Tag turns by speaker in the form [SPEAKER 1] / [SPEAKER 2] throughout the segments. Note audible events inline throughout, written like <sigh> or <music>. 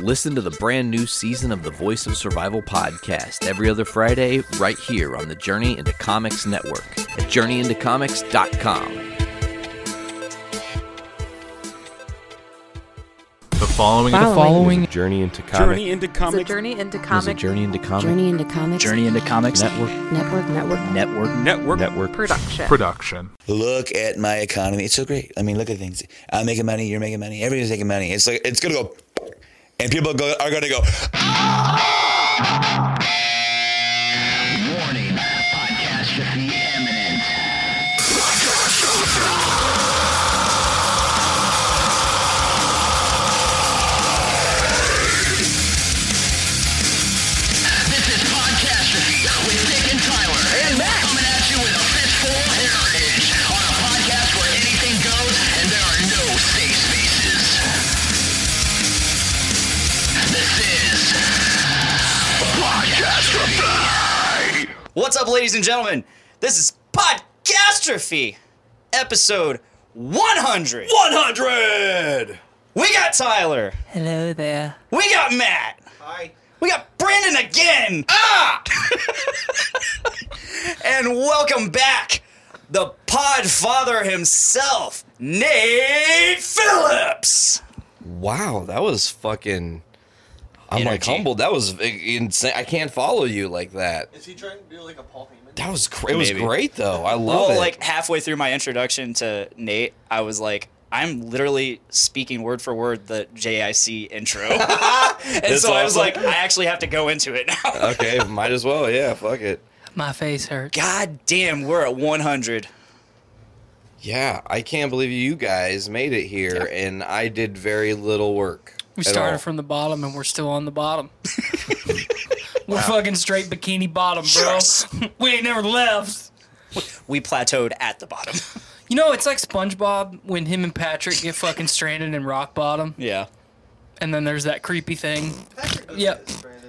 [SPEAKER 1] listen to the brand new season of the Voice of Survival podcast every other Friday, right here on the Journey into Comics Network at journeyintocomics.com.
[SPEAKER 2] The following.
[SPEAKER 3] The following
[SPEAKER 4] Journey into comic.
[SPEAKER 5] Journey into
[SPEAKER 6] It's a
[SPEAKER 5] comics
[SPEAKER 6] journey into
[SPEAKER 1] Is it
[SPEAKER 6] comic
[SPEAKER 1] Journey into Comics
[SPEAKER 7] Journey into Comics.
[SPEAKER 8] Journey into Comics
[SPEAKER 1] Network?
[SPEAKER 7] Network. Network.
[SPEAKER 8] Network.
[SPEAKER 5] network.
[SPEAKER 4] Network.
[SPEAKER 6] production.
[SPEAKER 2] production.
[SPEAKER 9] look at my economy. It's so great. I mean, look at things. I'm making money. You're making money. Everybody's making money. It's like it's gonna go, and people go, are gonna go.
[SPEAKER 8] Warning. Podcastrophe imminent. This is Podcastrophe with Dick and Tyler. And Matt. Coming at you with a fistful of heritage on a podcast where anything goes and there are no safe spaces. This is Podcastrophe.
[SPEAKER 10] What's up, ladies and gentlemen? This is Podcastrophe, episode 100.
[SPEAKER 5] 100.
[SPEAKER 10] We got Tyler. Hello there. We got Matt. Hi. We got Brandon again. Ah! <laughs> and welcome back, the Podfather himself, Nate Phillips.
[SPEAKER 4] Wow, that was fucking. I'm like
[SPEAKER 10] Energy.
[SPEAKER 4] humbled. That was i- insane. I can't follow you like that. Is he trying to do like a Paul Heyman? That was cra- it was
[SPEAKER 10] Maybe.
[SPEAKER 4] great though. I <laughs> love
[SPEAKER 10] Well,
[SPEAKER 4] it.
[SPEAKER 10] Oh, like halfway through my introduction to Nate, I was like, I'm literally speaking word for word the JIC
[SPEAKER 4] <laughs>
[SPEAKER 10] intro. <laughs> and so I was
[SPEAKER 4] awesome.
[SPEAKER 10] like, I actually have to go into it now.
[SPEAKER 4] <laughs> okay, might as well. Yeah, fuck it.
[SPEAKER 3] my face hurts.
[SPEAKER 10] God damn, we're at 100.
[SPEAKER 4] Yeah, I can't believe you guys made it here, and I did very little work.
[SPEAKER 3] We
[SPEAKER 4] at
[SPEAKER 3] started
[SPEAKER 4] all.
[SPEAKER 3] from the bottom and we're still on the
[SPEAKER 10] <laughs>
[SPEAKER 3] bottom. we're fucking straight bikini bottom, bro.
[SPEAKER 10] Yes.
[SPEAKER 3] <laughs> we ain't never left.
[SPEAKER 10] We plateaued at the bottom. <laughs>
[SPEAKER 3] You know, it's like SpongeBob when him and Patrick get fucking stranded in rock bottom,
[SPEAKER 10] Yeah.
[SPEAKER 3] and then there's that creepy thing. Yep.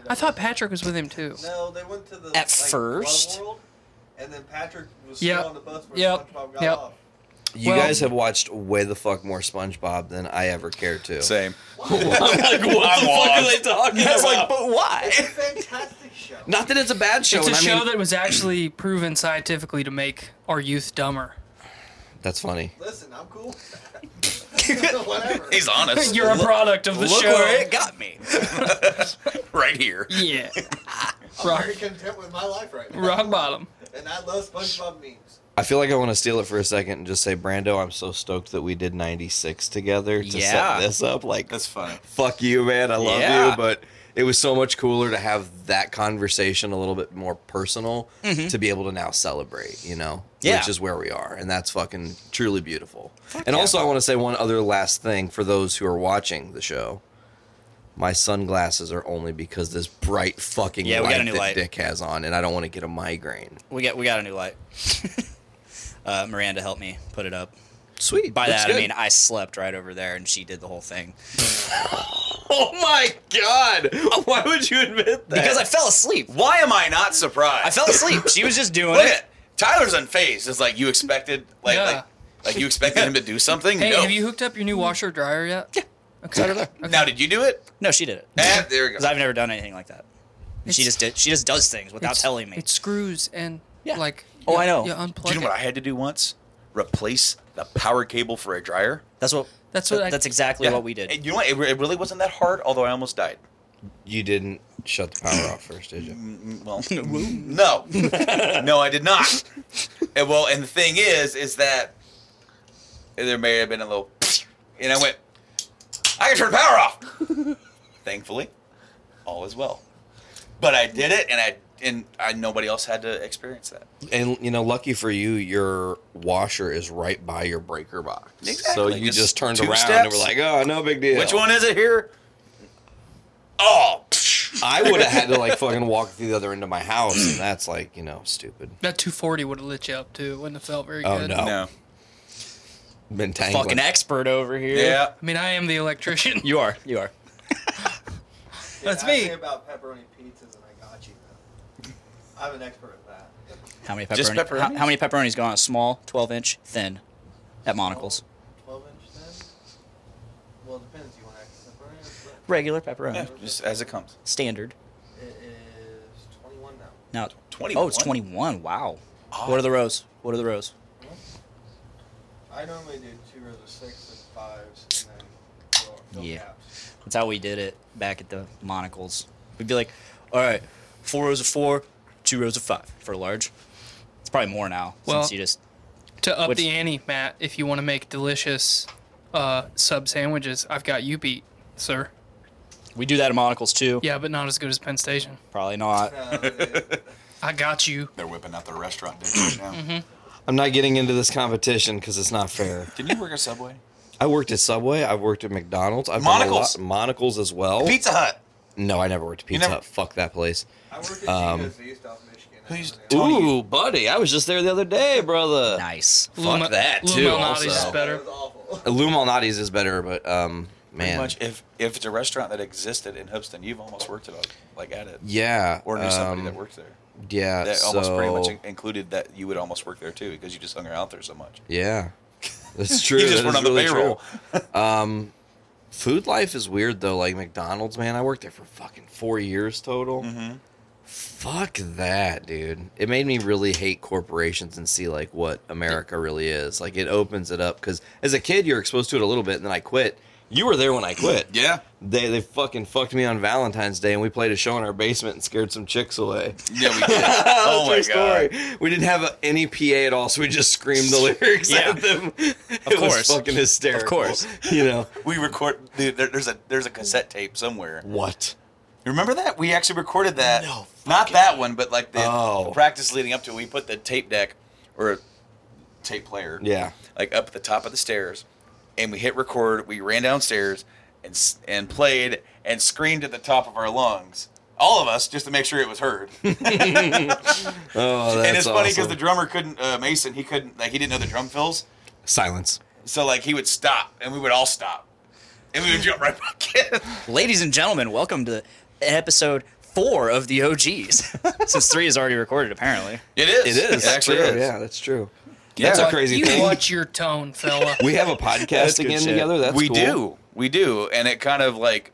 [SPEAKER 3] I thought Patrick was with him too.
[SPEAKER 11] No, they went to the
[SPEAKER 10] At first?
[SPEAKER 11] Love World, and then Patrick was
[SPEAKER 3] Yep.
[SPEAKER 11] still on the bus when
[SPEAKER 3] Yep.
[SPEAKER 11] SpongeBob got
[SPEAKER 3] Yep.
[SPEAKER 11] off.
[SPEAKER 4] You
[SPEAKER 3] Well-
[SPEAKER 4] guys have watched way the fuck more SpongeBob than I ever cared to.
[SPEAKER 2] Same.
[SPEAKER 10] I was like, but why?
[SPEAKER 11] Fantastic show.
[SPEAKER 4] Not that it's a bad show.
[SPEAKER 3] It's a
[SPEAKER 4] and I
[SPEAKER 3] show
[SPEAKER 4] mean-
[SPEAKER 3] that was actually proven scientifically to make our youth dumber.
[SPEAKER 4] that's funny.
[SPEAKER 11] Listen, I'm cool. Whatever.
[SPEAKER 9] <laughs>
[SPEAKER 2] He's
[SPEAKER 3] <laughs>
[SPEAKER 2] honest.
[SPEAKER 3] You're a product of the
[SPEAKER 10] Look
[SPEAKER 3] show.
[SPEAKER 10] where it got me.
[SPEAKER 2] right here.
[SPEAKER 10] <laughs>
[SPEAKER 3] Yeah.
[SPEAKER 11] I'm
[SPEAKER 3] rock,
[SPEAKER 11] very content with my life right now.
[SPEAKER 3] rock bottom.
[SPEAKER 11] And I love SpongeBob memes.
[SPEAKER 4] I feel like I want to steal it for a second and just say, Brando, I'm so stoked that we did 96 together to
[SPEAKER 10] Yeah.
[SPEAKER 4] set this up. Like,
[SPEAKER 2] That's funny.
[SPEAKER 4] fuck you, man. I love
[SPEAKER 10] Yeah.
[SPEAKER 4] you. But it was so much cooler to have that conversation a little bit more personal
[SPEAKER 9] Mm-hmm.
[SPEAKER 4] to be able to now celebrate, you know?
[SPEAKER 10] Yeah.
[SPEAKER 4] Which is where we are. And that's fucking truly beautiful. and also, I want to say one other last thing for those who are watching the show. My sunglasses are only because this bright fucking
[SPEAKER 10] Yeah, we
[SPEAKER 4] light
[SPEAKER 10] got a new
[SPEAKER 4] that
[SPEAKER 10] light.
[SPEAKER 4] Dick has on, and I don't want to get a migraine.
[SPEAKER 10] We got we got a new light. <laughs> uh, Miranda helped me put it up.
[SPEAKER 4] Sweet.
[SPEAKER 10] By
[SPEAKER 4] Looks
[SPEAKER 10] that I
[SPEAKER 4] good.
[SPEAKER 10] mean I slept right over there and she did the whole thing.
[SPEAKER 4] Oh my god! Why would you admit that?
[SPEAKER 10] Because I fell asleep.
[SPEAKER 2] Why am I not surprised?
[SPEAKER 10] I fell asleep. She was just doing
[SPEAKER 2] Look
[SPEAKER 10] it.
[SPEAKER 2] at Tyler's unfazed. It's like you expected, like,
[SPEAKER 3] Yeah.
[SPEAKER 2] like, like you expected him to do something.
[SPEAKER 3] Hey,
[SPEAKER 2] no.
[SPEAKER 3] have you hooked up your new washer dryer yet? Yeah. Okay.
[SPEAKER 2] Now, did you do it?
[SPEAKER 10] No, she did it.
[SPEAKER 2] Eh, there we
[SPEAKER 10] Because
[SPEAKER 2] go.
[SPEAKER 10] I've never done anything like that. And she
[SPEAKER 3] It's-
[SPEAKER 10] just did. She just does things without
[SPEAKER 3] It's-
[SPEAKER 10] telling me.
[SPEAKER 3] It screws and
[SPEAKER 10] Yeah.
[SPEAKER 3] like
[SPEAKER 10] Oh,
[SPEAKER 3] you-
[SPEAKER 10] I know.
[SPEAKER 3] You
[SPEAKER 10] Do you
[SPEAKER 3] unplug
[SPEAKER 2] Do you know
[SPEAKER 3] it.
[SPEAKER 2] what I had to do once? Replace the power cable for a dryer.
[SPEAKER 10] That's what.
[SPEAKER 3] That's what I-
[SPEAKER 10] That's exactly
[SPEAKER 2] Yeah.
[SPEAKER 10] what we did.
[SPEAKER 2] And you know what? It, re- it really wasn't that hard, although I almost died. Mm,
[SPEAKER 4] you didn't shut the power off first, did you?
[SPEAKER 2] Well, no, no, I did not. And well, and the thing is, is that there may have been a little, <laughs> and I went, I can turn the power off. <laughs> Thankfully, all is well. But I did it, and I and I nobody else had to experience that.
[SPEAKER 4] And you know, lucky for you, your washer is right by your breaker box. So
[SPEAKER 2] Exactly.
[SPEAKER 4] you
[SPEAKER 2] Just
[SPEAKER 4] just, turned
[SPEAKER 2] two
[SPEAKER 4] around and
[SPEAKER 2] steps.
[SPEAKER 4] were like, "Oh, no big deal."
[SPEAKER 2] Which one is it here? Oh,
[SPEAKER 4] I would have had to like fucking walk through the other end of my house, and that's like you know stupid.
[SPEAKER 3] That 240 would have lit you up too. It wouldn't have felt very
[SPEAKER 4] Oh,
[SPEAKER 3] good.
[SPEAKER 4] no.
[SPEAKER 2] no.
[SPEAKER 4] Been tangled.
[SPEAKER 10] Fucking expert over here.
[SPEAKER 2] Yeah.
[SPEAKER 3] I mean, I am the
[SPEAKER 10] <laughs>
[SPEAKER 3] electrician.
[SPEAKER 10] You are. You are.
[SPEAKER 3] That's
[SPEAKER 11] I
[SPEAKER 3] me.
[SPEAKER 11] say about pepperoni pizzas, and I got you. man. I'm an expert at that.
[SPEAKER 10] How many pepperoni?
[SPEAKER 2] Just pepperonis?
[SPEAKER 10] How, how many pepperonis go on a small, twelve inch, thin, at Monocles?
[SPEAKER 11] 12 inch then? Well, it depends. You want extra pepperoni? or what?
[SPEAKER 10] Regular pepperoni,
[SPEAKER 2] Just as it comes.
[SPEAKER 10] standard.
[SPEAKER 11] It is 21 now.
[SPEAKER 10] Now,
[SPEAKER 2] 21?
[SPEAKER 10] Oh, it's 21. Wow. What are the rows? What are the rows?
[SPEAKER 11] I normally do two rows of six and fives, and then fill, fill
[SPEAKER 10] Yeah.
[SPEAKER 11] gaps.
[SPEAKER 10] That's how we did it back at the Monocles. We'd be like, all right, four rows of four, two rows of five for a large. It's probably more now
[SPEAKER 3] Well-
[SPEAKER 10] since you just.
[SPEAKER 3] To up
[SPEAKER 10] Which-
[SPEAKER 3] the ante, Matt, if you want to make delicious uh, sub sandwiches, I've got you beat, sir.
[SPEAKER 10] We do that at Monocles too.
[SPEAKER 3] Yeah, but not as good as Penn Station.
[SPEAKER 10] Probably not.
[SPEAKER 11] No, it-
[SPEAKER 3] I got you.
[SPEAKER 2] They're whipping out their restaurant dish right now. <clears throat>
[SPEAKER 4] I'm not getting into this competition because it's not fair.
[SPEAKER 2] Didn't you work at Subway?
[SPEAKER 4] I worked at Subway. I've worked at McDonald's. I've
[SPEAKER 2] Monocles.
[SPEAKER 4] Done a lot, Monocles as well.
[SPEAKER 2] Pizza Hut.
[SPEAKER 4] No, I never worked at Pizza
[SPEAKER 2] never-
[SPEAKER 4] Hut. Fuck that place.
[SPEAKER 11] I work at
[SPEAKER 4] Um,
[SPEAKER 11] Chico's East off Michigan.
[SPEAKER 2] Who used-
[SPEAKER 11] Avenue.
[SPEAKER 2] Tony.
[SPEAKER 4] Ooh, buddy, I was just there the other day, brother.
[SPEAKER 10] Nice.
[SPEAKER 4] Fuck
[SPEAKER 3] Luma-
[SPEAKER 4] that
[SPEAKER 3] Luma
[SPEAKER 4] too.
[SPEAKER 3] Malnati's
[SPEAKER 4] Also,
[SPEAKER 3] better.
[SPEAKER 11] That was awful.
[SPEAKER 4] Uh, Lou Malnati's is better, but um,
[SPEAKER 2] Pretty
[SPEAKER 4] man,
[SPEAKER 2] much if if it's a restaurant that existed in Houston, you've almost worked it like, like at it.
[SPEAKER 4] yeah,
[SPEAKER 2] Or knew somebody
[SPEAKER 4] um,
[SPEAKER 2] that worked there.
[SPEAKER 4] Yeah,
[SPEAKER 2] That almost pretty much
[SPEAKER 4] so-
[SPEAKER 2] in- included that you would almost work there too because you just hung out there so much.
[SPEAKER 4] Yeah, <laughs> that's true.
[SPEAKER 2] You just
[SPEAKER 4] That is
[SPEAKER 2] went on the
[SPEAKER 4] really true.
[SPEAKER 2] payroll.
[SPEAKER 4] Um, food life is weird though. Like McDonald's, man, I worked there for fucking four years total. Fuck that, dude. It made me really hate corporations and see like what America really is. Like it opens it up because as a kid you're exposed to it a little bit, and then I quit. You were there when I quit.
[SPEAKER 2] Yeah.
[SPEAKER 4] They they fucking fucked me on Valentine's Day, and we played a show in our basement and scared some chicks away.
[SPEAKER 2] Yeah, we did. oh my
[SPEAKER 4] True
[SPEAKER 2] god.
[SPEAKER 4] story. <laughs> We didn't have a, any PA at all, so we just screamed the lyrics
[SPEAKER 10] Yeah.
[SPEAKER 4] at them. <laughs> Of
[SPEAKER 10] course.
[SPEAKER 4] fucking hysterical.
[SPEAKER 10] Of course.
[SPEAKER 4] you know
[SPEAKER 2] We record dude, there, there's a there's a cassette tape somewhere.
[SPEAKER 4] what?
[SPEAKER 2] You Remember that? We actually recorded that. No, not that one, but like the,
[SPEAKER 4] Oh.
[SPEAKER 2] the practice leading up to it. We put the tape deck or tape player.
[SPEAKER 4] Yeah.
[SPEAKER 2] Like up at the top of the stairs and we hit record. We ran downstairs and s- and played and screamed at the top of our lungs. All of us just to make sure it
[SPEAKER 4] <laughs>
[SPEAKER 2] was heard.
[SPEAKER 4] Oh, that's
[SPEAKER 2] and it's funny because
[SPEAKER 4] awesome.
[SPEAKER 2] the drummer couldn't uh, Mason, he couldn't like he didn't know the drum fills.
[SPEAKER 4] silence.
[SPEAKER 2] So like he would stop and we would all stop. And we would jump right back in.
[SPEAKER 10] Ladies and gentlemen, welcome to episode four of the OGs.
[SPEAKER 4] <laughs>
[SPEAKER 10] Since three is already recorded, apparently.
[SPEAKER 2] It is. It
[SPEAKER 4] That's
[SPEAKER 2] actually
[SPEAKER 4] true.
[SPEAKER 2] is.
[SPEAKER 4] Yeah, that's true.
[SPEAKER 2] Yeah.
[SPEAKER 4] That's
[SPEAKER 2] You
[SPEAKER 4] a crazy
[SPEAKER 3] you
[SPEAKER 4] thing.
[SPEAKER 3] watch your tone, fella.
[SPEAKER 4] We have a podcast
[SPEAKER 10] good
[SPEAKER 4] again
[SPEAKER 10] shit.
[SPEAKER 4] together. <laughs> That's
[SPEAKER 2] we
[SPEAKER 4] cool.
[SPEAKER 2] do. We do. And it kind of like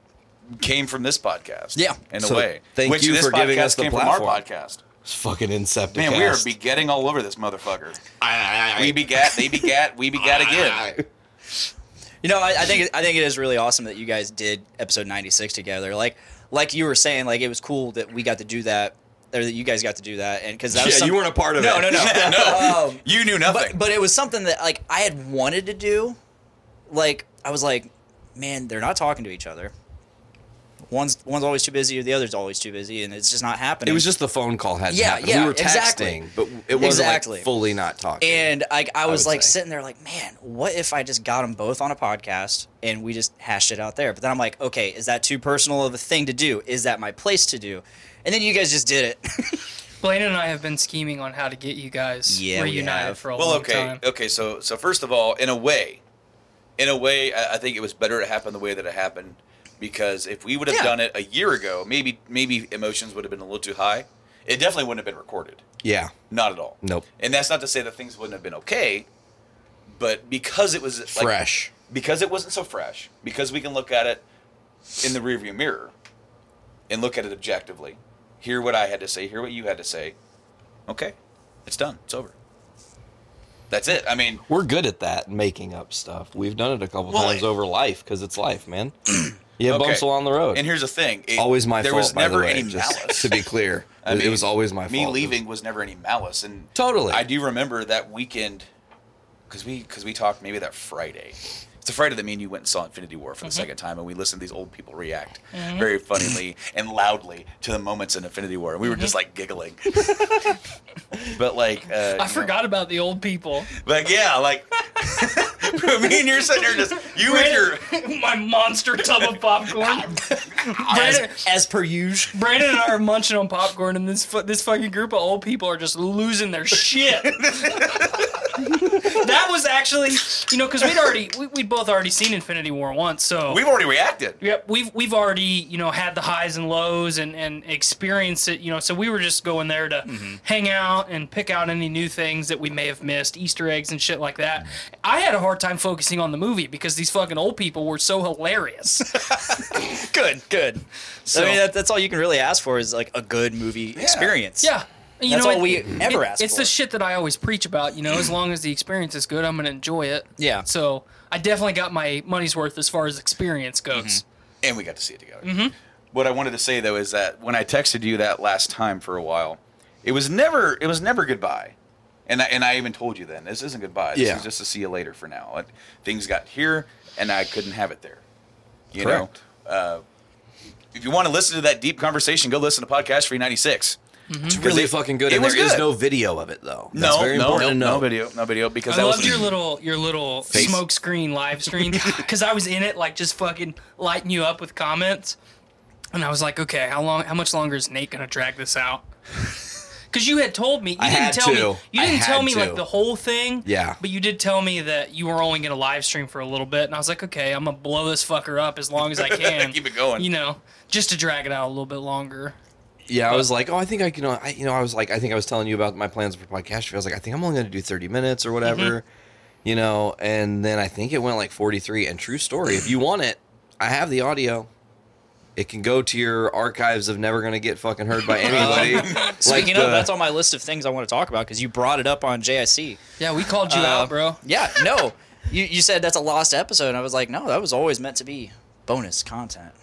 [SPEAKER 2] came from this podcast.
[SPEAKER 10] Yeah.
[SPEAKER 2] In a
[SPEAKER 4] So,
[SPEAKER 2] way.
[SPEAKER 4] thank
[SPEAKER 2] Which
[SPEAKER 4] you
[SPEAKER 2] this
[SPEAKER 4] for giving
[SPEAKER 2] podcast
[SPEAKER 4] us the
[SPEAKER 2] came from our
[SPEAKER 4] platform.
[SPEAKER 2] podcast.
[SPEAKER 4] It's fucking incepticast.
[SPEAKER 2] Man, we are begetting all over this motherfucker.
[SPEAKER 4] I- I- I-
[SPEAKER 2] We begat, they begat, we begat again.
[SPEAKER 10] You know, I, I think it- I think it is really awesome that you guys did episode ninety six together. Like like you were saying, like it was cool that we got to do that, or that you guys got to do that, and because that was
[SPEAKER 4] Yeah,
[SPEAKER 10] some-
[SPEAKER 4] you weren't a part of
[SPEAKER 10] no,
[SPEAKER 4] it.
[SPEAKER 10] no, no, no. <laughs> Um,
[SPEAKER 2] You knew nothing.
[SPEAKER 10] but but it was something that like I had wanted to do. Like I was like, man, they're not talking to each other. One's one's always too busy, or the other's always too busy, and it's just not happening.
[SPEAKER 4] It was just the phone call had. to
[SPEAKER 10] Yeah,
[SPEAKER 4] happen.
[SPEAKER 10] yeah,
[SPEAKER 4] We were texting,
[SPEAKER 10] exactly.
[SPEAKER 4] but it wasn't
[SPEAKER 10] Exactly.
[SPEAKER 4] like fully not talking.
[SPEAKER 10] And I, I was
[SPEAKER 4] would
[SPEAKER 10] like
[SPEAKER 4] say.
[SPEAKER 10] sitting there, like, man, what if I just got them both on a podcast and we just hashed it out there? But then I'm like, okay, is that too personal of a thing to do? Is that my place to do? And then you guys just did it. <laughs>
[SPEAKER 3] Blaine and I have been scheming on how to get you guys
[SPEAKER 10] Yeah, we
[SPEAKER 3] reunited
[SPEAKER 10] have.
[SPEAKER 3] for a
[SPEAKER 2] well,
[SPEAKER 3] long
[SPEAKER 2] okay.
[SPEAKER 3] time.
[SPEAKER 2] Okay, so so first of all, in a way, in a way, I, I think it was better to happen the way that it happened because if we would have
[SPEAKER 10] Yeah.
[SPEAKER 2] done it a year ago, maybe maybe emotions would have been a little too high. It definitely wouldn't have been recorded.
[SPEAKER 4] yeah,
[SPEAKER 2] Not at all.
[SPEAKER 4] Nope.
[SPEAKER 2] And that's not to say that things wouldn't have been okay, but because it was like,
[SPEAKER 4] fresh.
[SPEAKER 2] because it wasn't so fresh, because we can look at it in the rearview mirror and look at it objectively, hear what I had to say, hear what you had to say. Okay, it's done. It's over. That's it. I mean,
[SPEAKER 4] We're good at that, making up stuff. We've done it a couple
[SPEAKER 2] Well,
[SPEAKER 4] times
[SPEAKER 2] I-
[SPEAKER 4] over life because it's life, <clears throat> man. You have bumps
[SPEAKER 2] Okay.
[SPEAKER 4] along the road.
[SPEAKER 2] and here's the thing: it-
[SPEAKER 4] always my
[SPEAKER 2] there
[SPEAKER 4] fault.
[SPEAKER 2] was
[SPEAKER 4] by
[SPEAKER 2] never
[SPEAKER 4] the way,
[SPEAKER 2] any
[SPEAKER 4] just <laughs>
[SPEAKER 2] malice.
[SPEAKER 4] To be clear,
[SPEAKER 2] I
[SPEAKER 4] it
[SPEAKER 2] mean,
[SPEAKER 4] was always my
[SPEAKER 2] me
[SPEAKER 4] fault.
[SPEAKER 2] leaving was never any malice, and
[SPEAKER 4] Totally.
[SPEAKER 2] I do remember that weekend because we because we talked maybe that Friday. It's a Friday that me and you went and saw Infinity War for
[SPEAKER 3] Mm-hmm.
[SPEAKER 2] the second time, and we listened to these old people react very funnily and loudly to the moments in Infinity War, and we were just like giggling. <laughs> but like, uh, you know,
[SPEAKER 3] Mm-hmm. I forgot about the old people.
[SPEAKER 2] Like yeah, like <laughs> me and you're sitting there just you and
[SPEAKER 3] <laughs>
[SPEAKER 2] your
[SPEAKER 3] My monster tub of popcorn. <laughs> Brandon,
[SPEAKER 10] As per usual. <laughs>
[SPEAKER 3] Brandon and I are munching on popcorn, and this fu- this fucking group of old people are just losing their <laughs> shit. that was actually, you know, because we'd already we, we'd both already seen Infinity War once, so
[SPEAKER 2] we've already reacted.
[SPEAKER 3] Yep, we've we've already you know had the highs and lows and and experienced it. You know, so we were just going there to
[SPEAKER 10] Mm-hmm. Mm-hmm.
[SPEAKER 3] hang out and pick out any new things that we may have missed, Easter eggs and shit like that. I had a hard hard time focusing on the movie because these fucking old people were so hilarious.
[SPEAKER 10] <laughs> good, good. So, I mean, that, that's all you can really ask for is like a good movie experience.
[SPEAKER 3] yeah. You
[SPEAKER 10] That's
[SPEAKER 3] know,
[SPEAKER 10] all we ever
[SPEAKER 3] it-
[SPEAKER 10] ask
[SPEAKER 3] It's
[SPEAKER 10] for.
[SPEAKER 3] the shit that I always preach about, you know, as long as the experience is good, I'm going to enjoy it.
[SPEAKER 10] Yeah.
[SPEAKER 3] So I definitely got my money's worth as far as experience goes.
[SPEAKER 10] Mm-hmm.
[SPEAKER 2] and we got to see it together. Mm-hmm. What I wanted to say though is that when I texted you that last time for a while, it was never it was never goodbye, and I, and I even told you then this isn't goodbye. This
[SPEAKER 4] Yeah.
[SPEAKER 2] is just a see you later for now. Like, things got here, and I couldn't have it there. You
[SPEAKER 4] Correct.
[SPEAKER 2] know, uh, if you want to listen to that deep conversation, go listen to podcast three ninety six.
[SPEAKER 4] It's really
[SPEAKER 2] It-
[SPEAKER 4] fucking good.
[SPEAKER 2] it
[SPEAKER 4] and
[SPEAKER 2] was
[SPEAKER 4] there is
[SPEAKER 2] good.
[SPEAKER 4] no video of it though.
[SPEAKER 2] No,
[SPEAKER 4] That's very
[SPEAKER 2] no,
[SPEAKER 4] important
[SPEAKER 2] no,
[SPEAKER 4] to know.
[SPEAKER 2] no video, no video because
[SPEAKER 3] I
[SPEAKER 2] that
[SPEAKER 3] loved
[SPEAKER 2] was
[SPEAKER 3] your little your little
[SPEAKER 2] Face.
[SPEAKER 3] smoke screen live stream because I was in it like just fucking lighting you up with comments, and I was like, okay, how long, how much longer is Nate gonna drag this out? Because you had told me you
[SPEAKER 4] I
[SPEAKER 3] didn't
[SPEAKER 4] had
[SPEAKER 3] tell
[SPEAKER 4] to.
[SPEAKER 3] me you
[SPEAKER 4] I
[SPEAKER 3] didn't tell
[SPEAKER 4] had
[SPEAKER 3] me
[SPEAKER 4] to.
[SPEAKER 3] like the whole thing.
[SPEAKER 4] Yeah.
[SPEAKER 3] but you did tell me that you were only gonna live stream for a little bit, and I was like, okay, I'm gonna blow this fucker up as long as I can.
[SPEAKER 2] Keep it going.
[SPEAKER 3] you know, just to drag it out a little bit longer.
[SPEAKER 4] Yeah, I was like, oh, I think I can. I, you know, I was like, I think I was telling you about my plans for podcast. I was like, I think I'm only going to do 30 minutes or whatever,
[SPEAKER 2] Mm-hmm.
[SPEAKER 4] you know. And then I think it went like 43. And true story, if you want it, I have the audio. It can go to your archives of never going to get fucking heard
[SPEAKER 2] <laughs>
[SPEAKER 4] by anybody. Like
[SPEAKER 10] Speaking
[SPEAKER 4] the-
[SPEAKER 10] of, that's on my list of things I want to talk about because you brought it up on JIC.
[SPEAKER 3] Yeah, we called you
[SPEAKER 10] Uh,
[SPEAKER 3] out, bro.
[SPEAKER 10] Yeah, no. You, you said that's a lost episode. And I was like, no, that was always meant to be bonus content.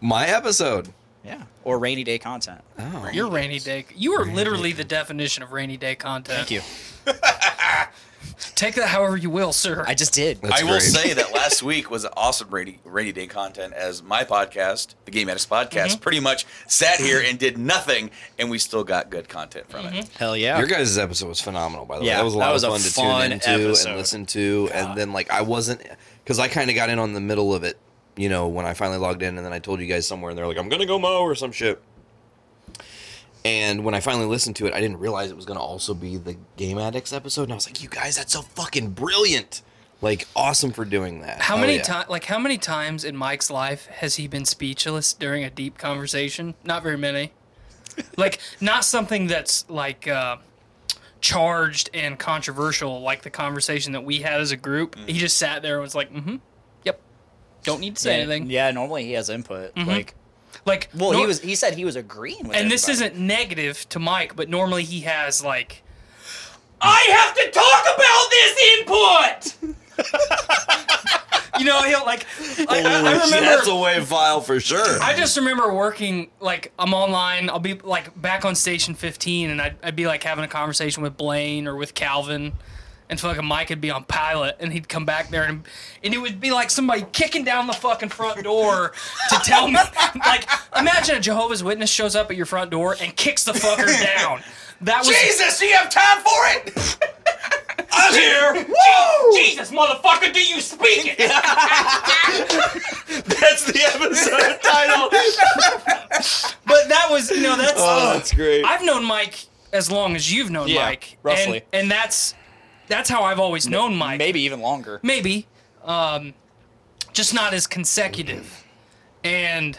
[SPEAKER 4] my episode.
[SPEAKER 10] Yeah. Or rainy day content.
[SPEAKER 4] Oh,
[SPEAKER 3] You're rainy day. You are literally the definition of rainy day content.
[SPEAKER 10] Thank you.
[SPEAKER 3] Take that however you will, sir.
[SPEAKER 10] I just did.
[SPEAKER 4] That's
[SPEAKER 2] I will
[SPEAKER 4] great.
[SPEAKER 2] say that <laughs> last week was awesome rainy, rainy day content as my podcast, the Game Addicts Podcast,
[SPEAKER 3] Mm-hmm.
[SPEAKER 2] pretty much sat here and did nothing, and we still got good content from
[SPEAKER 3] Mm-hmm.
[SPEAKER 2] it.
[SPEAKER 10] Hell yeah.
[SPEAKER 4] Your guys' episode was phenomenal, by the way.
[SPEAKER 10] Yeah,
[SPEAKER 4] That was a
[SPEAKER 10] that
[SPEAKER 4] lot
[SPEAKER 10] was a
[SPEAKER 4] of fun to
[SPEAKER 10] fun
[SPEAKER 4] tune into
[SPEAKER 10] episode.
[SPEAKER 4] and listen to. And then, like, I wasn't, because I kind of got in on the middle of it, you know, when I finally logged in. And then I told you guys somewhere, and they're like, I'm going to go mow or some shit. And when I finally listened to it, I didn't realize it was going to also be the Game Addicts episode. And I was like, you guys, that's so fucking brilliant. Like, awesome for doing that.
[SPEAKER 3] How
[SPEAKER 10] Oh,
[SPEAKER 4] Hell
[SPEAKER 3] many
[SPEAKER 4] yeah.
[SPEAKER 3] times, like how many times in Mike's life has he been speechless during a deep conversation? Not very
[SPEAKER 10] <laughs>
[SPEAKER 3] many. like not something that's like uh, charged and controversial, like the conversation that we had as a group.
[SPEAKER 10] Mm-hmm.
[SPEAKER 3] He just sat there and was like, "Mm-hmm, yep, don't need to say
[SPEAKER 10] yeah,
[SPEAKER 3] anything."
[SPEAKER 10] yeah, normally he has input. Like,
[SPEAKER 3] Like,
[SPEAKER 10] well, he
[SPEAKER 3] nor-
[SPEAKER 10] was. He said he was agreeing with.
[SPEAKER 3] and this
[SPEAKER 10] everybody.
[SPEAKER 3] isn't negative to Mike, but normally he has like, I have to talk about this input. <laughs> you know, he'll like. like, I, I remember
[SPEAKER 4] That's a wave file for
[SPEAKER 3] <laughs>
[SPEAKER 4] sure.
[SPEAKER 3] I just remember working like I'm online. I'll be like back on station 15, and I'd, I'd be like having a conversation with Blaine or with Calvin, and fucking Mike would be on pilot, and he'd come back there, and and it would be like somebody kicking down the fucking front door to tell me, <laughs> like imagine a Jehovah's Witness shows up at your front door and kicks the
[SPEAKER 2] <laughs>
[SPEAKER 3] fucker down. That was
[SPEAKER 2] Jesus, do you have time for it?
[SPEAKER 3] <laughs>
[SPEAKER 2] I'm here.
[SPEAKER 3] Jesus, motherfucker, do you speak it?
[SPEAKER 4] That's
[SPEAKER 10] <laughs>
[SPEAKER 4] the episode title.
[SPEAKER 3] But that was you know that's
[SPEAKER 4] oh, that's great.
[SPEAKER 3] I've known Mike as long as you've known
[SPEAKER 10] Yeah,
[SPEAKER 3] Mike,
[SPEAKER 10] roughly.
[SPEAKER 3] and, and that's that's how I've always known Mike.
[SPEAKER 10] Maybe even longer.
[SPEAKER 3] maybe, um, just not as consecutive. And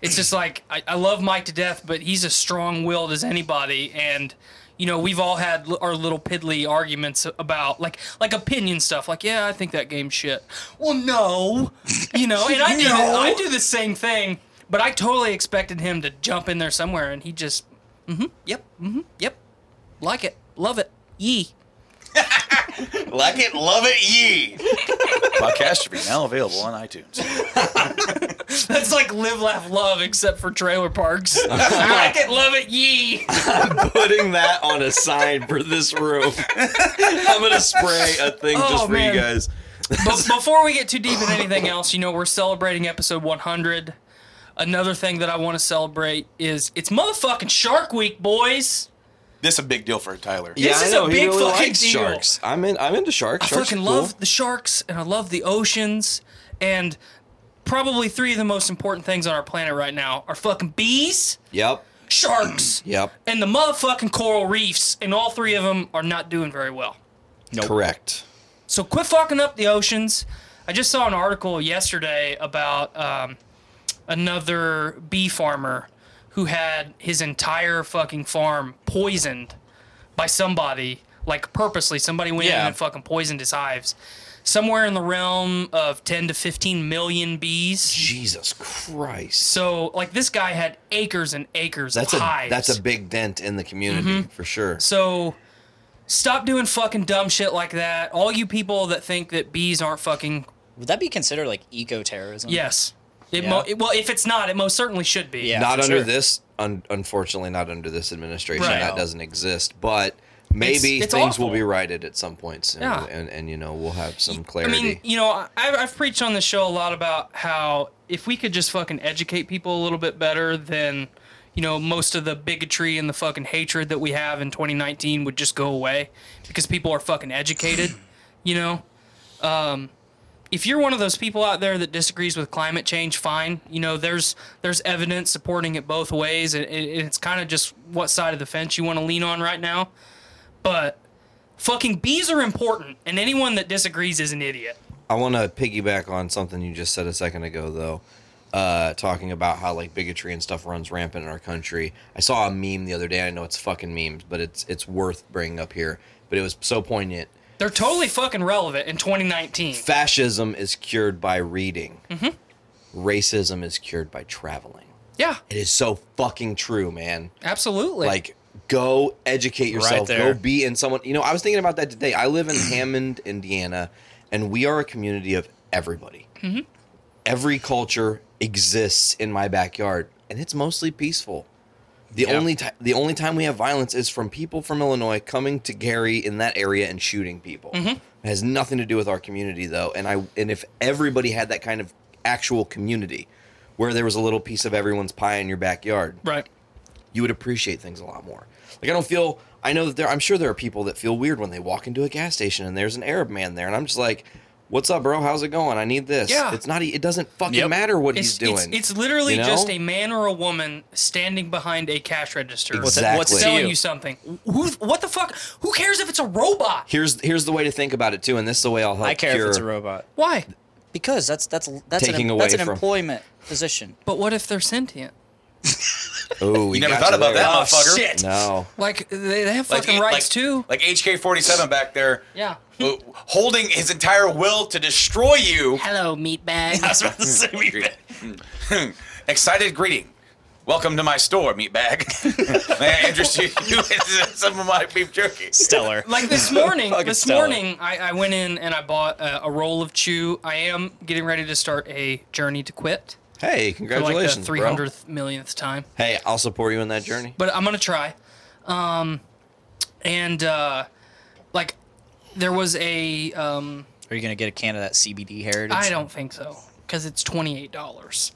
[SPEAKER 3] it's just like I, I love Mike to death, but he's as strong-willed as anybody. And you know, we've all had l- our little piddly arguments about like like opinion stuff. Like, yeah, I think that game's shit. Well, no, you know, and I <laughs> do I do the same thing. But I totally expected him to jump in there somewhere, and he just, mm-hmm, yep, mm-hmm, yep, like it, love it, yee.
[SPEAKER 2] Like it, love it, ye. Podcastrophe <laughs> now available on iTunes.
[SPEAKER 3] That's like live, laugh, love, except for trailer parks. I can love it, ye.
[SPEAKER 4] <laughs> putting that on a sign for this room. <laughs> I'm gonna spray a thing
[SPEAKER 3] Oh,
[SPEAKER 4] just for
[SPEAKER 3] man.
[SPEAKER 4] you guys.
[SPEAKER 3] But before we get too deep in anything else, you know, we're celebrating episode 100. Another thing that I want to celebrate is it's motherfucking Shark Week, boys.
[SPEAKER 2] This is a big deal for Tyler.
[SPEAKER 3] Yeah, This I is a know, he big really fucking likes deal.
[SPEAKER 4] sharks.
[SPEAKER 3] sharks.
[SPEAKER 4] I'm in. I'm into sharks.
[SPEAKER 3] I fucking love the sharks and I love the oceans and probably three of the most important things on our planet right now are fucking bees,
[SPEAKER 4] Yep.
[SPEAKER 3] sharks,
[SPEAKER 4] Yep.
[SPEAKER 3] and the motherfucking coral reefs. And all three of them are not doing very well.
[SPEAKER 4] Correct.
[SPEAKER 3] So quit fucking up the oceans. I just saw an article yesterday about um, another bee farmer who had his entire fucking farm poisoned by somebody, like purposely. Somebody went in
[SPEAKER 10] Yeah.
[SPEAKER 3] and fucking poisoned his hives. somewhere in the realm of 10 to 15 million bees.
[SPEAKER 4] Jesus Christ.
[SPEAKER 3] So, like, this guy had acres and acres
[SPEAKER 4] That's
[SPEAKER 3] of
[SPEAKER 4] a
[SPEAKER 3] hives.
[SPEAKER 4] that's a big dent in the community
[SPEAKER 3] Mm-hmm.
[SPEAKER 4] for sure.
[SPEAKER 3] So stop doing fucking dumb shit like that. All you people that think that bees aren't fucking
[SPEAKER 10] Would that be considered like eco terrorism?
[SPEAKER 3] yes. It mo-
[SPEAKER 10] Yeah.
[SPEAKER 3] well, if it's not, it most certainly should be.
[SPEAKER 10] Yeah.
[SPEAKER 4] not
[SPEAKER 10] for
[SPEAKER 4] under
[SPEAKER 10] sure.
[SPEAKER 4] this, un- unfortunately, not under this administration.
[SPEAKER 3] Right.
[SPEAKER 4] That doesn't exist. But maybe
[SPEAKER 3] It's- it's
[SPEAKER 4] things
[SPEAKER 3] awful.
[SPEAKER 4] will be righted at some point soon,
[SPEAKER 3] Yeah.
[SPEAKER 4] and, and you know we'll have some
[SPEAKER 3] I
[SPEAKER 4] clarity.
[SPEAKER 3] mean, you know, I- I've, I've preached on the show a lot about how if we could just fucking educate people a little bit better, then, you know, most of the bigotry and the fucking hatred that we have in 2019 would just go away because people are fucking educated, you know? Um, if you're one of those people out there that disagrees with climate change, fine. You know, there's there's evidence supporting it both ways, and, and it's kind of just what side of the fence you want to lean on right now. But fucking bees are important, and anyone that disagrees is an idiot.
[SPEAKER 4] I want to piggyback on something you just said a second ago, though, uh, talking about how like bigotry and stuff runs rampant in our country. I saw a meme the other day. I know it's fucking memes, but it's it's worth bringing up here. But it was so poignant.
[SPEAKER 3] They're totally fucking relevant in 2019.
[SPEAKER 4] Fascism is cured by reading. Racism is cured by traveling.
[SPEAKER 3] Yeah,
[SPEAKER 4] It is so fucking true, man.
[SPEAKER 3] absolutely.
[SPEAKER 4] like go educate yourself
[SPEAKER 10] there.
[SPEAKER 4] go be in someone you know i was thinking about that today i live in hammond indiana and we are a community of everybody every culture exists in my backyard and it's mostly peaceful the only ti- the only time we have violence is from people from illinois coming to gary in that area and shooting people it has nothing to do with our community though and i and if everybody had that kind of actual community where there was a little piece of everyone's pie in your backyard
[SPEAKER 3] right.
[SPEAKER 4] you would appreciate things a lot more. Like I don't feel I know that there I'm sure there are people that feel weird when they walk into a gas station and there's an Arab man there and I'm just like, "What's up, bro? How's it going? I need this."
[SPEAKER 3] Yeah.
[SPEAKER 4] It's not e- it doesn't fucking
[SPEAKER 10] Yep.
[SPEAKER 4] matter what
[SPEAKER 3] It's,
[SPEAKER 4] he's doing.
[SPEAKER 3] it's, it's literally
[SPEAKER 4] you know?
[SPEAKER 3] just a man or a woman standing behind a cash register
[SPEAKER 4] Exactly.
[SPEAKER 10] What's
[SPEAKER 4] Exactly.
[SPEAKER 10] to
[SPEAKER 3] selling you something. Who? What the fuck? Who cares if it's a robot?
[SPEAKER 4] Here's here's the way to think about it too and this is the way I'll help
[SPEAKER 10] I care
[SPEAKER 4] cure-
[SPEAKER 10] if it's a robot
[SPEAKER 3] Why?
[SPEAKER 10] because that's that's that's
[SPEAKER 4] Taking
[SPEAKER 10] an,
[SPEAKER 4] away
[SPEAKER 10] that's an
[SPEAKER 4] from-
[SPEAKER 10] employment <laughs> position.
[SPEAKER 3] But what if they're sentient? <laughs>
[SPEAKER 4] Oh,
[SPEAKER 2] You never
[SPEAKER 4] got
[SPEAKER 2] thought
[SPEAKER 4] you
[SPEAKER 2] about
[SPEAKER 4] there.
[SPEAKER 2] that,
[SPEAKER 3] Oh,
[SPEAKER 2] motherfucker.
[SPEAKER 10] shit.
[SPEAKER 4] No.
[SPEAKER 3] Like they, they have
[SPEAKER 2] Like,
[SPEAKER 3] fucking
[SPEAKER 2] eh,
[SPEAKER 3] rights
[SPEAKER 2] like-
[SPEAKER 3] too.
[SPEAKER 2] Like HK47 back there,
[SPEAKER 3] Yeah.
[SPEAKER 2] uh, holding his entire will to destroy you.
[SPEAKER 3] Hello, meatbag.
[SPEAKER 4] <laughs>
[SPEAKER 2] I was about to say meatbag. Excited greeting. Welcome to my store, meatbag. <laughs> May I interest you in some of my beef jerky?
[SPEAKER 10] <laughs> <laughs> Stellar.
[SPEAKER 3] like this
[SPEAKER 4] <laughs>
[SPEAKER 3] morning
[SPEAKER 10] Fucking
[SPEAKER 3] this
[SPEAKER 10] stellar.
[SPEAKER 3] morning I, I went in and i bought a, a roll of chew i am getting ready to start a journey to quit
[SPEAKER 4] Hey,
[SPEAKER 3] <laughs> for like the
[SPEAKER 4] congratulations, bro.
[SPEAKER 3] 300th millionth time
[SPEAKER 4] Hey, I'll support you in that journey.
[SPEAKER 3] but i'm gonna try um and uh like there was a um
[SPEAKER 10] Are you gonna get a can of that CBD heritage?
[SPEAKER 3] I don't think so because it's twenty eight dollars.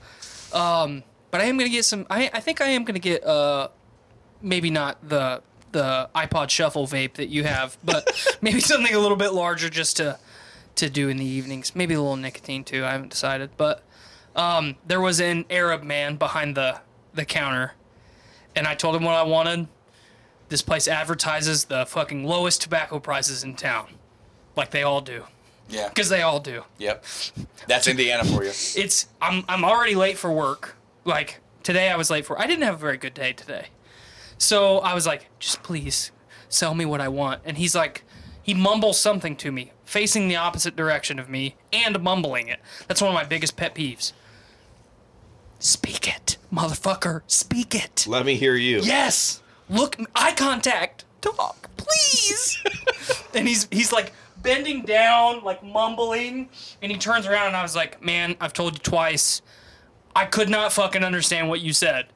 [SPEAKER 3] Um, but I am gonna get some. I, I think I am gonna get uh, maybe not the the iPod Shuffle vape that you have, but maybe something a little bit larger just to to do in the evenings. Maybe a little nicotine too. I haven't decided, but um, there was an Arab man behind the the counter, and I told him what I wanted. This place advertises the fucking lowest tobacco prices in town, like they all do,
[SPEAKER 2] Yeah.
[SPEAKER 3] because they all do
[SPEAKER 2] Yep. That's Indiana for you.
[SPEAKER 3] it's I'm I'm already late for work. Like today I was late for I didn't have a very good day today. So I was like, just please sell me what I want. And he's like he mumbles something to me, facing the opposite direction of me and mumbling it. That's one of my biggest pet peeves. Speak it, motherfucker. Speak it.
[SPEAKER 4] Let me hear you.
[SPEAKER 3] Yes. Look, eye contact. Talk, please. <laughs> and he's he's like bending down, like mumbling, and he turns around and I was like, "Man, I've told you twice. I could not fucking understand what you said."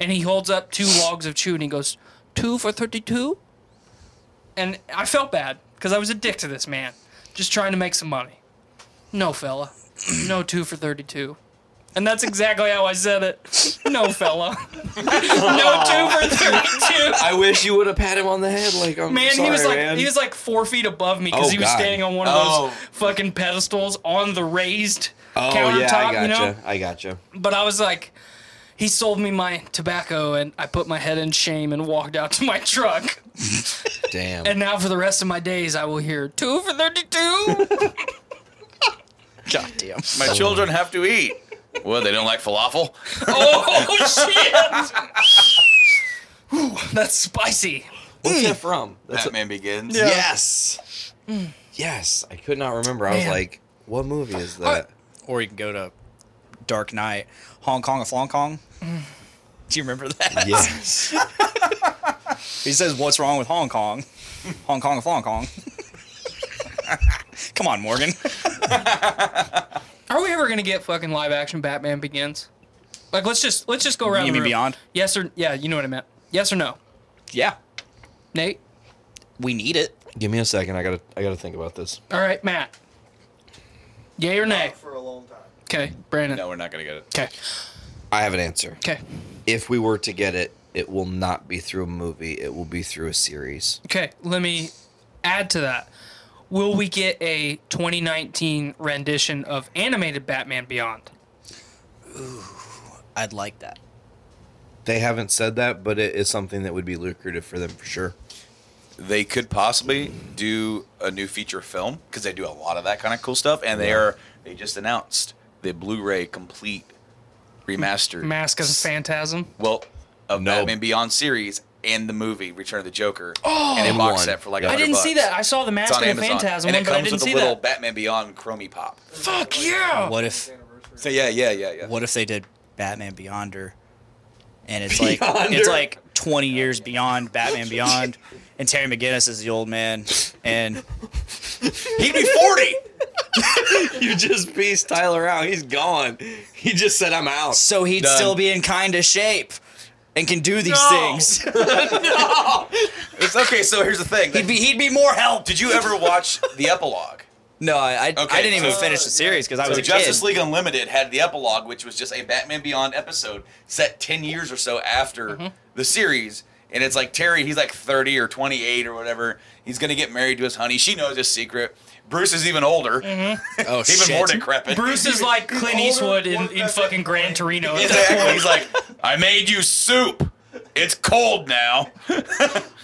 [SPEAKER 3] And he holds up two logs of chew and he goes, two for 32?" And I felt bad cuz I was a dick to this man, just trying to make some money. No, fella. No 2 for 32. And that's exactly how I said it. No, fella. No two for
[SPEAKER 4] <laughs>
[SPEAKER 3] thirty-two.
[SPEAKER 4] I wish you would have pat him on the head like I'm
[SPEAKER 3] Man,
[SPEAKER 4] sorry,
[SPEAKER 3] he was like
[SPEAKER 4] man.
[SPEAKER 3] he was like four feet above me because
[SPEAKER 4] Oh,
[SPEAKER 3] he was
[SPEAKER 4] God.
[SPEAKER 3] standing on one of
[SPEAKER 2] Oh.
[SPEAKER 3] those fucking pedestals on the raised
[SPEAKER 4] Oh
[SPEAKER 3] countertop.
[SPEAKER 4] yeah, I gotcha.
[SPEAKER 3] You know,
[SPEAKER 4] I
[SPEAKER 3] <laughs>
[SPEAKER 4] gotcha.
[SPEAKER 3] but I was like, he sold me my tobacco, and I put my head in shame and walked out to my truck.
[SPEAKER 4] Damn.
[SPEAKER 3] And now for the rest of my days, I will hear two for thirty-two.
[SPEAKER 4] <laughs>
[SPEAKER 10] God damn.
[SPEAKER 2] My children have to eat. Well, they don't like falafel.
[SPEAKER 3] oh shit! Ooh, that's spicy. Mm.
[SPEAKER 4] What's that from? That's
[SPEAKER 2] Batman Begins.
[SPEAKER 10] Mm.
[SPEAKER 4] Yes. Yes, I could not remember. I was
[SPEAKER 3] Man.
[SPEAKER 4] like, what movie is
[SPEAKER 10] Uh,
[SPEAKER 4] that?
[SPEAKER 10] Or you can go to Dark Knight, Hong Kong of Hong Kong. Do you remember that?
[SPEAKER 4] yes.
[SPEAKER 10] He says, "What's wrong with Hong <laughs> Kong? Hong Kong of Hong Kong." <laughs> Come on, Morgan.
[SPEAKER 3] Are we ever gonna get fucking live action Batman Begins? Like let's just let's just go around.
[SPEAKER 10] You
[SPEAKER 3] the
[SPEAKER 10] mean
[SPEAKER 3] room.
[SPEAKER 10] Beyond?
[SPEAKER 3] Yes or yeah, you know what I meant. Yes or no,
[SPEAKER 10] yeah,
[SPEAKER 3] Nate?
[SPEAKER 10] we need it.
[SPEAKER 4] <laughs> Give me a second. I gotta I gotta think about this.
[SPEAKER 3] All right, Matt. Yay or nay?
[SPEAKER 11] for a long time.
[SPEAKER 3] Okay, Brandon.
[SPEAKER 2] No, we're not gonna get it.
[SPEAKER 3] Okay,
[SPEAKER 4] I have an answer.
[SPEAKER 3] okay,
[SPEAKER 4] If we were to get it, it will not be through a movie. It will be through a series.
[SPEAKER 3] okay. Let me add to that. Will we get a 2019 rendition of animated Batman Beyond?
[SPEAKER 10] I'd like that.
[SPEAKER 4] They haven't said that, but it is something that would be lucrative for them for sure.
[SPEAKER 2] They could possibly do a new feature film because they do a lot of that kind of cool stuff, and they are they just announced the Blu-ray complete remastered
[SPEAKER 3] Mask of the Phantasm.
[SPEAKER 2] well of
[SPEAKER 4] No.
[SPEAKER 2] Batman Beyond series and the movie Return of the Joker oh, and a box
[SPEAKER 4] one.
[SPEAKER 2] set for like
[SPEAKER 4] Yeah.
[SPEAKER 3] I
[SPEAKER 2] 100
[SPEAKER 3] didn't see
[SPEAKER 2] bucks.
[SPEAKER 3] that. I saw the
[SPEAKER 2] It's
[SPEAKER 3] Mask
[SPEAKER 2] on
[SPEAKER 3] of the
[SPEAKER 2] Amazon,
[SPEAKER 3] Phantasm
[SPEAKER 2] and
[SPEAKER 3] one,
[SPEAKER 2] it
[SPEAKER 3] but I
[SPEAKER 2] comes
[SPEAKER 3] didn't
[SPEAKER 2] with a
[SPEAKER 3] see
[SPEAKER 2] little
[SPEAKER 3] that.
[SPEAKER 2] Batman Beyond chromie pop.
[SPEAKER 3] Fuck yeah!
[SPEAKER 10] What if
[SPEAKER 2] So yeah, yeah, yeah, yeah.
[SPEAKER 10] What if they did Batman Beyonder? And it's like it's like 20 years beyond Batman Beyond, and Terry McGinnis is the old man, and
[SPEAKER 2] He'd be 40.
[SPEAKER 4] You just pieced Tyler out. He's gone. <laughs> He just said, I'm out.
[SPEAKER 10] so he'd
[SPEAKER 2] Done.
[SPEAKER 10] still be in kind of shape, and can do these
[SPEAKER 3] No.
[SPEAKER 10] things.
[SPEAKER 2] It's okay. So here's the thing.
[SPEAKER 10] He'd be he'd be more help.
[SPEAKER 2] Did you ever watch the epilogue?
[SPEAKER 10] No, I I, I
[SPEAKER 2] Okay,
[SPEAKER 10] didn't even
[SPEAKER 2] so-
[SPEAKER 10] finish the series because I was
[SPEAKER 2] So
[SPEAKER 10] a
[SPEAKER 2] Justice
[SPEAKER 10] kid.
[SPEAKER 2] League Unlimited had the epilogue, which was just a Batman Beyond episode set ten years or so after
[SPEAKER 10] Mm-hmm.
[SPEAKER 2] the series. And it's like Terry, he's like thirty or twenty eight or whatever. He's gonna get married to his honey. She knows his secret. Bruce is even older,
[SPEAKER 10] oh
[SPEAKER 2] even more
[SPEAKER 10] shit.
[SPEAKER 2] decrepit.
[SPEAKER 3] Bruce is like Clint
[SPEAKER 11] older
[SPEAKER 3] Eastwood in,
[SPEAKER 11] one
[SPEAKER 3] in
[SPEAKER 11] back
[SPEAKER 3] fucking Gran Torino. at that
[SPEAKER 2] exactly.
[SPEAKER 3] point.
[SPEAKER 2] He's like, I made you soup. It's cold now.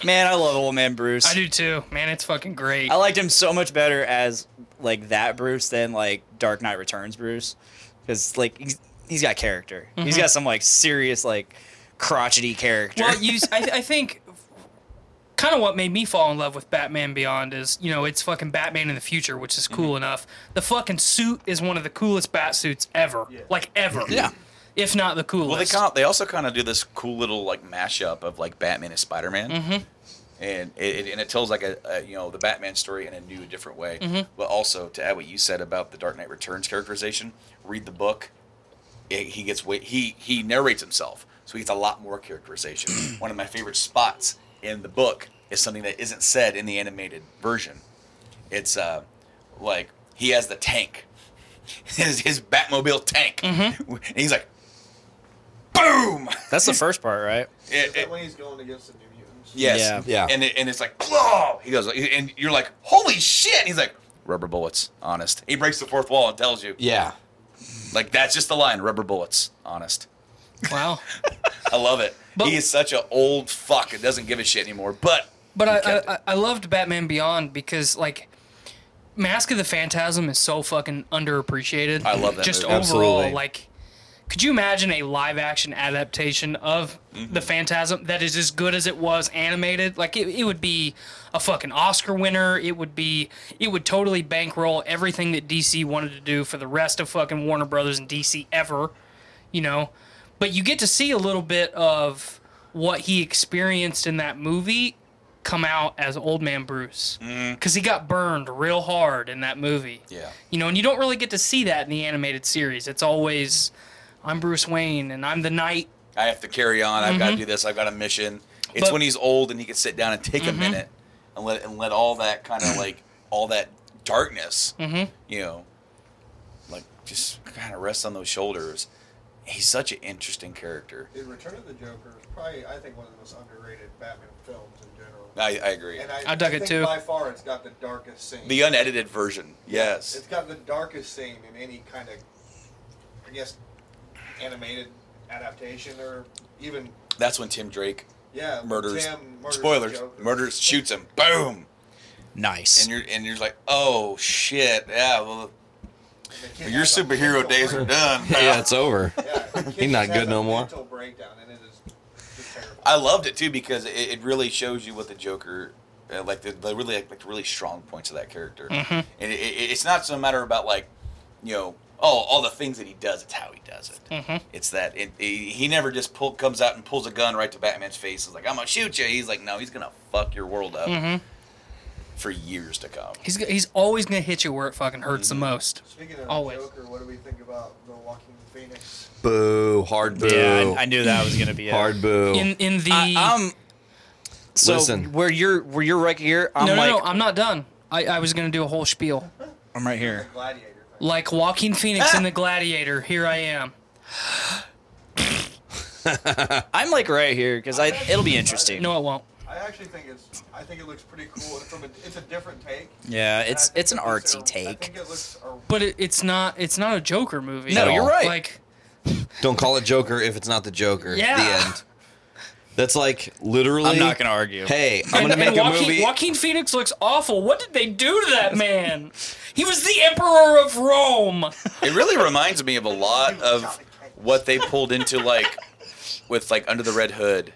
[SPEAKER 10] Man, I love old man Bruce.
[SPEAKER 3] I do too. Man, it's fucking great.
[SPEAKER 10] I liked him so much better as like that Bruce than like Dark Knight Returns Bruce, because like he's, he's got character. He's got some like serious like crotchety character.
[SPEAKER 3] Mm-hmm. Well, you, I, I think kind of what made me fall in love with Batman Beyond is, you know, it's fucking Batman in the future, which is cool enough. The fucking suit is one of the coolest bat suits ever. Like, ever. Yeah. If not the coolest.
[SPEAKER 2] Well, they kind they also kind of do this cool little like mashup of like Batman and Spider Man, and it, it and it tells like a, a you know the Batman story in a new different way. But also to add what you said about the Dark Knight Returns characterization, read the book. It, he gets way he he narrates himself, so he gets a lot more characterization. One of my favorite spots in the book is something that isn't said in the animated version. It's uh like he has the tank. <laughs> His, his Batmobile tank. <laughs> And he's like, boom!
[SPEAKER 10] That's the first part, right?
[SPEAKER 2] It-
[SPEAKER 11] That
[SPEAKER 2] it-
[SPEAKER 11] when he's going against the New Mutants.
[SPEAKER 2] yes.
[SPEAKER 10] Yeah.
[SPEAKER 4] Yeah.
[SPEAKER 2] And, it, and it's like, whoa! He goes, and you're like, holy shit! And he's like, rubber bullets, honest. He breaks the fourth wall and tells you,
[SPEAKER 4] Yeah.
[SPEAKER 2] like, that's just the line, rubber bullets, honest.
[SPEAKER 3] wow.
[SPEAKER 2] I love it.
[SPEAKER 3] But-
[SPEAKER 2] he is such an old fuck and doesn't give a shit anymore. But
[SPEAKER 3] But I,
[SPEAKER 2] kept
[SPEAKER 3] I, I I loved Batman Beyond because, like, Mask of the Phantasm is so fucking underappreciated.
[SPEAKER 2] I love that
[SPEAKER 3] Just
[SPEAKER 2] movie.
[SPEAKER 3] overall,
[SPEAKER 4] Absolutely.
[SPEAKER 3] like, could you imagine a live action adaptation of
[SPEAKER 2] Mm-hmm.
[SPEAKER 3] the Phantasm that is as good as it was animated? Like, it, it would be a fucking Oscar winner. It would be, it would totally bankroll everything that DC wanted to do for the rest of fucking Warner Brothers and DC ever, you know? But you get to see a little bit of what he experienced in that movie come out as old man Bruce because he got burned real hard in that movie.
[SPEAKER 2] Yeah.
[SPEAKER 3] You know, and you don't really get to see that in the animated series. It's always, I'm Bruce Wayne and I'm the knight.
[SPEAKER 2] I have to carry on. I've got to do this. I've got a mission. It's
[SPEAKER 3] But-
[SPEAKER 2] when he's old and he can sit down and take a minute and let and let all that kind of like all that darkness, you know, like just kind of rest on those shoulders. He's such an interesting character.
[SPEAKER 11] In Return of the Joker is probably, I think, one of the most underrated Batman films in general.
[SPEAKER 2] I, I agree.
[SPEAKER 11] And I,
[SPEAKER 3] I dug it
[SPEAKER 11] think
[SPEAKER 3] too.
[SPEAKER 11] By far, it's got the darkest scene.
[SPEAKER 2] The unedited version, yes.
[SPEAKER 11] It's got the darkest scene in any kind of, I guess, animated adaptation or even
[SPEAKER 2] That's when Tim Drake
[SPEAKER 11] yeah
[SPEAKER 2] murders.
[SPEAKER 11] Tim murders
[SPEAKER 2] spoilers.
[SPEAKER 11] the Joker.
[SPEAKER 2] Murders, shoots him. Boom.
[SPEAKER 10] Nice.
[SPEAKER 2] And you're and you're like, oh shit, yeah. Well,
[SPEAKER 11] And the kid
[SPEAKER 2] your
[SPEAKER 11] has a
[SPEAKER 2] superhero
[SPEAKER 11] mental
[SPEAKER 2] days are
[SPEAKER 11] break-
[SPEAKER 2] done.
[SPEAKER 4] <laughs> Yeah, it's over.
[SPEAKER 11] Yeah, the kid
[SPEAKER 4] He's not
[SPEAKER 11] just has
[SPEAKER 4] good
[SPEAKER 11] a
[SPEAKER 4] no more.
[SPEAKER 11] mental breakdown, and it is just terrible.
[SPEAKER 2] I loved it too because it, it really shows you what the Joker uh, like the, the really like, the really strong points of that character. And it, it, it's not so matter about like, you know, oh all the things that he does. It's how he does it. It's that it, he he never just pull comes out and pulls a gun right to Batman's face. Is like I'm gonna shoot you. He's like no, he's gonna fuck your world up for years to come.
[SPEAKER 3] He's g- he's always gonna hit you where it fucking hurts the most.
[SPEAKER 11] Speaking of
[SPEAKER 3] Always.
[SPEAKER 11] Joker, what do we think about the Walking Phoenix?
[SPEAKER 4] Boo. Hard boo.
[SPEAKER 10] Yeah, I, I knew that was gonna be it.
[SPEAKER 4] Hard boo.
[SPEAKER 3] In in the
[SPEAKER 10] I, um. So
[SPEAKER 4] Listen.
[SPEAKER 10] where you're where you're right here, I'm
[SPEAKER 3] no
[SPEAKER 10] like
[SPEAKER 3] no no, I'm not done. I, I was gonna do a whole spiel
[SPEAKER 10] I'm right here.
[SPEAKER 11] Gladiator.
[SPEAKER 3] like Walking Phoenix
[SPEAKER 10] <laughs>
[SPEAKER 3] in the Gladiator. Here I am.
[SPEAKER 10] I'm like right here because I it'll be interesting.
[SPEAKER 3] No, it won't.
[SPEAKER 11] I actually think it's. I think it looks pretty cool. It's, from a, it's a different take.
[SPEAKER 10] Yeah,
[SPEAKER 11] and I
[SPEAKER 10] it's
[SPEAKER 11] think
[SPEAKER 10] it's an
[SPEAKER 11] it looks-
[SPEAKER 10] artsy
[SPEAKER 11] I
[SPEAKER 10] take.
[SPEAKER 11] think it looks. or-
[SPEAKER 3] But it, it's not it's not a Joker movie.
[SPEAKER 10] No,
[SPEAKER 3] at
[SPEAKER 10] you're
[SPEAKER 3] all.
[SPEAKER 10] right.
[SPEAKER 3] Like
[SPEAKER 4] Don't call it Joker if it's not the Joker.
[SPEAKER 3] Yeah.
[SPEAKER 4] The end. That's like literally.
[SPEAKER 10] I'm not gonna argue.
[SPEAKER 4] Hey, I'm gonna
[SPEAKER 3] and,
[SPEAKER 4] make
[SPEAKER 3] and
[SPEAKER 4] a
[SPEAKER 3] Joaquin,
[SPEAKER 4] movie.
[SPEAKER 3] Joaquin Phoenix looks awful. What did they do to that man? He was the emperor of Rome.
[SPEAKER 2] It really reminds me of a lot of what they pulled into like with like under the red hood,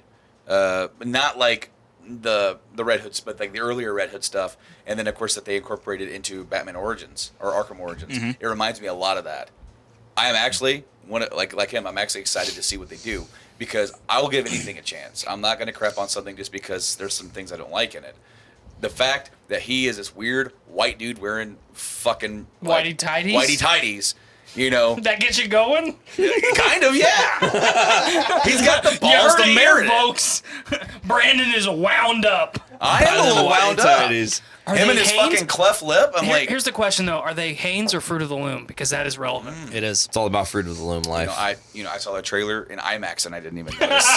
[SPEAKER 2] uh, not like the the red hoods, but like the earlier red hood stuff, and then of course that they incorporated into Batman Origins or Arkham Origins.
[SPEAKER 3] Mm-hmm.
[SPEAKER 2] It reminds me a lot of that. I am actually one of, like like him. I'm actually excited to see what they do because I will give anything a chance. I'm not going to crap on something just because there's some things I don't like in it. The fact that he is this weird white dude wearing fucking like,
[SPEAKER 3] Whitey tighties?
[SPEAKER 2] whitey tighties, you know,
[SPEAKER 3] <laughs> That gets you going?
[SPEAKER 2] kind of yeah.
[SPEAKER 3] <laughs>
[SPEAKER 2] He's got the
[SPEAKER 3] you
[SPEAKER 2] balls
[SPEAKER 3] heard it
[SPEAKER 2] to
[SPEAKER 3] here,
[SPEAKER 2] merit it.
[SPEAKER 3] folks. <laughs> Brandon is wound up.
[SPEAKER 2] I am a little wound up. Him
[SPEAKER 3] Are
[SPEAKER 2] and
[SPEAKER 3] they
[SPEAKER 2] his
[SPEAKER 3] Hanes?
[SPEAKER 2] fucking cleft lip. I'm
[SPEAKER 3] Here-
[SPEAKER 2] like,
[SPEAKER 3] here's the question though: Are they Hanes or Fruit of the Loom? Because that is relevant.
[SPEAKER 10] It is.
[SPEAKER 4] It's all about fruit of the loom life.
[SPEAKER 2] you know, I you know I saw the trailer in IMAX and I didn't even
[SPEAKER 3] <laughs>
[SPEAKER 2] notice.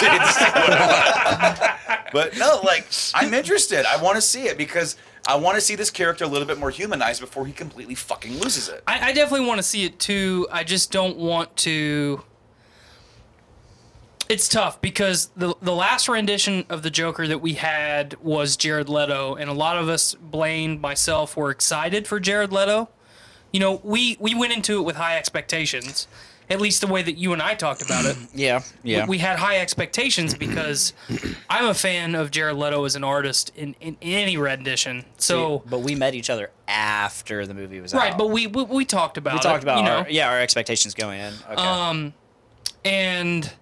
[SPEAKER 2] <laughs> but no, like I'm interested. I want to see it because I want to see this character a little bit more humanized before he completely fucking loses it.
[SPEAKER 3] I, I definitely want to see it too. I just don't want to. It's tough because the the last rendition of the Joker that we had was Jared Leto, and a lot of us, Blaine, myself, were excited for Jared Leto. You know, we we went into it with high expectations, at least the way that you and I talked about it.
[SPEAKER 10] <clears throat> Yeah, yeah.
[SPEAKER 3] we had high expectations
[SPEAKER 10] <clears throat>
[SPEAKER 3] because I'm a fan of Jared Leto as an artist in, in any rendition. So
[SPEAKER 10] but we met each other after the movie was
[SPEAKER 3] right,
[SPEAKER 10] out.
[SPEAKER 3] but we, we we talked about
[SPEAKER 10] uh, we
[SPEAKER 3] it,
[SPEAKER 10] talked about
[SPEAKER 3] you know, Um,
[SPEAKER 10] our, yeah our expectations going in. Okay.
[SPEAKER 3] and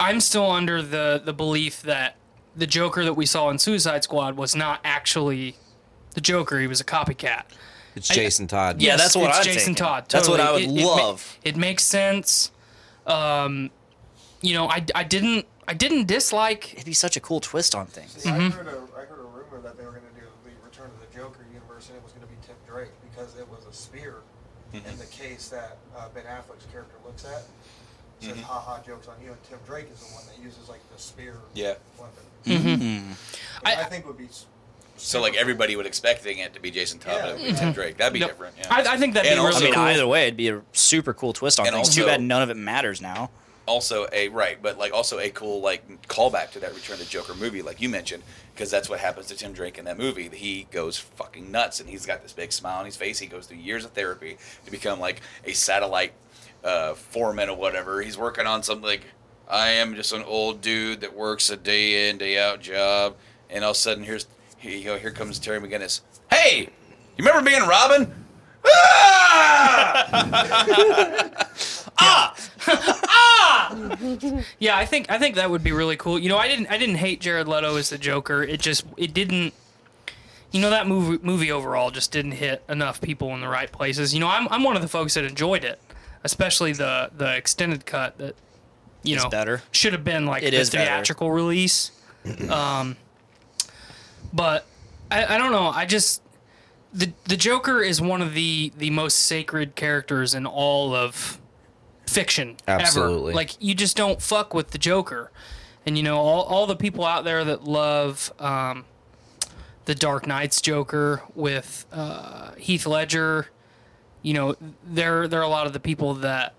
[SPEAKER 3] I'm still under the the belief that the Joker that we saw in Suicide Squad was not actually the Joker. He was a copycat.
[SPEAKER 4] it's Jason Todd.
[SPEAKER 10] Yeah, that's what
[SPEAKER 3] it's
[SPEAKER 10] I'm
[SPEAKER 3] Jason
[SPEAKER 10] thinking.
[SPEAKER 3] Todd.
[SPEAKER 10] That's what I
[SPEAKER 3] totally.
[SPEAKER 10] would
[SPEAKER 3] It- it ma-
[SPEAKER 10] love.
[SPEAKER 3] It, makes sense. Um, you know, I, I didn't I didn't dislike
[SPEAKER 10] It'd be such a cool twist on things.
[SPEAKER 11] See,
[SPEAKER 2] Mm-hmm.
[SPEAKER 11] I, heard a, I heard a rumor that they were going to do the Return of the Joker universe, and it was going to be Tim Drake because it was a spear
[SPEAKER 2] Mm-hmm.
[SPEAKER 11] in the case that uh, Ben Affleck's character looks at. It
[SPEAKER 2] Mm-hmm.
[SPEAKER 11] says, "Ha ha, jokes on you." And Tim Drake is the one that uses like the spear
[SPEAKER 2] Yeah. Mm-hmm.
[SPEAKER 11] weapon. Which
[SPEAKER 3] I-
[SPEAKER 11] I, think would be. s-
[SPEAKER 2] So like everybody would expecting it to be Jason Todd, but it would be Tim Drake. That'd be
[SPEAKER 3] Yep.
[SPEAKER 2] different. Yeah.
[SPEAKER 3] I, I think that'd
[SPEAKER 2] And
[SPEAKER 3] be really
[SPEAKER 10] I mean,
[SPEAKER 3] cool.
[SPEAKER 10] either way, it'd be a super cool twist on
[SPEAKER 2] And
[SPEAKER 10] things. Too
[SPEAKER 2] also-
[SPEAKER 10] bad none of it matters now.
[SPEAKER 2] also a right, but like also a cool like callback to that Return of the Joker movie, like you mentioned, because that's what happens to Tim Drake in that movie. He goes fucking nuts, and he's got this big smile on his face. He goes through years of therapy to become like a satellite uh, foreman or whatever. He's working on some like I am just an old dude that works a day in day out job, and all of a sudden here's here you go, here comes Terry McGinnis. Hey, you remember being Robin? <laughs> Ah!
[SPEAKER 3] Yeah, I think I think that would be really cool. You know, I didn't I didn't hate Jared Leto as the Joker. It just it didn't. You know that movie movie overall just didn't hit enough people in the right places. You know, I'm I'm one of the folks that enjoyed it, especially the the extended cut that you
[SPEAKER 10] It's
[SPEAKER 3] know
[SPEAKER 10] better.
[SPEAKER 3] should have been like
[SPEAKER 10] It
[SPEAKER 3] the
[SPEAKER 10] is better.
[SPEAKER 3] theatrical
[SPEAKER 10] <clears throat>
[SPEAKER 3] release. Um, but I, I don't know. I just the the Joker is one of the the most sacred characters in all of fiction. ever.
[SPEAKER 4] Absolutely.
[SPEAKER 3] Like you just don't fuck with the Joker, and you know all all the people out there that love um, the Dark Knight's Joker with uh, Heath Ledger. You know, there there are a lot of the people that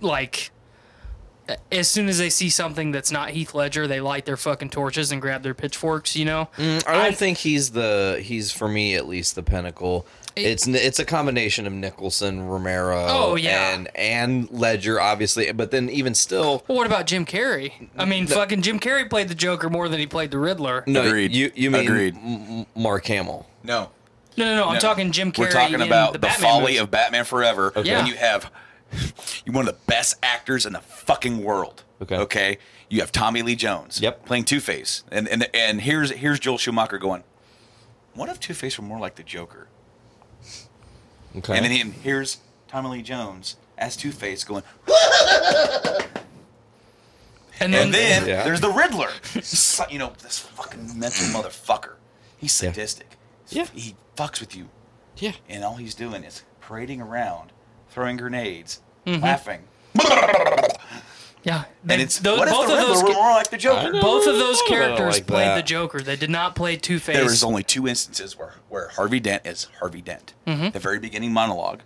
[SPEAKER 3] like as soon as they see something that's not Heath Ledger, they light their fucking torches and grab their pitchforks, you know?
[SPEAKER 4] I don't think he's the he's for me at least the pinnacle. It's it's a combination of Nicholson, Romero,
[SPEAKER 3] Oh, yeah.
[SPEAKER 4] and and Ledger, obviously. But then even still,
[SPEAKER 3] Well, what about Jim Carrey? I mean, fucking Jim Carrey played the Joker more than he played the Riddler. No,
[SPEAKER 4] no,
[SPEAKER 6] Agreed.
[SPEAKER 4] you you mean
[SPEAKER 6] Agreed.
[SPEAKER 4] M- M- Mark Hamill?
[SPEAKER 2] No.
[SPEAKER 3] no, no. I'm
[SPEAKER 2] No.
[SPEAKER 3] talking Jim Carrey.
[SPEAKER 2] We're talking
[SPEAKER 3] in
[SPEAKER 2] about the,
[SPEAKER 3] Batman
[SPEAKER 2] folly
[SPEAKER 3] movies.
[SPEAKER 2] of Batman Forever.
[SPEAKER 3] Yeah.
[SPEAKER 2] When you have <laughs> you're one of the best actors in the fucking world.
[SPEAKER 4] Okay.
[SPEAKER 2] Okay. You have Tommy Lee Jones.
[SPEAKER 4] Yep.
[SPEAKER 2] Playing Two Face, and and and here's here's Joel Schumacher going. What if Two Face were more like the Joker?
[SPEAKER 4] Okay.
[SPEAKER 2] And then he- and here's Tommy Lee Jones as Two Face going.
[SPEAKER 3] and then,
[SPEAKER 2] And then
[SPEAKER 4] Yeah.
[SPEAKER 2] there's the Riddler. So- you know this fucking mental motherfucker. He's
[SPEAKER 4] Yeah.
[SPEAKER 2] sadistic.
[SPEAKER 4] Yeah.
[SPEAKER 2] He fucks with you.
[SPEAKER 4] yeah.
[SPEAKER 2] and all he's doing is parading around, throwing grenades,
[SPEAKER 4] Mm-hmm.
[SPEAKER 2] laughing.
[SPEAKER 3] yeah,
[SPEAKER 2] And it's what if the Riddler were
[SPEAKER 3] ca-
[SPEAKER 2] more like the Joker?
[SPEAKER 3] both of those
[SPEAKER 4] I don't know
[SPEAKER 3] characters
[SPEAKER 4] like
[SPEAKER 3] played
[SPEAKER 4] that.
[SPEAKER 3] the Joker. They did not play Two
[SPEAKER 2] There
[SPEAKER 3] Face.
[SPEAKER 2] is only two instances where, where Harvey Dent is Harvey Dent.
[SPEAKER 4] Mm-hmm.
[SPEAKER 2] The very beginning monologue,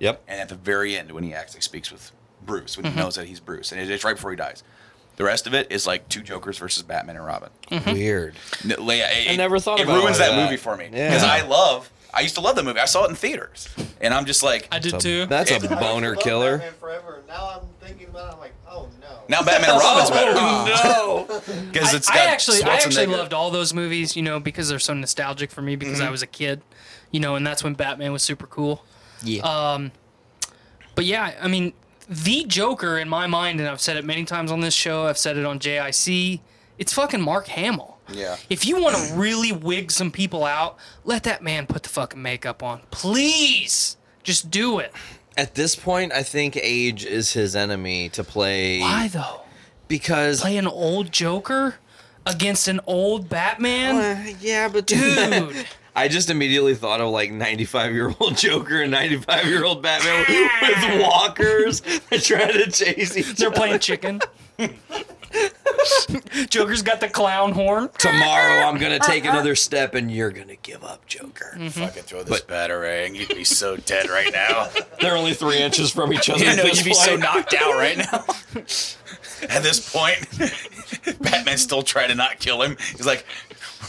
[SPEAKER 4] Yep.
[SPEAKER 2] and at the very end when he actually speaks with Bruce,
[SPEAKER 4] Mm-hmm.
[SPEAKER 2] when he knows that he's Bruce, and it's right before he dies. The rest of it is like two Jokers versus Batman and Robin.
[SPEAKER 3] Mm-hmm.
[SPEAKER 4] Weird.
[SPEAKER 2] No, Leia, it,
[SPEAKER 4] I never thought
[SPEAKER 2] it
[SPEAKER 4] about it
[SPEAKER 2] ruins
[SPEAKER 4] like
[SPEAKER 2] that
[SPEAKER 4] that.
[SPEAKER 2] movie for me
[SPEAKER 4] Yeah.
[SPEAKER 2] because I love. I used to love the movie. I saw it in theaters, and I'm just like,
[SPEAKER 3] I did
[SPEAKER 4] That's
[SPEAKER 3] too.
[SPEAKER 4] a, that's a
[SPEAKER 11] I
[SPEAKER 2] It-
[SPEAKER 11] used to
[SPEAKER 3] <laughs>
[SPEAKER 4] boner
[SPEAKER 11] love
[SPEAKER 4] killer.
[SPEAKER 11] Batman Forever. and Now I'm thinking about it. I'm like, oh no.
[SPEAKER 2] now Batman and Robin's better
[SPEAKER 4] no.
[SPEAKER 2] <laughs> because
[SPEAKER 3] I,
[SPEAKER 2] it's
[SPEAKER 3] I
[SPEAKER 2] got
[SPEAKER 3] actually, I
[SPEAKER 2] Schwarzenegger. Mm-hmm.
[SPEAKER 3] actually loved all those movies, you know, because they're so nostalgic for me because I was a kid, you know, and that's when Batman was super cool. Um,
[SPEAKER 10] Yeah.
[SPEAKER 3] But yeah, I mean, the Joker in my mind, and I've said it many times on this show, I've said it on JIC, it's fucking Mark Hamill.
[SPEAKER 2] Yeah.
[SPEAKER 3] If you want to really wig some people out, let that man put the fucking makeup on. Please. Just do it.
[SPEAKER 4] At this point, I think age is his enemy to play
[SPEAKER 3] Why though?
[SPEAKER 4] because.
[SPEAKER 3] Play an old Joker against an old Batman?
[SPEAKER 4] Uh, yeah,
[SPEAKER 2] <laughs>
[SPEAKER 4] but
[SPEAKER 3] Dude.
[SPEAKER 4] I just immediately thought of like 95 year old <laughs> Joker and 95 year old Batman <laughs>
[SPEAKER 3] <laughs>
[SPEAKER 4] with walkers that try to chase each
[SPEAKER 3] They're
[SPEAKER 4] other.
[SPEAKER 3] playing chicken. Joker's got the clown horn.
[SPEAKER 4] Tomorrow I'm gonna take
[SPEAKER 3] Uh-huh.
[SPEAKER 4] another step and you're gonna give up, Joker.
[SPEAKER 3] Mm-hmm.
[SPEAKER 2] Fucking throw this batarang. You'd be so dead right <laughs> now.
[SPEAKER 4] They're only three inches from
[SPEAKER 3] <laughs>
[SPEAKER 4] each other.
[SPEAKER 2] you know, you'd be so knocked out right now. <laughs> At this point, <laughs> Batman's still trying to not kill him. He's like,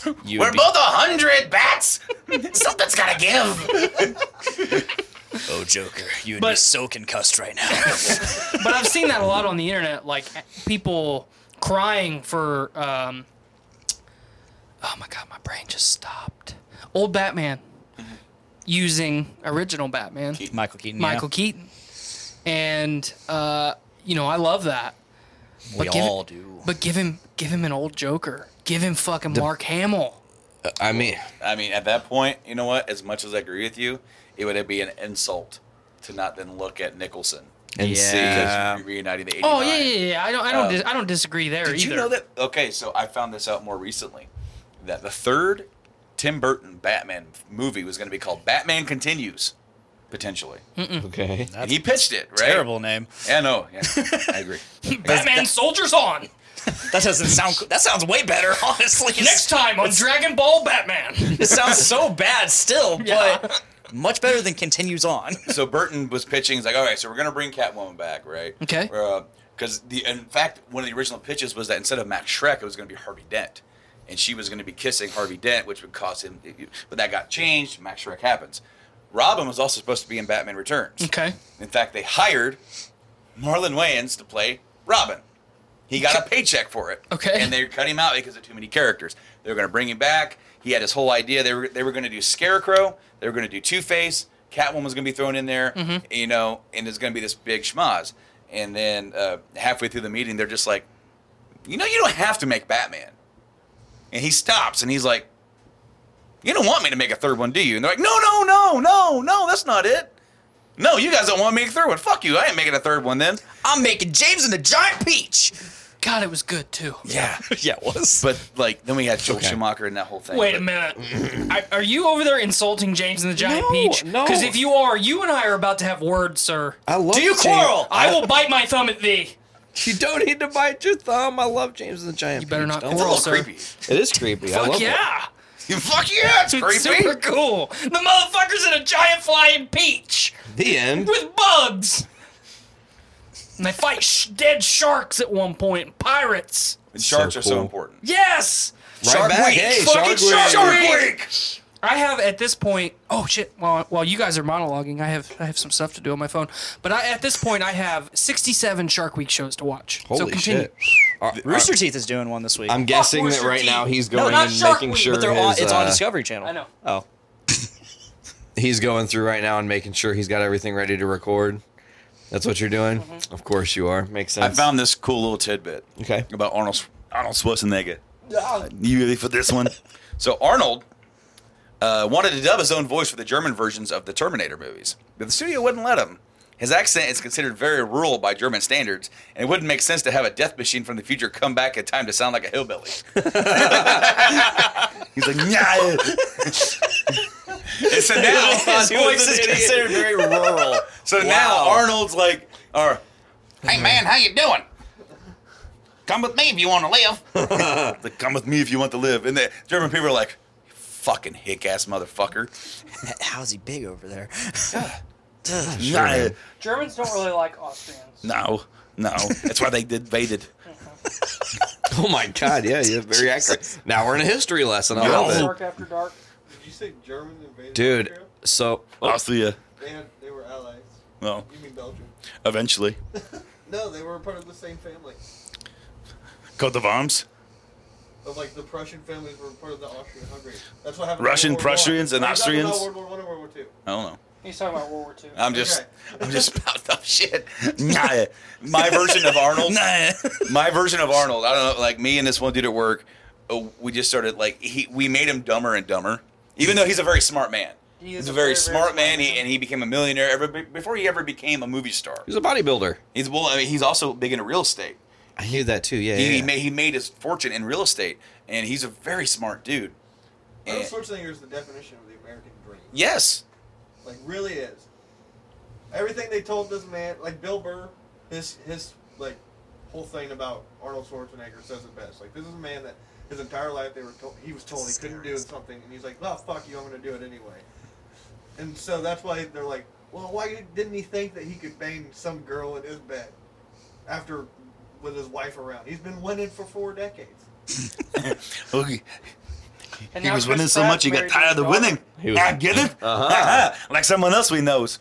[SPEAKER 2] "We're both a hundred bats. Something's gotta give."
[SPEAKER 10] oh, Joker, you would be
[SPEAKER 3] But-
[SPEAKER 10] so concussed right now.
[SPEAKER 3] But I've seen that a lot on the internet, like people crying for. Um, oh my god, my brain just stopped. Old Batman using original Batman,
[SPEAKER 10] <laughs> Michael Keaton.
[SPEAKER 3] Michael Keaton, and uh, you know I love that.
[SPEAKER 10] Yeah.
[SPEAKER 3] but
[SPEAKER 10] We
[SPEAKER 3] give it-
[SPEAKER 10] all do.
[SPEAKER 3] But give him give him an old Joker. Give him fucking Mark Hamill.
[SPEAKER 4] I mean,
[SPEAKER 2] I mean, at that point, you know what? As much as I agree with you, it would be an insult to not then look at Nicholson
[SPEAKER 4] and see.
[SPEAKER 2] because you're reuniting the 89.
[SPEAKER 3] Oh yeah, yeah, yeah. I don't I don't
[SPEAKER 2] Um,
[SPEAKER 3] dis- I don't disagree there
[SPEAKER 2] Did
[SPEAKER 3] either.
[SPEAKER 2] you know that? Okay, so I found this out more recently that the third Tim Burton Batman movie was going to be called Batman Continues, potentially.
[SPEAKER 4] Okay.
[SPEAKER 2] and he pitched it, right?
[SPEAKER 10] Terrible name.
[SPEAKER 2] Yeah, no, yeah, I agree.
[SPEAKER 3] <clears throat> Batman soldiers on.
[SPEAKER 10] That doesn't sound. That sounds way better, <laughs> honestly.
[SPEAKER 3] <laughs> Next time on Dragon Ball Batman.
[SPEAKER 10] It sounds so bad still,
[SPEAKER 3] <laughs> Yeah.
[SPEAKER 10] but much better than continues on. <laughs>
[SPEAKER 2] So Burton was pitching. He's like, all right, so we're going to bring Catwoman back, right?
[SPEAKER 3] Okay.
[SPEAKER 2] Because the in fact, one of the original pitches was that instead of Max Shrek, it was going to be Harvey Dent, and she was going to be kissing Harvey Dent, which would cause him. But that got changed. Max Shrek happens. Robin was also supposed to be in Batman
[SPEAKER 3] <laughs>
[SPEAKER 2] Returns.
[SPEAKER 3] Okay.
[SPEAKER 2] In fact, they hired Marlon Wayans to play Robin. He got a paycheck for it.
[SPEAKER 3] Okay.
[SPEAKER 2] And they cut him out because of too many characters. They were going to bring him back. He had his whole idea. They were they were going to do Scarecrow. They were going to do Two Face. Catwoman was going to be thrown in there.
[SPEAKER 3] Mm-hmm.
[SPEAKER 2] You know, and it's going to be this big schmoz. And then uh, halfway through the meeting, they're just like, you know, you don't have to make Batman. And he stops and he's like, you don't want me to make a third one, do you? And they're like, no, no, no, no, no, that's not it. No, you guys don't want to make a third one. Fuck you. I ain't making a third one then.
[SPEAKER 10] I'm making James and the Giant Peach.
[SPEAKER 3] God, it was good too.
[SPEAKER 2] Yeah.
[SPEAKER 10] <laughs> Yeah, it was.
[SPEAKER 2] But like then we had Joel Schumacher and that whole thing.
[SPEAKER 3] Wait a
[SPEAKER 2] But
[SPEAKER 3] minute. <clears throat> I, are you over there insulting James and the Giant
[SPEAKER 4] No,
[SPEAKER 3] Peach?
[SPEAKER 4] no.
[SPEAKER 3] Because if you are, you and I are about to have words, sir.
[SPEAKER 4] I love
[SPEAKER 10] Do you
[SPEAKER 4] James-
[SPEAKER 10] quarrel?
[SPEAKER 3] I will bite my thumb at thee.
[SPEAKER 4] You don't need to bite your thumb. I love James and the Giant.
[SPEAKER 3] You better
[SPEAKER 4] Peach.
[SPEAKER 3] not
[SPEAKER 4] Don't-
[SPEAKER 2] It's a
[SPEAKER 3] quarrel.
[SPEAKER 2] little
[SPEAKER 3] sir.
[SPEAKER 2] creepy.
[SPEAKER 4] It is creepy. I
[SPEAKER 3] Fuck
[SPEAKER 4] love it.
[SPEAKER 3] yeah.
[SPEAKER 2] Fuck yeah, it's
[SPEAKER 3] It's
[SPEAKER 2] creepy.
[SPEAKER 3] super cool. The motherfucker's in a giant flying peach
[SPEAKER 4] The end.
[SPEAKER 3] with bugs. And they fight sh- dead sharks at one point, and pirates.
[SPEAKER 2] And sharks
[SPEAKER 4] So
[SPEAKER 2] are so
[SPEAKER 4] cool.
[SPEAKER 2] important.
[SPEAKER 3] Yes!
[SPEAKER 4] Right back. Hey,
[SPEAKER 3] Fucking
[SPEAKER 4] Shark Week.
[SPEAKER 3] Shark Week! I have at this point. Oh shit! While while you guys are monologuing, I have I have some stuff to do on my phone. But I, at this point, I have 67 Shark Week shows to watch. so
[SPEAKER 4] Holy
[SPEAKER 3] continue.
[SPEAKER 4] shit. Are- are-
[SPEAKER 10] Rooster Teeth is doing one this week.
[SPEAKER 4] I'm guessing that
[SPEAKER 3] Rooster
[SPEAKER 4] right
[SPEAKER 3] Teeth.
[SPEAKER 4] now he's
[SPEAKER 3] No,
[SPEAKER 4] going
[SPEAKER 3] not
[SPEAKER 4] and
[SPEAKER 3] Shark
[SPEAKER 4] making
[SPEAKER 3] Week,
[SPEAKER 4] sure
[SPEAKER 10] but they're on,
[SPEAKER 4] his,
[SPEAKER 10] it's on
[SPEAKER 4] uh,
[SPEAKER 10] Discovery Channel.
[SPEAKER 3] I know.
[SPEAKER 10] Oh,
[SPEAKER 4] he's going through right now and making sure he's got everything ready to record. That's what you're doing?
[SPEAKER 10] Mm-hmm.
[SPEAKER 4] Of course you are. Makes
[SPEAKER 2] I
[SPEAKER 4] sense.
[SPEAKER 2] found this cool little tidbit
[SPEAKER 4] Okay.
[SPEAKER 2] about Arnold Schwar- Arnold Schwarzenegger. You ready for this one? so Arnold uh, wanted to dub his own voice for the German versions of the Terminator movies, but the studio wouldn't let him. His accent is considered very rural by German standards, and it wouldn't make sense to have a death machine from the future come back in time to sound like a hillbilly. <laughs> He's like, yeah. and <laughs> so now,
[SPEAKER 10] his voice is considered very rural.
[SPEAKER 2] so now Arnold's like, or
[SPEAKER 8] Hey man, how you doing? Come with me if you want to live.
[SPEAKER 2] <laughs> like, come with me if you want to live. And the German people are like, fucking hick ass motherfucker.
[SPEAKER 10] <laughs> How's he big
[SPEAKER 2] <sighs>
[SPEAKER 10] over there? <sighs>
[SPEAKER 2] No,
[SPEAKER 3] Germans don't really like Austrians.
[SPEAKER 2] no, no. That's why they did invaded.
[SPEAKER 4] Oh my god, yeah, yeah,
[SPEAKER 2] <laughs>
[SPEAKER 4] very accurate. Now we're in a history lesson. I love it.
[SPEAKER 3] Dark after dark.
[SPEAKER 11] Did you say German invaded
[SPEAKER 4] Dude,
[SPEAKER 11] Austria?
[SPEAKER 4] so
[SPEAKER 2] Austria.
[SPEAKER 11] They, had, they were allies.
[SPEAKER 2] Well,
[SPEAKER 11] You mean Belgium?
[SPEAKER 2] eventually.
[SPEAKER 11] No, they were part of the same family.
[SPEAKER 2] Coat of arms.
[SPEAKER 11] Of like the Prussian families were part of the Austrian-Hungary. That's what happened.
[SPEAKER 2] Russian
[SPEAKER 11] in World War
[SPEAKER 2] Prussians
[SPEAKER 11] One.
[SPEAKER 2] and
[SPEAKER 11] Or is that about
[SPEAKER 2] Austrians?
[SPEAKER 11] World War One and World War Two.
[SPEAKER 2] I don't know.
[SPEAKER 3] He's talking about World War II.
[SPEAKER 2] I'm just,
[SPEAKER 11] Okay.
[SPEAKER 2] <laughs> I'm just about up shit. Nah. My version of Arnold. My version of Arnold. I don't know. Like me and this one dude at work, uh, we just started like he. We made him dumber and dumber. Even though he's a very smart man.
[SPEAKER 3] He is
[SPEAKER 2] he's a
[SPEAKER 3] a very,
[SPEAKER 2] very,
[SPEAKER 3] very
[SPEAKER 2] smart,
[SPEAKER 3] smart
[SPEAKER 2] man, he-
[SPEAKER 3] man.
[SPEAKER 2] and he became a millionaire ever, be- before he ever became a movie star.
[SPEAKER 4] he's a bodybuilder.
[SPEAKER 2] He's well, I mean, he's also big into real estate.
[SPEAKER 4] I knew that too. Yeah,
[SPEAKER 2] He, he
[SPEAKER 4] yeah.
[SPEAKER 2] made he made his fortune in real estate, and he's a very smart dude.
[SPEAKER 11] Arnold
[SPEAKER 2] And-
[SPEAKER 11] Schwarzenegger is the definition of the American dream.
[SPEAKER 2] yes,
[SPEAKER 11] Like really is. Everything they told this man, like Bill Burr, his his like whole thing about Arnold Schwarzenegger says it best. Like this is a man that his entire life they were told he was told he couldn't do something, and he's like, "Well, fuck you, I'm gonna do it anyway." And so that's why they're like, "Well, why didn't he think that he could bang some girl in his bed after with his wife around? He's been winning for four decades."
[SPEAKER 3] And now Chris Pratt's married to his daughter.
[SPEAKER 4] He was-
[SPEAKER 2] I
[SPEAKER 10] Ah,
[SPEAKER 2] get it.
[SPEAKER 10] <laughs>
[SPEAKER 2] Uh-huh. like someone else we knows.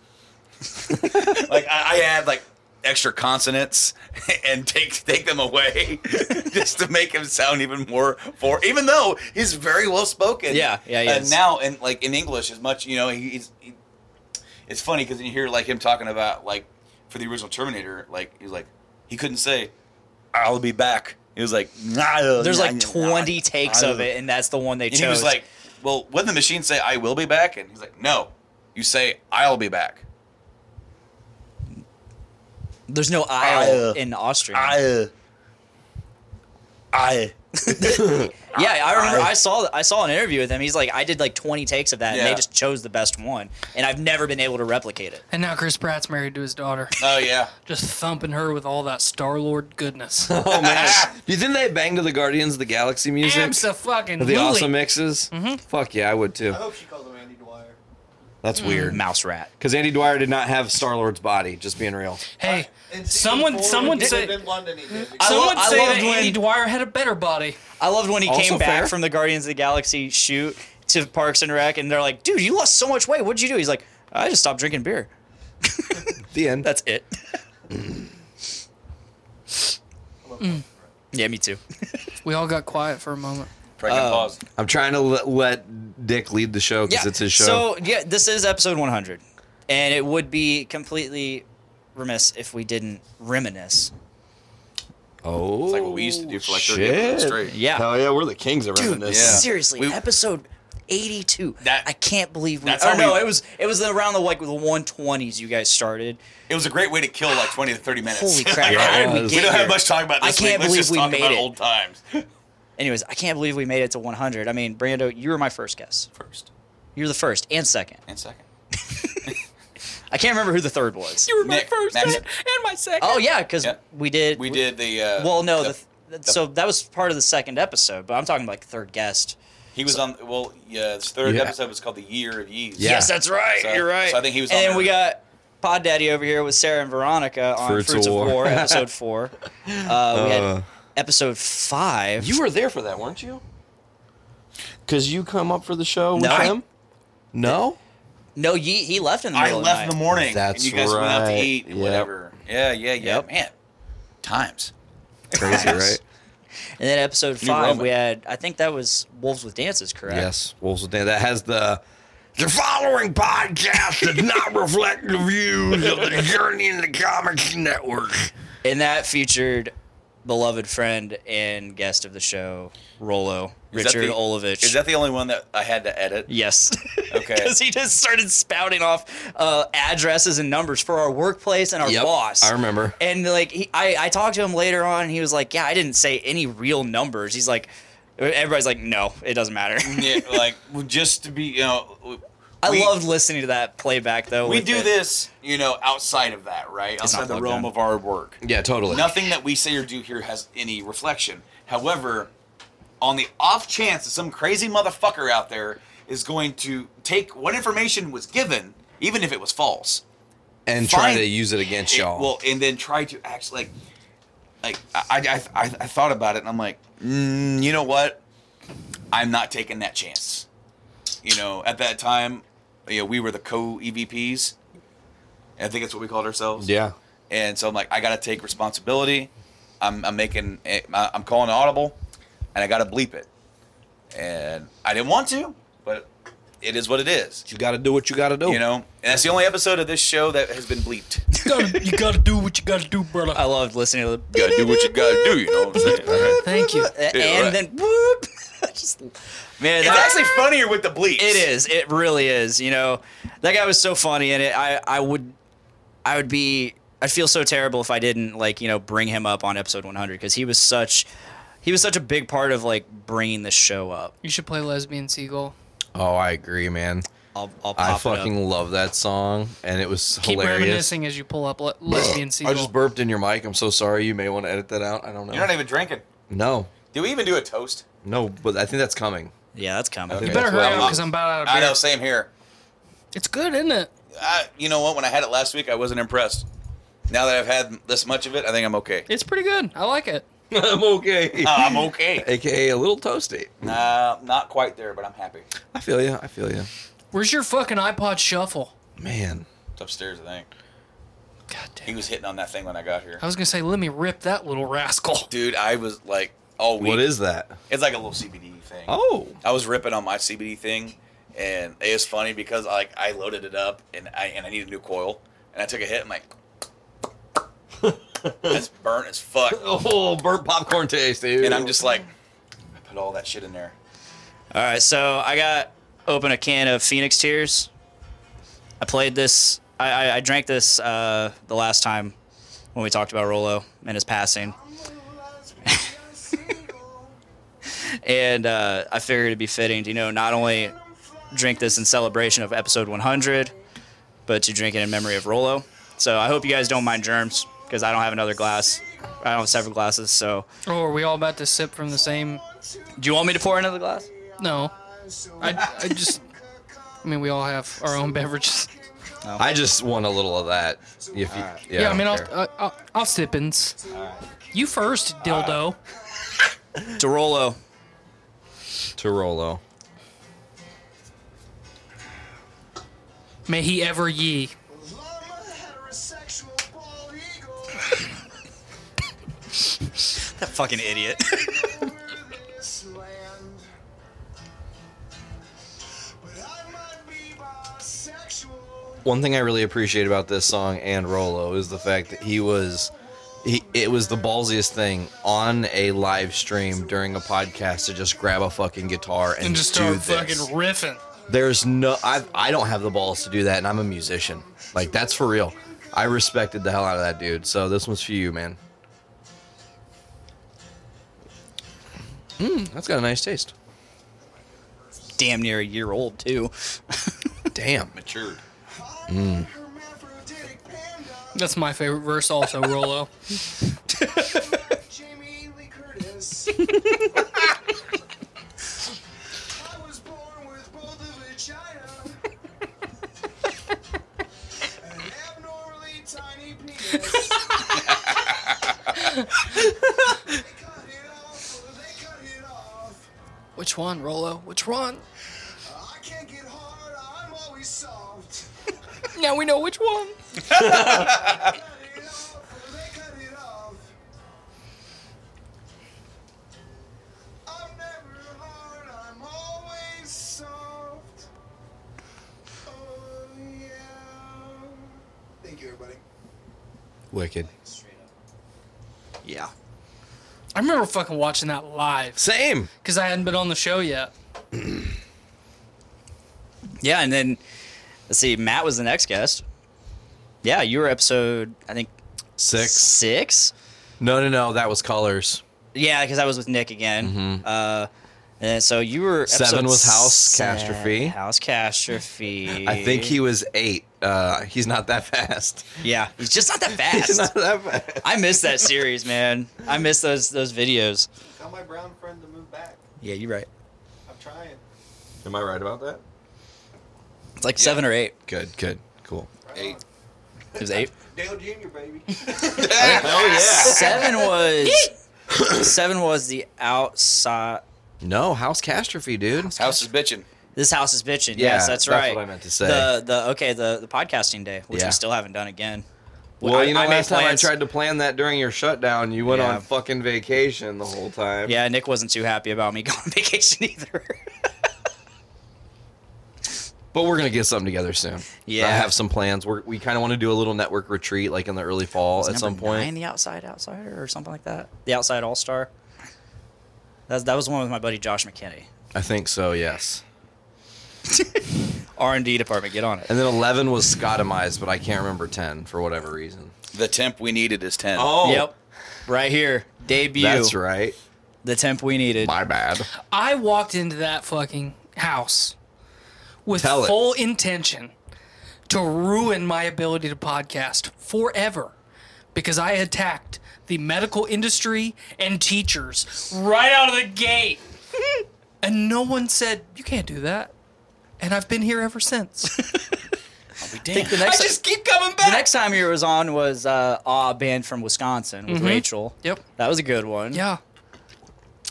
[SPEAKER 2] <laughs> like I, I add like extra consonants <laughs> and take take them away <laughs> just to make him sound even more for. Even though he's very well spoken.
[SPEAKER 10] Yeah, yeah, he
[SPEAKER 2] And
[SPEAKER 10] is.
[SPEAKER 2] now in like in English as much, you know, he, he's. He, it's funny because you hear like him talking about like for the original Terminator, like he was like he couldn't say, "I'll be back." He was like, nah,
[SPEAKER 10] There's
[SPEAKER 2] nah,
[SPEAKER 10] like
[SPEAKER 2] nah,
[SPEAKER 10] 20 takes
[SPEAKER 2] nah."
[SPEAKER 10] of it, and that's the one they
[SPEAKER 2] And
[SPEAKER 10] chose.
[SPEAKER 2] he was like, "Well, wouldn't the machine say I will be back?" And he's like, "No, you say I'll be back."
[SPEAKER 10] "There's no aisle
[SPEAKER 2] I, uh,
[SPEAKER 10] in Austria."
[SPEAKER 2] I, I.
[SPEAKER 10] yeah, I remember. I saw I saw an interview with him. He's like, "I did like 20 takes of that, and
[SPEAKER 2] Yeah.
[SPEAKER 10] they just chose the best one, and I've never been able to replicate it."
[SPEAKER 3] And now Chris Pratt's married to his daughter.
[SPEAKER 2] Oh yeah,
[SPEAKER 3] Just thumping her with all that Star Lord goodness.
[SPEAKER 4] oh man, do you think they bang to the Guardians of the Galaxy music?
[SPEAKER 3] Absolutely.
[SPEAKER 4] the awesome mixes.
[SPEAKER 10] Mm-hmm.
[SPEAKER 4] Fuck yeah, I would too.
[SPEAKER 11] I hope she calls him Andy Dwyer.
[SPEAKER 4] That's weird.
[SPEAKER 10] Mouse rat.
[SPEAKER 4] Because Andy Dwyer did not have Star Lord's body. Just being real.
[SPEAKER 3] Hey,
[SPEAKER 11] And season
[SPEAKER 3] someone,
[SPEAKER 11] four,
[SPEAKER 3] someone
[SPEAKER 11] he
[SPEAKER 3] say,
[SPEAKER 11] lived in London, he did.
[SPEAKER 10] I
[SPEAKER 3] someone
[SPEAKER 10] lo- I
[SPEAKER 3] say
[SPEAKER 10] loved
[SPEAKER 3] that
[SPEAKER 10] when-
[SPEAKER 3] Andy Dwyer had a better body.
[SPEAKER 10] I loved when he
[SPEAKER 4] Also
[SPEAKER 10] came back
[SPEAKER 4] fair.
[SPEAKER 10] from the Guardians of the Galaxy shoot to Parks and Rec, and they're like, "Dude, you lost so much weight. What'd you do?" He's like, "I just stopped drinking beer.
[SPEAKER 4] The end.
[SPEAKER 10] That's it." yeah, me too.
[SPEAKER 3] We all got quiet for a moment.
[SPEAKER 10] Oh.
[SPEAKER 2] pregnant pause.
[SPEAKER 4] I'm trying to let, let Dick lead the show because it's his show.
[SPEAKER 10] So yeah, this is episode 100, and it would be completely remiss if we didn't reminisce.
[SPEAKER 4] oh,
[SPEAKER 2] It's like what we used to do for like thirty
[SPEAKER 4] shit.
[SPEAKER 2] episodes straight.
[SPEAKER 10] Yeah,
[SPEAKER 4] Hell yeah, we're the kings of
[SPEAKER 10] dude,
[SPEAKER 4] reminiscence.
[SPEAKER 2] yeah.
[SPEAKER 10] seriously,
[SPEAKER 2] We-
[SPEAKER 10] episode 82.
[SPEAKER 2] That-
[SPEAKER 10] I can't believe we.
[SPEAKER 2] That's
[SPEAKER 10] oh
[SPEAKER 2] how
[SPEAKER 10] no,
[SPEAKER 2] we-
[SPEAKER 10] it was it was around the like the 120s you guys started.
[SPEAKER 2] It was a great way to kill like twenty to thirty minutes.
[SPEAKER 10] Holy crap!
[SPEAKER 4] Yeah.
[SPEAKER 10] How did we
[SPEAKER 4] We
[SPEAKER 2] <laughs>
[SPEAKER 10] get
[SPEAKER 2] we don't
[SPEAKER 10] here?
[SPEAKER 2] have much to talk about
[SPEAKER 10] I
[SPEAKER 2] this
[SPEAKER 10] can't
[SPEAKER 2] week. Let's
[SPEAKER 10] believe
[SPEAKER 2] just
[SPEAKER 10] we
[SPEAKER 2] talk
[SPEAKER 10] made
[SPEAKER 2] about
[SPEAKER 10] it.
[SPEAKER 2] old times
[SPEAKER 10] Anyways, I can't believe we made it to 100. I mean, Brando, you were my first guest.
[SPEAKER 2] first
[SPEAKER 10] You're the first and second.
[SPEAKER 2] and second.
[SPEAKER 10] I can't remember who the third was.
[SPEAKER 3] You were
[SPEAKER 2] my Nick, first Max- and-
[SPEAKER 3] my second.
[SPEAKER 10] Oh yeah, because
[SPEAKER 2] Yeah.
[SPEAKER 10] we did.
[SPEAKER 2] We did the. Uh,
[SPEAKER 10] Well, no, the, th- so that was part of the second episode, but I'm talking like third guest.
[SPEAKER 2] he was on. Well, yeah, his third
[SPEAKER 4] Yeah.
[SPEAKER 2] episode was called "The Year of Yeast."
[SPEAKER 4] Yeah.
[SPEAKER 10] Yes, that's right.
[SPEAKER 2] So-
[SPEAKER 10] You're right.
[SPEAKER 2] so I think he was
[SPEAKER 10] And
[SPEAKER 2] on
[SPEAKER 10] then
[SPEAKER 2] there.
[SPEAKER 10] we got Pod Daddy over here with Sarah and Veronica on Fruits, of War, episode four. Uh, we
[SPEAKER 4] Uh.
[SPEAKER 10] had episode five.
[SPEAKER 4] You were there for that, weren't you? Because you come up for the show with
[SPEAKER 10] No.
[SPEAKER 4] him. No?
[SPEAKER 10] No, he, he left in the
[SPEAKER 2] I
[SPEAKER 10] middle
[SPEAKER 2] left in
[SPEAKER 10] of the
[SPEAKER 2] the
[SPEAKER 10] night.
[SPEAKER 2] morning.
[SPEAKER 4] That's
[SPEAKER 2] and you guys went out to
[SPEAKER 4] right.
[SPEAKER 2] eat and
[SPEAKER 4] Yep.
[SPEAKER 2] whatever. Yeah, yeah, yeah.
[SPEAKER 4] Yep.
[SPEAKER 2] Man, times.
[SPEAKER 4] Crazy, right?
[SPEAKER 10] And then episode
[SPEAKER 2] New
[SPEAKER 10] five,
[SPEAKER 2] Roman.
[SPEAKER 10] we had I think that was Wolves with Dances, correct?
[SPEAKER 4] Yes. Wolves with Dan. That has the. The following podcast does not reflect the views of the Journey in the Comics Network.
[SPEAKER 10] And that featured beloved friend and guest of the show, Rolo
[SPEAKER 2] Is that
[SPEAKER 10] Richard
[SPEAKER 2] the-
[SPEAKER 10] Olovich.
[SPEAKER 2] Is that the only one that I had to edit?
[SPEAKER 10] Yes.
[SPEAKER 2] Okay.
[SPEAKER 10] Because he just started spouting off uh, addresses and numbers for our workplace and our boss.
[SPEAKER 4] I remember.
[SPEAKER 10] And like he, I, I talked to him later on, and he was like, "Yeah, I didn't say any real numbers." He's like, everybody's like, "No, it doesn't matter."
[SPEAKER 2] yeah, like well, just to be, you know. w-
[SPEAKER 10] I
[SPEAKER 2] we-
[SPEAKER 10] loved listening to that playback though.
[SPEAKER 2] We
[SPEAKER 10] with
[SPEAKER 2] do
[SPEAKER 10] it. <laughs>
[SPEAKER 2] this, you know, outside of that, right?
[SPEAKER 10] It's
[SPEAKER 2] outside
[SPEAKER 10] not
[SPEAKER 2] the
[SPEAKER 10] plugged
[SPEAKER 2] realm
[SPEAKER 10] in.
[SPEAKER 2] of our work.
[SPEAKER 4] Yeah, totally.
[SPEAKER 2] Nothing that we say or do here has any reflection. However, on the off chance that some crazy motherfucker out there is going to take what information was given, even if it was false,
[SPEAKER 4] and try
[SPEAKER 2] Fine.
[SPEAKER 4] to use it against
[SPEAKER 2] it-
[SPEAKER 4] y'all.
[SPEAKER 2] Well, and then try to act like, like I, I, I, I thought about it, and I'm like, mm, you know what? I'm not taking that chance. You know, at that time, you know, we were the co EVPs. I think that's what we called ourselves.
[SPEAKER 4] yeah.
[SPEAKER 2] And so I'm like, I got to take responsibility. I'm, I'm making, eh, I'm calling audible, and I got to bleep it. And I didn't want to, but it is what it is.
[SPEAKER 4] You got to do what you got to do.
[SPEAKER 2] You know, and that's the only episode of this show that has been bleeped.
[SPEAKER 3] You gotta, you gotta do what you gotta do, brother.
[SPEAKER 10] I loved listening to the.
[SPEAKER 2] gotta do what you gotta do, you know what I'm saying?
[SPEAKER 3] Thank you.
[SPEAKER 10] And
[SPEAKER 2] right.
[SPEAKER 10] then whoop. <laughs> just man,
[SPEAKER 2] It's
[SPEAKER 10] that-
[SPEAKER 2] actually funnier with the bleeps.
[SPEAKER 10] It is. It really is. You know, that guy was so funny in it. I, I would, I would be, I'd feel so terrible if I didn't like, you know, bring him up on episode 100 because he was such, he was such a big part of like bringing this show up.
[SPEAKER 3] You should play Lesbian Seagull.
[SPEAKER 4] Oh, I agree, man.
[SPEAKER 10] I'll, I'll pop
[SPEAKER 4] I
[SPEAKER 10] it up.
[SPEAKER 4] fucking love that song, and it was
[SPEAKER 3] Keep
[SPEAKER 4] hilarious.
[SPEAKER 3] reminiscing as you pull up le- Lesbian Seagull.
[SPEAKER 4] I just burped in your mic. I'm so sorry. You may want to edit that out. I don't know.
[SPEAKER 2] You're not even drinking.
[SPEAKER 4] no,
[SPEAKER 2] Do we even do a toast?
[SPEAKER 4] no, but I think that's coming.
[SPEAKER 10] Yeah, that's coming.
[SPEAKER 4] Okay.
[SPEAKER 3] Better
[SPEAKER 4] That's
[SPEAKER 3] hurry
[SPEAKER 2] what I
[SPEAKER 3] up
[SPEAKER 2] want.
[SPEAKER 3] because I'm about out of
[SPEAKER 2] I
[SPEAKER 3] beer.
[SPEAKER 2] know, same here.
[SPEAKER 3] It's good, isn't it?
[SPEAKER 2] I, you know what? When I had it last week, I wasn't impressed. Now that I've had this much of it, I think I'm okay.
[SPEAKER 3] It's pretty good. I like it.
[SPEAKER 4] <laughs> I'm okay.
[SPEAKER 2] Uh, I'm okay. <laughs>
[SPEAKER 4] AKA <laughs> a little toasty.
[SPEAKER 2] Uh, not quite there, but I'm happy.
[SPEAKER 4] I feel you. I feel you.
[SPEAKER 3] Where's your fucking iPod Shuffle?
[SPEAKER 4] Man,
[SPEAKER 2] It's upstairs, I think.
[SPEAKER 3] God
[SPEAKER 2] He
[SPEAKER 3] damn.
[SPEAKER 2] was hitting on that thing when I got here.
[SPEAKER 3] I was gonna say, let me rip that little rascal.
[SPEAKER 2] Dude, I was like all week.
[SPEAKER 4] what is that?
[SPEAKER 2] It's like a little CBD thing.
[SPEAKER 4] Oh,
[SPEAKER 2] I was ripping on my CBD thing, and it was funny because like I loaded it up and I and I need a new coil, and I took a
[SPEAKER 4] <laughs>
[SPEAKER 2] hit. I'm like, that's burnt as fuck,
[SPEAKER 4] oh, burnt popcorn taste, dude.
[SPEAKER 2] and I'm just like, I put all that shit in there.
[SPEAKER 10] All right, so I got open a can of Phoenix Tears. I played this. I, I, I drank this uh, the last time when we talked about Rolo and his passing. <laughs> and uh, I figured it'd be fitting to you know not only drink this in celebration of episode 100, but to drink it in memory of Rolo. So I hope you guys don't mind germs because I don't have another glass. I don't have several glasses. So
[SPEAKER 3] Oh, are we all about to sip from the same?
[SPEAKER 10] do you want me to pour another glass?
[SPEAKER 3] No. I, I just. I mean, we all have our own beverages.
[SPEAKER 4] I just want a little of that. If you, yeah,
[SPEAKER 3] Yeah, I mean,
[SPEAKER 4] don't
[SPEAKER 3] I'll,
[SPEAKER 4] care.
[SPEAKER 3] I'll, I'll, I'll sippins. You first, dildo.
[SPEAKER 10] To Rolo.
[SPEAKER 4] to Rolo.
[SPEAKER 3] May he ever ye.
[SPEAKER 10] That fucking idiot. <laughs>
[SPEAKER 4] one thing I really appreciate about this song and Rolo is the fact that he was he it was the ballsiest thing on a live stream during a podcast to just grab a fucking guitar and,
[SPEAKER 3] And just
[SPEAKER 4] do
[SPEAKER 3] start
[SPEAKER 4] this.
[SPEAKER 3] fucking riffing.
[SPEAKER 4] There's no I I don't have the balls to do that and I'm a musician. Like that's for real. I respected the hell out of that dude. So this one's for you, man. Mm, that's got a nice taste.
[SPEAKER 10] damn near a year old too.
[SPEAKER 4] Damn.
[SPEAKER 2] Matured.
[SPEAKER 3] That's my favorite verse,
[SPEAKER 10] <laughs>
[SPEAKER 3] also, Rolo.
[SPEAKER 6] Jamie Lee Curtis. I was born with both a vagina and an abnormally tiny penis. they cut it off, they cut it off.
[SPEAKER 3] Which one, Rolo? Which one?
[SPEAKER 6] I can't get hard, I'm
[SPEAKER 3] Now we know which one.
[SPEAKER 6] Thank you, everybody.
[SPEAKER 4] Wicked.
[SPEAKER 10] Yeah.
[SPEAKER 3] I remember fucking watching that live.
[SPEAKER 4] Same.
[SPEAKER 3] Because I hadn't been on the show yet.
[SPEAKER 10] Yeah, and then let's see, Matt was the next guest. Yeah, you were episode I think
[SPEAKER 4] Six.
[SPEAKER 10] Six?
[SPEAKER 4] No, no, no. That was colors.
[SPEAKER 10] Yeah, because I was with Nick again. Uh, and so you were episode
[SPEAKER 4] Mm-hmm. Seven was House
[SPEAKER 10] se-
[SPEAKER 4] Catastrophe.
[SPEAKER 10] House catastrophe.
[SPEAKER 4] I think he was eight. Uh, he's not that fast. <laughs>
[SPEAKER 10] Yeah, he's just not that fast.
[SPEAKER 4] He's not that fast.
[SPEAKER 10] I miss that series, man. I miss those those videos.
[SPEAKER 11] Tell my brown friend to move back.
[SPEAKER 10] Yeah, you're right.
[SPEAKER 11] I'm trying.
[SPEAKER 4] Am I right about that?
[SPEAKER 10] It's like seven or eight.
[SPEAKER 4] Good, good, cool.
[SPEAKER 11] Eight.
[SPEAKER 10] It
[SPEAKER 4] <laughs>
[SPEAKER 10] was eight.
[SPEAKER 11] Dale Jr., baby.
[SPEAKER 4] Hell yeah.
[SPEAKER 10] Seven was <coughs> seven was the outside.
[SPEAKER 4] No, House Catastrophe, dude.
[SPEAKER 2] House is bitching.
[SPEAKER 10] This house is bitching.
[SPEAKER 4] Yeah,
[SPEAKER 10] yes, that's
[SPEAKER 4] that's
[SPEAKER 10] right.
[SPEAKER 4] what I meant to say.
[SPEAKER 10] The the okay the the podcasting day, which
[SPEAKER 4] Yeah.
[SPEAKER 10] we still haven't done again.
[SPEAKER 4] Well, you know,
[SPEAKER 10] made
[SPEAKER 4] last time I
[SPEAKER 10] plans.
[SPEAKER 4] tried to plan that during your shutdown, you went
[SPEAKER 10] Yeah.
[SPEAKER 4] on fucking vacation the whole time.
[SPEAKER 10] Yeah, Nick wasn't too happy about me <laughs> going on vacation either.
[SPEAKER 4] But we're gonna get something together soon.
[SPEAKER 10] Yeah.
[SPEAKER 4] I have some plans. We're, we kind of want to do a little network retreat, like in the early fall, at
[SPEAKER 10] Number
[SPEAKER 4] some point.
[SPEAKER 10] nine, the outside outsider or something like that. The outside all star. That that was one with my buddy Josh McKinney,
[SPEAKER 4] I think so. Yes.
[SPEAKER 10] R and D department. Get on it.
[SPEAKER 4] And then eleven was Scottamized, but I can't remember ten for whatever reason.
[SPEAKER 2] The temp we needed is 10.
[SPEAKER 4] Oh.
[SPEAKER 10] Yep. Right here, debut.
[SPEAKER 4] that's right.
[SPEAKER 10] The temp we needed.
[SPEAKER 4] My bad.
[SPEAKER 3] I walked into that fucking house with
[SPEAKER 4] Tell it.
[SPEAKER 3] full intention to ruin my ability to podcast forever because I attacked the medical industry and teachers right out of the
[SPEAKER 10] <laughs>
[SPEAKER 3] gate. and no one said, You can't do that. And I've been here ever
[SPEAKER 10] <laughs>
[SPEAKER 3] since.
[SPEAKER 4] <laughs>
[SPEAKER 10] I think the next I just keep coming back. The next time you was on was uh Aw Band from Wisconsin with Rachel.
[SPEAKER 3] Mm-hmm. yep.
[SPEAKER 10] That was a good one.
[SPEAKER 3] Yeah.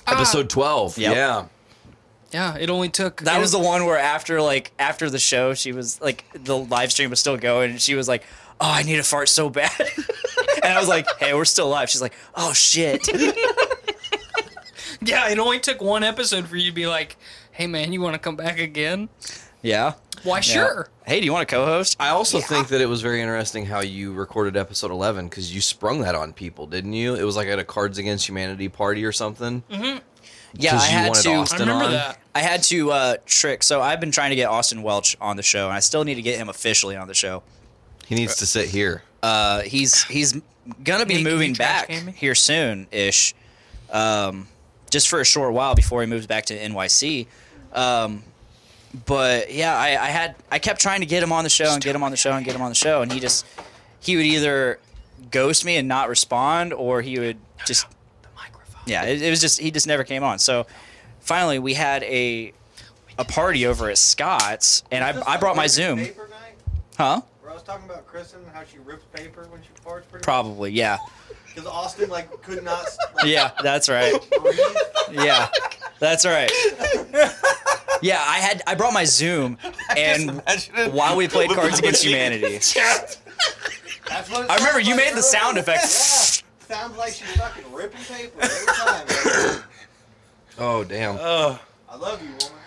[SPEAKER 10] Ah.
[SPEAKER 4] Episode twelve.
[SPEAKER 10] Yep.
[SPEAKER 4] Yeah.
[SPEAKER 3] Yeah. It only took.
[SPEAKER 10] That
[SPEAKER 3] it-
[SPEAKER 10] was the one where after like after the show she was like the live stream was still going and she was like, Oh, I need a fart so bad. <laughs> and I was like, Hey, we're still live. She's like, Oh <laughs> shit.
[SPEAKER 3] <laughs> Yeah. It only took one episode for you to be like, Hey, man, you want to come back again?
[SPEAKER 10] yeah.
[SPEAKER 3] Why, sure.
[SPEAKER 10] Hey, do you want a co host?
[SPEAKER 4] I also think that it was very interesting how you recorded episode 11 because you sprung that on people, didn't you? It was like at a Cards Against Humanity party or something.
[SPEAKER 10] Yeah,
[SPEAKER 4] 'Cause
[SPEAKER 10] I
[SPEAKER 4] you
[SPEAKER 10] had
[SPEAKER 4] wanted
[SPEAKER 10] to
[SPEAKER 4] Austin
[SPEAKER 3] I remember
[SPEAKER 4] on.
[SPEAKER 3] that.
[SPEAKER 10] I had to uh, trick. So I've been trying to get Austin Welch on the show, and I still need to get him officially on the show.
[SPEAKER 4] He needs to sit here.
[SPEAKER 10] Uh, he's he's gonna be
[SPEAKER 3] Nick, can
[SPEAKER 10] moving
[SPEAKER 3] you trash
[SPEAKER 10] back
[SPEAKER 3] can me?
[SPEAKER 10] here soon ish, um, just for a short while before he moves back to NYC. Um, but yeah, I, I had I kept trying to get him on the show and get him on the show and get him on the show, and he just he would either ghost me and not respond, or he would just yeah, it, it was just he just never came on. So finally, we had a a party over at Scott's, and
[SPEAKER 11] Just
[SPEAKER 10] I I
[SPEAKER 11] like
[SPEAKER 10] brought my
[SPEAKER 11] ripping
[SPEAKER 10] Zoom,
[SPEAKER 11] Paper night,
[SPEAKER 10] huh?
[SPEAKER 11] where I was talking about Kristen and how she rips paper when she farts pretty
[SPEAKER 10] Probably, yeah,
[SPEAKER 11] Because Austin, like, could
[SPEAKER 10] <laughs>
[SPEAKER 11] not like,
[SPEAKER 10] yeah, that's right.
[SPEAKER 11] breathe.
[SPEAKER 10] Yeah, that's right. Yeah, I had I brought
[SPEAKER 2] <laughs>
[SPEAKER 10] my Zoom, and while we played Cards Against Humanity,
[SPEAKER 11] That's what it
[SPEAKER 10] I remember
[SPEAKER 11] sounds
[SPEAKER 10] you
[SPEAKER 11] like
[SPEAKER 10] made the
[SPEAKER 11] her.
[SPEAKER 10] sound effect.
[SPEAKER 11] Yeah. <laughs> Sounds like she's fucking ripping paper every time. man.
[SPEAKER 4] Oh, damn.
[SPEAKER 11] I love you, woman.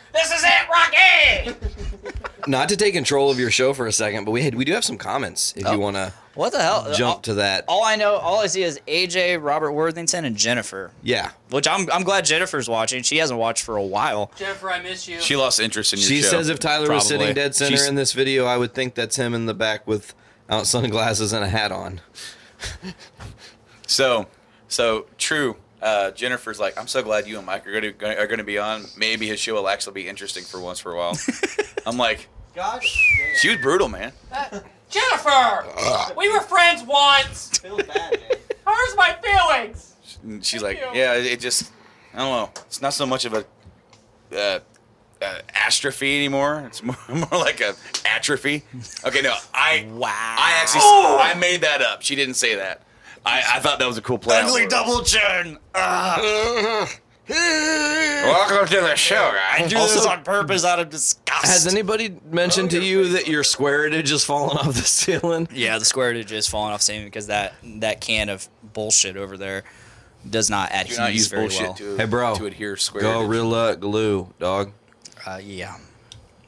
[SPEAKER 4] Not to take control of your show for a second, but we had, we do have some comments if you want to
[SPEAKER 10] What the hell?
[SPEAKER 4] jump to that.
[SPEAKER 10] All I know, all I see is AJ, Robert Worthington, and Jennifer.
[SPEAKER 4] yeah.
[SPEAKER 10] Which I'm I'm glad Jennifer's watching. She hasn't watched for a while.
[SPEAKER 3] Jennifer, I miss you.
[SPEAKER 2] She lost interest in your
[SPEAKER 4] She
[SPEAKER 2] show.
[SPEAKER 4] says if Tyler was
[SPEAKER 10] Probably.
[SPEAKER 4] sitting dead center
[SPEAKER 10] She's-
[SPEAKER 4] in this video, I would think that's him in the back with out sunglasses and a hat on.
[SPEAKER 2] So, so true. Uh, Jennifer's like, I'm so glad you and Mike are gonna, gonna are gonna be on. Maybe his show will actually be interesting for once for
[SPEAKER 4] <laughs>
[SPEAKER 2] a while. I'm like,
[SPEAKER 11] God damn.
[SPEAKER 2] she was brutal, man.
[SPEAKER 3] Jennifer! we were friends once!
[SPEAKER 11] Feels bad,
[SPEAKER 2] <laughs>
[SPEAKER 11] man.
[SPEAKER 3] How's my feelings?
[SPEAKER 2] And she's like, yeah, it it just, I don't know. It's not so much of a uh, uh, astrophy anymore. It's more, <laughs> more like a atrophy. Okay, no, I
[SPEAKER 10] Wow.
[SPEAKER 2] I actually I made that up. She didn't say that. I, I thought that was a cool play. on words.
[SPEAKER 10] double chin.
[SPEAKER 2] Welcome to the show, guys.
[SPEAKER 10] <laughs> I do this on purpose out of disgust.
[SPEAKER 4] <laughs> Has anybody mentioned to you that your squaretage is falling off the ceiling?
[SPEAKER 10] Yeah, the square edge is falling off same because that that can of bullshit over there does not
[SPEAKER 2] Do
[SPEAKER 10] adhere
[SPEAKER 2] not use
[SPEAKER 10] very
[SPEAKER 2] bullshit
[SPEAKER 10] well.
[SPEAKER 2] to,
[SPEAKER 4] Hey, bro.
[SPEAKER 2] to adhere square.
[SPEAKER 4] Go
[SPEAKER 2] to-
[SPEAKER 4] Gorilla Glue, dog.
[SPEAKER 10] Uh, yeah,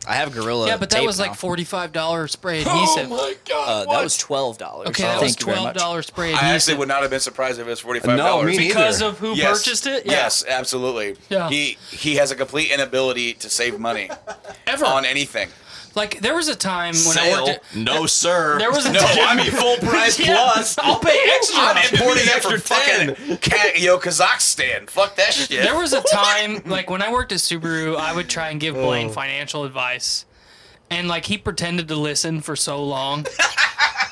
[SPEAKER 10] I have gorilla.
[SPEAKER 3] yeah, but that
[SPEAKER 10] tape
[SPEAKER 3] was like
[SPEAKER 10] now.
[SPEAKER 3] forty-five dollar spray adhesive.
[SPEAKER 10] Uh, that was twelve dollars.
[SPEAKER 3] okay, that was
[SPEAKER 10] Thank you very
[SPEAKER 3] twelve
[SPEAKER 10] much.
[SPEAKER 3] dollar spray
[SPEAKER 2] I actually
[SPEAKER 3] adhesive.
[SPEAKER 2] would not have been surprised if it was forty-five
[SPEAKER 4] No,
[SPEAKER 2] dollars.
[SPEAKER 4] me neither.
[SPEAKER 3] because of who
[SPEAKER 2] Yes.
[SPEAKER 3] purchased it. Yeah.
[SPEAKER 2] Yes, absolutely.
[SPEAKER 3] Yeah.
[SPEAKER 2] He he has a complete inability to save money
[SPEAKER 3] <laughs> ever. <laughs>
[SPEAKER 2] on anything.
[SPEAKER 3] Like there was a time when I
[SPEAKER 4] Sale?
[SPEAKER 3] worked. At, <laughs>
[SPEAKER 4] No, sir.
[SPEAKER 3] there was a
[SPEAKER 2] No, I
[SPEAKER 3] time.
[SPEAKER 2] mean full price
[SPEAKER 3] <laughs> Yeah,
[SPEAKER 2] plus.
[SPEAKER 3] I'll
[SPEAKER 10] <laughs>
[SPEAKER 3] pay extra.
[SPEAKER 2] I'm importing
[SPEAKER 4] Give me
[SPEAKER 2] it from
[SPEAKER 4] extra 10.
[SPEAKER 2] fucking Ka- yo Kazakhstan. Fuck that shit.
[SPEAKER 3] There was a time, like when I worked at Subaru, I would try and give Blaine financial advice, and like he pretended to listen for so long,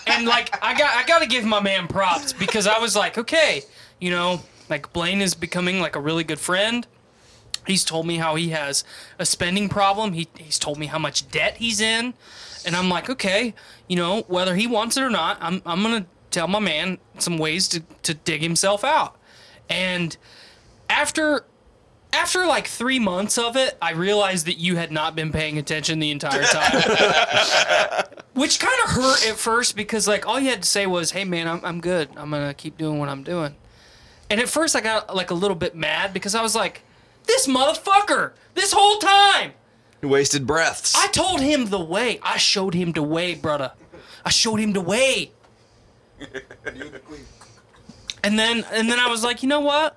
[SPEAKER 3] and like I got I got to give my man props because I was like, okay, you know, like Blaine is becoming like a really good friend. He's told me how he has a spending problem. He, he's told me how much debt he's in. And I'm like, okay, you know, whether he wants it or not, I'm, I'm going to tell my man some ways to, to dig himself out. And after after like three months of it, I realized that you had not been paying attention the entire time, which kind of hurt at first because like all you had to say was, "Hey man, I'm I'm good. I'm gonna keep doing what I'm doing." And at first, I got like a little bit mad because I was like, "This motherfucker! This whole time,
[SPEAKER 4] wasted breaths.
[SPEAKER 3] I told him the way. I showed him the way, brother. I showed him the way." And then and then I was like, you know what?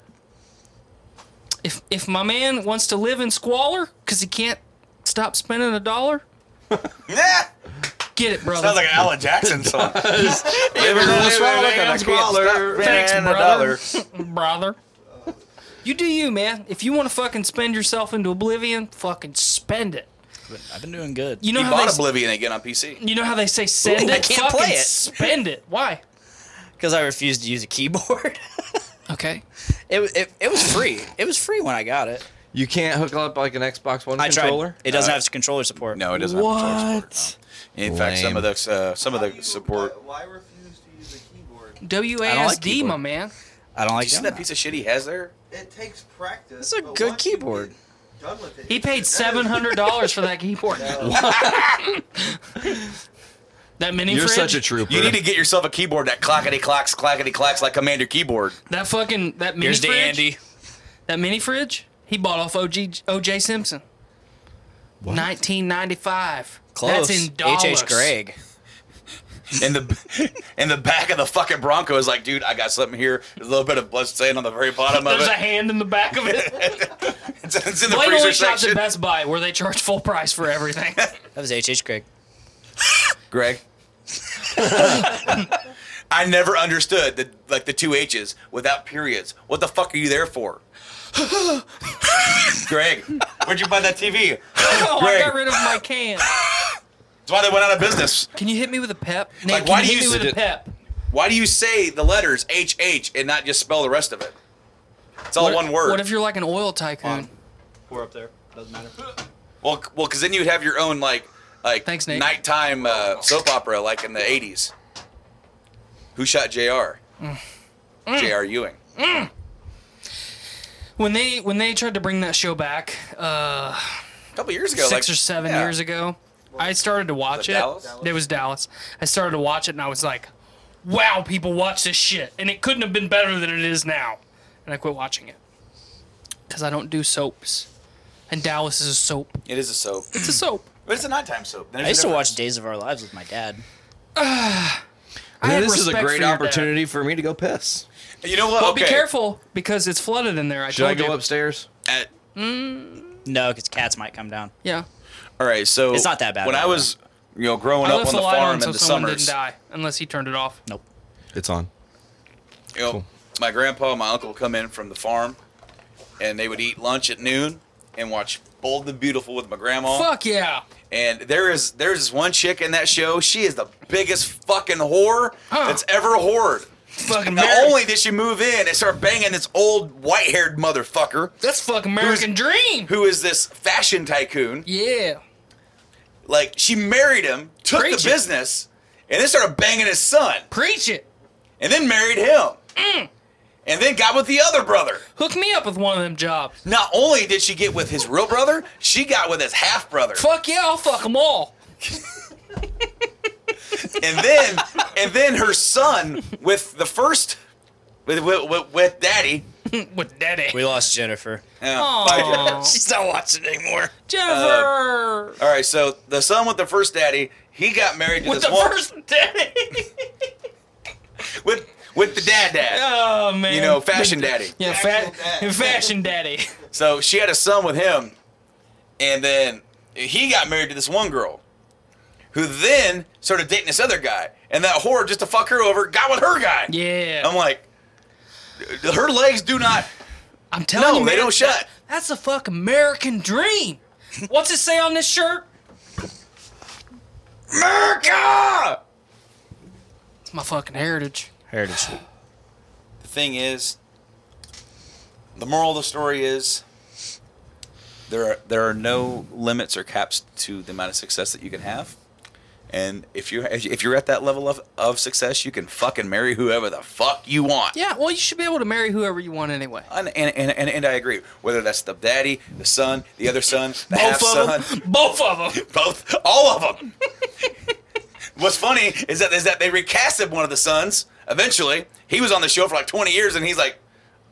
[SPEAKER 3] If if my man wants to live in squalor because he can't stop spending a dollar,
[SPEAKER 2] yeah.
[SPEAKER 3] get it, brother.
[SPEAKER 2] Sounds like an Alan Jackson <laughs> song.
[SPEAKER 3] Thanks,
[SPEAKER 2] Thanks,
[SPEAKER 3] brother. <laughs> brother. You do you, man. If you want to fucking spend yourself into oblivion, fucking spend it.
[SPEAKER 10] I've been doing good.
[SPEAKER 3] You know
[SPEAKER 2] He
[SPEAKER 3] how
[SPEAKER 2] bought
[SPEAKER 3] they
[SPEAKER 2] Oblivion again on PC.
[SPEAKER 3] you know how they say send
[SPEAKER 10] Ooh,
[SPEAKER 3] it.
[SPEAKER 10] I can't
[SPEAKER 3] fucking
[SPEAKER 10] play it.
[SPEAKER 3] Spend it. Why?
[SPEAKER 10] because I refused to use a keyboard. <laughs>
[SPEAKER 3] Okay.
[SPEAKER 10] it, it it was free. It was free when I got it.
[SPEAKER 4] you can't hook up like an Xbox One
[SPEAKER 10] I
[SPEAKER 4] controller.
[SPEAKER 10] tried. It doesn't have controller support.
[SPEAKER 2] Uh, No, it doesn't. Have controller support, no. In fact, some of the uh, some of the support.
[SPEAKER 11] Why, why refuse to use a keyboard?
[SPEAKER 3] WASD, my
[SPEAKER 10] keyboard.
[SPEAKER 3] man.
[SPEAKER 10] I don't like
[SPEAKER 2] You see
[SPEAKER 10] doing
[SPEAKER 2] that piece of shit he has there?
[SPEAKER 11] It takes practice.
[SPEAKER 10] It's a
[SPEAKER 11] but
[SPEAKER 10] good
[SPEAKER 11] once you get
[SPEAKER 10] keyboard.
[SPEAKER 11] done with it,
[SPEAKER 3] He
[SPEAKER 11] it's- that
[SPEAKER 3] paid
[SPEAKER 11] is-
[SPEAKER 3] seven hundred dollars for that keyboard. <laughs> that mini
[SPEAKER 4] You're
[SPEAKER 3] fridge.
[SPEAKER 4] such a trooper.
[SPEAKER 2] You need to get yourself a keyboard that clackety clacks, clackety clacks like Commander Keyboard.
[SPEAKER 3] that fucking that mini
[SPEAKER 10] Here's the
[SPEAKER 3] fridge.
[SPEAKER 10] Andy.
[SPEAKER 3] That mini fridge he bought off OG OJ Simpson. 1995.
[SPEAKER 10] Close.
[SPEAKER 3] That's in dollars.
[SPEAKER 10] H.H. Greg.
[SPEAKER 2] in the in the back of the fucking Bronco is like, dude, I got something here. There's a little bit of blood stain on the very bottom of
[SPEAKER 3] There's a
[SPEAKER 2] it. <laughs>
[SPEAKER 3] hand in the back of <laughs> it.
[SPEAKER 2] It's, it's in the
[SPEAKER 3] Blade
[SPEAKER 2] freezer
[SPEAKER 3] only shops at
[SPEAKER 2] section.
[SPEAKER 3] Best Buy where they charge full price for
[SPEAKER 2] <laughs>
[SPEAKER 3] everything. <laughs>
[SPEAKER 10] That was H.H. Greg.
[SPEAKER 2] Greg. I never understood the like the two H's without periods. What the fuck are you there
[SPEAKER 10] <laughs>
[SPEAKER 2] for? Greg, where'd you buy that TV?
[SPEAKER 3] oh, I
[SPEAKER 2] Greg.
[SPEAKER 3] got rid of my can.
[SPEAKER 2] That's why they went out of business.
[SPEAKER 3] Can you hit me with a pep? Nick,
[SPEAKER 2] Like,
[SPEAKER 3] can
[SPEAKER 2] why
[SPEAKER 3] you
[SPEAKER 2] do
[SPEAKER 3] hit
[SPEAKER 2] you
[SPEAKER 3] me with a
[SPEAKER 4] sit-
[SPEAKER 3] pep?
[SPEAKER 2] Why do you say the letters H H and not just spell the rest of it? It's all
[SPEAKER 3] What-
[SPEAKER 2] one word.
[SPEAKER 3] What if you're like an oil tycoon?
[SPEAKER 10] We're up there. Doesn't matter.
[SPEAKER 2] Well, c- well, because then you'd have your own like, like
[SPEAKER 3] Thanks, Nate.
[SPEAKER 2] nighttime uh, soap opera, like in the '80s. Who shot Jr.
[SPEAKER 3] Mm.
[SPEAKER 2] Jr. Ewing.
[SPEAKER 3] When they when they tried to bring that show back, uh,
[SPEAKER 2] A couple years ago,
[SPEAKER 3] six
[SPEAKER 2] like-
[SPEAKER 3] or seven
[SPEAKER 2] yeah.
[SPEAKER 3] years ago. I started to watch
[SPEAKER 2] it
[SPEAKER 3] it.
[SPEAKER 2] Dallas?
[SPEAKER 3] It was Dallas. I started to watch it and I was like, wow, people watch this shit. And it couldn't have been better than it is now. And I quit watching it. Because I don't do soaps. And Dallas is a soap.
[SPEAKER 2] It is a soap,
[SPEAKER 3] It's a
[SPEAKER 4] <clears throat>
[SPEAKER 3] soap.
[SPEAKER 2] but it's a nighttime soap. There's
[SPEAKER 10] I
[SPEAKER 2] a
[SPEAKER 10] used to
[SPEAKER 2] difference.
[SPEAKER 10] watch Days of Our Lives with my dad.
[SPEAKER 3] I
[SPEAKER 4] Man,
[SPEAKER 3] have
[SPEAKER 4] this is a
[SPEAKER 3] respect
[SPEAKER 4] great
[SPEAKER 3] for your
[SPEAKER 4] opportunity for me to go piss.
[SPEAKER 2] You know what?
[SPEAKER 3] But
[SPEAKER 2] okay.
[SPEAKER 3] be careful because it's flooded in there. I
[SPEAKER 4] Should I
[SPEAKER 3] told you.
[SPEAKER 4] go upstairs?
[SPEAKER 2] At-
[SPEAKER 10] No, because cats might come down.
[SPEAKER 3] Yeah.
[SPEAKER 2] all right, so
[SPEAKER 10] It's not that bad,
[SPEAKER 2] When I
[SPEAKER 10] though.
[SPEAKER 2] was, you know, growing
[SPEAKER 3] I
[SPEAKER 2] up
[SPEAKER 3] left
[SPEAKER 2] on
[SPEAKER 3] the
[SPEAKER 2] the
[SPEAKER 3] light on
[SPEAKER 2] farm
[SPEAKER 3] so
[SPEAKER 2] in the
[SPEAKER 3] someone
[SPEAKER 2] summers,
[SPEAKER 3] didn't die, unless he turned it off.
[SPEAKER 10] Nope.
[SPEAKER 4] It's on.
[SPEAKER 2] you know, my grandpa, and my uncle would come in from the farm, and they would eat lunch at noon and watch Bold and Beautiful with my grandma.
[SPEAKER 3] Fuck yeah.
[SPEAKER 2] And there is there's this one chick in that show. She is the biggest fucking whore
[SPEAKER 3] Huh.
[SPEAKER 2] that's ever whored.
[SPEAKER 3] Fucking
[SPEAKER 2] Not
[SPEAKER 3] Ameri-
[SPEAKER 2] only did she move in and start banging this old white haired motherfucker
[SPEAKER 3] That's fucking American Dream.
[SPEAKER 2] who is this fashion tycoon,
[SPEAKER 3] yeah.
[SPEAKER 2] like she married him, took
[SPEAKER 3] Preach it.
[SPEAKER 2] the business, and then started banging his son,
[SPEAKER 3] Preach it. Mm.
[SPEAKER 2] and then married him. and then got with the other brother.
[SPEAKER 3] Hook me up with one of them jobs.
[SPEAKER 2] Not only did she get with his real brother, she got with his half brother.
[SPEAKER 3] Fuck yeah, I'll fuck them all. <laughs>
[SPEAKER 2] and then and then her son with the first with with, with, with daddy.
[SPEAKER 3] with daddy.
[SPEAKER 10] We lost Jennifer.
[SPEAKER 2] Yeah.
[SPEAKER 3] Aw.
[SPEAKER 2] Bye, Jennifer.
[SPEAKER 10] <laughs> She's not watching anymore.
[SPEAKER 2] uh,
[SPEAKER 3] Jennifer!
[SPEAKER 2] All right, so the son with the first daddy, he got married to
[SPEAKER 3] with
[SPEAKER 2] this
[SPEAKER 3] the
[SPEAKER 2] one
[SPEAKER 3] first daddy!
[SPEAKER 2] with with the dad
[SPEAKER 3] <laughs>
[SPEAKER 2] dad.
[SPEAKER 3] oh, man.
[SPEAKER 2] You know, fashion daddy.
[SPEAKER 3] Yeah, fa- fashion daddy.
[SPEAKER 2] So she had a son with him, and then he got married to this one girl, who then started dating this other guy, and that whore just to fuck her over got with her guy.
[SPEAKER 3] Yeah.
[SPEAKER 2] I'm like, her legs do not.
[SPEAKER 3] I'm telling
[SPEAKER 2] No,
[SPEAKER 3] you,
[SPEAKER 2] they
[SPEAKER 3] man,
[SPEAKER 2] don't shut.
[SPEAKER 3] That's a fuck American dream. What's it say on this shirt?
[SPEAKER 2] America.
[SPEAKER 3] It's my fucking heritage.
[SPEAKER 10] Heritage.
[SPEAKER 2] The thing is, the moral of the story is. There are, there are no limits or caps to the amount of success that you can have. And if you're if you're at that level of, of success, you can fucking marry whoever the fuck you want.
[SPEAKER 3] Yeah, well, you should be able to marry whoever you want anyway.
[SPEAKER 2] And and, and, and, and I agree. Whether that's the daddy, the son, the other son, the half
[SPEAKER 3] Both
[SPEAKER 2] son,
[SPEAKER 3] of them. Both of them.
[SPEAKER 2] both, all of them. What's funny is that is that they recasted one of the sons. Eventually, he was on the show for like 20 years, and he's like,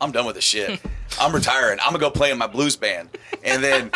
[SPEAKER 2] "I'm done with this shit. I'm retiring. I'm gonna go play in my blues band." And then,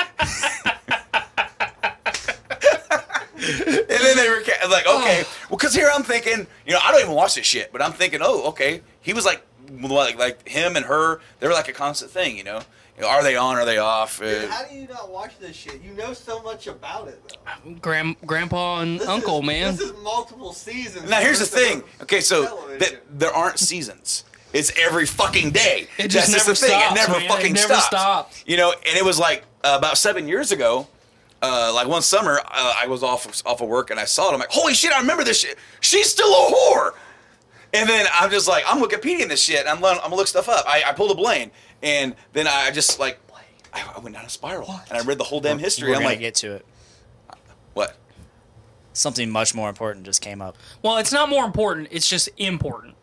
[SPEAKER 2] <laughs> and then they were like, "Okay, well, because here I'm thinking, you know, I don't even watch this shit, but I'm thinking, oh, okay, he was like, like, like him and her, they were like a constant thing, you know." You know, Are they on? Are they off?
[SPEAKER 7] Dude,
[SPEAKER 2] Uh,
[SPEAKER 7] how do you not watch this shit? You know so much about it, though.
[SPEAKER 3] Grand, grandpa and
[SPEAKER 7] This
[SPEAKER 3] uncle,
[SPEAKER 7] is,
[SPEAKER 3] man.
[SPEAKER 7] This is multiple seasons.
[SPEAKER 2] Now here's the
[SPEAKER 7] worth
[SPEAKER 2] thing. <laughs>
[SPEAKER 7] of-
[SPEAKER 2] Okay, so
[SPEAKER 7] television.
[SPEAKER 2] that there aren't seasons. It's every fucking day.
[SPEAKER 3] It just
[SPEAKER 2] That's
[SPEAKER 3] never
[SPEAKER 2] the thing.
[SPEAKER 3] stops,
[SPEAKER 2] it never
[SPEAKER 3] man. It
[SPEAKER 2] fucking
[SPEAKER 3] never
[SPEAKER 2] stops.
[SPEAKER 3] stops.
[SPEAKER 2] You know, and it was like uh, about seven years ago. Uh, like one summer, uh, I was off off of work and I saw it. I'm like, holy shit, I remember this shit. She's still a whore. And then I'm just like, I'm Wikipediaing this shit. And I'm learn- I'm gonna look stuff up. I, I pulled a Blaine, and then I just like, I, I went down a spiral and I read the whole damn history.
[SPEAKER 10] We're
[SPEAKER 2] I'm
[SPEAKER 10] gonna
[SPEAKER 2] like,
[SPEAKER 10] get to it.
[SPEAKER 2] what?
[SPEAKER 10] Something much more important just came up.
[SPEAKER 3] well, it's not more important. It's just important.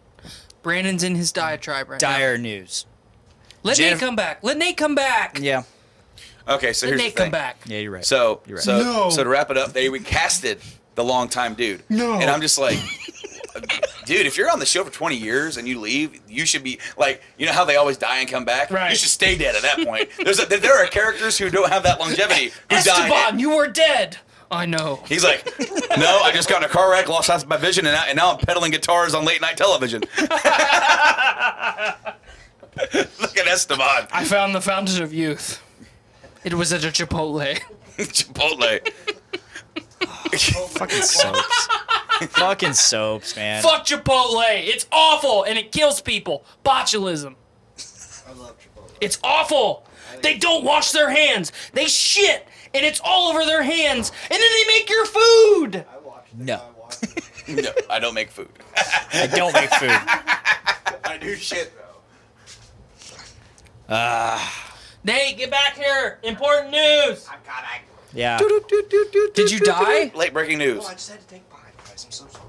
[SPEAKER 3] Brandon's in his diatribe right now.
[SPEAKER 10] Dire news.
[SPEAKER 3] Let
[SPEAKER 10] Jennifer-
[SPEAKER 3] Nate come back. Let Nate come back.
[SPEAKER 10] Yeah.
[SPEAKER 2] Okay, so
[SPEAKER 3] Let
[SPEAKER 2] here's
[SPEAKER 3] Nate
[SPEAKER 2] the thing.
[SPEAKER 3] come back.
[SPEAKER 10] Yeah, you're right.
[SPEAKER 2] So,
[SPEAKER 10] You're right.
[SPEAKER 2] so,
[SPEAKER 3] No.
[SPEAKER 2] so to wrap it up, they recasted the longtime dude.
[SPEAKER 3] No.
[SPEAKER 2] And I'm just like,
[SPEAKER 3] <laughs>
[SPEAKER 2] dude, if you're on the show for 20 years and you leave, you should be like, you know how they always die and come back?
[SPEAKER 3] Right.
[SPEAKER 2] You should stay dead at that point. There's a, there are characters who don't have that longevity who die.
[SPEAKER 3] Esteban, you were dead. I know.
[SPEAKER 2] He's like, no, I just got in a car wreck, lost half my vision, and, I, and now I'm peddling guitars on late night television. <laughs> Look at Esteban.
[SPEAKER 3] I found the fountain of youth. It was at a Chipotle.
[SPEAKER 2] <laughs>
[SPEAKER 10] <laughs>
[SPEAKER 2] Chipotle.
[SPEAKER 10] Oh, Fucking <laughs> soaps. Fucking soaps, man.
[SPEAKER 3] <laughs> Fuck Chipotle. It's awful and it kills people. Botulism.
[SPEAKER 7] I love Chipotle.
[SPEAKER 3] It's awful. They don't wash their hands. They shit and it's all over their hands. And then they make your food.
[SPEAKER 7] I watched it.
[SPEAKER 10] No.
[SPEAKER 7] I watched it.
[SPEAKER 2] <laughs> No, I don't make food.
[SPEAKER 10] I don't make food.
[SPEAKER 7] I do shit though.
[SPEAKER 3] Nate, get back here. Important news.
[SPEAKER 7] I got angry.
[SPEAKER 10] Yeah.
[SPEAKER 3] Did you die?
[SPEAKER 2] Late breaking news.
[SPEAKER 7] Well, I just had to take mine, guys. I'm so sorry.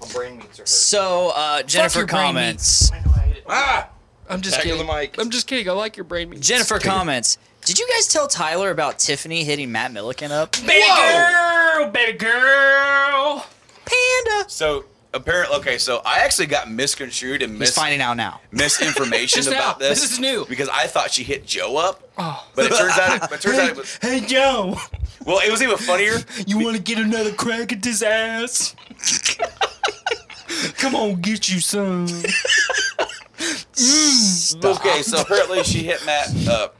[SPEAKER 7] My brain meats are hurt.
[SPEAKER 10] So uh, Jennifer
[SPEAKER 3] your brain
[SPEAKER 10] comments.
[SPEAKER 7] I know I hate it.
[SPEAKER 3] I'm just
[SPEAKER 4] Back to
[SPEAKER 3] kidding.
[SPEAKER 4] the mic.
[SPEAKER 3] I'm just kidding. I like your brain meat.
[SPEAKER 10] Jennifer comments. Did you guys tell Tyler about Tiffany hitting Matt Milliken up?
[SPEAKER 3] Baby girl, baby girl.
[SPEAKER 10] Panda.
[SPEAKER 2] So apparently, okay. So I actually got misconstrued and
[SPEAKER 10] He's
[SPEAKER 2] mis-
[SPEAKER 10] finding out now.
[SPEAKER 2] misinformation
[SPEAKER 3] <laughs> Just
[SPEAKER 2] about
[SPEAKER 3] now.
[SPEAKER 2] this.
[SPEAKER 3] This is new.
[SPEAKER 2] because I thought she hit Joe up,
[SPEAKER 3] Oh.
[SPEAKER 2] but it turns out, it, but it turns out
[SPEAKER 3] <laughs>
[SPEAKER 2] it was.
[SPEAKER 3] Hey, Joe,
[SPEAKER 2] Well, it was even funnier.
[SPEAKER 3] you want to get another crack at this
[SPEAKER 4] <laughs>
[SPEAKER 3] ass? Come on, get you some.
[SPEAKER 2] Okay, so apparently she hit Matt up.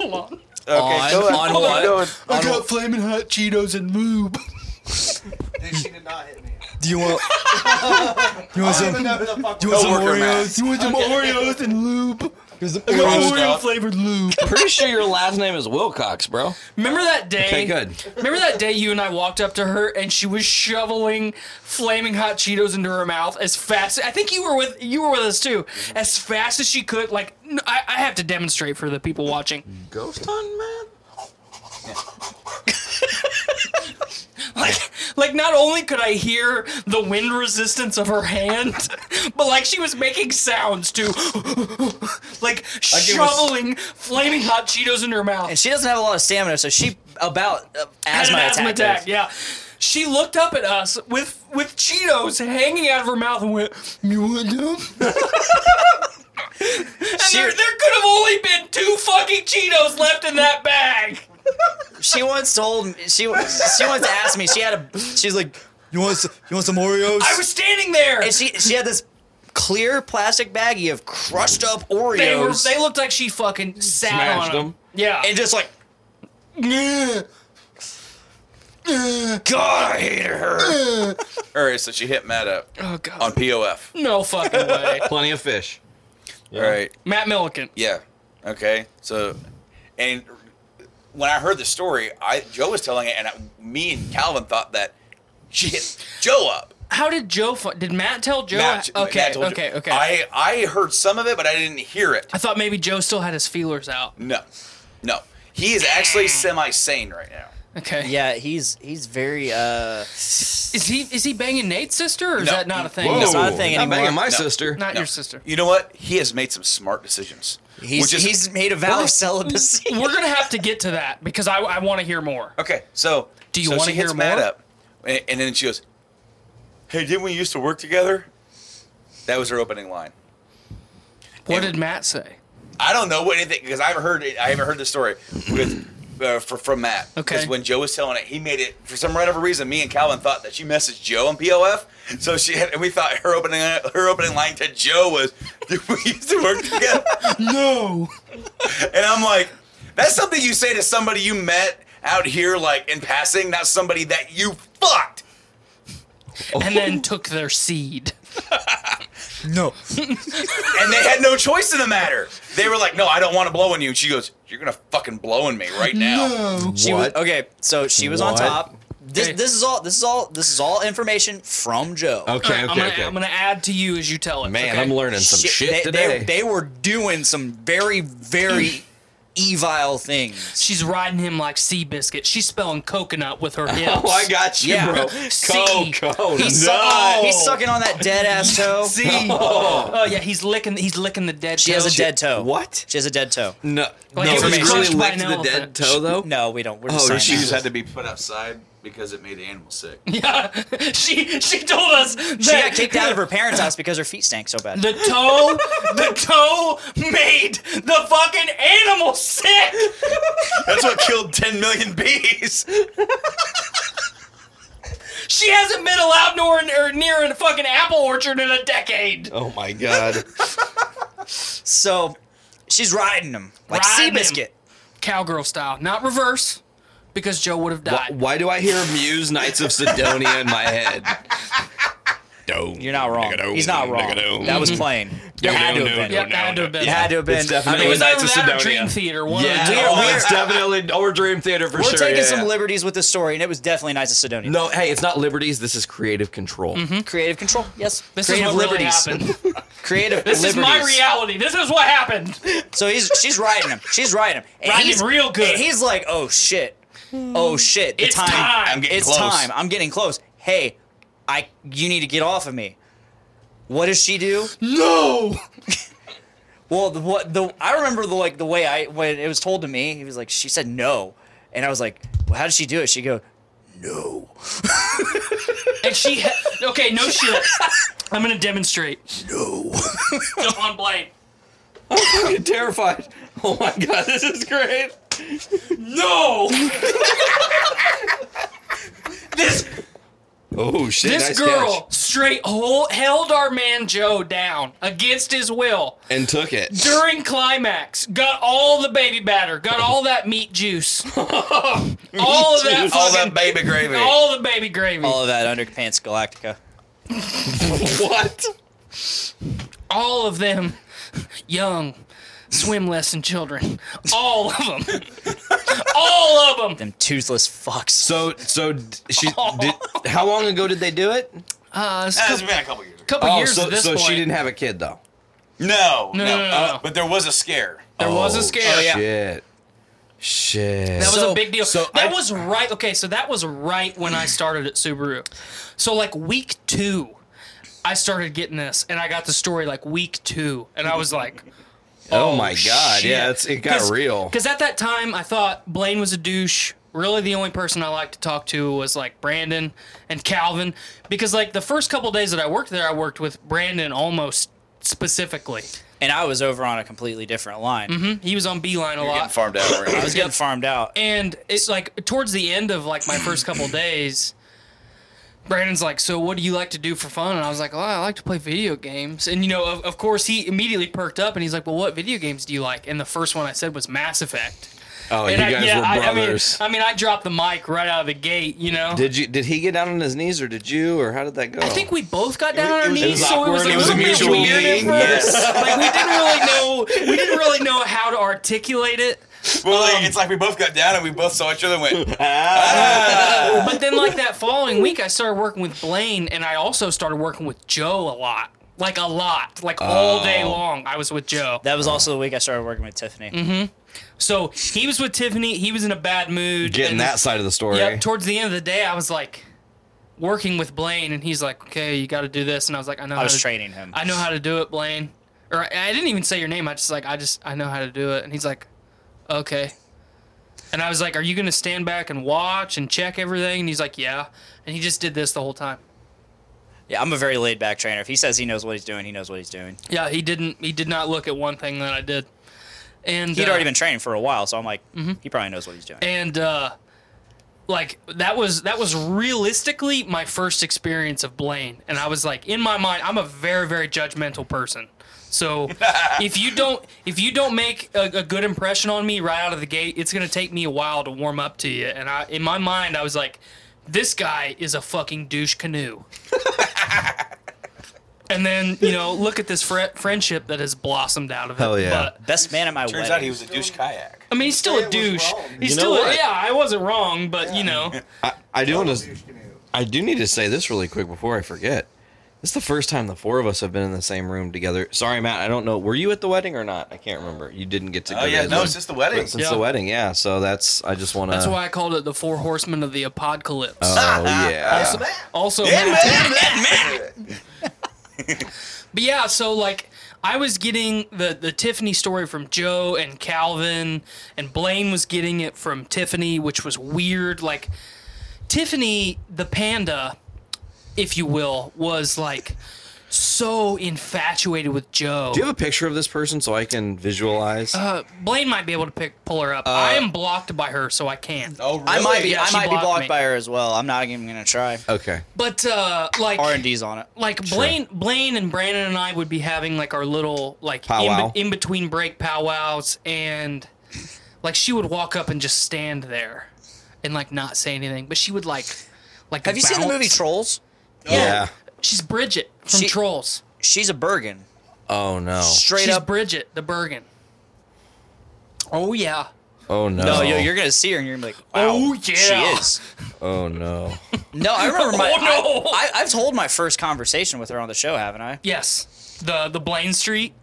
[SPEAKER 3] Hold on.
[SPEAKER 2] Okay,
[SPEAKER 10] On-
[SPEAKER 2] go ahead.
[SPEAKER 10] on
[SPEAKER 2] Keep
[SPEAKER 10] what?
[SPEAKER 2] going.
[SPEAKER 3] I got flaming hot Cheetos and lube.
[SPEAKER 7] Dude, she did not hit me.
[SPEAKER 4] Do you want?
[SPEAKER 7] You want some? Know who the fuck was-
[SPEAKER 2] Don't work her, Matt.
[SPEAKER 3] You want some Oreos and lube? Oreo flavored lube.
[SPEAKER 4] <laughs> Pretty sure your last name is Wilcox, bro.
[SPEAKER 3] <laughs> Remember that day?
[SPEAKER 4] Okay, good.
[SPEAKER 3] Remember that day you and I walked up to her and she was shoveling flaming hot Cheetos into her mouth as fast. I think you were with you were with us too, as fast as she could. Like n- I, I have to demonstrate for the people watching.
[SPEAKER 4] Ghost on man.
[SPEAKER 3] <laughs> Like Like, not only could I hear the wind resistance of her hand, <laughs> but like she was making sounds too, <laughs> like shoveling flaming hot Cheetos in her mouth.
[SPEAKER 10] And she doesn't have a lot of stamina, so she about uh,
[SPEAKER 3] Had an
[SPEAKER 10] asthma,
[SPEAKER 3] asthma
[SPEAKER 10] attack.
[SPEAKER 3] attack. Yeah. She looked up at us with with Cheetos hanging out of her mouth and went, "You want them?" and there, there could have only been two fucking Cheetos left in that bag.
[SPEAKER 10] She once told me she she once asked me. She had a she's like, you want s- you want some Oreos?
[SPEAKER 3] I was standing there,
[SPEAKER 10] and she she had this clear plastic baggie of crushed up Oreos.
[SPEAKER 3] They were they looked like she fucking sat
[SPEAKER 10] Smashed
[SPEAKER 3] on them.
[SPEAKER 10] them.
[SPEAKER 3] Yeah,
[SPEAKER 10] and just like,
[SPEAKER 2] God, I hate her. All right, so she hit Matt up
[SPEAKER 3] Oh, God.
[SPEAKER 2] on
[SPEAKER 3] <laughs>
[SPEAKER 2] POF.
[SPEAKER 3] no fucking way.
[SPEAKER 4] Plenty of fish.
[SPEAKER 2] All right.
[SPEAKER 3] Matt Milliken.
[SPEAKER 2] Yeah. Okay. So, and when I heard the story, I Joe was telling it, and I, me and Calvin thought that she hit Joe up.
[SPEAKER 3] How did Joe? Fu- did Matt tell Joe?
[SPEAKER 2] Matt-
[SPEAKER 3] okay,
[SPEAKER 2] Matt told
[SPEAKER 3] okay,
[SPEAKER 2] Joe.
[SPEAKER 3] okay.
[SPEAKER 2] I I heard some of it, but I didn't hear it.
[SPEAKER 3] I thought maybe Joe still had his feelers out.
[SPEAKER 2] No, no. He is actually semi-sane right now.
[SPEAKER 3] Okay.
[SPEAKER 10] Yeah, he's he's very uh.
[SPEAKER 3] Is he is he banging Nate's sister, or is
[SPEAKER 2] No.
[SPEAKER 3] that not a thing?
[SPEAKER 2] Whoa. That's not a thing
[SPEAKER 4] Not
[SPEAKER 2] anymore.
[SPEAKER 4] banging my
[SPEAKER 2] No.
[SPEAKER 4] sister.
[SPEAKER 3] Not
[SPEAKER 2] No.
[SPEAKER 3] your sister.
[SPEAKER 2] You know what? He has made some smart decisions.
[SPEAKER 10] He's-
[SPEAKER 2] which is-
[SPEAKER 10] he's made a vow of
[SPEAKER 2] We're-
[SPEAKER 10] celibacy.
[SPEAKER 3] We're gonna have to get to that because I, I want to hear more.
[SPEAKER 2] Okay, so
[SPEAKER 3] Do you
[SPEAKER 2] so
[SPEAKER 3] wanna
[SPEAKER 2] she hits
[SPEAKER 3] hear
[SPEAKER 2] Matt
[SPEAKER 3] more?
[SPEAKER 2] up, and, and then she goes, "Hey, didn't we used to work together?" That was her opening line.
[SPEAKER 3] What did Matt say?
[SPEAKER 2] I don't know what anything because I've heard it. I haven't heard the story with uh, for, from Matt.
[SPEAKER 3] Okay.
[SPEAKER 2] Because when Joe was telling it, he made it for some whatever reason. Me and Calvin thought that she messaged Joe on POF, so she had, and we thought her opening her opening line to Joe was, "Did we used to work together?"
[SPEAKER 3] no.
[SPEAKER 2] And I'm like, that's something you say to somebody you met out here, like in passing, not somebody that you fucked.
[SPEAKER 3] And then took their seed.
[SPEAKER 2] No. and they had no choice in the matter. They were like, no, I don't want to blow on you. And she goes, you're going to fucking blow on me right now.
[SPEAKER 10] She was, okay, so she was on
[SPEAKER 2] What?
[SPEAKER 10] top. This this is all this is all this is all information from Joe.
[SPEAKER 3] Alright, I'm gonna, I'm gonna add to you as you tell it. okay?
[SPEAKER 10] they, They, they were doing some very very evil things.
[SPEAKER 3] She's riding him like sea biscuit. She's spelling coconut
[SPEAKER 10] <laughs>
[SPEAKER 3] with her hips.
[SPEAKER 10] Oh, I got you, bro.
[SPEAKER 3] See?
[SPEAKER 10] Coconut.
[SPEAKER 3] He's,
[SPEAKER 10] No. He's sucking on that
[SPEAKER 3] <laughs>
[SPEAKER 10] dead ass toe.
[SPEAKER 3] Oh, See?
[SPEAKER 10] Oh.
[SPEAKER 3] Oh. yeah, he's licking. He's licking the dead.
[SPEAKER 10] She
[SPEAKER 3] toe.
[SPEAKER 10] has a dead toe. What? She has a dead toe.
[SPEAKER 4] No,
[SPEAKER 3] Like no, it was crushed
[SPEAKER 10] information.
[SPEAKER 3] by an elephant.
[SPEAKER 10] No, we don't. We're
[SPEAKER 2] oh,
[SPEAKER 10] just
[SPEAKER 2] she
[SPEAKER 10] scientists.
[SPEAKER 2] just had to be put outside because it made the animal sick.
[SPEAKER 3] Yeah, <laughs> she she told us that
[SPEAKER 10] She got kicked out of her parents' house because her feet stank so bad.
[SPEAKER 3] The toe, the toe made the fucking animal sick.
[SPEAKER 2] That's what killed 10 million bees.
[SPEAKER 3] She hasn't been allowed nor or near a fucking apple orchard in a decade.
[SPEAKER 4] Oh my god.
[SPEAKER 10] so she's riding him like
[SPEAKER 3] Riding him.
[SPEAKER 10] Seabiscuit.
[SPEAKER 3] Cowgirl style, not reverse, because Joe would have
[SPEAKER 4] Why,
[SPEAKER 3] died.
[SPEAKER 4] why do I hear Muse Knights of Sidonia in my
[SPEAKER 10] <laughs>
[SPEAKER 4] head?
[SPEAKER 10] You're not wrong. He's not wrong. That was plain.
[SPEAKER 4] There
[SPEAKER 10] had to have been.
[SPEAKER 3] Yeah, had to have been.
[SPEAKER 10] It had to have been.
[SPEAKER 4] It's definitely
[SPEAKER 10] I mean,
[SPEAKER 4] was Knights of
[SPEAKER 3] That or
[SPEAKER 4] Sidonia.
[SPEAKER 3] Dream Theater. One
[SPEAKER 4] yeah,
[SPEAKER 3] of the two.
[SPEAKER 4] oh, it's definitely or Dream Theater for
[SPEAKER 10] we're
[SPEAKER 4] sure.
[SPEAKER 10] taking
[SPEAKER 4] yeah,
[SPEAKER 10] some
[SPEAKER 4] yeah.
[SPEAKER 10] liberties with this story, and it was definitely Knights of Sidonia.
[SPEAKER 4] No, hey, it's not liberties. This is creative control.
[SPEAKER 10] Creative control. Yes.
[SPEAKER 3] Mm-hmm. This is
[SPEAKER 10] Creative
[SPEAKER 3] what really
[SPEAKER 10] liberties.
[SPEAKER 3] happened. <laughs>
[SPEAKER 10] Creative
[SPEAKER 3] This is my
[SPEAKER 10] liberties.
[SPEAKER 3] reality. This is what happened.
[SPEAKER 10] So he's she's riding him. She's riding him. And
[SPEAKER 3] Riding
[SPEAKER 10] he's
[SPEAKER 3] him real good.
[SPEAKER 10] and he's like, oh shit, oh shit. The
[SPEAKER 3] It's
[SPEAKER 10] time.
[SPEAKER 3] time. I'm
[SPEAKER 2] getting
[SPEAKER 10] it's
[SPEAKER 2] close.
[SPEAKER 10] time. I'm getting close. Hey, I you need to get off of me. What does she do?
[SPEAKER 3] No.
[SPEAKER 10] <laughs> well, the, what the I remember the like the way I when it was told to me, he was like, she said no, and I was like, well, how did she do it? She go, no.
[SPEAKER 3] And she, ha- okay, no <laughs> shit. I'm gonna demonstrate. No. <laughs> Jump on blade.
[SPEAKER 4] I'm fucking
[SPEAKER 10] <laughs>
[SPEAKER 4] terrified. Oh my god, this is great.
[SPEAKER 3] No. this
[SPEAKER 4] Oh shit,
[SPEAKER 3] this
[SPEAKER 4] nice
[SPEAKER 3] girl
[SPEAKER 4] catch.
[SPEAKER 3] straight hol- held our man Joe down against his will
[SPEAKER 4] and took it.
[SPEAKER 3] during climax. Got all the baby batter. Got all that meat
[SPEAKER 4] <laughs>
[SPEAKER 3] juice. all of that.
[SPEAKER 10] juice. All that
[SPEAKER 3] fucking-
[SPEAKER 10] baby gravy.
[SPEAKER 3] All the baby gravy.
[SPEAKER 10] All of that
[SPEAKER 3] <laughs>
[SPEAKER 10] underpants Galactica.
[SPEAKER 4] what?
[SPEAKER 3] All of them, young, swim lesson children. All of
[SPEAKER 4] <laughs>
[SPEAKER 3] them. all of them.
[SPEAKER 10] Them toothless fucks.
[SPEAKER 4] So so d- she
[SPEAKER 10] <laughs> Oh.
[SPEAKER 4] did, how long ago did they do it?
[SPEAKER 3] Uh, it's
[SPEAKER 2] That's been a couple years.
[SPEAKER 3] couple
[SPEAKER 4] oh,
[SPEAKER 3] years
[SPEAKER 4] so,
[SPEAKER 3] at this
[SPEAKER 4] so she
[SPEAKER 3] point.
[SPEAKER 4] didn't have a kid though.
[SPEAKER 2] No,
[SPEAKER 3] No,
[SPEAKER 2] no.
[SPEAKER 3] no, no, no.
[SPEAKER 2] Uh, but there was a scare.
[SPEAKER 3] There was a
[SPEAKER 4] Oh,
[SPEAKER 3] scare.
[SPEAKER 4] Shit. Shit.
[SPEAKER 3] That was a big deal. that was right. Okay, so that was right when I started at Subaru. So like week two, I started getting this, and I got the story like week two, and I was like,
[SPEAKER 4] Oh, my god! Yeah, it's, it got real.
[SPEAKER 3] Because at that time, I thought Blaine was a douche. Really, the only person I liked to talk to was like Brandon and Calvin. Because, like, the first couple days that I worked there, I worked with Brandon almost specifically.
[SPEAKER 10] And I was over on a completely different line.
[SPEAKER 3] hmm He was on Beeline a
[SPEAKER 10] You're
[SPEAKER 3] lot.
[SPEAKER 10] getting farmed out, weren't you? I was getting farmed out.
[SPEAKER 3] And it's like towards the end of like my first couple days, Brandon's like, "So what do you like to do for fun?" And I was like, "Well, I like to play video games." And you know, of, of course, he immediately perked up and he's like, "Well, what video games do you like?" And the first one I said was Mass Effect.
[SPEAKER 4] Oh,
[SPEAKER 3] and
[SPEAKER 4] you
[SPEAKER 3] I,
[SPEAKER 4] guys
[SPEAKER 3] yeah,
[SPEAKER 4] were
[SPEAKER 3] I-
[SPEAKER 4] brothers.
[SPEAKER 3] I, mean, I mean, I dropped the mic right out of the gate. You know,
[SPEAKER 4] Did you? Did he get down on his knees, or did you, or how did that go?
[SPEAKER 3] I think we both got down on our
[SPEAKER 4] was- it
[SPEAKER 3] knees,
[SPEAKER 4] was
[SPEAKER 3] so it was
[SPEAKER 4] awkward,
[SPEAKER 3] a
[SPEAKER 4] it was a
[SPEAKER 3] little bit
[SPEAKER 4] mutual
[SPEAKER 3] weird at
[SPEAKER 4] meeting,
[SPEAKER 3] first.
[SPEAKER 4] yes.
[SPEAKER 3] Like we didn't really know, we didn't really know how to articulate it.
[SPEAKER 2] Well,
[SPEAKER 3] Um,
[SPEAKER 2] like, it's like we both got down and we both saw each other and went,
[SPEAKER 3] but then like that following week I started working with Blaine and I also started working with Joe a lot. Like a lot. Like all day
[SPEAKER 10] Oh.
[SPEAKER 3] long I was with Joe.
[SPEAKER 10] That was also the week I started working with Tiffany.
[SPEAKER 3] Mhm. So he was with Tiffany, he was in a bad mood.
[SPEAKER 4] Getting
[SPEAKER 3] and-
[SPEAKER 4] that side of the story.
[SPEAKER 3] Yeah, towards the end of the day I was like working with Blaine and he's like, "Okay, you got to do this." And I was like, "I know."
[SPEAKER 10] I
[SPEAKER 3] how
[SPEAKER 10] was
[SPEAKER 3] to,
[SPEAKER 10] training him.
[SPEAKER 3] I know how to do it, Blaine. Or I, I didn't even say your name. I just like I just I know how to do it. And he's like, okay. And I was like, are you gonna stand back and watch and check everything? And he's like, yeah. And he just did this the whole time.
[SPEAKER 10] Yeah, I'm a very laid back trainer. If he says he knows what he's doing, he knows what he's doing.
[SPEAKER 3] Yeah, he didn't. He did not look at one thing that I did. And
[SPEAKER 10] He'd
[SPEAKER 3] uh,
[SPEAKER 10] already been training for a while, so I'm like,
[SPEAKER 3] Mhm.
[SPEAKER 10] he probably knows what he's doing.
[SPEAKER 3] and uh like that was that was realistically my first experience of Blaine and I was like in my mind I'm a very very judgmental person so if you don't if you don't make a, a good impression on me right out of the gate it's going to take me a while to warm up to you and I in my mind I was like this guy is a fucking douche canoe and then you know look at this fri friendship that has blossomed out of it but
[SPEAKER 10] Best man at my
[SPEAKER 2] Turns
[SPEAKER 10] wedding.
[SPEAKER 2] out he was a douche kayak.
[SPEAKER 3] I mean, he's still a douche. He's
[SPEAKER 4] You know
[SPEAKER 3] still, a,
[SPEAKER 4] what?
[SPEAKER 3] yeah, I wasn't wrong, but you know,
[SPEAKER 4] I, I do want to. I do need to say this really quick before I forget. This is the first time the four of us have been in the same room together. Sorry, Matt. I don't know. Were you at the wedding or not? I can't remember. You didn't get to.
[SPEAKER 2] Oh,
[SPEAKER 4] go
[SPEAKER 2] yeah,
[SPEAKER 4] to
[SPEAKER 2] no, it's just the wedding.
[SPEAKER 4] But Since
[SPEAKER 3] Yeah.
[SPEAKER 4] the wedding, yeah. So that's. I just want to.
[SPEAKER 3] that's why I called it the Four Horsemen of the Apocalypse. <laughs>
[SPEAKER 4] Oh yeah.
[SPEAKER 3] Also, also Matt. but yeah, so like I was getting the the Tiffany story from Joe and Calvin, and Blaine was getting it from Tiffany, which was weird. Like Tiffany, the panda, if you will, was like so infatuated with Joe.
[SPEAKER 4] Do you have a picture of this person so I can visualize?
[SPEAKER 3] Uh, Blaine might be able to pick pull her up.
[SPEAKER 10] Uh,
[SPEAKER 3] I am blocked by her, so I can't. Oh,
[SPEAKER 10] I might be.
[SPEAKER 3] Yeah,
[SPEAKER 10] I
[SPEAKER 3] she
[SPEAKER 10] might be blocked
[SPEAKER 3] me.
[SPEAKER 10] by her as well. I'm not even gonna try.
[SPEAKER 4] Okay.
[SPEAKER 3] But uh, like
[SPEAKER 10] R and D's on it.
[SPEAKER 3] like Blaine, Blaine and Brandon and I would be having like our little like
[SPEAKER 10] Powwow.
[SPEAKER 3] in, in between break powwows, and like she would walk up and just stand there and like not say anything, but she would like like.
[SPEAKER 10] Have you seen the
[SPEAKER 3] bounce.
[SPEAKER 10] movie Trolls?
[SPEAKER 3] Yeah. she's Bridget from
[SPEAKER 10] She-
[SPEAKER 3] Trolls.
[SPEAKER 10] She's a Bergen.
[SPEAKER 4] Oh no.
[SPEAKER 10] Straight
[SPEAKER 3] She's
[SPEAKER 10] up.
[SPEAKER 3] Bridget the Bergen. Oh yeah.
[SPEAKER 4] Oh no.
[SPEAKER 10] No, yo, you're gonna see her and you're gonna be like, wow,
[SPEAKER 3] Oh, yeah.
[SPEAKER 10] she is.
[SPEAKER 4] Oh no.
[SPEAKER 10] No,
[SPEAKER 3] <laughs>
[SPEAKER 10] I remember my.
[SPEAKER 3] Oh, no.
[SPEAKER 10] I, I, I've told my first conversation with her on the show, haven't I?
[SPEAKER 3] Yes. The the Blaine Street.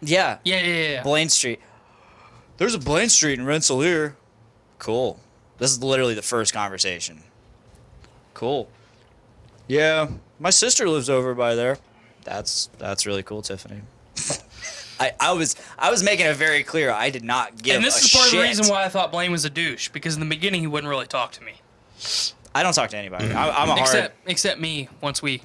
[SPEAKER 10] Yeah.
[SPEAKER 3] Yeah, yeah, yeah.
[SPEAKER 10] Blaine Street. There's a Blaine Street in Rensselaer. Cool. This is literally the first conversation. Cool. Yeah, my sister lives over by there. That's that's really cool, Tiffany. <laughs> I, I was I was making it very clear I did not give.
[SPEAKER 3] and this
[SPEAKER 10] a
[SPEAKER 3] is part of the
[SPEAKER 10] shit.
[SPEAKER 3] reason why I thought Blaine was a douche because in the beginning he wouldn't really talk to me.
[SPEAKER 10] I don't talk to anybody. I, I'm a hard.
[SPEAKER 3] except except me once we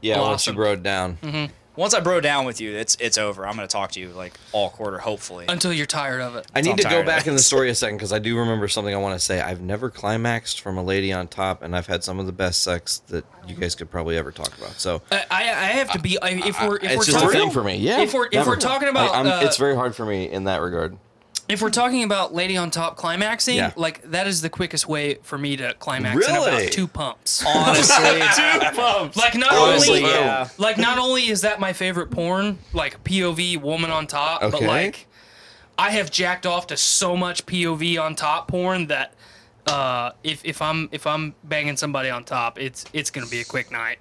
[SPEAKER 4] Yeah. Once you
[SPEAKER 3] Blossom.
[SPEAKER 4] broed down.
[SPEAKER 3] mhm.
[SPEAKER 10] Once I bro down with you, it's it's over. I'm gonna talk to you like all quarter, hopefully.
[SPEAKER 3] until you're tired of it.
[SPEAKER 4] I need to
[SPEAKER 10] tired
[SPEAKER 4] go
[SPEAKER 10] of
[SPEAKER 4] back
[SPEAKER 10] it.
[SPEAKER 4] in the
[SPEAKER 10] <laughs>
[SPEAKER 4] story a second because I do remember something I want to say. I've never climaxed from a lady on top, and I've had some of the best sex that you guys could probably ever talk about. So
[SPEAKER 3] I, I I have to be I- if we're if
[SPEAKER 4] it's
[SPEAKER 3] we're
[SPEAKER 4] just
[SPEAKER 3] talking
[SPEAKER 4] a thing for me. Yeah.
[SPEAKER 3] If we're if
[SPEAKER 4] never.
[SPEAKER 3] we're talking about
[SPEAKER 4] Like, I'm-
[SPEAKER 3] uh,
[SPEAKER 4] it's very hard for me in that regard.
[SPEAKER 3] if we're talking about Lady on Top climaxing,
[SPEAKER 4] Yeah.
[SPEAKER 3] like that is the quickest way for me to climax in
[SPEAKER 4] Really?
[SPEAKER 3] about two pumps.
[SPEAKER 10] Honestly.
[SPEAKER 3] <laughs> two pumps. Like not
[SPEAKER 10] Honestly,
[SPEAKER 3] only
[SPEAKER 4] oh,
[SPEAKER 10] yeah.
[SPEAKER 3] like not only is that my favorite porn, like POV woman on top, but
[SPEAKER 4] Okay.
[SPEAKER 3] like I have jacked off to so much POV on top porn that uh, if if I'm if I'm banging somebody on top, it's it's gonna be a quick night.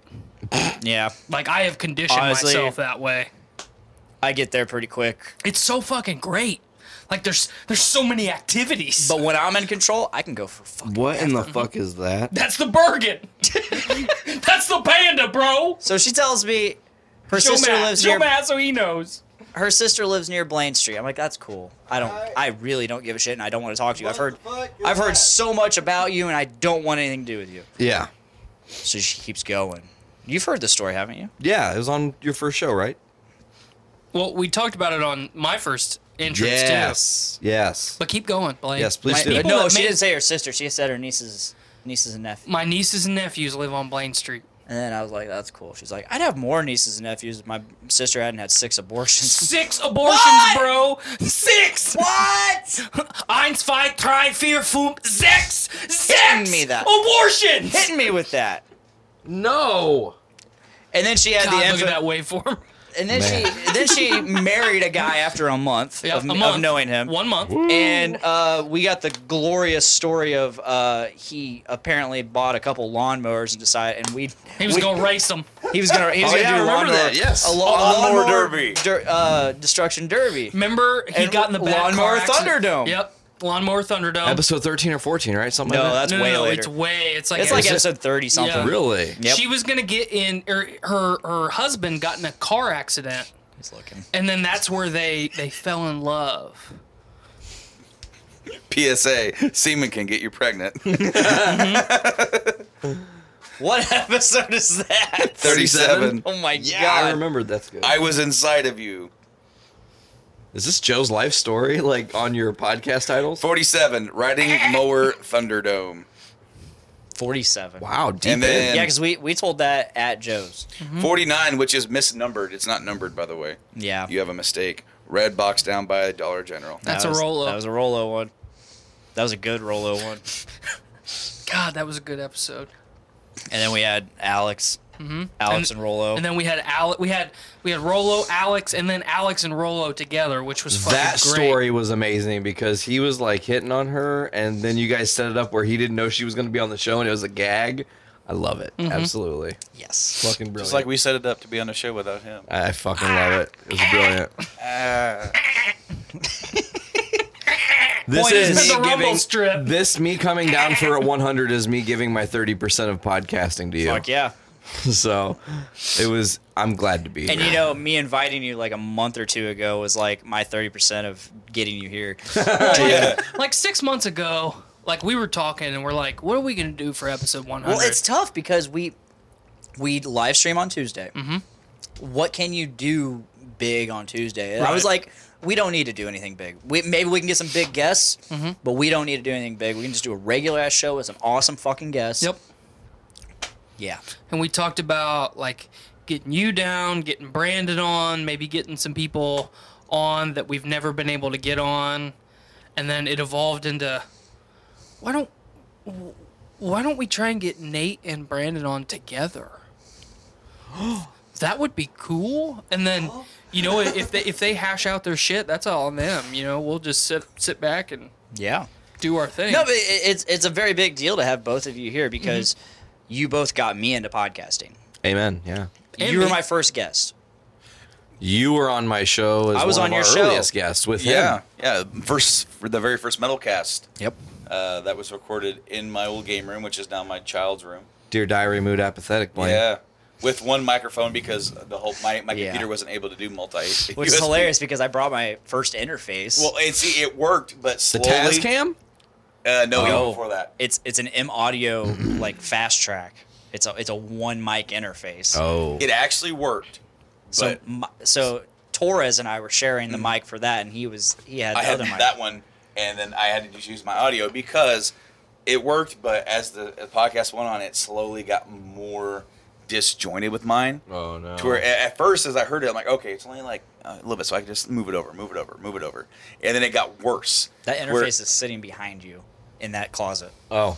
[SPEAKER 10] Yeah,
[SPEAKER 3] Like I have conditioned
[SPEAKER 10] Honestly,
[SPEAKER 3] myself that way.
[SPEAKER 10] I get there pretty quick.
[SPEAKER 3] It's so fucking great. Like there's there's so many activities.
[SPEAKER 10] But when I'm in control, I can go for fuck.
[SPEAKER 4] What in the fuck is that?
[SPEAKER 3] That's the Bergen. <laughs> That's the panda, bro.
[SPEAKER 10] So she tells me her
[SPEAKER 3] Show
[SPEAKER 10] sister
[SPEAKER 3] Matt-
[SPEAKER 10] lives
[SPEAKER 3] show
[SPEAKER 10] near.
[SPEAKER 3] Matt so he knows.
[SPEAKER 10] Her sister lives near Blaine Street. I'm like, that's cool. I don't. I really don't give a shit, and I don't want to talk to you. I've heard. I've heard so much about you, and I don't want anything to do with you.
[SPEAKER 4] Yeah.
[SPEAKER 10] So she keeps going. You've heard the story, haven't you?
[SPEAKER 4] Yeah, it was on your first show, right?
[SPEAKER 3] Well, we talked about it on my first entrance
[SPEAKER 4] Yes. Yes.
[SPEAKER 3] too. But keep going, Blaine.
[SPEAKER 4] Yes, please
[SPEAKER 3] My
[SPEAKER 4] do.
[SPEAKER 3] people
[SPEAKER 10] no,
[SPEAKER 3] that
[SPEAKER 10] she
[SPEAKER 3] made-
[SPEAKER 10] didn't say her sister. She said her nieces, nieces and nephews.
[SPEAKER 3] My nieces and nephews live on Blaine Street.
[SPEAKER 10] And then I was like, that's cool. She's like, I'd have more nieces and nephews if my sister hadn't had six abortions. <laughs>
[SPEAKER 3] Six abortions, bro. Six.
[SPEAKER 10] What?
[SPEAKER 3] Eins, zwei, drei, vier, fünf, sechs.
[SPEAKER 10] Hitting
[SPEAKER 3] Six.
[SPEAKER 10] me that.
[SPEAKER 3] Abortions.
[SPEAKER 10] Hitting me with that.
[SPEAKER 3] No.
[SPEAKER 10] And then she had
[SPEAKER 3] God,
[SPEAKER 10] the
[SPEAKER 3] look
[SPEAKER 10] infamous.
[SPEAKER 3] at that
[SPEAKER 10] <laughs>
[SPEAKER 3] waveform.
[SPEAKER 10] And then she then she married a guy after a month,
[SPEAKER 3] Yeah,
[SPEAKER 10] of,
[SPEAKER 3] a
[SPEAKER 10] of
[SPEAKER 3] month.
[SPEAKER 10] knowing him.
[SPEAKER 3] One month.
[SPEAKER 10] And uh, we got the glorious story of uh, he apparently bought a couple lawnmowers and decided, and we
[SPEAKER 3] He was
[SPEAKER 10] we-
[SPEAKER 3] gonna race them.
[SPEAKER 10] he was gonna he was
[SPEAKER 4] Oh,
[SPEAKER 10] gonna
[SPEAKER 4] yeah, I
[SPEAKER 10] do a
[SPEAKER 4] remember
[SPEAKER 10] lawnmower
[SPEAKER 4] that, yes.
[SPEAKER 10] a,
[SPEAKER 4] A
[SPEAKER 10] lawnmower,
[SPEAKER 4] lawnmower
[SPEAKER 10] derby uh, destruction derby.
[SPEAKER 3] Remember, he
[SPEAKER 10] And
[SPEAKER 3] got in the bad
[SPEAKER 10] Lawnmower
[SPEAKER 3] car accident.
[SPEAKER 10] Thunderdome.
[SPEAKER 3] Yep. Lawnmower Thunderdome.
[SPEAKER 4] Episode 13 or 14, right? Something
[SPEAKER 10] No,
[SPEAKER 4] like that.
[SPEAKER 10] that's
[SPEAKER 3] no, uh, no,
[SPEAKER 10] way
[SPEAKER 3] no,
[SPEAKER 10] later.
[SPEAKER 3] It's way. It's like
[SPEAKER 10] It's like
[SPEAKER 4] Is it-
[SPEAKER 10] episode thirty something.
[SPEAKER 3] Yeah.
[SPEAKER 4] Really?
[SPEAKER 10] Yep.
[SPEAKER 3] She was gonna get in. Er, her her husband got in a car accident,
[SPEAKER 10] He's looking.
[SPEAKER 3] and then that's where they they fell in love.
[SPEAKER 2] PSA: Semen can get you pregnant. <laughs>
[SPEAKER 10] What <laughs> episode is that?
[SPEAKER 2] 37.
[SPEAKER 10] Oh my
[SPEAKER 4] Yeah, I
[SPEAKER 10] god!
[SPEAKER 4] remembered. That's good.
[SPEAKER 2] I was inside of you.
[SPEAKER 4] Is this Joe's life story, like on your podcast titles?
[SPEAKER 2] 47. Riding mower Thunderdome.
[SPEAKER 10] Forty-seven.
[SPEAKER 4] Wow, deep
[SPEAKER 2] And then-
[SPEAKER 4] in.
[SPEAKER 10] Yeah, because we we told that at Joe's.
[SPEAKER 2] mm-hmm. 49, which is misnumbered. It's not numbered, by the way.
[SPEAKER 10] Yeah.
[SPEAKER 2] You have a mistake. Red box down by Dollar General.
[SPEAKER 3] That's
[SPEAKER 10] That
[SPEAKER 3] a
[SPEAKER 10] was-
[SPEAKER 3] roll
[SPEAKER 10] That
[SPEAKER 3] up.
[SPEAKER 10] was a Rolo one. That was a good Rolo one.
[SPEAKER 3] God, that was a good episode.
[SPEAKER 10] And then we had Alex, Alex and, Rolo.
[SPEAKER 3] Mm-hmm. And then we had Alec. We had we had Rolo, Alex, and then Alex and Rolo together, which was fucking
[SPEAKER 4] That
[SPEAKER 3] great.
[SPEAKER 4] story was amazing because he was like hitting on her, and then you guys set it up where he didn't know she was going to be on the show, and it was a gag. I love it.
[SPEAKER 10] Mm-hmm.
[SPEAKER 4] Absolutely.
[SPEAKER 10] yes.
[SPEAKER 4] Fucking brilliant.
[SPEAKER 2] Just like we set it up to be on the show without him.
[SPEAKER 4] I fucking love it. It was brilliant. this
[SPEAKER 10] Point is-
[SPEAKER 4] is
[SPEAKER 3] The
[SPEAKER 4] me
[SPEAKER 3] rumble
[SPEAKER 4] giving.
[SPEAKER 3] strip.
[SPEAKER 4] This me coming down for a 100 is me giving my 30% of podcasting to you.
[SPEAKER 10] Fuck yeah.
[SPEAKER 4] So it was. I'm glad to be here.
[SPEAKER 10] And you know, me inviting you like a month or two ago was like my thirty percent of getting you
[SPEAKER 3] <laughs>
[SPEAKER 10] here.
[SPEAKER 3] like six months ago, like we were talking and we're like, what are we gonna do for episode 100?
[SPEAKER 10] Well, it's tough because we we live stream on Tuesday. Mm-hmm. What can you do big on Tuesday? And I was
[SPEAKER 3] Right.
[SPEAKER 10] like, we don't need to do anything big. We, maybe we can get some big guests,
[SPEAKER 3] Mm-hmm.
[SPEAKER 10] but we don't need to do anything big. We can just do a regular ass show with some awesome fucking guests.
[SPEAKER 3] yep.
[SPEAKER 10] Yeah.
[SPEAKER 3] And we talked about like getting you down, getting Brandon on, maybe getting some people on that we've never been able to get on, and then it evolved into why don't why don't we try and get Nate and Brandon on
[SPEAKER 10] <gasps>
[SPEAKER 3] together? that would be cool. And then you know if they if they hash out their shit, that's all on them. You know we'll just sit sit back and
[SPEAKER 10] Yeah.
[SPEAKER 3] do our thing.
[SPEAKER 10] No, but it, it's it's a very big deal to have both of you here because
[SPEAKER 2] Mm-hmm.
[SPEAKER 10] you both got me into podcasting.
[SPEAKER 4] Amen. Yeah.
[SPEAKER 3] And
[SPEAKER 10] you were
[SPEAKER 3] me.
[SPEAKER 10] my first guest.
[SPEAKER 4] You were on my show. As
[SPEAKER 10] I was
[SPEAKER 4] one
[SPEAKER 10] on
[SPEAKER 4] of
[SPEAKER 10] your
[SPEAKER 4] our
[SPEAKER 10] show.
[SPEAKER 4] earliest guests with
[SPEAKER 2] Yeah.
[SPEAKER 4] him.
[SPEAKER 2] Yeah. First, for the very first metal cast
[SPEAKER 10] Yep.
[SPEAKER 2] uh, that was recorded in my old game room, which is now my child's room.
[SPEAKER 4] Dear Diary, mood apathetic. Blaine.
[SPEAKER 2] Yeah. With one microphone because the whole my, my
[SPEAKER 10] Yeah.
[SPEAKER 2] computer wasn't able to do multi.
[SPEAKER 10] Which is hilarious because I brought my first interface.
[SPEAKER 2] Well, and see, it worked, but
[SPEAKER 4] The
[SPEAKER 2] slowly.
[SPEAKER 4] Tascam.
[SPEAKER 2] Uh, no, even
[SPEAKER 10] No.
[SPEAKER 2] before that.
[SPEAKER 10] It's it's an M audio like fast track. It's a it's a one mic interface.
[SPEAKER 4] Oh.
[SPEAKER 2] It actually worked.
[SPEAKER 10] so
[SPEAKER 2] but- Mm-hmm.
[SPEAKER 10] mi- so Torres and I were sharing the mic for that, and he was he had the
[SPEAKER 2] I had
[SPEAKER 10] other mic.
[SPEAKER 2] that one, and then I had to just use my audio because it worked. But as the as podcast went on, it slowly got more disjointed with mine.
[SPEAKER 4] Oh no.
[SPEAKER 2] To where a- at first, as I heard it, I'm like, okay, it's only like a little bit, so I can just move it over, move it over, move it over, and then it got worse.
[SPEAKER 10] That
[SPEAKER 2] where-
[SPEAKER 10] interface is sitting behind you in that closet.
[SPEAKER 4] Oh.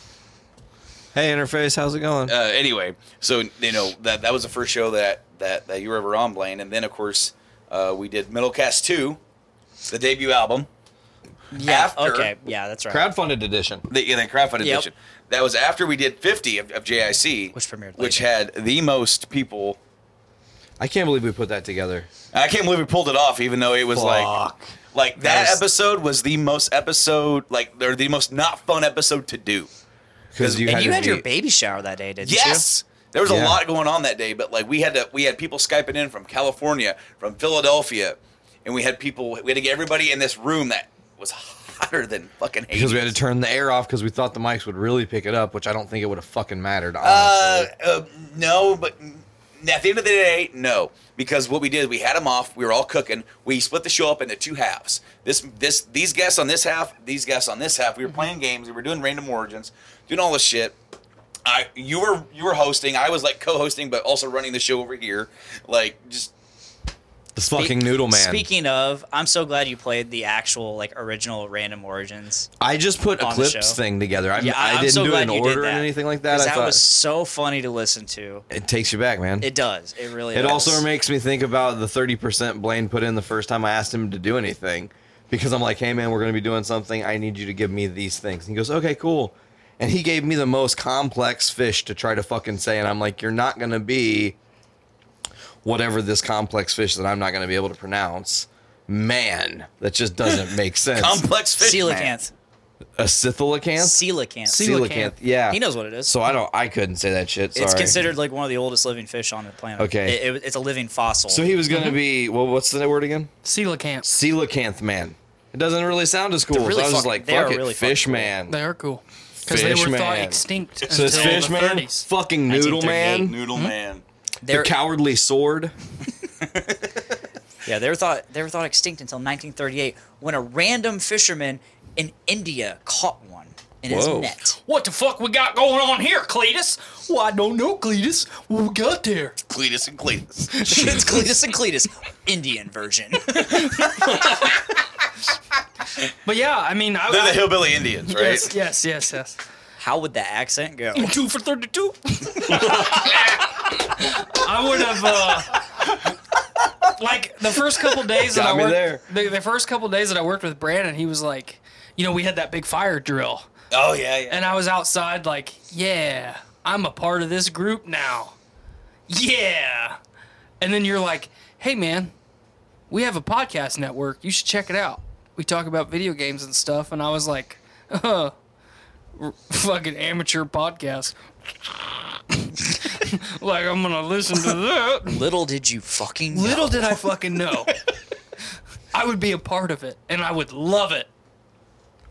[SPEAKER 4] Hey, interface, how's it going?
[SPEAKER 2] uh, anyway, so you know that that was the first show that that that you were ever on, Blaine, and then of course uh, we did Middlecast Two, the debut album.
[SPEAKER 10] Yeah.
[SPEAKER 2] After-
[SPEAKER 10] Okay. Yeah, that's right.
[SPEAKER 4] Crowdfunded edition.
[SPEAKER 2] the, yeah, the crowdfunded
[SPEAKER 10] Yep.
[SPEAKER 2] edition. That was after we did 50 of, of JIC,
[SPEAKER 10] Which premiered
[SPEAKER 2] which had
[SPEAKER 10] later.
[SPEAKER 2] the most people.
[SPEAKER 4] I can't believe we put that together.
[SPEAKER 2] I can't believe we pulled it off, even though it was like Like that
[SPEAKER 9] That was-
[SPEAKER 2] episode was the most episode, like or the most not fun episode to do.
[SPEAKER 4] Because
[SPEAKER 10] and you had your baby shower that day, didn't you?
[SPEAKER 2] Yes. There was a
[SPEAKER 10] Yeah.
[SPEAKER 2] lot going on that day, but like we had to, we had people skyping in from California, from Philadelphia, and we had people. We had to get everybody in this room that was <laughs> hotter than fucking.
[SPEAKER 4] Because we had to turn the air off because we thought the mics would really pick it up, which I don't think it would have fucking mattered.
[SPEAKER 2] Uh, uh, no, but at the end of the day, no, because what we did, we had them off. We were all cooking. We split the show up into two halves. This, this, these guests on this half, these guests on this half. We were playing games. We were doing random origins, doing all this shit. I, you were, you were hosting. I was like co-hosting, but also running the show over here. Like just
[SPEAKER 4] This fucking noodle man.
[SPEAKER 10] Speaking of, I'm so glad you played the actual like original Random Origins.
[SPEAKER 4] I just put a
[SPEAKER 10] on the
[SPEAKER 4] clips
[SPEAKER 10] show.
[SPEAKER 4] thing together. I,
[SPEAKER 10] Yeah,
[SPEAKER 4] I
[SPEAKER 10] I'm
[SPEAKER 4] didn't
[SPEAKER 10] so
[SPEAKER 4] do it
[SPEAKER 10] glad
[SPEAKER 4] in
[SPEAKER 10] you did
[SPEAKER 4] order or
[SPEAKER 10] that.
[SPEAKER 4] anything like
[SPEAKER 10] 'Cause
[SPEAKER 4] that. I
[SPEAKER 10] that
[SPEAKER 4] thought
[SPEAKER 10] was so funny to listen to.
[SPEAKER 4] it takes you back, man.
[SPEAKER 10] It does. It really.
[SPEAKER 4] It
[SPEAKER 10] does.
[SPEAKER 4] also makes me think about the 30% Blaine put in the first time I asked him to do anything because I'm like, hey, man, we're going to be doing something. I need you to give me these things. And he goes, okay, cool. And he gave me the most complex fish to try to fucking say. And I'm like, you're not going to be whatever this complex fish that I'm not going to be able to pronounce. Man, that just
[SPEAKER 10] <laughs>
[SPEAKER 4] doesn't make sense.
[SPEAKER 2] complex fish. man.
[SPEAKER 10] coelacanth.
[SPEAKER 4] A scythilicanth?
[SPEAKER 10] Coelacanth.
[SPEAKER 4] Coelacanth, yeah.
[SPEAKER 10] He knows what it is.
[SPEAKER 4] So I don't, I couldn't say that shit. Sorry.
[SPEAKER 10] It's considered like one of the oldest living fish on the planet.
[SPEAKER 4] Okay.
[SPEAKER 10] It- it- it's a living fossil.
[SPEAKER 4] So he was
[SPEAKER 10] Mm-hmm.
[SPEAKER 4] going to be, well, what's the word again?
[SPEAKER 3] Coelacanth.
[SPEAKER 4] Coelacanth man. It doesn't really sound as cool.
[SPEAKER 3] They're really
[SPEAKER 4] so I was just
[SPEAKER 3] fuck-
[SPEAKER 4] like,
[SPEAKER 3] they are
[SPEAKER 4] fuck it,
[SPEAKER 3] really fucking
[SPEAKER 4] fish man.
[SPEAKER 3] They are cool. Because they were
[SPEAKER 4] Fish
[SPEAKER 3] thought
[SPEAKER 4] man.
[SPEAKER 3] extinct
[SPEAKER 4] So
[SPEAKER 3] until
[SPEAKER 4] it's fish
[SPEAKER 3] the
[SPEAKER 4] man,
[SPEAKER 3] 30s.
[SPEAKER 4] fucking noodle man,
[SPEAKER 2] noodle man,
[SPEAKER 4] the
[SPEAKER 10] They're-
[SPEAKER 4] cowardly sword.
[SPEAKER 10] Yeah, they were thought they were thought extinct until 1938 when a random fisherman in India caught one in his
[SPEAKER 3] Whoa.
[SPEAKER 10] net.
[SPEAKER 4] <laughs>
[SPEAKER 3] What the fuck we got going on here, Cletus? Well, I don't know, Cletus. What we got there?
[SPEAKER 2] Cletus and Cletus.
[SPEAKER 10] <laughs> it's Cletus and Cletus, Indian version.
[SPEAKER 3] But yeah, I mean, I,
[SPEAKER 2] They're the
[SPEAKER 3] I-
[SPEAKER 2] hillbilly Indians,
[SPEAKER 3] <laughs>
[SPEAKER 2] right?
[SPEAKER 3] Yes, yes, yes, yes.
[SPEAKER 10] How would the accent go?
[SPEAKER 3] Two for thirty-two. <laughs> I would have. Uh, like the first couple days that
[SPEAKER 4] Got
[SPEAKER 3] I
[SPEAKER 4] me
[SPEAKER 3] worked,
[SPEAKER 4] there.
[SPEAKER 3] The, the first couple days that I worked with Brandon, he was like, you know, we had that big fire drill.
[SPEAKER 2] Oh yeah, yeah.
[SPEAKER 3] And I was outside, like, yeah, I'm a part of this group now. Yeah. And then you're like, hey, man, we have a podcast network. You should check it out. We talk about video games and stuff. And I was like, uh, r- <laughs> fucking amateur podcast. <laughs> like, I'm going to listen to that.
[SPEAKER 10] Little did you fucking
[SPEAKER 3] <laughs>
[SPEAKER 10] know.
[SPEAKER 3] Little did I fucking know. <laughs> I would be a part of it and I would love it.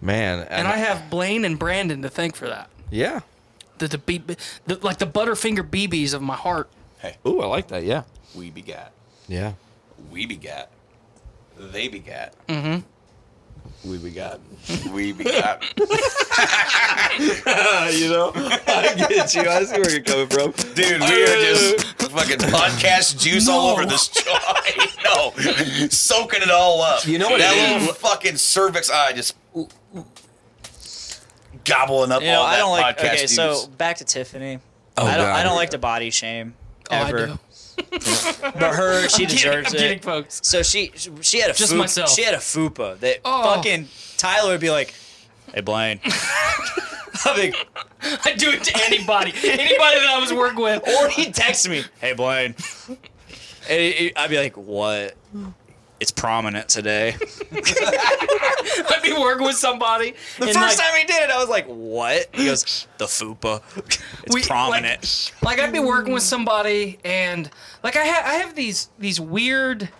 [SPEAKER 4] Man,
[SPEAKER 3] And I have Blaine and Brandon to thank for that.
[SPEAKER 4] yeah.
[SPEAKER 3] the the, B, the like the Butterfinger BBs of my heart.
[SPEAKER 2] Hey,
[SPEAKER 4] Ooh, I like that. Yeah,
[SPEAKER 2] we begat,
[SPEAKER 4] yeah. <laughs>
[SPEAKER 2] we begat, they begat,
[SPEAKER 3] Mm-hmm.
[SPEAKER 2] Mm-hmm.
[SPEAKER 4] We begat.
[SPEAKER 2] we begat.
[SPEAKER 4] you know, I get you. I see where you're coming from,
[SPEAKER 2] <laughs> Dude, we are just fucking podcast juice all over this joint. <laughs> no, soaking it all up.
[SPEAKER 4] You know what
[SPEAKER 2] That
[SPEAKER 4] it is?
[SPEAKER 2] little fucking cervix eye just gobbling up
[SPEAKER 10] You know,
[SPEAKER 2] all that
[SPEAKER 10] I don't like.
[SPEAKER 2] podcast
[SPEAKER 10] Okay,
[SPEAKER 2] juice.
[SPEAKER 10] so back to Tiffany.
[SPEAKER 4] Oh,
[SPEAKER 10] I
[SPEAKER 4] God,
[SPEAKER 10] don't. I
[SPEAKER 4] here
[SPEAKER 10] don't
[SPEAKER 4] we
[SPEAKER 10] like to body shame
[SPEAKER 3] Oh, I
[SPEAKER 10] ever. <laughs>
[SPEAKER 3] do.
[SPEAKER 10] but
[SPEAKER 3] <laughs>
[SPEAKER 10] her, she
[SPEAKER 3] I'm kidding,
[SPEAKER 10] deserves
[SPEAKER 3] I'm kidding,
[SPEAKER 10] it. So she, she had a
[SPEAKER 3] Just
[SPEAKER 10] foop-
[SPEAKER 3] myself.
[SPEAKER 10] She had a fupa that
[SPEAKER 3] Oh.
[SPEAKER 10] fucking Tyler would be like, "Hey,
[SPEAKER 3] <laughs>
[SPEAKER 10] Blaine." I'm like,
[SPEAKER 3] <laughs> I do it to anybody, anybody that I was working with.
[SPEAKER 10] <laughs> or he'd text me, "Hey, Blaine," and
[SPEAKER 3] <laughs>
[SPEAKER 10] he- he- I'd be like, "What?" It's
[SPEAKER 2] <laughs>
[SPEAKER 10] prominent today.
[SPEAKER 3] I'd be working with somebody.
[SPEAKER 10] The
[SPEAKER 3] and, like,
[SPEAKER 10] first time he did it, I was like, "What?" He goes, "The fupa. <laughs> It's
[SPEAKER 3] We-
[SPEAKER 10] prominent."
[SPEAKER 3] like I'd be working with somebody, and like I have, I have these these weird.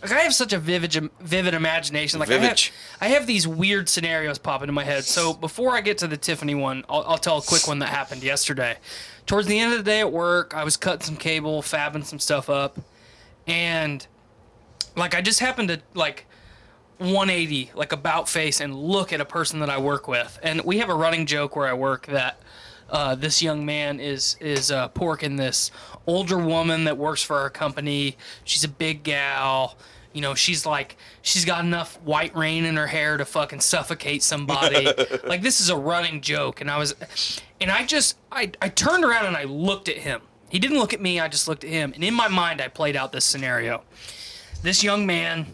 [SPEAKER 3] Like I have such a vivid, vivid imagination. Like I have,
[SPEAKER 2] Vivid.
[SPEAKER 3] I have these weird scenarios pop into my head. So before I get to the Tiffany one, I'll, I'll tell a quick one that happened yesterday. Towards the end of the day at work, I was cutting some cable, fabbing some stuff up, and like I just happened to like 180 like about face and look at a person that I work with. And we have a running joke where I work that uh, this young man is is uh, porking this older woman that works for our company. She's a big gal. You know, she's like she's got enough white rain in her hair to fucking suffocate somebody. like this is a running joke and I was and I just I I turned around and I looked at him. He didn't look at me, I just looked at him. And in my mind I played out this scenario. This young man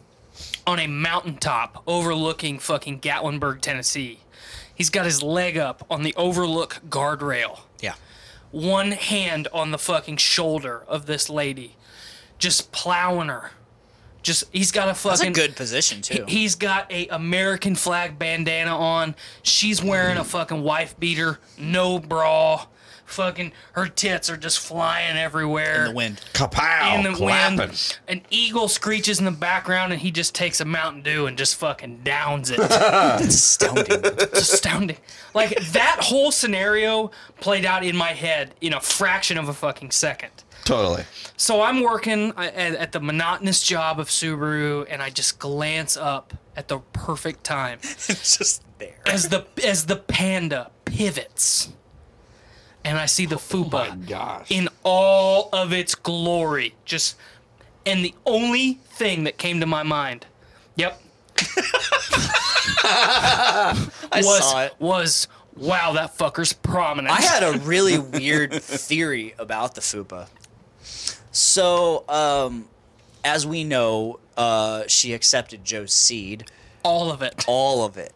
[SPEAKER 3] on a mountaintop overlooking fucking Gatlinburg, Tennessee. He's got his leg up on the overlook guardrail.
[SPEAKER 10] Yeah.
[SPEAKER 3] One hand on the fucking shoulder of this lady, just plowing her, Just he's got a
[SPEAKER 10] That's
[SPEAKER 3] fucking
[SPEAKER 10] a good position too.
[SPEAKER 3] he- He's got a American flag bandana on. She's wearing a fucking wife beater, no bra. Fucking her tits are just flying everywhere
[SPEAKER 10] in the wind.
[SPEAKER 3] Kapow! In the
[SPEAKER 10] clapping.
[SPEAKER 3] wind, an eagle screeches in the background, and he just takes a Mountain Dew and just fucking downs it.
[SPEAKER 10] That's astounding.
[SPEAKER 3] It's astounding. Like that whole scenario played out in my head in a fraction of a fucking second.
[SPEAKER 9] Totally.
[SPEAKER 3] So I'm working uh, at, at the monotonous job of Subaru, and I just glance up at the perfect time.
[SPEAKER 10] <laughs> it's just there.
[SPEAKER 3] As the as the panda pivots, and I see the
[SPEAKER 10] Oh
[SPEAKER 3] fupa in all of its glory. Just and the only thing that came to my mind, yep,
[SPEAKER 10] I
[SPEAKER 3] was
[SPEAKER 10] saw it.
[SPEAKER 3] was wow that fucker's prominent.
[SPEAKER 10] I had a really weird theory about the fupa. So, um, as we know, uh, she accepted Joe's seed.
[SPEAKER 3] All of it.
[SPEAKER 10] All of it.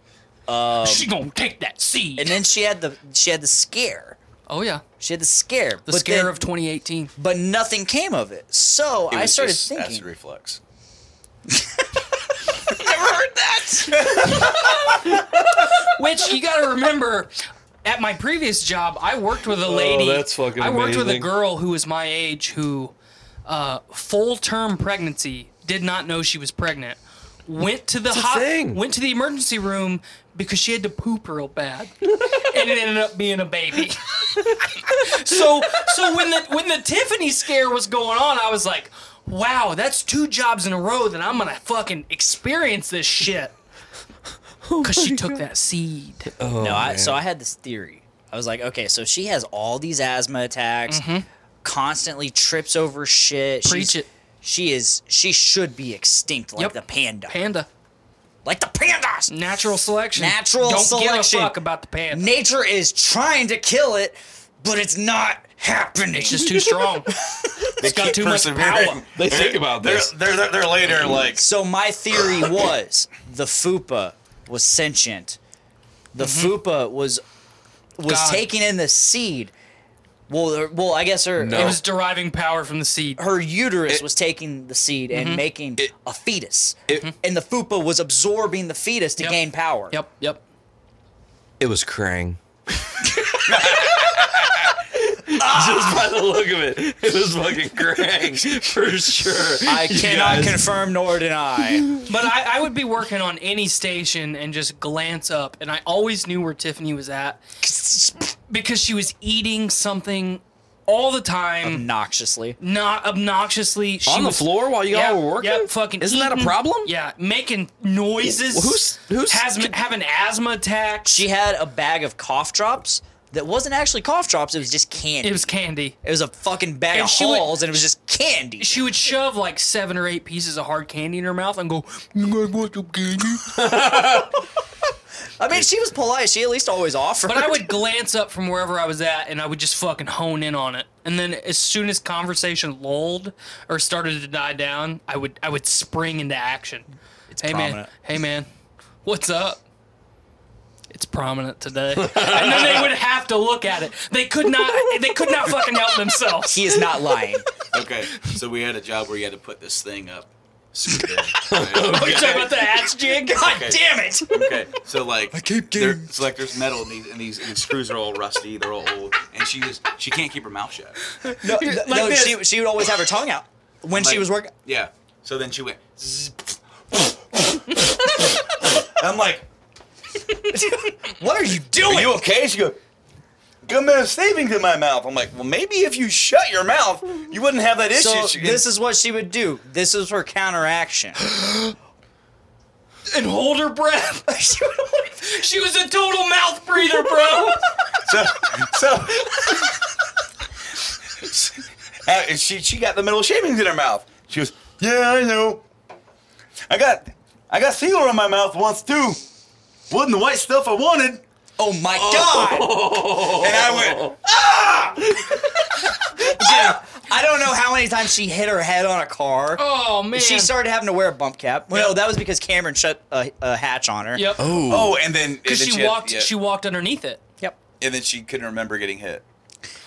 [SPEAKER 10] Um,
[SPEAKER 3] she gonna take that seed.
[SPEAKER 10] And then she had the she had the scare.
[SPEAKER 3] Oh yeah.
[SPEAKER 10] She had the scare.
[SPEAKER 3] The scare of 2018.
[SPEAKER 10] But nothing came of it. So
[SPEAKER 2] It
[SPEAKER 10] I
[SPEAKER 2] was
[SPEAKER 10] started
[SPEAKER 2] just
[SPEAKER 10] thinking.
[SPEAKER 2] acid reflux.
[SPEAKER 3] Which you got to remember, at my previous job, I worked with a
[SPEAKER 5] Oh,
[SPEAKER 3] lady.
[SPEAKER 5] that's fucking
[SPEAKER 3] I worked with a
[SPEAKER 5] amazing.
[SPEAKER 3] girl who was my age who, uh, full term pregnancy, did not know she was pregnant. Went to the
[SPEAKER 5] It's a
[SPEAKER 3] hot,
[SPEAKER 5] thing.
[SPEAKER 3] went to the emergency room because she had to poop real
[SPEAKER 5] <laughs>
[SPEAKER 3] bad, and it ended up being a baby. <laughs> so so when the when the Tiffany scare was going on, I was like, wow, that's two jobs in a row that I'm gonna fucking experience this shit.
[SPEAKER 5] <laughs> Oh
[SPEAKER 3] Because she took that seed.
[SPEAKER 10] no, I, so I had this theory. I was like, okay, so she has all these asthma attacks,
[SPEAKER 3] Mhm.
[SPEAKER 10] constantly trips over shit.
[SPEAKER 3] Preach
[SPEAKER 10] She's,
[SPEAKER 3] it.
[SPEAKER 10] She is. She should be extinct, like the panda.
[SPEAKER 3] Panda.
[SPEAKER 10] Like the pandas.
[SPEAKER 3] Natural selection.
[SPEAKER 10] Natural
[SPEAKER 3] Don't
[SPEAKER 10] selection.
[SPEAKER 3] give a fuck about the panda.
[SPEAKER 10] Nature is trying to kill it, but it's not happening.
[SPEAKER 3] It's just too
[SPEAKER 10] <laughs>
[SPEAKER 3] strong.
[SPEAKER 10] it's got
[SPEAKER 2] Keep persevering. They're- They're, they're, they're later like
[SPEAKER 10] So my theory was the fupa was sentient. The fupa was was
[SPEAKER 3] Mm-hmm. God.
[SPEAKER 10] taking in the seed. Well, her- well, I guess her
[SPEAKER 3] It was deriving power from the seed.
[SPEAKER 10] her uterus was taking the seed and
[SPEAKER 3] Mhm.
[SPEAKER 10] making a fetus, and the fupa was absorbing the fetus to gain power.
[SPEAKER 3] Mm-hmm. Yep, yep.
[SPEAKER 4] It was Krang.
[SPEAKER 5] Just by the look of it, it was fucking crank for sure.
[SPEAKER 10] I
[SPEAKER 5] You
[SPEAKER 10] cannot
[SPEAKER 5] guys-
[SPEAKER 10] confirm nor
[SPEAKER 3] <laughs>
[SPEAKER 10] deny.
[SPEAKER 3] But I, I would be working on any station and just glance up, and I always knew where Tiffany was at because she was eating something all the time.
[SPEAKER 10] Obnoxiously.
[SPEAKER 3] Not obnoxiously. She
[SPEAKER 4] On the
[SPEAKER 3] was-
[SPEAKER 4] floor while y'all
[SPEAKER 3] Yeah,
[SPEAKER 4] were working?
[SPEAKER 3] yeah, fucking.
[SPEAKER 4] Isn't that a
[SPEAKER 3] eating-
[SPEAKER 4] problem?
[SPEAKER 3] Yeah, making noises.
[SPEAKER 4] Well, who's- who's-
[SPEAKER 3] has having asthma attack?
[SPEAKER 10] She had a bag of cough drops that wasn't actually cough drops. It was just candy.
[SPEAKER 3] It was candy.
[SPEAKER 10] It was a fucking bag
[SPEAKER 3] And
[SPEAKER 10] of
[SPEAKER 3] she would-
[SPEAKER 10] halls, and it was just candy.
[SPEAKER 3] She would shove like seven or eight pieces of hard candy in her mouth and go, "You guys want some candy?"
[SPEAKER 10] I mean, she was polite. She at least always offered.
[SPEAKER 3] But I would glance up from wherever I was at and I would just fucking hone in on it. And then as soon as conversation lulled or started to die down, I would I would spring into action. It's hey man,
[SPEAKER 10] prominent.
[SPEAKER 3] hey man, what's up? It's prominent today. and then they would have to look at it. They could not they could not fucking help themselves.
[SPEAKER 10] <laughs> He is not lying.
[SPEAKER 2] okay. So we had a job where you had to put this thing up. Screwed in.
[SPEAKER 10] <laughs>
[SPEAKER 3] Are you talking about the axe jig? <laughs> God
[SPEAKER 2] Okay.
[SPEAKER 3] damn it.
[SPEAKER 2] Okay, so like I keep getting so like there's metal and these and these and the screws are all rusty, they're all old, and she just she can't keep her mouth shut.
[SPEAKER 10] No,
[SPEAKER 3] You're <laughs>
[SPEAKER 10] th-
[SPEAKER 3] like
[SPEAKER 10] no,
[SPEAKER 3] this.
[SPEAKER 10] she, she would always have her tongue out when she
[SPEAKER 2] Like-
[SPEAKER 10] was working.
[SPEAKER 2] Yeah. So then she went. <laughs> zzz, I'm like,
[SPEAKER 10] What are you doing?
[SPEAKER 2] are you okay? She goes, good amount of savings in my mouth. I'm like, well, maybe if you shut your mouth, you wouldn't have that issue.
[SPEAKER 10] so
[SPEAKER 2] She-
[SPEAKER 10] this is what she would do. This is her counteraction.
[SPEAKER 3] <laughs>
[SPEAKER 10] <gasps>
[SPEAKER 3] And hold her breath. <laughs> she, would hold- she was a total mouth breather, <laughs> bro.
[SPEAKER 2] so, <laughs> so <laughs> Uh, and she she got the metal shavings in her mouth. She goes, "Yeah, I know. I got I got sealer in my mouth once too. Wasn't the white stuff I wanted." Oh.
[SPEAKER 10] Oh my god!
[SPEAKER 2] And I went,
[SPEAKER 10] I don't know how many times she hit her head on a car.
[SPEAKER 3] Oh man.
[SPEAKER 10] She started having to wear a bump cap. Well,
[SPEAKER 3] Yep.
[SPEAKER 10] that was because Cameron shut a, a hatch on her.
[SPEAKER 3] Yep.
[SPEAKER 2] "Oh!" And then and
[SPEAKER 3] Because
[SPEAKER 2] then
[SPEAKER 3] she,
[SPEAKER 2] had-
[SPEAKER 3] walked
[SPEAKER 2] yeah.
[SPEAKER 3] she walked underneath it.
[SPEAKER 10] Yep.
[SPEAKER 2] and then she couldn't remember getting hit.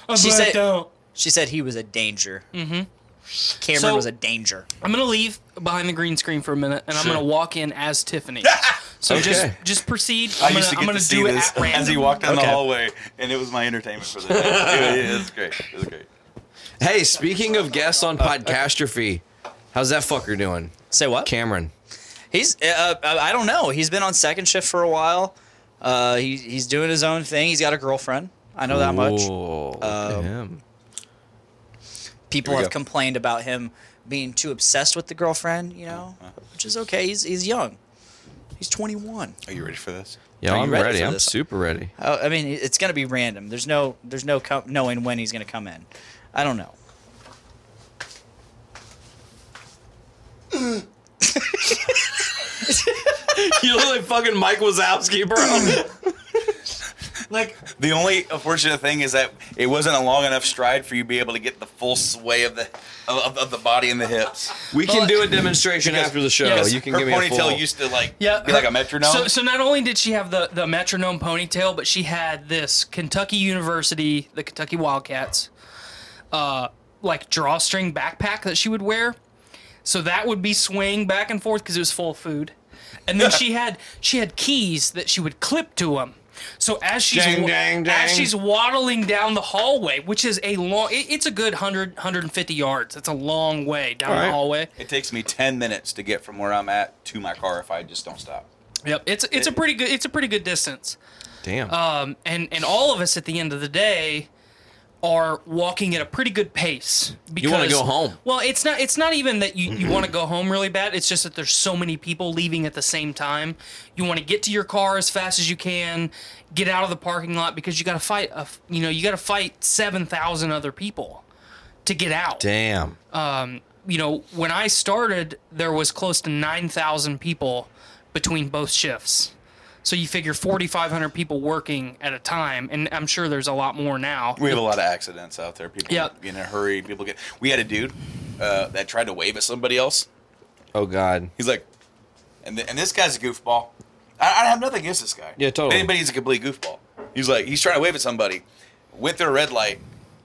[SPEAKER 3] I'm
[SPEAKER 10] She said-
[SPEAKER 3] out.
[SPEAKER 10] She said he was a danger. Cameron
[SPEAKER 3] So-
[SPEAKER 10] was a danger.
[SPEAKER 3] I'm gonna leave behind the green screen for a minute, and I'm
[SPEAKER 10] Sure.
[SPEAKER 3] gonna walk in as Tiffany. so just
[SPEAKER 2] Okay.
[SPEAKER 3] just proceed.
[SPEAKER 2] I
[SPEAKER 3] I'm gonna,
[SPEAKER 2] used to
[SPEAKER 3] I'm
[SPEAKER 2] get
[SPEAKER 3] gonna
[SPEAKER 2] to see
[SPEAKER 3] do
[SPEAKER 2] this <laughs>
[SPEAKER 3] it at random.
[SPEAKER 2] as he walked down
[SPEAKER 4] Okay.
[SPEAKER 2] the hallway, and it was my entertainment for the day. it, was- it was great. It was great.
[SPEAKER 4] Hey, speaking of guests on
[SPEAKER 3] Uh,
[SPEAKER 4] Podcastrophe, how's that fucker doing?
[SPEAKER 10] Say what?
[SPEAKER 4] Cameron.
[SPEAKER 10] He's uh, uh, I don't know. He's been on second shift for a while. Uh, he, he's doing his own thing. He's got a girlfriend. I know that much.
[SPEAKER 4] Ooh,
[SPEAKER 10] Um,
[SPEAKER 4] him.
[SPEAKER 10] People
[SPEAKER 4] Here we
[SPEAKER 10] have
[SPEAKER 4] go.
[SPEAKER 10] complained about him being too obsessed with the girlfriend. You know,
[SPEAKER 4] Uh-huh.
[SPEAKER 10] which is okay. He's he's young. He's 21.
[SPEAKER 2] Are you ready for this?
[SPEAKER 4] Yeah,
[SPEAKER 10] Are you
[SPEAKER 4] I'm
[SPEAKER 10] ready
[SPEAKER 4] ready.
[SPEAKER 10] for
[SPEAKER 4] I'm
[SPEAKER 10] this?
[SPEAKER 4] super ready.
[SPEAKER 10] Oh, I mean, it's gonna be random. There's no there's no co- knowing when he's gonna come in. I don't know.
[SPEAKER 5] you look like fucking Mike Wazowski, bro.
[SPEAKER 2] Like the only unfortunate thing is that it wasn't a long enough stride for you to be able to get the full sway of the of, of, of the body and the hips.
[SPEAKER 4] We can do a demonstration after the show.
[SPEAKER 2] Because
[SPEAKER 4] You can
[SPEAKER 2] her
[SPEAKER 4] give me a
[SPEAKER 2] ponytail
[SPEAKER 4] full-
[SPEAKER 2] used to like
[SPEAKER 3] Yeah,
[SPEAKER 2] be like
[SPEAKER 3] her-
[SPEAKER 2] a metronome.
[SPEAKER 3] So, so not only did she have the, the metronome ponytail, but she had this Kentucky University, the Kentucky Wildcats, uh, like drawstring backpack that she would wear. So that would be swaying back and forth because it was full of food, and then
[SPEAKER 2] <laughs>
[SPEAKER 3] she had she had keys that she would clip to them. So as she's
[SPEAKER 5] Dang,
[SPEAKER 3] wa-
[SPEAKER 5] dang, dang.
[SPEAKER 3] as she's waddling down the hallway, which is a long, it- it's a good 100, 150 yards. It's a long way down the hallway.
[SPEAKER 2] It takes me ten minutes to get from where I'm at to my car if I just don't stop.
[SPEAKER 3] Yep, it's it's a pretty good it's a pretty good distance.
[SPEAKER 4] Damn.
[SPEAKER 3] Um, and and all of us at the end of the day are walking at a pretty good pace.
[SPEAKER 4] You wanna go home.
[SPEAKER 3] Well, it's not it's not even that you, you
[SPEAKER 4] <clears throat>
[SPEAKER 3] want to go home really bad. It's just that there's so many people leaving at the same time. You want to get to your car as fast as you can, get out of the parking lot because you got to fight a f- you know you got to fight seven thousand other people to get out
[SPEAKER 4] Damn.
[SPEAKER 3] um, you know, when I started, there was close to 9,000 people between both shifts. So you figure 4,500 people working at a time, and I'm sure there's a lot more now.
[SPEAKER 2] We have a lot of accidents out there. People
[SPEAKER 3] Yeah.
[SPEAKER 2] in a hurry. People get. We had a dude uh, that tried to wave at somebody else.
[SPEAKER 4] Oh God.
[SPEAKER 2] He's like, and th- and this guy's a goofball. I, I have nothing against this guy.
[SPEAKER 4] Yeah, totally.
[SPEAKER 2] Anybody he's a complete goofball. He's like, he's trying to wave at somebody, went through a red light,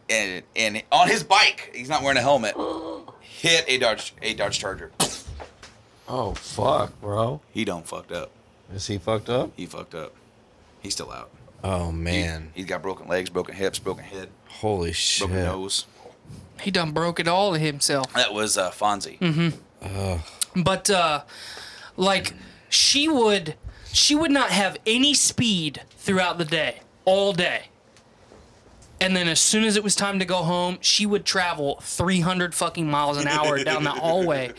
[SPEAKER 2] and and on his bike, he's not wearing a helmet, hit a dodge a dodge charger.
[SPEAKER 4] Oh fuck, bro.
[SPEAKER 2] He done fucked up.
[SPEAKER 4] Is he fucked up?
[SPEAKER 2] He fucked up. He's still out.
[SPEAKER 4] Oh man.
[SPEAKER 2] He, has got broken legs, broken hips, broken head,
[SPEAKER 4] Holy shit.
[SPEAKER 2] broken nose.
[SPEAKER 3] He done broke it all to himself.
[SPEAKER 2] That was uh, Fonzie.
[SPEAKER 3] Mm-hmm. But uh, like she would, she would not have any speed throughout the day, all day. And then as soon as it was time to go home, she would travel 300 fucking miles an hour down that
[SPEAKER 5] <laughs>
[SPEAKER 3] hallway.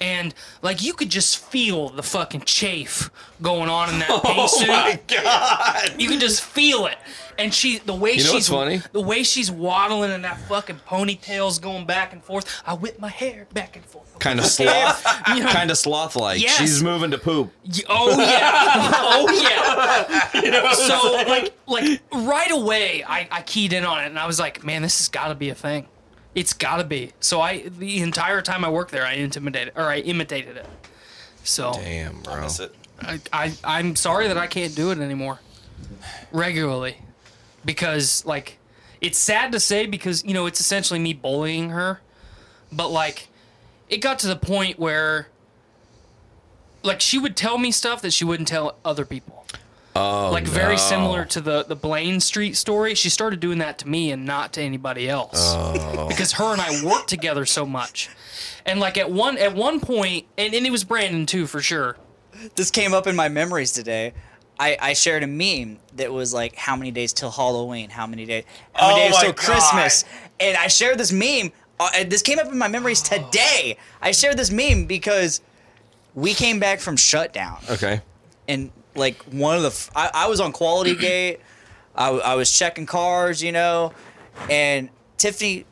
[SPEAKER 3] And like you could just feel the fucking chafe going on in
[SPEAKER 5] <laughs>
[SPEAKER 3] that
[SPEAKER 5] Oh
[SPEAKER 3] pantsuit.
[SPEAKER 5] my
[SPEAKER 3] god. You could just feel it. And she the way
[SPEAKER 5] You know what's
[SPEAKER 3] she's
[SPEAKER 5] funny?
[SPEAKER 3] the way she's waddling and that fucking ponytail's going back and forth. I whip my hair back and forth.
[SPEAKER 4] Kind
[SPEAKER 3] <laughs>
[SPEAKER 4] of sloth.
[SPEAKER 3] You know-
[SPEAKER 4] kind of sloth like.
[SPEAKER 3] Yes.
[SPEAKER 4] She's moving to poop.
[SPEAKER 3] Y- Oh yeah. oh yeah.
[SPEAKER 5] You know what I'm
[SPEAKER 3] so
[SPEAKER 5] saying?
[SPEAKER 3] like like right away I, I keyed in on it and I was like, man, this has gotta be a thing. It's gotta be. So I the entire time I worked there I intimidated or I imitated it. So
[SPEAKER 4] Damn, bro.
[SPEAKER 2] miss it.
[SPEAKER 3] I, I I'm sorry that I can't do it anymore regularly because like it's sad to say because you know it's essentially me bullying her but like it got to the point where like she would tell me stuff that she wouldn't tell other people
[SPEAKER 4] Oh.
[SPEAKER 3] like very
[SPEAKER 4] no.
[SPEAKER 3] similar to the the Blaine Street story she started doing that to me and not to anybody else
[SPEAKER 4] Oh.
[SPEAKER 3] <laughs> because her and I worked together so much and like at one at one point and, and it was Brandon too for sure
[SPEAKER 10] This came up in my memories today. I, I shared a meme that was like, how many days till Halloween? How many days? How many
[SPEAKER 5] Oh
[SPEAKER 10] days
[SPEAKER 5] my
[SPEAKER 10] till
[SPEAKER 5] God.
[SPEAKER 10] Christmas? And I shared this meme. Uh, and this came up in my
[SPEAKER 5] <gasps>
[SPEAKER 10] memories today. I shared this meme because we came back from shutdown.
[SPEAKER 4] Okay.
[SPEAKER 10] and like one of the f- I, I was on quality gate I, w- I was checking cars you know and tiffany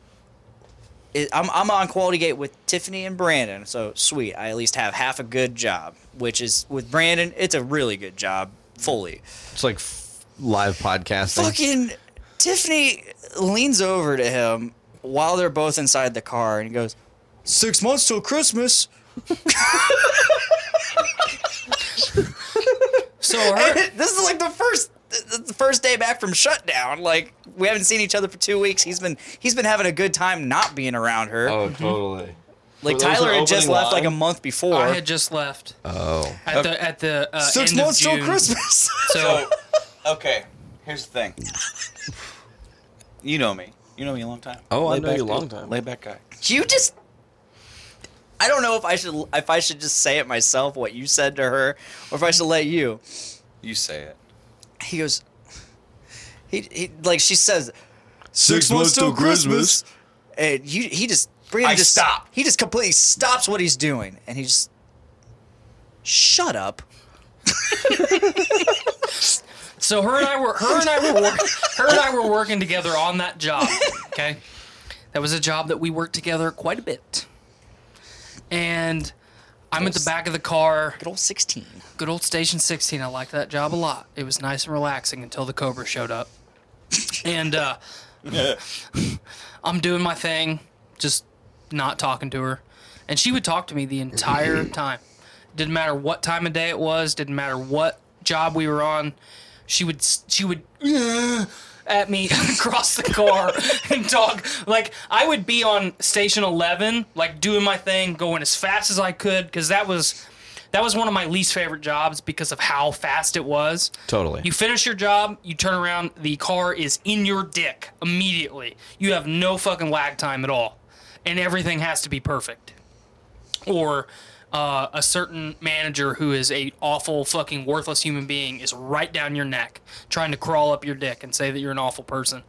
[SPEAKER 10] i- I'm, I'm on quality gate with tiffany and brandon so sweet i at least have half a good job which is with brandon it's a really good job fully
[SPEAKER 4] It's like f- live podcasting.
[SPEAKER 10] fucking tiffany leans over to him while they're both inside the car and goes six months till christmas
[SPEAKER 3] So her,
[SPEAKER 10] this is like the first the the first day back from shutdown. Like we haven't seen each other for two weeks. He's been he's been having a good time not being around her.
[SPEAKER 4] Oh, totally.
[SPEAKER 10] Like
[SPEAKER 3] Wait, that was
[SPEAKER 10] Tyler
[SPEAKER 3] an
[SPEAKER 10] had just
[SPEAKER 3] opening
[SPEAKER 10] left like a
[SPEAKER 3] line?
[SPEAKER 10] month before.
[SPEAKER 3] I had just left
[SPEAKER 4] Oh.
[SPEAKER 3] at the at the uh,
[SPEAKER 10] Six
[SPEAKER 3] end of
[SPEAKER 10] months till
[SPEAKER 3] June.
[SPEAKER 10] Christmas. <laughs>
[SPEAKER 3] So
[SPEAKER 2] okay, here's the thing. you know me. You know me a long time.
[SPEAKER 4] Oh, I know
[SPEAKER 2] back
[SPEAKER 4] you a
[SPEAKER 2] dude.
[SPEAKER 4] long time.
[SPEAKER 2] Laid back guy.
[SPEAKER 10] You just I don't know if I should if I should just say it myself what you said to her or if I should let you.
[SPEAKER 2] You say it.
[SPEAKER 10] He goes he, he like she says
[SPEAKER 2] Six months till Christmas."
[SPEAKER 10] And you he just Brian
[SPEAKER 2] I
[SPEAKER 10] just
[SPEAKER 2] stop.
[SPEAKER 10] He just completely stops what he's doing and he just shut up.
[SPEAKER 3] So her and I were her and I were wor- her and I were working together on that job. Okay, that was a job that we worked together quite a bit. And I'm at the back of the car.
[SPEAKER 10] Good old 16.
[SPEAKER 3] Good old station 16. I liked that job a lot. It was nice and relaxing until the Cobra showed up. And uh, I'm doing my thing, just not talking to her. And she would talk to me the entire time. Didn't matter what time of day it was, didn't matter what job we were on. She would she would "Ugh," at me <laughs> across the car <laughs> and talk like I would be on station 11 like doing my thing, going as fast as I could cuz that was that was one of my least favorite jobs because of how fast it was.
[SPEAKER 4] Totally.
[SPEAKER 3] You finish your job, you turn around, the car is in your dick immediately. You have no fucking lag time at all. And everything has to be perfect. Or uh, a certain manager who is a awful fucking worthless human being is right down your neck trying to crawl up your dick and say that you're an awful person.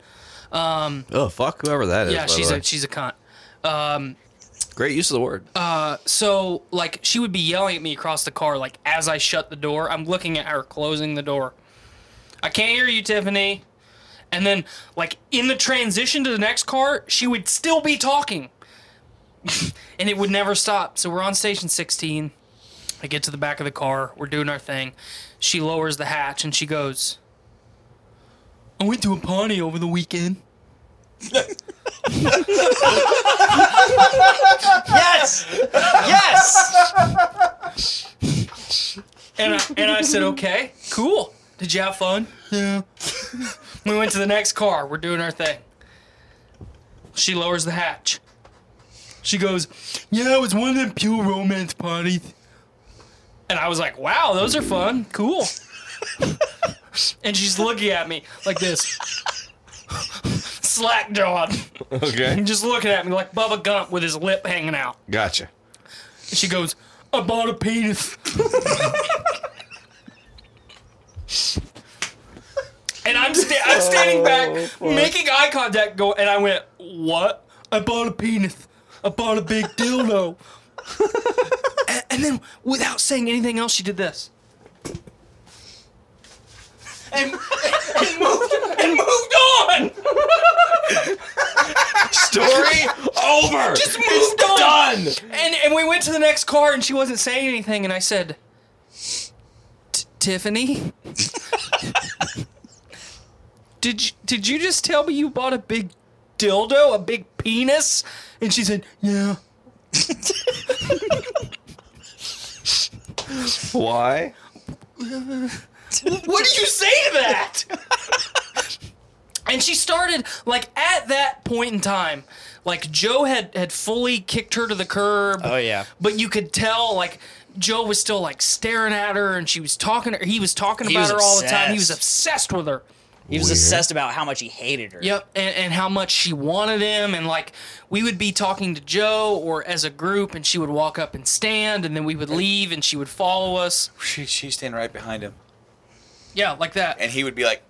[SPEAKER 3] Um,
[SPEAKER 4] Oh, fuck whoever that is.
[SPEAKER 3] yeah,
[SPEAKER 4] by the
[SPEAKER 3] she's
[SPEAKER 4] way.
[SPEAKER 3] a, she's a cunt. Um,
[SPEAKER 4] Great use of the word.
[SPEAKER 3] uh, so like she would be yelling at me across the car, like as I shut the door. I'm looking at her closing the door. I can't hear you, Tiffany. And then like in the transition to the next car, she would still be talking, <laughs> and it would never stop. So we're on station 16. I get to the back of the car. We're doing our thing. She lowers the hatch and she goes, "I went to a party over the weekend."
[SPEAKER 10] <laughs> yes!
[SPEAKER 6] Yes!
[SPEAKER 3] And I, and I said, okay, cool. Did you have fun? Yeah. <laughs> we went to the next car. We're doing our thing. She lowers the hatch. She goes, yeah, it was one of them pure romance parties. And I was like, wow, those are fun. Cool. and she's looking at me like this. <laughs> Slack jawed.
[SPEAKER 4] Okay.
[SPEAKER 3] And just looking at me like Bubba Gump with his lip hanging out.
[SPEAKER 4] Gotcha.
[SPEAKER 3] And she goes, I bought a penis. and I'm, sta- I'm standing back, making eye contact, go, and I went, What? I bought a penis. I bought a big dildo. and, and then, without saying anything else, she did this. And, and moved and moved on.
[SPEAKER 6] Story over.
[SPEAKER 3] Just moved
[SPEAKER 6] It's
[SPEAKER 3] on.
[SPEAKER 6] done.
[SPEAKER 3] And and we went to the next car, and she wasn't saying anything. And I said, "T- Tiffany, <laughs> did you, did you just tell me you bought a big dildo, a big penis? And she said, Yeah.
[SPEAKER 4] Why?
[SPEAKER 3] what do you say to that? and she started like at that point in time, like Joe had had fully kicked her to the curb.
[SPEAKER 10] Oh yeah.
[SPEAKER 3] But you could tell like Joe was still like staring at her and she was talking to her. he was talking
[SPEAKER 10] He
[SPEAKER 3] about
[SPEAKER 10] was
[SPEAKER 3] her all the time. He was
[SPEAKER 10] obsessed.
[SPEAKER 3] obsessed with her.
[SPEAKER 10] He was obsessed about how much he hated her.
[SPEAKER 3] Yep, and, and how much she wanted him, and like we would be talking to Joe or as a group, and she would walk up and stand, and then we would leave, and she would follow us.
[SPEAKER 2] She, she's standing right behind him.
[SPEAKER 3] Yeah, like that.
[SPEAKER 2] And he would be like,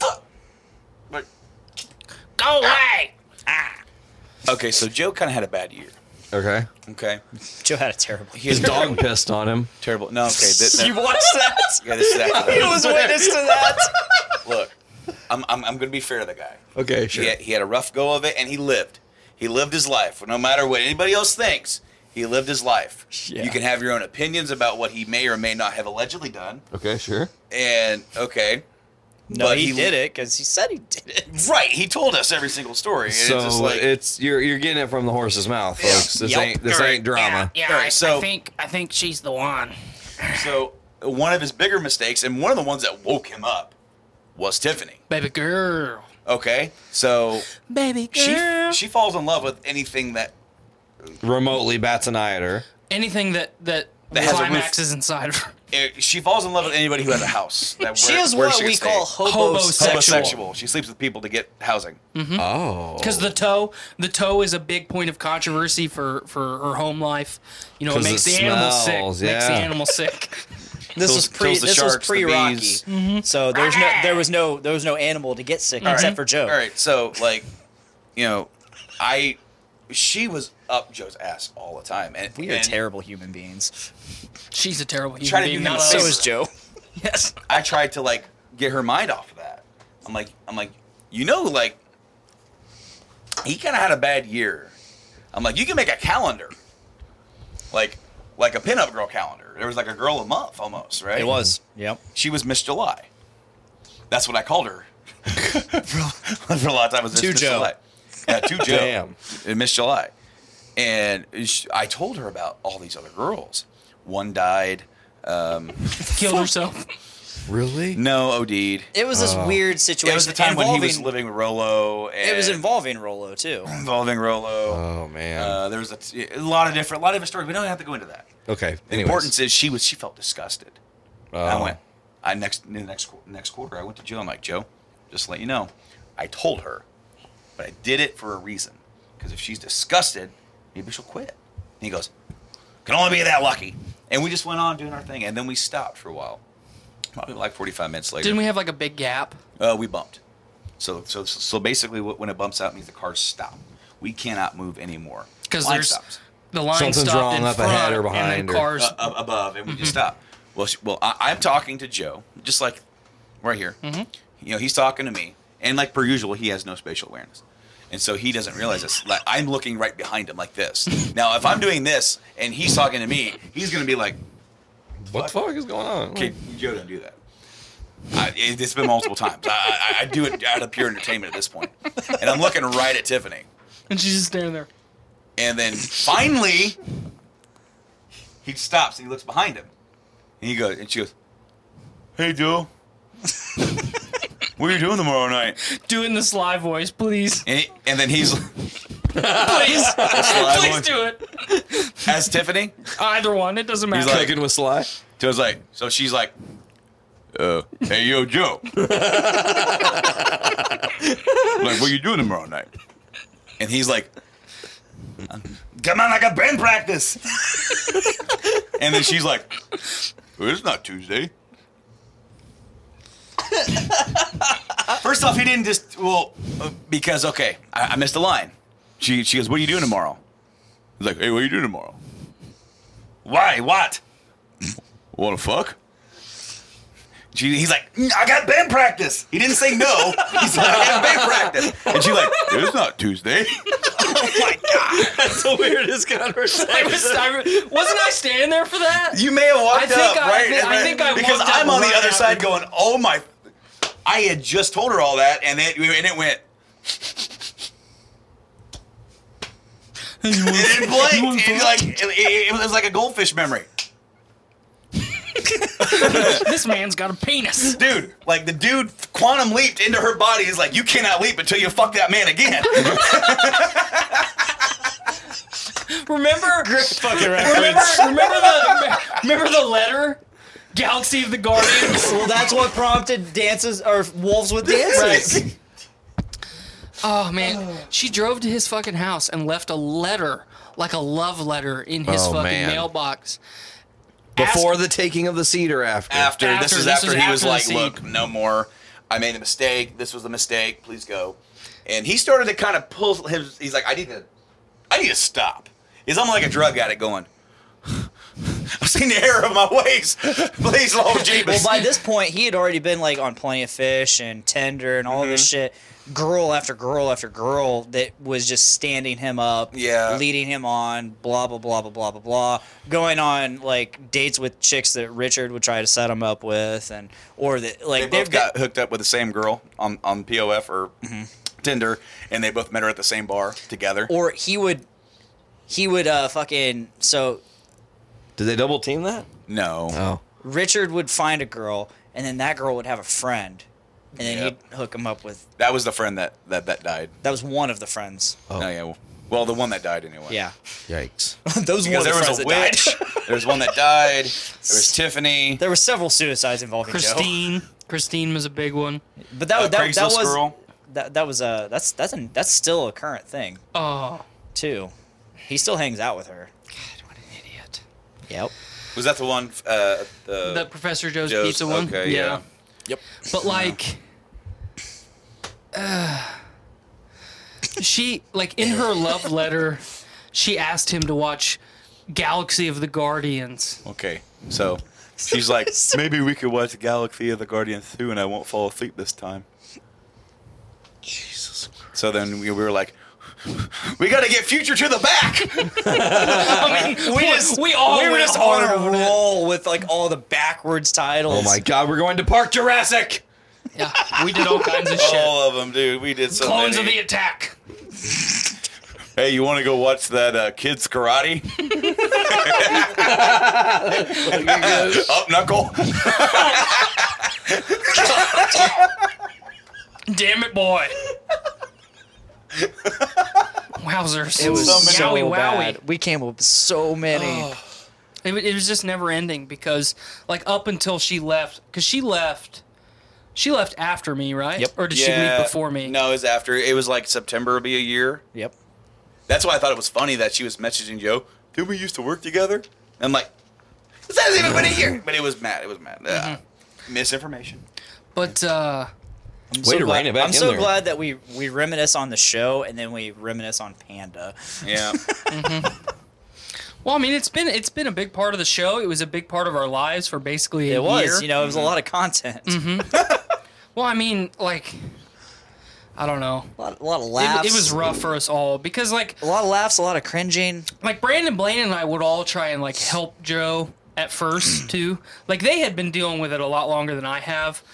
[SPEAKER 3] Go away!
[SPEAKER 2] okay, so Joe kind of had a bad year.
[SPEAKER 4] Okay.
[SPEAKER 2] Okay.
[SPEAKER 10] Joe had a terrible
[SPEAKER 4] His
[SPEAKER 10] <laughs>
[SPEAKER 4] dog pissed on him.
[SPEAKER 2] Terrible. No, okay.
[SPEAKER 4] <laughs>
[SPEAKER 2] <laughs> that- that-
[SPEAKER 10] You watched that?
[SPEAKER 2] Yeah, this is after that.
[SPEAKER 10] <laughs> He was witness to that.
[SPEAKER 2] <laughs> Look, I'm, I'm, I'm going to be fair to the guy.
[SPEAKER 4] Okay, sure.
[SPEAKER 2] He had, he had a rough go of it, and he lived. He lived his life. No matter what anybody else thinks, he lived his life. You can have your own opinions about what he may or may not have allegedly done.
[SPEAKER 4] Okay, sure.
[SPEAKER 2] And okay,
[SPEAKER 10] No,
[SPEAKER 2] But
[SPEAKER 10] he,
[SPEAKER 2] he-
[SPEAKER 10] did it because he said he did it.
[SPEAKER 2] Right. He told us every single story. and
[SPEAKER 4] So
[SPEAKER 2] it's
[SPEAKER 4] it's,
[SPEAKER 2] just like
[SPEAKER 4] you're you're getting it from the horse's mouth, folks. This
[SPEAKER 2] Yep.
[SPEAKER 4] ain't this
[SPEAKER 2] Alright.
[SPEAKER 4] ain't drama.
[SPEAKER 3] Yeah,
[SPEAKER 2] All right,
[SPEAKER 3] I,
[SPEAKER 2] so-
[SPEAKER 3] I think I think she's the one.
[SPEAKER 2] so one of his bigger mistakes, and one of the ones that woke him up, was Tiffany.
[SPEAKER 3] Baby girl.
[SPEAKER 2] Okay, so
[SPEAKER 3] Baby
[SPEAKER 2] she she falls in love with anything that
[SPEAKER 4] remotely bats an eye at her.
[SPEAKER 3] Anything that that,
[SPEAKER 2] That has a roof.
[SPEAKER 3] climaxes inside of her.
[SPEAKER 2] eh, she falls in love with anybody who has
[SPEAKER 3] <laughs>
[SPEAKER 2] a house. That
[SPEAKER 3] She
[SPEAKER 2] where,
[SPEAKER 3] is
[SPEAKER 2] where
[SPEAKER 3] what
[SPEAKER 2] she
[SPEAKER 3] we
[SPEAKER 2] can stay.
[SPEAKER 3] call hobosexual.
[SPEAKER 2] Hobosexual. She sleeps with people to get housing.
[SPEAKER 10] Hmm.
[SPEAKER 3] Mhm.
[SPEAKER 4] Oh,
[SPEAKER 3] Because the toe, the toe is a big point of controversy for for her home life. You know, it
[SPEAKER 4] 'Cause
[SPEAKER 3] makes
[SPEAKER 4] it
[SPEAKER 3] the animals sick.
[SPEAKER 4] smells,
[SPEAKER 3] Makes the
[SPEAKER 4] yeah.
[SPEAKER 3] animal sick.
[SPEAKER 2] <laughs>
[SPEAKER 10] This was pre.
[SPEAKER 3] kills the
[SPEAKER 10] This
[SPEAKER 3] sharks, the
[SPEAKER 10] was pre Rocky.
[SPEAKER 3] bees.
[SPEAKER 10] So there's no, there was no, there was no animal to get sick
[SPEAKER 2] All right.
[SPEAKER 10] except for Joe.
[SPEAKER 2] All right, so like, you know, I she was up Joe's ass all the time, and
[SPEAKER 10] We are
[SPEAKER 2] and
[SPEAKER 10] terrible human beings.
[SPEAKER 3] She's a terrible human
[SPEAKER 2] Try to do
[SPEAKER 3] being.
[SPEAKER 2] him
[SPEAKER 10] Uh,
[SPEAKER 3] Not
[SPEAKER 2] a
[SPEAKER 3] us.
[SPEAKER 2] favor.
[SPEAKER 10] Joe.
[SPEAKER 3] yes.
[SPEAKER 2] I tried to like get her mind off of that. I'm like, I'm like, you know, like he kind of had a bad year. I'm like, you can make a calendar, like like a pinup girl calendar. There was like a girl a month almost, right?
[SPEAKER 10] <laughs> It was. Yep.
[SPEAKER 2] She was Miss July. That's what I called her <laughs> for, for a lot of time. Was
[SPEAKER 10] To
[SPEAKER 2] Miss
[SPEAKER 10] Joe.
[SPEAKER 2] July. Yeah, two Joe.
[SPEAKER 10] Damn.
[SPEAKER 2] And Miss July. And sh I told her about all these other girls. One died. Um,
[SPEAKER 3] Killed herself.
[SPEAKER 4] Really?
[SPEAKER 2] No, OD'd.
[SPEAKER 10] It was this Oh. weird
[SPEAKER 2] It was the
[SPEAKER 10] situation
[SPEAKER 2] time when he was
[SPEAKER 10] involving-
[SPEAKER 2] living with Rolo. And
[SPEAKER 10] It was involving Rolo too.
[SPEAKER 2] involving Rolo.
[SPEAKER 4] Oh man.
[SPEAKER 2] Uh, there was a, t- a lot of different, a lot of different stories. We don't have to go into that.
[SPEAKER 4] Okay.
[SPEAKER 2] The
[SPEAKER 4] Anyways.
[SPEAKER 2] importance is she was she felt disgusted.
[SPEAKER 4] Oh.
[SPEAKER 2] I went. I next the next qu- next quarter. I went to Joe. I'm like Joe, just to let you know, I told her, but I did it for a reason. Because if she's disgusted, maybe she'll quit. And he goes, can only be that lucky. And we just went on doing our thing, and then we stopped for a while. Probably like 45 minutes later.
[SPEAKER 3] Didn't we have like a big gap?
[SPEAKER 2] Uh, we bumped. So so so basically, wh- when it bumps out, it means the cars stop. We cannot move anymore.
[SPEAKER 3] Because
[SPEAKER 2] Line
[SPEAKER 3] there's
[SPEAKER 2] stops.
[SPEAKER 3] the line
[SPEAKER 2] Something's
[SPEAKER 3] stopped
[SPEAKER 2] wrong
[SPEAKER 3] in
[SPEAKER 2] up
[SPEAKER 3] front,
[SPEAKER 2] ahead or
[SPEAKER 3] and
[SPEAKER 2] behind
[SPEAKER 3] the
[SPEAKER 2] or-
[SPEAKER 3] cars
[SPEAKER 2] Uh, up above, and we just stop. Well, she, well, I, I'm talking to Joe, just like right here.
[SPEAKER 3] Mhm.
[SPEAKER 2] You know, he's talking to me, and like per usual, he has no spatial awareness, and so he doesn't realize this. Like I'm looking right behind him, like this. now, if I'm doing this and he's talking to me, he's gonna be like,
[SPEAKER 4] What the fuck is going on?
[SPEAKER 2] Okay, Joe, don't do that. I, it, it's been multiple times. I, I, I do it out of pure entertainment at this point, and I'm looking right at Tiffany.
[SPEAKER 3] <laughs> and she's just standing there.
[SPEAKER 2] And then finally, he stops and he looks behind him. And he goes, and she goes, Hey, Joe. <laughs> what are you doing tomorrow night?
[SPEAKER 3] Do it in the sly voice, please.
[SPEAKER 2] <laughs> And, he- and
[SPEAKER 3] <laughs>
[SPEAKER 2] then he's
[SPEAKER 3] please,
[SPEAKER 2] Sly
[SPEAKER 3] please
[SPEAKER 2] voice.
[SPEAKER 3] do it.
[SPEAKER 2] as Tiffany.
[SPEAKER 3] Either one, it doesn't matter.
[SPEAKER 2] He's like,
[SPEAKER 4] with Sly.
[SPEAKER 2] Joe's like, so she's like, uh, Hey, yo, Joe. <laughs> like, what are you doing tomorrow night? And he's like, Come on, I got band practice. <laughs> and then she's like, well, It's not Tuesday. First off, he didn't just well uh, because okay, I, I missed a line. She she goes, "What are you doing tomorrow?" He's like, "Hey, what are you doing tomorrow?" Why? What? Want to fuck? She, he's like, "Mm, "I got band practice." He didn't say no. He's like, "I got band practice," and she's like, "It's not Tuesday." <laughs> Oh
[SPEAKER 5] That's the weirdest conversation.
[SPEAKER 3] I was, I, re- wasn't I standing there for that?
[SPEAKER 2] You may have walked
[SPEAKER 3] I think
[SPEAKER 2] up,
[SPEAKER 3] I-
[SPEAKER 2] right?
[SPEAKER 3] I think- I think I
[SPEAKER 2] because
[SPEAKER 3] walked up
[SPEAKER 2] I'm on the
[SPEAKER 3] right
[SPEAKER 2] other
[SPEAKER 3] after.
[SPEAKER 2] side going, "Oh my!" I had just told her all that, and it and it went. and it blanked. and like it, it- it was like a goldfish memory,
[SPEAKER 3] <laughs> this man's got a penis,
[SPEAKER 2] dude. Like the dude quantum leaped into her body. Is like you cannot leap until you fuck that man again.
[SPEAKER 4] <laughs>
[SPEAKER 3] Remember?
[SPEAKER 10] fucking
[SPEAKER 3] remember, remember the remember the letter? Galaxy of the Guardians.
[SPEAKER 10] well, that's what prompted dances or wolves <laughs> with dances.
[SPEAKER 3] Right. Oh man, she drove to his fucking house and left a letter, like a love letter, in his
[SPEAKER 4] Oh,
[SPEAKER 3] fucking
[SPEAKER 4] man.
[SPEAKER 3] mailbox.
[SPEAKER 4] Before the taking of the seed or after?
[SPEAKER 2] after, this
[SPEAKER 3] After-
[SPEAKER 2] is
[SPEAKER 3] this
[SPEAKER 2] after
[SPEAKER 3] was
[SPEAKER 2] he
[SPEAKER 3] after
[SPEAKER 2] was
[SPEAKER 3] the
[SPEAKER 2] like,
[SPEAKER 3] scene.
[SPEAKER 2] "Look, no more. I made a mistake. This was a mistake. Please go." And he started to kind of pull his. He's like, "I need to, I need to stop." He's almost like a drug addict going. <laughs> I've seen the error of my ways. <laughs> Please, Lord
[SPEAKER 10] well,
[SPEAKER 2] Jesus.
[SPEAKER 10] by this point, he had already been like on Plenty of Fish and Tender and all this
[SPEAKER 2] Mm-hmm.
[SPEAKER 10] shit. Girl after girl after girl that was just standing him up,
[SPEAKER 2] Yeah.
[SPEAKER 10] leading him on, blah blah blah blah blah blah blah. Going on like dates with chicks that Richard would try to set him up with, and or that like
[SPEAKER 2] they
[SPEAKER 10] they've
[SPEAKER 2] both got hooked up with the same girl on on POF or Tinder, and they both met her at the same bar together.
[SPEAKER 10] or he would he would uh fucking so
[SPEAKER 4] Did they double team that?
[SPEAKER 2] No.
[SPEAKER 4] Oh.
[SPEAKER 10] Richard would find a girl and then that girl would have a friend and then
[SPEAKER 2] Yep.
[SPEAKER 10] he'd hook him up with.
[SPEAKER 2] That was the friend that that, that died.
[SPEAKER 10] That was one of the friends.
[SPEAKER 2] Oh, yeah. Well, well, the one that died anyway.
[SPEAKER 10] Yeah. <laughs>
[SPEAKER 4] Yikes.
[SPEAKER 10] Those were
[SPEAKER 2] Because
[SPEAKER 10] the
[SPEAKER 2] there
[SPEAKER 10] friends
[SPEAKER 2] was a
[SPEAKER 10] that died.
[SPEAKER 2] witch. <laughs>
[SPEAKER 10] <laughs>
[SPEAKER 2] there was one that died. There was Tiffany.
[SPEAKER 10] There were several suicides involving Joe.
[SPEAKER 3] Christine. Christine was a big one.
[SPEAKER 10] But that that, that was that that was uh that's that's an, that's still a current thing
[SPEAKER 3] Oh.
[SPEAKER 10] too. He still hangs out with her. Yep.
[SPEAKER 2] Was that the one? Uh, the,
[SPEAKER 3] The Professor Joe's pizza one?
[SPEAKER 2] Okay,
[SPEAKER 3] Yeah.
[SPEAKER 2] yeah.
[SPEAKER 4] Yep.
[SPEAKER 3] But like, uh, she like in her love letter, she asked him to watch Galaxy of the Guardians.
[SPEAKER 2] Okay. So she's like, maybe we could watch Galaxy of the Guardian 2 and I won't fall asleep this time. Jesus Christ. So then we, we were like, <laughs> we got to get Future to the back.
[SPEAKER 10] <laughs> I
[SPEAKER 3] <laughs>
[SPEAKER 10] mean, we just we all we were just on a roll with like all the backwards titles.
[SPEAKER 4] Oh <laughs> my god, we're going to Park Jurassic.
[SPEAKER 3] Yeah, we did all kinds of shit.
[SPEAKER 2] <laughs> All of them, dude. We did so
[SPEAKER 3] Clones of
[SPEAKER 2] many.
[SPEAKER 3] the Attack.
[SPEAKER 2] hey, you want to go watch that uh, Kids Karate? <laughs> Up knuckle.
[SPEAKER 3] Damn it, boy. Wowzers.
[SPEAKER 10] It was so
[SPEAKER 3] Yowie,
[SPEAKER 10] bad. We came up with so many.
[SPEAKER 3] Oh. It, wa- it was just never ending because, like, up until she left, because she left, she left after me, right? Yep. Or did she leave before me?
[SPEAKER 2] No, it was after. It was like September would be a year.
[SPEAKER 10] Yep.
[SPEAKER 2] That's why I thought it was funny that she was messaging Joe. Did we used to work together? I'm like, this hasn't even been a year. But it was Matt. It was Matt. Uh,
[SPEAKER 3] Mm-hmm.
[SPEAKER 2] Misinformation.
[SPEAKER 3] <laughs> But uh,
[SPEAKER 10] I'm
[SPEAKER 2] Way
[SPEAKER 10] so
[SPEAKER 2] to
[SPEAKER 10] glad,
[SPEAKER 2] rein it back
[SPEAKER 10] I'm
[SPEAKER 2] in
[SPEAKER 10] so
[SPEAKER 2] there.
[SPEAKER 10] glad that we we reminisce on the show and then we reminisce on Panda.
[SPEAKER 2] Yeah.
[SPEAKER 3] Well, I mean, it's been it's been a big part of the show. It was a big part of our lives for basically a
[SPEAKER 10] it was.
[SPEAKER 3] year.
[SPEAKER 10] You know, it was a lot of content.
[SPEAKER 3] hmm well, I mean, like, I don't know.
[SPEAKER 10] A lot, a lot of
[SPEAKER 3] It-
[SPEAKER 10] laughs.
[SPEAKER 3] It, was rough for us all because, like,
[SPEAKER 10] a lot of laughs, a lot of cringing.
[SPEAKER 3] Like Brandon Blaine and I would all try and like help Joe at
[SPEAKER 10] <clears throat>
[SPEAKER 3] first too. Like they had been dealing with it a lot longer than I have.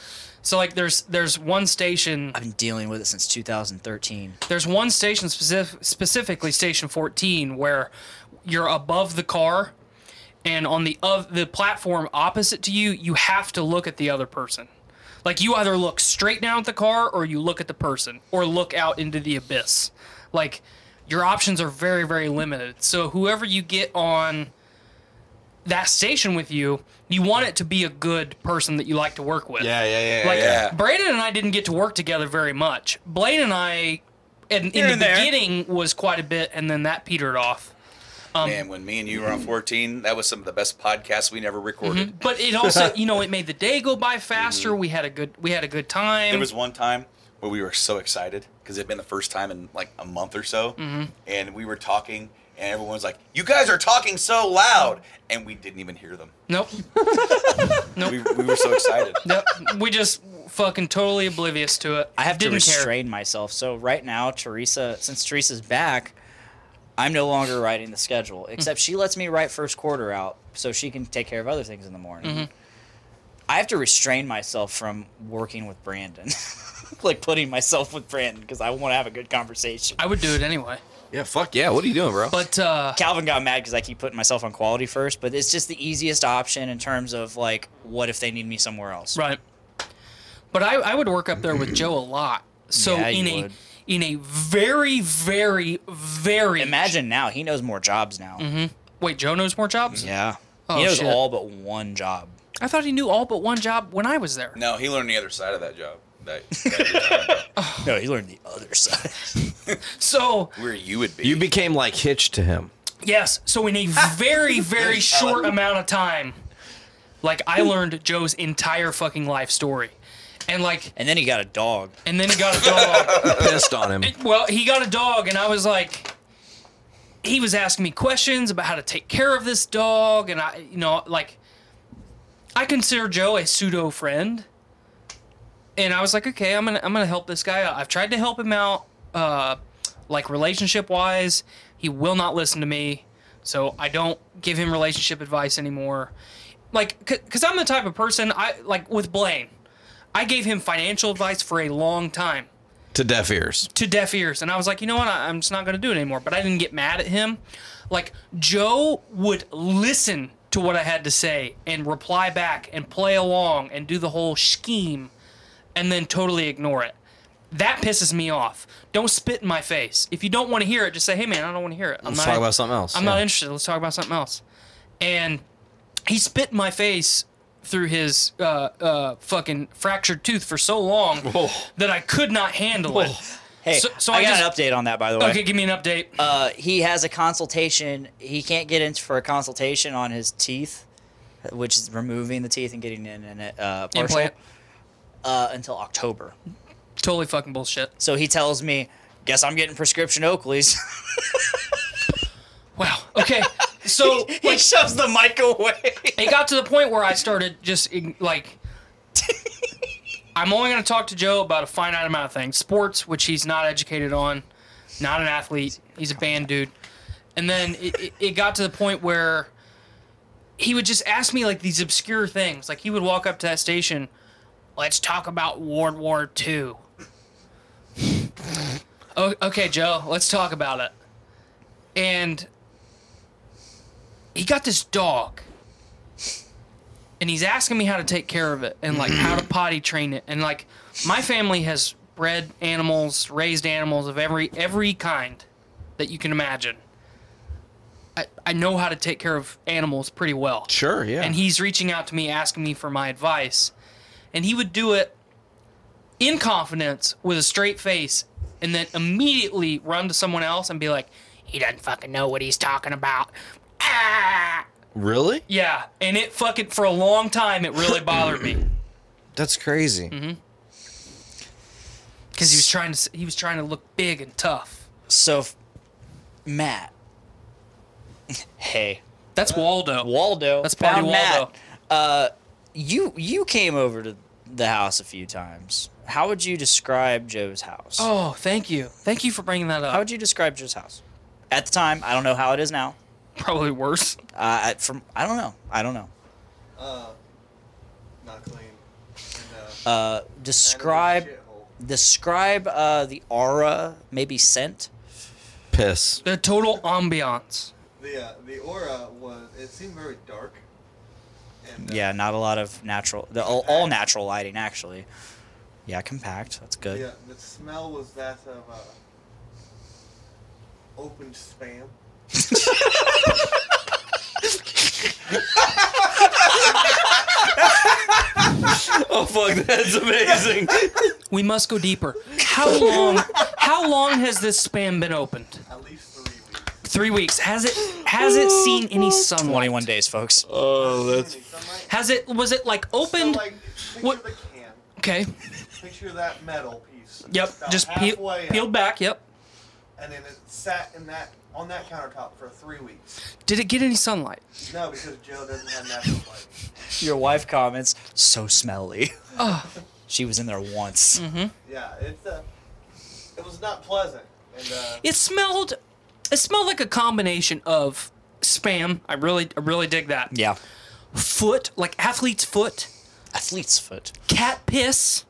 [SPEAKER 3] So like, there's there's one station.
[SPEAKER 10] I've been dealing with it since 2013.
[SPEAKER 3] There's one station specific, specifically station 14 where you're above the car and on the of the platform opposite to you, you have to look at the other person. Like you either look straight down at the car or you look at the person or look out into the abyss. Like your options are very very limited. So whoever you get on that station with you, you want it to be a good person that you like to work with.
[SPEAKER 4] Yeah, yeah, yeah,
[SPEAKER 3] Like
[SPEAKER 4] yeah.
[SPEAKER 3] Brandon and I didn't get to work together very much. Blaine and I, in, in
[SPEAKER 2] Here
[SPEAKER 3] the
[SPEAKER 2] and there.
[SPEAKER 3] beginning, was quite a bit, and then that petered off. Um,
[SPEAKER 2] Man, when me and you were on 14, that was some of the best podcasts we never recorded.
[SPEAKER 3] Mhm. But it
[SPEAKER 10] <laughs>
[SPEAKER 3] also, you know, it made the day go by faster.
[SPEAKER 10] Mm-hmm.
[SPEAKER 3] We had a good, we had a good time.
[SPEAKER 2] There was one time where we were so excited because it had been the first time in like a month or so.
[SPEAKER 3] Mhm.
[SPEAKER 2] And we were talking, and everyone's like, You guys are talking so loud. And we didn't even hear them.
[SPEAKER 3] Nope.
[SPEAKER 2] We, we were
[SPEAKER 3] <laughs>
[SPEAKER 2] so excited.
[SPEAKER 3] Nope. We just fucking totally oblivious to it.
[SPEAKER 10] I have
[SPEAKER 3] Didn't
[SPEAKER 10] to
[SPEAKER 3] care.
[SPEAKER 10] restrain myself. So right now, Teresa, since Teresa's back, I'm no longer writing the schedule.
[SPEAKER 3] Hmm.
[SPEAKER 10] Except she lets me write first quarter out so she can take care of other things in the morning.
[SPEAKER 3] Mhm.
[SPEAKER 10] I have to restrain myself from working with Brandon, <laughs> like putting myself with Brandon because I want to have a good conversation.
[SPEAKER 3] I would do it anyway.
[SPEAKER 4] Yeah, fuck yeah. What are you doing, bro?
[SPEAKER 3] But uh,
[SPEAKER 10] Calvin got mad because I keep putting myself on quality first, but it's just the easiest option in terms of like, what if they need me somewhere else?
[SPEAKER 3] Right. But I, I would work up there with Joe a lot. So
[SPEAKER 10] Yeah, you
[SPEAKER 3] in a
[SPEAKER 10] would.
[SPEAKER 3] in a very very very
[SPEAKER 10] imagine now he knows more jobs now.
[SPEAKER 3] hmm Wait, Joe knows more jobs.
[SPEAKER 10] Yeah,
[SPEAKER 3] Oh,
[SPEAKER 10] he knows
[SPEAKER 3] shit.
[SPEAKER 10] all but one job.
[SPEAKER 3] I thought he knew all but one job when I was there.
[SPEAKER 2] No, he learned the other side of that job. <laughs> That,
[SPEAKER 10] no, he learned the other <laughs> side.
[SPEAKER 3] So
[SPEAKER 2] where you would be.
[SPEAKER 4] You became like hitched to <laughs> him.
[SPEAKER 3] Yes. So in a very very short amount of time, like I learned Joe's entire fucking life story, and like
[SPEAKER 10] and then he got a dog.
[SPEAKER 3] And then he got a dog.
[SPEAKER 4] Pissed on him.
[SPEAKER 3] Well, he got a dog, and I was like, he was asking me questions about how to take care of this dog, and I, you know, like, I consider Joe a pseudo friend, and I was like, okay, I'm gonna, I'm gonna help this guy out. I've tried to help him out, uh, like relationship wise. He will not listen to me, so I don't give him relationship advice anymore. Like, c- cause I'm the type of person I like with Blaine. I gave him financial advice for a long time
[SPEAKER 4] To deaf ears.
[SPEAKER 3] to deaf ears. And I was like, you know what? I, I'm just not going to do it anymore. But I didn't get mad at him. Like, Joe would listen to what I had to say and reply back and play along and do the whole scheme. and then totally ignore it. That pisses me off. Don't spit in my face. If you don't want to hear it, just say, "Hey, man, I don't want to hear it. I'm
[SPEAKER 4] Let's
[SPEAKER 3] not,
[SPEAKER 4] talk about something else,
[SPEAKER 3] I'm
[SPEAKER 4] yeah.
[SPEAKER 3] not interested. Let's talk about something else." And he spit in my face through his uh, uh, fucking fractured tooth for so long that I could not handle it.
[SPEAKER 10] Hey,
[SPEAKER 3] so, so
[SPEAKER 10] I, got
[SPEAKER 3] just-
[SPEAKER 10] an update on that, by the way.
[SPEAKER 3] Okay, give me an update.
[SPEAKER 10] Uh, he has a consultation. He can't get in for a consultation on his teeth, which is removing the teeth and getting in an uh, partial,
[SPEAKER 3] Implant.
[SPEAKER 10] Uh, until October.
[SPEAKER 3] Totally fucking bullshit.
[SPEAKER 10] So he tells me, "Guess I'm getting prescription Oakleys." <laughs>
[SPEAKER 3] Okay, so he, <laughs>
[SPEAKER 10] shoves the mic away.
[SPEAKER 3] it got to the point where I started just ig- like, I'm only going to talk to Joe about a finite amount of things: sports, which he's not educated on, not an athlete. He's a band dude. And then it, it, it got to the point where he would just ask me like these obscure things. Like he would walk up to that station, "Let's talk about World War II." O- okay, Joe, let's talk about it. And he got this dog and he's asking me how to take care of it and like how to potty train it and like my family has bred animals raised animals of every every kind that you can imagine i, I know how to take care of animals pretty well
[SPEAKER 4] Sure, yeah.
[SPEAKER 3] and he's reaching out to me asking me for my advice and he would do it in confidence with a straight face and then immediately run to someone else and be like he doesn't fucking know what he's talking about Ah!
[SPEAKER 4] Really?
[SPEAKER 3] yeah, and it fucking for a long time it really bothered me
[SPEAKER 4] That's crazy.
[SPEAKER 3] Mhm. because he was trying to s- he was trying to look big and tough.
[SPEAKER 10] So, f- Matt. <laughs> hey,
[SPEAKER 3] that's Waldo.
[SPEAKER 10] Waldo.
[SPEAKER 3] That's Party
[SPEAKER 10] Found
[SPEAKER 3] Waldo.
[SPEAKER 10] Matt. Uh, you you came over to the house a few times. How would you describe Joe's house?
[SPEAKER 3] Oh, thank you, thank you for bringing that up.
[SPEAKER 10] How would you describe Joe's house? At the time, I don't know how it is now.
[SPEAKER 3] Probably worse.
[SPEAKER 10] Uh, I- from I don't know. I don't know.
[SPEAKER 11] Uh, not clean. And, uh,
[SPEAKER 10] Uh, describe describe uh, the aura, maybe scent.
[SPEAKER 4] Piss.
[SPEAKER 3] The total ambiance.
[SPEAKER 11] the uh, the aura was it seemed very dark. uh,
[SPEAKER 10] Yeah, not a lot of natural, the, all, all natural lighting actually. Yeah, compact. That's good.
[SPEAKER 11] Yeah, the smell was that of uh, open spam.
[SPEAKER 5] oh fuck, that's amazing.
[SPEAKER 3] We must go deeper. How long? How long has this spam been opened? At least three weeks. Three weeks. Has it? Has it seen any sunlight?
[SPEAKER 10] Twenty-one days, folks. Oh, that's
[SPEAKER 3] Has it? Was it like opened? what? Okay.
[SPEAKER 11] Picture that metal piece.
[SPEAKER 3] Yep.
[SPEAKER 11] about
[SPEAKER 3] Just peel,
[SPEAKER 11] halfway up,
[SPEAKER 3] peeled back. Yep.
[SPEAKER 11] And then it sat in that on that countertop for three weeks.
[SPEAKER 3] Did it get any sunlight?
[SPEAKER 11] No, because Joe doesn't have natural light.
[SPEAKER 10] your wife comments so smelly.
[SPEAKER 11] Oh.
[SPEAKER 10] She was in there once.
[SPEAKER 11] Yeah, it's uh, it was not pleasant. And uh,
[SPEAKER 3] It smelled. It smelled like a combination of spam. I really, I really dig that.
[SPEAKER 10] Yeah.
[SPEAKER 3] Foot, like athlete's foot.
[SPEAKER 10] Athlete's foot.
[SPEAKER 3] Cat piss.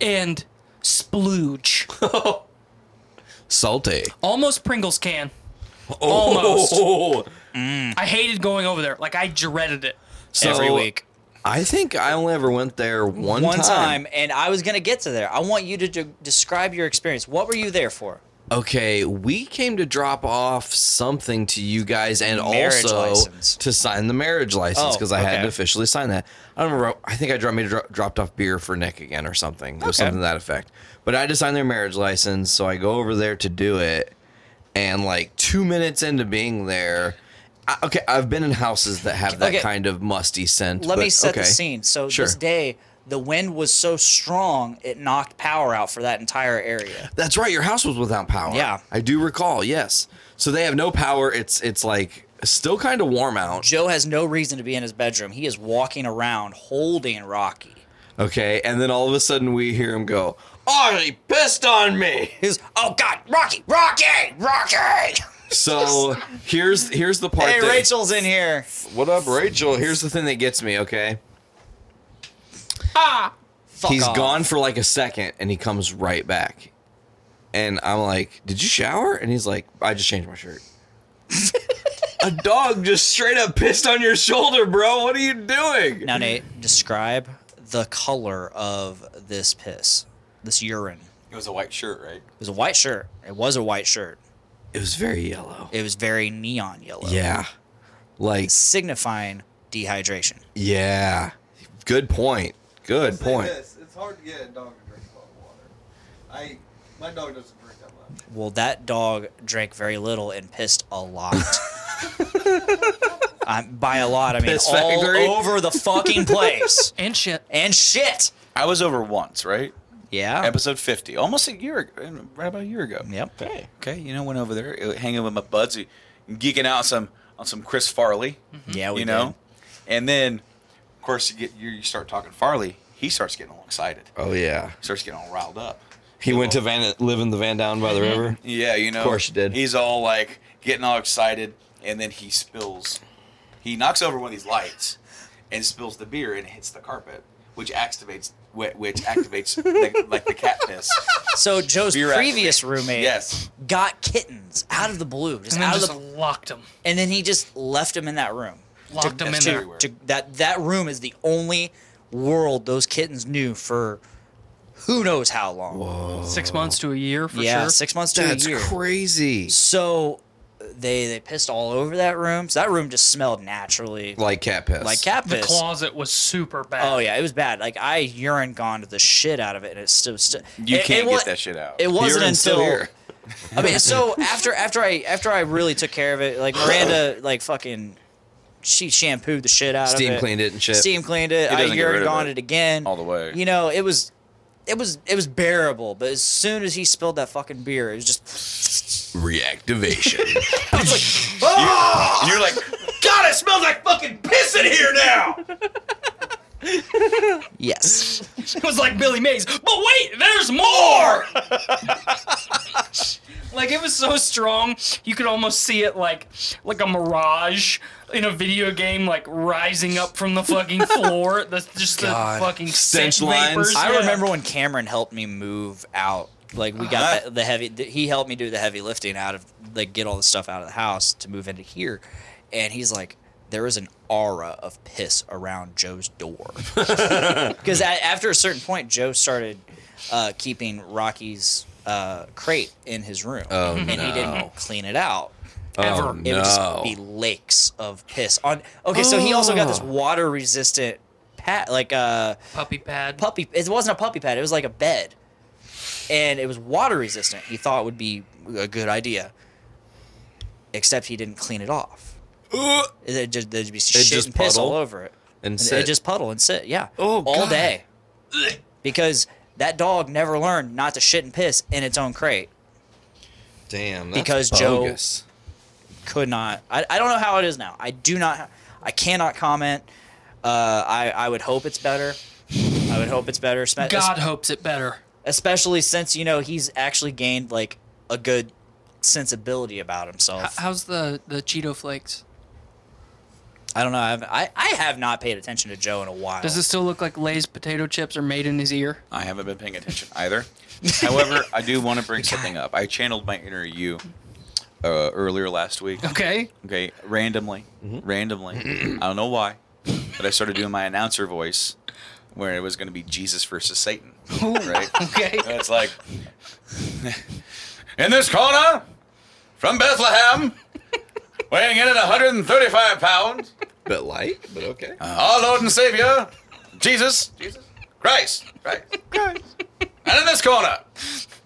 [SPEAKER 3] And splooge.
[SPEAKER 10] <laughs>
[SPEAKER 4] Salty.
[SPEAKER 3] Almost Pringles can.
[SPEAKER 4] <laughs>
[SPEAKER 3] Almost.
[SPEAKER 4] Oh.
[SPEAKER 3] I hated going over there. Like I dreaded it.
[SPEAKER 4] I think I only ever went there one,
[SPEAKER 10] One time. and I was gonna get to there. I want you to de- describe your experience. What were you there for?
[SPEAKER 4] Okay, we came to drop off something to you guys and
[SPEAKER 10] Marriage
[SPEAKER 4] also
[SPEAKER 10] license.
[SPEAKER 4] to sign the marriage license
[SPEAKER 10] Oh,
[SPEAKER 4] because I had
[SPEAKER 10] okay.
[SPEAKER 4] to officially sign that. I don't remember. I think I dropped, maybe dro- dropped off beer for Nick again or something. It was
[SPEAKER 10] Okay.
[SPEAKER 4] something to that effect. But I had to sign their marriage license, so I go over there to do it. And like two minutes into being there, I, okay, I've been in houses that have that
[SPEAKER 10] Okay.
[SPEAKER 4] kind of musty scent.
[SPEAKER 10] Let me
[SPEAKER 4] but
[SPEAKER 10] set
[SPEAKER 4] okay.
[SPEAKER 10] the scene. So
[SPEAKER 4] Sure.
[SPEAKER 10] this day, the wind was so strong it knocked power out for that entire area.
[SPEAKER 4] That's right. Your house was without power.
[SPEAKER 10] Yeah.
[SPEAKER 4] I do recall. Yes. So they have no power. It's it's like still kind of warm out.
[SPEAKER 10] Joe has no reason to be in his bedroom. He is walking around holding Rocky.
[SPEAKER 4] Okay. And then all of a sudden we hear him go, "Oh, he pissed on me."
[SPEAKER 10] He's, "Oh God, Rocky, Rocky, Rocky." <laughs>
[SPEAKER 4] So here's here's the part.
[SPEAKER 10] Hey,
[SPEAKER 4] that-
[SPEAKER 10] Rachel's in here.
[SPEAKER 4] What up, Rachel? Here's the thing that gets me. Okay.
[SPEAKER 3] Ah.
[SPEAKER 4] He's gone for like a second, and he comes right back. And I'm like, "Did you shower?" And he's like, "I just changed my
[SPEAKER 10] <laughs>
[SPEAKER 4] shirt." a dog just straight up pissed on your shoulder, bro. What are you doing?
[SPEAKER 10] Now, Nate, describe the color of this piss, this urine.
[SPEAKER 2] It was a white shirt, right?
[SPEAKER 10] It was a white shirt. It was a white shirt. It was very yellow. It was very neon yellow.
[SPEAKER 4] Yeah. Like,
[SPEAKER 10] signifying dehydration.
[SPEAKER 4] yeah. Good point. Good
[SPEAKER 11] Say
[SPEAKER 4] point.
[SPEAKER 11] This, it's hard to get a dog to drink bottled water. I my dog doesn't drink that much.
[SPEAKER 10] Well, that dog drank very little and pissed a lot.
[SPEAKER 2] <laughs>
[SPEAKER 10] um, by a lot, I mean
[SPEAKER 2] Piss
[SPEAKER 10] all
[SPEAKER 2] factory?
[SPEAKER 10] over the fucking place.
[SPEAKER 3] and shit.
[SPEAKER 10] And shit.
[SPEAKER 2] I was over once, right?
[SPEAKER 10] Yeah.
[SPEAKER 2] Episode 50, almost a year ago, right about a year ago.
[SPEAKER 10] Yep. Hmm.
[SPEAKER 2] Okay. Okay. You know, went over there, uh, hanging with my buds, geeking out some on some Chris Farley.
[SPEAKER 10] Yeah, we
[SPEAKER 2] You know, and then of course you get you, you start talking Farley. He starts getting all excited.
[SPEAKER 4] Oh, yeah.
[SPEAKER 2] He starts getting all riled up.
[SPEAKER 4] He went to Van, live in the Van Down by the
[SPEAKER 10] Mm-hmm.
[SPEAKER 4] river.
[SPEAKER 2] Yeah, you know.
[SPEAKER 4] Of course you did.
[SPEAKER 2] He's all like getting all excited, and then he spills. He knocks over one of these lights, and spills the beer and hits the carpet, which activates whi- which activates the, like the cat piss.
[SPEAKER 10] So Joe's
[SPEAKER 2] Beer
[SPEAKER 10] previous
[SPEAKER 2] activates.
[SPEAKER 10] roommate
[SPEAKER 2] Yes.
[SPEAKER 10] got kittens out of the blue, just
[SPEAKER 3] And then
[SPEAKER 10] out
[SPEAKER 3] just
[SPEAKER 10] of the,
[SPEAKER 3] locked him.
[SPEAKER 10] and then he just left them in that room.
[SPEAKER 3] Locked
[SPEAKER 10] To-
[SPEAKER 3] them in
[SPEAKER 10] to-
[SPEAKER 3] there.
[SPEAKER 10] to- that that room is the only world those kittens knew for who knows how long.
[SPEAKER 3] Six months to a year for
[SPEAKER 10] yeah,
[SPEAKER 3] sure.
[SPEAKER 10] six months to
[SPEAKER 3] That's
[SPEAKER 10] a year.
[SPEAKER 4] crazy.
[SPEAKER 10] So uh, they they pissed all over that room. So that room just smelled naturally
[SPEAKER 4] Like cat piss.
[SPEAKER 10] like cat
[SPEAKER 3] The
[SPEAKER 10] piss.
[SPEAKER 3] closet was super bad.
[SPEAKER 10] Oh yeah, it was bad. Like I urine gone the shit out of it, and it's still. still
[SPEAKER 2] You
[SPEAKER 10] it-
[SPEAKER 2] can't
[SPEAKER 10] it
[SPEAKER 2] get
[SPEAKER 10] wa-
[SPEAKER 2] that shit out.
[SPEAKER 10] It wasn't
[SPEAKER 2] Urine's still
[SPEAKER 10] until.
[SPEAKER 2] here.
[SPEAKER 10] <laughs> I mean, so after after I after I really took care of it, like Miranda, like fucking, she shampooed the shit out
[SPEAKER 4] Steam
[SPEAKER 10] of it,
[SPEAKER 4] cleaned it and shit.
[SPEAKER 10] steam cleaned
[SPEAKER 4] It
[SPEAKER 10] it. I
[SPEAKER 4] doesn't get rid
[SPEAKER 10] urine
[SPEAKER 4] of
[SPEAKER 10] gone
[SPEAKER 4] it
[SPEAKER 10] it. again
[SPEAKER 4] all the way.
[SPEAKER 10] You know, it was. It was it was bearable, but as soon as he spilled that fucking beer, it was just
[SPEAKER 4] Reactivation.
[SPEAKER 2] Ah! And you're like, God, it smells like fucking piss in here now.
[SPEAKER 10] yes.
[SPEAKER 3] it was like Billy Mays. But wait, there's more. like it was so strong, you could almost see it like like a mirage in a video game, like rising up from the fucking floor. That's just the fucking scent vapors.
[SPEAKER 10] I
[SPEAKER 3] Yeah.
[SPEAKER 10] remember when Cameron helped me move out. Like we got
[SPEAKER 4] Uh-huh.
[SPEAKER 10] the, the heavy. th- he helped me do the heavy lifting out of like get all the stuff out of the house to move into here, and he's like, there is an aura of piss around
[SPEAKER 4] <laughs>
[SPEAKER 10] Joe's door <laughs> because after a certain point, Joe started uh, keeping Rocky's uh, crate in his room,
[SPEAKER 4] Oh,
[SPEAKER 10] and he
[SPEAKER 4] no.
[SPEAKER 10] didn't clean it out.
[SPEAKER 4] Oh,
[SPEAKER 10] <laughs> Ever. It
[SPEAKER 4] no.
[SPEAKER 10] would just be lakes of piss on. Okay, so he also got this
[SPEAKER 3] Oh.
[SPEAKER 10] water resistant pat like uh
[SPEAKER 3] puppy pad
[SPEAKER 10] puppy it wasn't a puppy pad it was like a bed and it was water resistant he thought would be a good idea except he didn't clean it off it just, there'd be shit
[SPEAKER 4] just
[SPEAKER 10] and piss all
[SPEAKER 4] puddle
[SPEAKER 10] over it
[SPEAKER 4] and
[SPEAKER 10] it
[SPEAKER 4] sit.
[SPEAKER 10] just puddle and sit yeah oh, all
[SPEAKER 4] God.
[SPEAKER 10] day because that dog never learned not to shit and piss in its own crate
[SPEAKER 4] Damn. That's
[SPEAKER 10] because
[SPEAKER 4] bogus.
[SPEAKER 10] Joe could not. I, I don't know how it is now. I do not. I cannot comment. Uh, I I would hope it's better. I would hope it's better. Spe-
[SPEAKER 3] God hopes it better.
[SPEAKER 10] especially since you know he's actually gained like a good sensibility about
[SPEAKER 3] H-
[SPEAKER 10] himself.
[SPEAKER 3] How's the the Cheeto flakes?
[SPEAKER 10] I don't know. I've, I I have not paid attention to Joe in a while.
[SPEAKER 3] Does it still look like Lay's potato chips are made in his ear?
[SPEAKER 2] I haven't been paying attention either. However, I do want to bring something up. I channeled my inner you uh, earlier last week.
[SPEAKER 3] Okay.
[SPEAKER 2] Okay. Randomly.
[SPEAKER 4] Mm-hmm.
[SPEAKER 2] Randomly. I don't know why, but I started doing my announcer voice where it was going to be Jesus versus Satan. Right?
[SPEAKER 3] <laughs> Okay.
[SPEAKER 2] And it's like, in this corner from Bethlehem, weighing in at 135 pounds,
[SPEAKER 4] Bit light, but okay.
[SPEAKER 2] our Lord and Savior, Jesus, Jesus, Christ, Christ, and in this corner,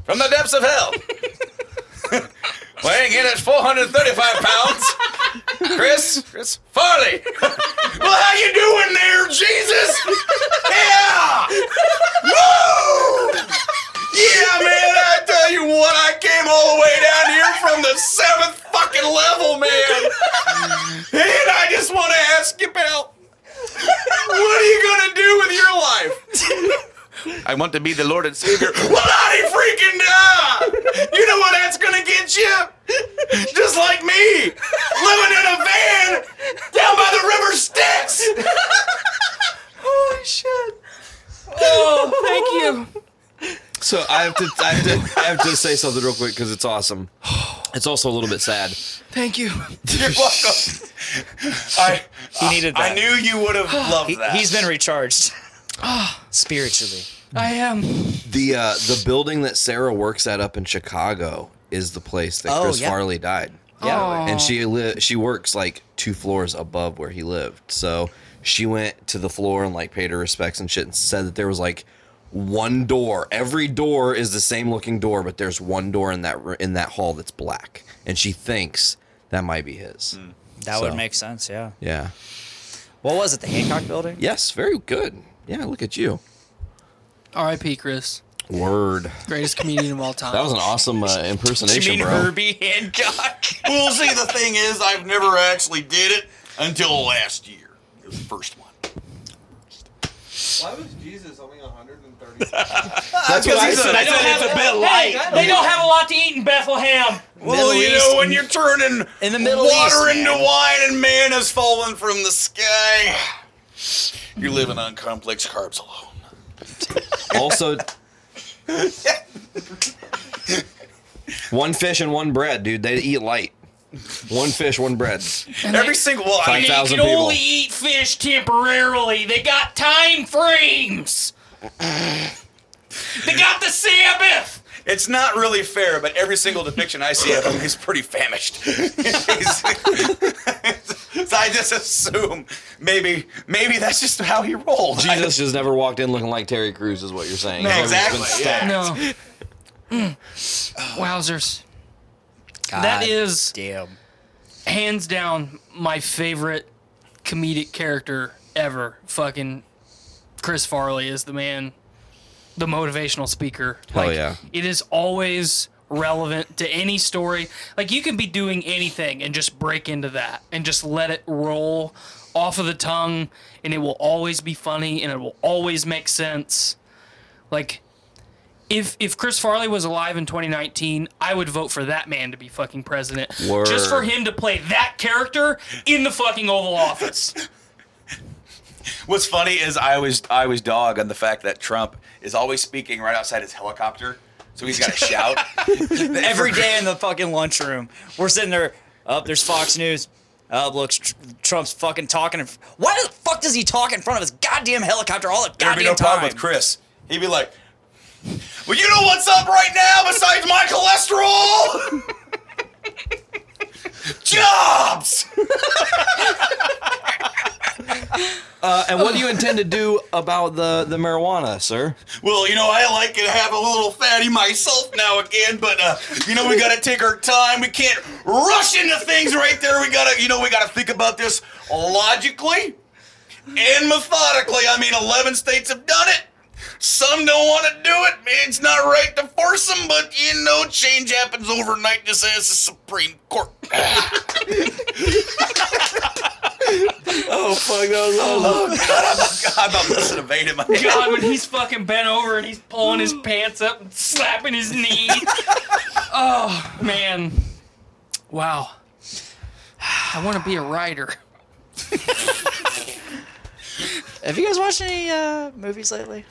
[SPEAKER 2] from the depths of hell, <laughs> weighing in at 435 pounds, Chris, Chris Farley. <laughs> well, how you doing there, Jesus? yeah! Woo! Yeah, man, I tell you what, I came all the way down here from the seventh fucking level, man. And I just want to ask you, pal, what are you gonna do with your life? I want to be the Lord and Savior. Well, I freaking die! You know what that's gonna get you? Just like me, living in a van down by the river Styx.
[SPEAKER 3] Holy shit! Oh, thank you.
[SPEAKER 4] So I have to, I have to, I have to say something real quick because it's awesome. It's also a little bit sad.
[SPEAKER 3] Thank you.
[SPEAKER 2] You're welcome. I
[SPEAKER 10] he needed. That. Uh,
[SPEAKER 2] I knew you would have loved
[SPEAKER 10] He,
[SPEAKER 2] that.
[SPEAKER 10] has been recharged. <laughs>
[SPEAKER 3] Ah.
[SPEAKER 10] spiritually.
[SPEAKER 3] I am.
[SPEAKER 4] The uh, the building that Sarah works at up in Chicago is the place that
[SPEAKER 3] Oh,
[SPEAKER 4] Chris
[SPEAKER 3] yeah.
[SPEAKER 4] Farley died.
[SPEAKER 3] Yeah. Aw.
[SPEAKER 4] and she li- she works like two floors above where he lived. So she went to the floor and like paid her respects and shit, and said that there was like one door. Every door is the same looking door, but there's one door in that r- in that hall that's black, and she thinks that might be his.
[SPEAKER 10] That
[SPEAKER 4] So,
[SPEAKER 10] would make sense, yeah.
[SPEAKER 4] yeah.
[SPEAKER 10] What was it, the Hancock building?
[SPEAKER 4] Yes, very good. Yeah, look at you.
[SPEAKER 3] R.I.P. Chris,
[SPEAKER 4] Word.
[SPEAKER 3] greatest comedian of all time.
[SPEAKER 4] That was an awesome uh, impersonation, bro.
[SPEAKER 10] <laughs>
[SPEAKER 2] Hancock? well, see, the thing is, I've never actually did it until last year. It was the first one.
[SPEAKER 11] Why was Jesus only 130?
[SPEAKER 2] That's what I said. I said it's a bit light.
[SPEAKER 3] They don't have a lot to eat in Bethlehem.
[SPEAKER 2] Well, you know, when you're turning
[SPEAKER 10] in the
[SPEAKER 3] Middle
[SPEAKER 2] water
[SPEAKER 3] East,
[SPEAKER 2] into
[SPEAKER 3] man.
[SPEAKER 2] wine and man has fallen from the sky, you're living on complex carbs alone.
[SPEAKER 4] also, one fish and one bread, dude. They eat light. One fish, one bread.
[SPEAKER 2] Every single well,
[SPEAKER 4] Five thousand
[SPEAKER 3] They can
[SPEAKER 4] people.
[SPEAKER 3] only eat fish temporarily. They got time
[SPEAKER 10] <laughs>
[SPEAKER 3] frames. they got the Sabbath.
[SPEAKER 2] It's not really fair, but every single depiction I see of him, he's pretty famished. <laughs> He's- so I just assume maybe maybe that's just how he rolled.
[SPEAKER 4] Jesus just never walked in looking like Terry Crews, is what you're saying.
[SPEAKER 2] No,
[SPEAKER 4] He's always been
[SPEAKER 2] exactly,
[SPEAKER 4] stacked.
[SPEAKER 3] No. Mm. Wowzers. that
[SPEAKER 10] God
[SPEAKER 3] is
[SPEAKER 10] damn.
[SPEAKER 3] hands down my favorite comedic character ever. Fucking Chris Farley is the man, the motivational speaker.
[SPEAKER 4] Hell yeah.
[SPEAKER 3] It is always relevant to any story. Like you can be doing anything and just break into that and just let it roll off of the tongue and it will always be funny and it will always make sense. Like if if Chris Farley was alive in 2019, I would vote for that man to be fucking president.
[SPEAKER 4] Word.
[SPEAKER 3] Just for him to play that character in the fucking Oval
[SPEAKER 10] <laughs>
[SPEAKER 3] Office.
[SPEAKER 2] What's funny is I was I was dog on the fact that Trump is always speaking right outside his helicopter, so he's got to shout.
[SPEAKER 10] Every day in the fucking lunchroom, we're sitting there. Up there's Fox News. Up looks Tr- Trump's fucking talking. In, why the fuck does he talk in front of his goddamn helicopter all the
[SPEAKER 2] There'd
[SPEAKER 10] goddamn
[SPEAKER 2] be no
[SPEAKER 10] time?
[SPEAKER 2] problem with Chris. He'd be like, "Well, you know what's up right now besides my cholesterol? <laughs> Jobs."
[SPEAKER 4] Uh, and what do you intend to do about the, the
[SPEAKER 5] <laughs>
[SPEAKER 4] marijuana, sir?
[SPEAKER 2] Well, you know, I like to have a little fatty myself now again, but uh, you know, we gotta take our time. We can't rush into things right there. We gotta, you know, we gotta think about this logically and methodically. I mean, eleven states have done it. Some don't want to do it. It's not right to force them, but you know, change happens overnight. Just ask the Supreme Court. <laughs>
[SPEAKER 4] oh fuck, that was
[SPEAKER 2] awesome. Oh, God, I'm, I'm listening to Vader. my-
[SPEAKER 3] God, when he's fucking bent over and he's pulling his pants up and slapping his
[SPEAKER 10] <laughs>
[SPEAKER 3] knee. oh man. Wow. <sighs> I want to be a writer.
[SPEAKER 10] Have you guys watched any uh, movies lately?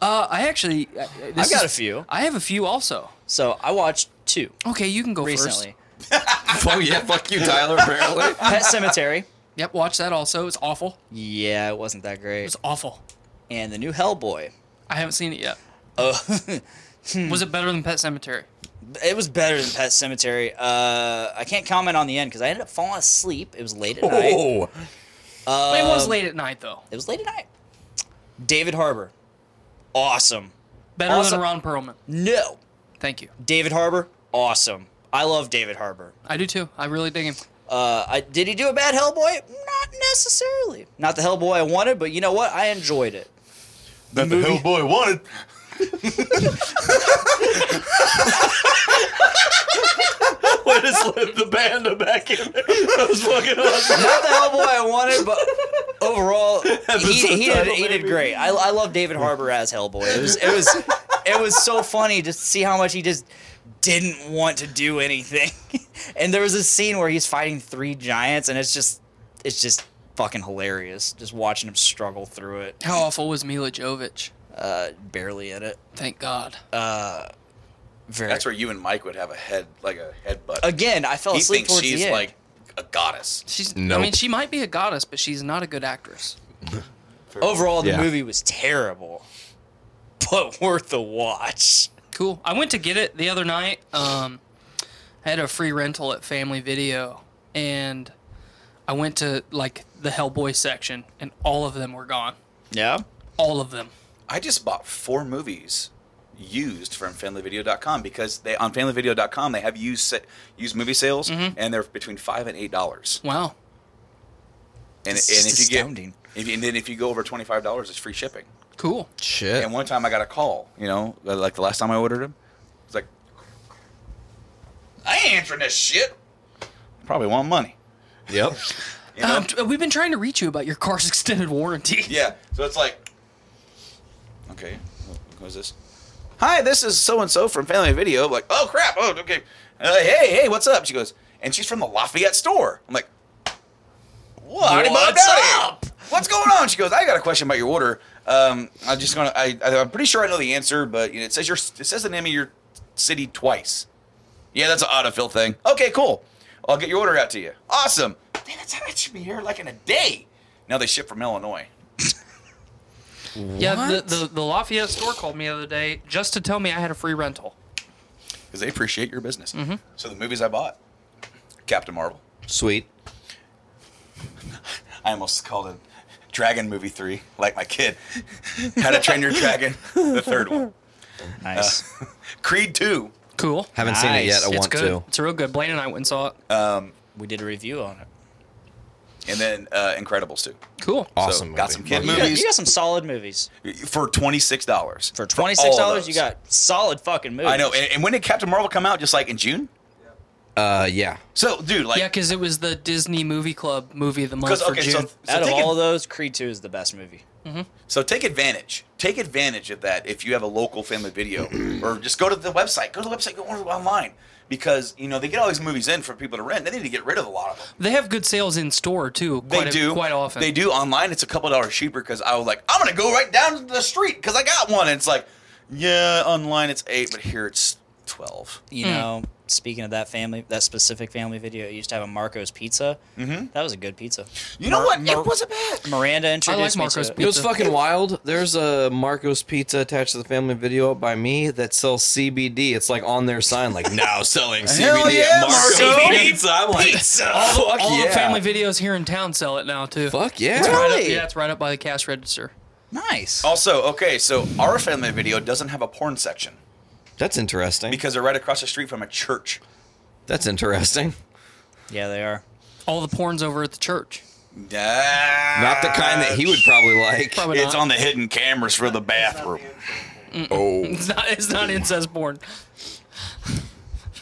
[SPEAKER 3] Uh, I actually, I, this
[SPEAKER 10] I've got
[SPEAKER 3] is-
[SPEAKER 10] a few.
[SPEAKER 3] I have a few also.
[SPEAKER 10] So I watched two.
[SPEAKER 3] Okay, you can go
[SPEAKER 10] recently.
[SPEAKER 4] oh yeah, fuck you, Tyler. <laughs> Apparently,
[SPEAKER 10] Pet Cemetery.
[SPEAKER 3] Yep, watch that also. It's awful.
[SPEAKER 10] Yeah, it wasn't that great. It was
[SPEAKER 3] awful.
[SPEAKER 10] And the new Hellboy.
[SPEAKER 3] I haven't seen it yet.
[SPEAKER 10] Oh, <laughs>
[SPEAKER 3] Was it better than Pet Cemetery?
[SPEAKER 10] it was better than Pet Cemetery. Uh, I can't comment on the end because I ended up falling asleep. It was late at night.
[SPEAKER 4] Oh.
[SPEAKER 3] But it was
[SPEAKER 10] Um,
[SPEAKER 3] late at night though.
[SPEAKER 10] It was late at night. David Harbour, awesome.
[SPEAKER 3] Better
[SPEAKER 10] Awesome.
[SPEAKER 3] than Ron Perlman.
[SPEAKER 10] No.
[SPEAKER 3] Thank you.
[SPEAKER 10] David Harbour, awesome. I love David Harbour.
[SPEAKER 3] I do too. I really dig him.
[SPEAKER 10] Uh, I, did he do a bad Hellboy? Not necessarily. Not the Hellboy I wanted, but you know what? I enjoyed it.
[SPEAKER 2] That the Hellboy
[SPEAKER 5] <laughs>
[SPEAKER 2] wanted.
[SPEAKER 5] Let us slip the panda back in there. That was fucking awesome.
[SPEAKER 10] Not the Hellboy I wanted, but
[SPEAKER 2] <laughs>
[SPEAKER 10] overall, he, he, did,
[SPEAKER 5] title,
[SPEAKER 10] he did great. I, I love David Harbour as Hellboy. It was it was it was so funny to see how much he just didn't want to do anything. <laughs> And there was a scene where he's fighting three giants, and it's just it's just fucking hilarious. Just watching him struggle through it.
[SPEAKER 3] How awful was Mila Jovovich?
[SPEAKER 10] Uh, barely in it.
[SPEAKER 3] Thank God.
[SPEAKER 10] Uh, very.
[SPEAKER 2] That's where you and Mike would have a head, like a headbutt.
[SPEAKER 10] Again, I fell
[SPEAKER 2] he
[SPEAKER 10] asleep
[SPEAKER 2] thinks
[SPEAKER 10] Oh, towards the
[SPEAKER 2] she's
[SPEAKER 10] end.
[SPEAKER 2] like a goddess.
[SPEAKER 3] She's. I
[SPEAKER 10] Nope.
[SPEAKER 3] mean, she might be a goddess, but she's not a good actress.
[SPEAKER 10] Overall, the
[SPEAKER 4] Yeah.
[SPEAKER 10] movie was terrible, <laughs> but worth a watch.
[SPEAKER 3] Cool. I went to get it the other night. Um, I had a free rental at Family Video, and I went to like the Hellboy section, and all of them were gone.
[SPEAKER 10] Yeah.
[SPEAKER 3] All of them.
[SPEAKER 2] I just bought four movies used from FamilyVideo.com because they on FamilyVideo.com they have used sa- used movie sales
[SPEAKER 10] Mm-hmm.
[SPEAKER 2] and they're between five and eight dollars.
[SPEAKER 3] Wow.
[SPEAKER 2] And,
[SPEAKER 10] It's
[SPEAKER 2] and
[SPEAKER 10] just
[SPEAKER 2] if you get
[SPEAKER 10] astounding.
[SPEAKER 2] if you- and then if you go over twenty five dollars, it's free shipping.
[SPEAKER 3] Cool.
[SPEAKER 4] Shit.
[SPEAKER 2] And one time I got a call, you know, uh, like the last time I ordered them, it's like I ain't answering this shit. probably want money.
[SPEAKER 4] Yep.
[SPEAKER 10] Uh,
[SPEAKER 3] Um, t- we've been trying to reach you about your car's <laughs> extended warranty.
[SPEAKER 2] <laughs> Yeah. So it's like, okay, who is this? Hi, this is so and so from Family Video. I'm like, oh crap. Oh, okay. Uh, hey, hey, what's up? She goes, and she's from the Lafayette store. I'm like, what? I already bugged
[SPEAKER 10] What's
[SPEAKER 2] out here. What's going on? She goes, I got a question about your order. Um, I'm just gonna. I, I- I'm pretty sure I know the answer, but you know, it says your it says the name of your city twice. Yeah, that's an autofill thing. Okay, cool. I'll get your order out to you. Awesome. Man, that's how it should be here, like in a day. Now they ship from Illinois.
[SPEAKER 3] Yeah, the, the, the Lafayette store called me the other day just to tell me I had a free rental.
[SPEAKER 2] because they appreciate your business. So the movies I bought, Captain Marvel.
[SPEAKER 4] Sweet.
[SPEAKER 2] I almost called it Dragon Movie Three, like my kid. How to Train Your Dragon, the third one.
[SPEAKER 10] Nice.
[SPEAKER 2] Uh, Creed Two.
[SPEAKER 3] Cool.
[SPEAKER 4] Haven't seen it yet.
[SPEAKER 3] it's
[SPEAKER 4] I want
[SPEAKER 3] good.
[SPEAKER 4] to. Uh,
[SPEAKER 3] It's real good. Blaine and I went and saw it.
[SPEAKER 2] Um,
[SPEAKER 10] we did a review on it.
[SPEAKER 2] And then uh, Incredibles Two.
[SPEAKER 3] Cool.
[SPEAKER 4] Awesome
[SPEAKER 2] got
[SPEAKER 4] movie.
[SPEAKER 2] some kid
[SPEAKER 10] You got-
[SPEAKER 2] movies
[SPEAKER 10] You got some solid movies.
[SPEAKER 2] for twenty six dollars. For
[SPEAKER 10] Twenty six dollars. You got solid fucking movies.
[SPEAKER 2] I know. And, and when did Captain Marvel come out? Just like in June.
[SPEAKER 4] Uh, yeah.
[SPEAKER 2] So, dude, like,
[SPEAKER 3] yeah, because it was the Disney Movie Club movie of the month for June.
[SPEAKER 10] out of all those, Creed Two is the best movie.
[SPEAKER 3] Mhm.
[SPEAKER 2] So take advantage. Take advantage of that if you have a local family video, or just go to the website. Go to the website. Go order online because you know they get all these movies in for people to rent. They need to get rid of a lot of them.
[SPEAKER 3] They have good sales in store too. Quite
[SPEAKER 2] they
[SPEAKER 3] a-
[SPEAKER 2] do
[SPEAKER 3] quite often.
[SPEAKER 2] They do online. It's a couple dollars cheaper because I was like, I'm gonna go right down the street because I got one. And it's like, yeah, online it's eight, but here it's twelve.
[SPEAKER 10] You
[SPEAKER 3] Hmm.
[SPEAKER 10] know, speaking of that family, that specific family video, it used to have a Marco's Pizza.
[SPEAKER 2] Mhm.
[SPEAKER 10] That was a good pizza.
[SPEAKER 2] You know what? It wasn't bad.
[SPEAKER 10] Miranda introduced me to
[SPEAKER 4] It was fucking wild. There's a Marcos Pizza attached to the family video up by me that sells CBD. It's like on their sign, like now selling
[SPEAKER 2] <laughs>
[SPEAKER 4] CBD at Marcos Pizza. I'm like,
[SPEAKER 3] all the,
[SPEAKER 4] fuck
[SPEAKER 3] all the
[SPEAKER 4] yeah.
[SPEAKER 3] family videos here in town sell it now too.
[SPEAKER 4] Fuck yeah.
[SPEAKER 3] It's right up-
[SPEAKER 2] Really?
[SPEAKER 3] yeah, it's right up by the cash register.
[SPEAKER 10] Nice.
[SPEAKER 2] Also, okay, so our family video doesn't have a porn section
[SPEAKER 4] That's interesting.
[SPEAKER 2] because they're right across the street from a church.
[SPEAKER 4] That's interesting.
[SPEAKER 10] Yeah, they are.
[SPEAKER 3] All the porns over at the church.
[SPEAKER 4] Not the kind that he would probably
[SPEAKER 2] <laughs>
[SPEAKER 4] like.
[SPEAKER 3] Probably
[SPEAKER 2] it's
[SPEAKER 3] not.
[SPEAKER 2] on the hidden cameras for the bathroom.
[SPEAKER 3] Mm-mm. <laughs>
[SPEAKER 2] Oh.
[SPEAKER 3] it's not it's not incest porn.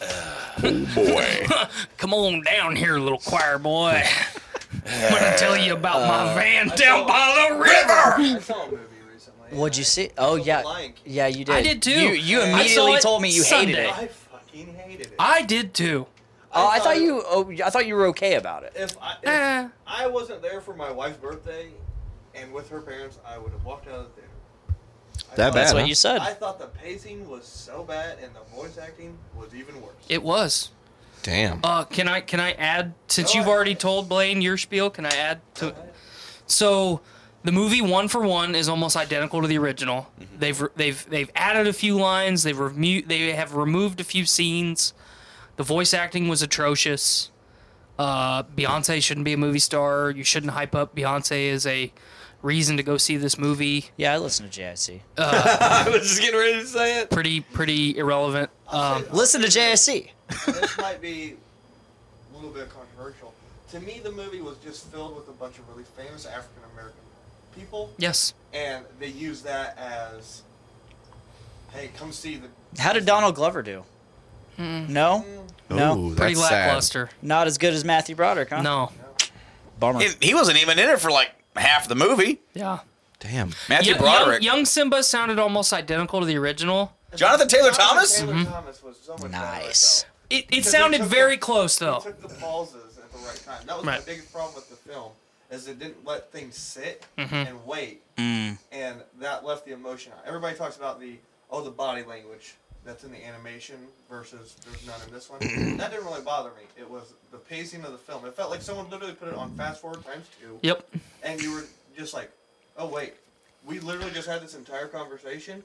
[SPEAKER 2] Oh, boy.
[SPEAKER 3] <laughs> Come on down here, little choir boy.
[SPEAKER 2] <laughs>
[SPEAKER 3] I'm gonna tell you about
[SPEAKER 2] Uh,
[SPEAKER 3] my van down by the river.
[SPEAKER 10] What'd you see? Oh yeah, yeah, you did.
[SPEAKER 3] I did too.
[SPEAKER 10] You, you
[SPEAKER 3] I saw
[SPEAKER 10] immediately
[SPEAKER 3] it
[SPEAKER 10] told me you hated
[SPEAKER 3] Sunday.
[SPEAKER 10] it.
[SPEAKER 3] I
[SPEAKER 10] fucking
[SPEAKER 11] hated it.
[SPEAKER 3] I did too.
[SPEAKER 10] Oh, I
[SPEAKER 11] thought
[SPEAKER 10] thought
[SPEAKER 11] it-
[SPEAKER 10] you. Eh. Oh, I thought you were okay about it.
[SPEAKER 11] If I, if I wasn't there for my wife's birthday and with her parents, I would have walked out of the theater. I
[SPEAKER 4] That
[SPEAKER 11] thought-
[SPEAKER 4] bad, That's what huh? you said.
[SPEAKER 11] I thought the pacing was so bad and the voice acting was even worse.
[SPEAKER 3] It was.
[SPEAKER 4] Damn.
[SPEAKER 3] Uh, can I can I add since you've already told Blaine your spiel? Can I add to? So, the movie one for one is almost identical to the original.
[SPEAKER 2] Mm-hmm.
[SPEAKER 3] They've re- they've they've added a few lines. They've remu- they have removed a few scenes. The voice acting was atrocious. Uh, Beyonce shouldn't be a movie star. You shouldn't hype up Beyonce as a reason to go see this movie.
[SPEAKER 10] Yeah, I listen to JIC.
[SPEAKER 3] Uh,
[SPEAKER 4] I was just getting ready to say it.
[SPEAKER 3] Pretty pretty irrelevant. Um,
[SPEAKER 10] listen to JIC.
[SPEAKER 11] this might be a little bit controversial. To me, the movie was just filled with a bunch of really famous African American people.
[SPEAKER 3] Yes.
[SPEAKER 11] And they used that as, hey, come see the.
[SPEAKER 10] How did Donald Glover do?
[SPEAKER 3] Hmm.
[SPEAKER 10] No, no,
[SPEAKER 2] Ooh, Pretty that's sad. lackluster.
[SPEAKER 10] Not as good as Matthew Broderick, huh?
[SPEAKER 3] No,
[SPEAKER 10] bummer.
[SPEAKER 2] He, he wasn't even in it for like half the movie.
[SPEAKER 3] Yeah.
[SPEAKER 4] Damn.
[SPEAKER 2] Matthew
[SPEAKER 3] Yo-
[SPEAKER 2] Broderick.
[SPEAKER 3] Young, young Simba sounded almost identical to the original.
[SPEAKER 2] Jonathan Taylor Thomas?
[SPEAKER 11] Thomas was so much
[SPEAKER 3] Nice. It, it
[SPEAKER 11] Because he
[SPEAKER 3] sounded
[SPEAKER 11] took
[SPEAKER 3] very
[SPEAKER 11] the-
[SPEAKER 3] close though.
[SPEAKER 11] He took the pauses at the right time. That was my
[SPEAKER 3] Right.
[SPEAKER 11] biggest problem with the film, is it didn't let things sit
[SPEAKER 3] Mhm.
[SPEAKER 11] and wait,
[SPEAKER 10] Mm.
[SPEAKER 11] and that left the emotion out. Everybody talks about the oh the body language that's in the animation versus there's none in this one. that didn't really bother me. It was the pacing of the film. It felt like someone literally put it on fast forward times two.
[SPEAKER 3] Yep.
[SPEAKER 11] And you were just like, Oh wait, we literally just had this entire conversation.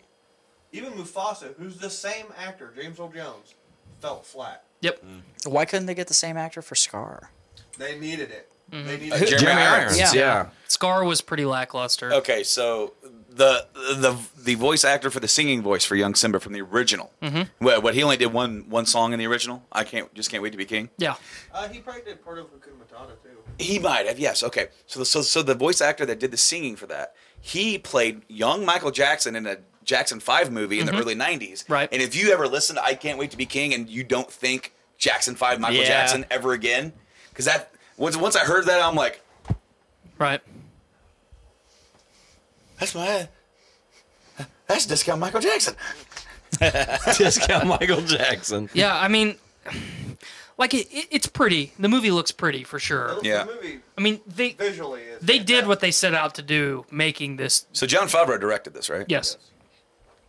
[SPEAKER 11] Even Mufasa, who's the same actor, James Earl Jones, felt flat.
[SPEAKER 10] Yep.
[SPEAKER 2] Mm.
[SPEAKER 10] Why couldn't they get the same actor for Scar?
[SPEAKER 11] They needed it.
[SPEAKER 3] Mm-hmm.
[SPEAKER 11] They
[SPEAKER 2] Uh,
[SPEAKER 11] needed
[SPEAKER 2] <laughs> Jeremy Irons,
[SPEAKER 10] Yeah.
[SPEAKER 2] yeah.
[SPEAKER 3] Scar was pretty lackluster.
[SPEAKER 2] Okay, so the the the voice actor for the singing voice for young Simba from the original.
[SPEAKER 3] Mhm.
[SPEAKER 10] Mm-hmm.
[SPEAKER 2] What, what he only did one one song in the original. I can't just can't wait to be king.
[SPEAKER 3] Yeah.
[SPEAKER 11] Uh, he probably did part of Hakuna Matata too.
[SPEAKER 2] He might have yes. Okay, so the, so so the voice actor that did the singing for that he played young Michael Jackson in a Jackson Five movie in
[SPEAKER 10] Mhm.
[SPEAKER 2] the early '90s.
[SPEAKER 10] Right.
[SPEAKER 2] And if you ever listen to I Can't Wait to Be King and you don't think Jackson Five Michael
[SPEAKER 10] Yeah.
[SPEAKER 2] Jackson ever again, because that once once I heard that I'm like
[SPEAKER 3] Right.
[SPEAKER 2] that's my that's discount Michael Jackson.
[SPEAKER 4] Discount <laughs> Michael Jackson.
[SPEAKER 3] Yeah, I mean, like it, it, it's pretty. The movie looks pretty for sure.
[SPEAKER 2] Yeah.
[SPEAKER 3] I mean, they
[SPEAKER 11] visually is
[SPEAKER 3] they did what they set out to do, making this.
[SPEAKER 2] So John Favreau directed this, right?
[SPEAKER 3] Yes.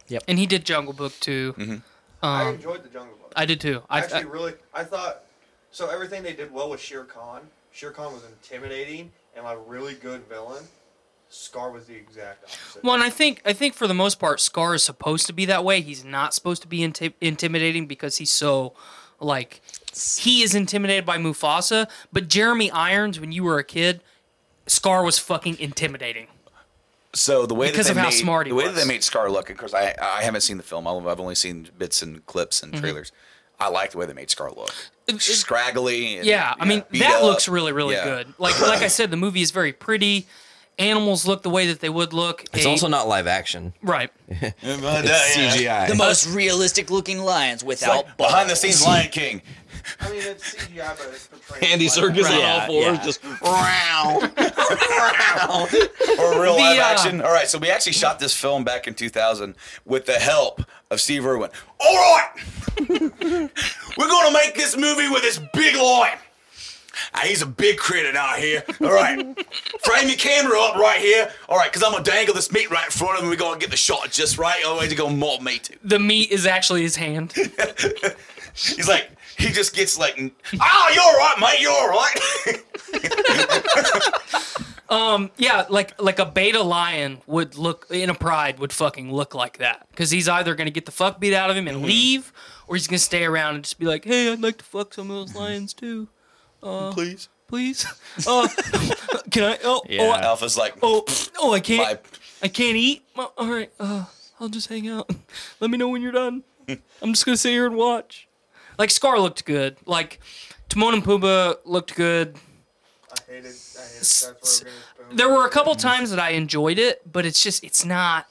[SPEAKER 10] Yep.
[SPEAKER 3] And he did Jungle Book too.
[SPEAKER 2] Mhm.
[SPEAKER 11] I
[SPEAKER 3] Um,
[SPEAKER 11] enjoyed the Jungle Book.
[SPEAKER 3] I did too. I-
[SPEAKER 11] actually
[SPEAKER 3] I-
[SPEAKER 11] really. I thought so. Everything they did well with Shere Khan. Shere Khan was intimidating and a really good villain. Scar was the exact opposite.
[SPEAKER 3] Well, and I think I think for the most part, Scar is supposed to be that way. He's not supposed to be inti- intimidating because he's so like he is intimidated by Mufasa. But Jeremy Irons, when you were a kid, Scar was fucking intimidating.
[SPEAKER 2] So the way
[SPEAKER 3] Because
[SPEAKER 2] that
[SPEAKER 3] of
[SPEAKER 2] they
[SPEAKER 3] how
[SPEAKER 2] made,
[SPEAKER 3] smart he
[SPEAKER 2] the way
[SPEAKER 3] was.
[SPEAKER 2] that they made Scar look, because I I haven't seen the film. I've I've only seen bits and clips and
[SPEAKER 3] Mhm.
[SPEAKER 2] trailers. I like the way they made Scar look scraggly.
[SPEAKER 3] Yeah,
[SPEAKER 2] and-
[SPEAKER 3] I mean
[SPEAKER 2] beat
[SPEAKER 3] that
[SPEAKER 2] up.
[SPEAKER 3] looks really really
[SPEAKER 2] Yeah.
[SPEAKER 3] good. Like like I said, the movie is very pretty. Animals look the way that they would look.
[SPEAKER 4] It's
[SPEAKER 3] A-
[SPEAKER 4] also not live action.
[SPEAKER 3] right.
[SPEAKER 4] It's CGI.
[SPEAKER 10] The most realistic looking lions without
[SPEAKER 2] like behind the scenes Lion King.
[SPEAKER 11] I mean, it's CGI, but it's portrayed.
[SPEAKER 4] Andy
[SPEAKER 11] like-
[SPEAKER 4] Serkis on all fours, just
[SPEAKER 2] <laughs> or real
[SPEAKER 11] The,
[SPEAKER 2] live
[SPEAKER 11] uh,
[SPEAKER 2] action. All right, so we actually shot this film back in 2000 with the help of Steve Irwin. All right, <laughs> we're gonna make this movie with this big lion. Ah, he's a big critter out here.
[SPEAKER 11] <laughs>
[SPEAKER 2] All right, frame your camera up right here. All right, because I'm gonna dangle this meat right in front of him. We're gonna get the shot just right. Otherwise, he's gonna maul me too.
[SPEAKER 3] The meat is actually his hand.
[SPEAKER 2] He's like, he just gets like, ah, you're all right, mate. You're all right.
[SPEAKER 3] Um, yeah, like like a beta lion would look in a pride would fucking look like that because he's either gonna get the fuck beat out of him and leave, or he's gonna stay around and just be like, hey, I'd like to fuck some of those lions too, uh,
[SPEAKER 2] please,
[SPEAKER 3] please. <laughs> Uh, can I? Oh, oh, I,
[SPEAKER 2] <laughs> Alpha's like,
[SPEAKER 3] oh, oh, I can't, I can't eat. Uh, All right, uh, I'll just hang out. <laughs> Let me know when you're done. I'm just gonna sit here and watch. Like Scar looked good. Like Timon and Pumbaa looked good.
[SPEAKER 11] I hated. I hated. That's where we're gonna
[SPEAKER 3] There were a couple times that I enjoyed it, but it's just it's not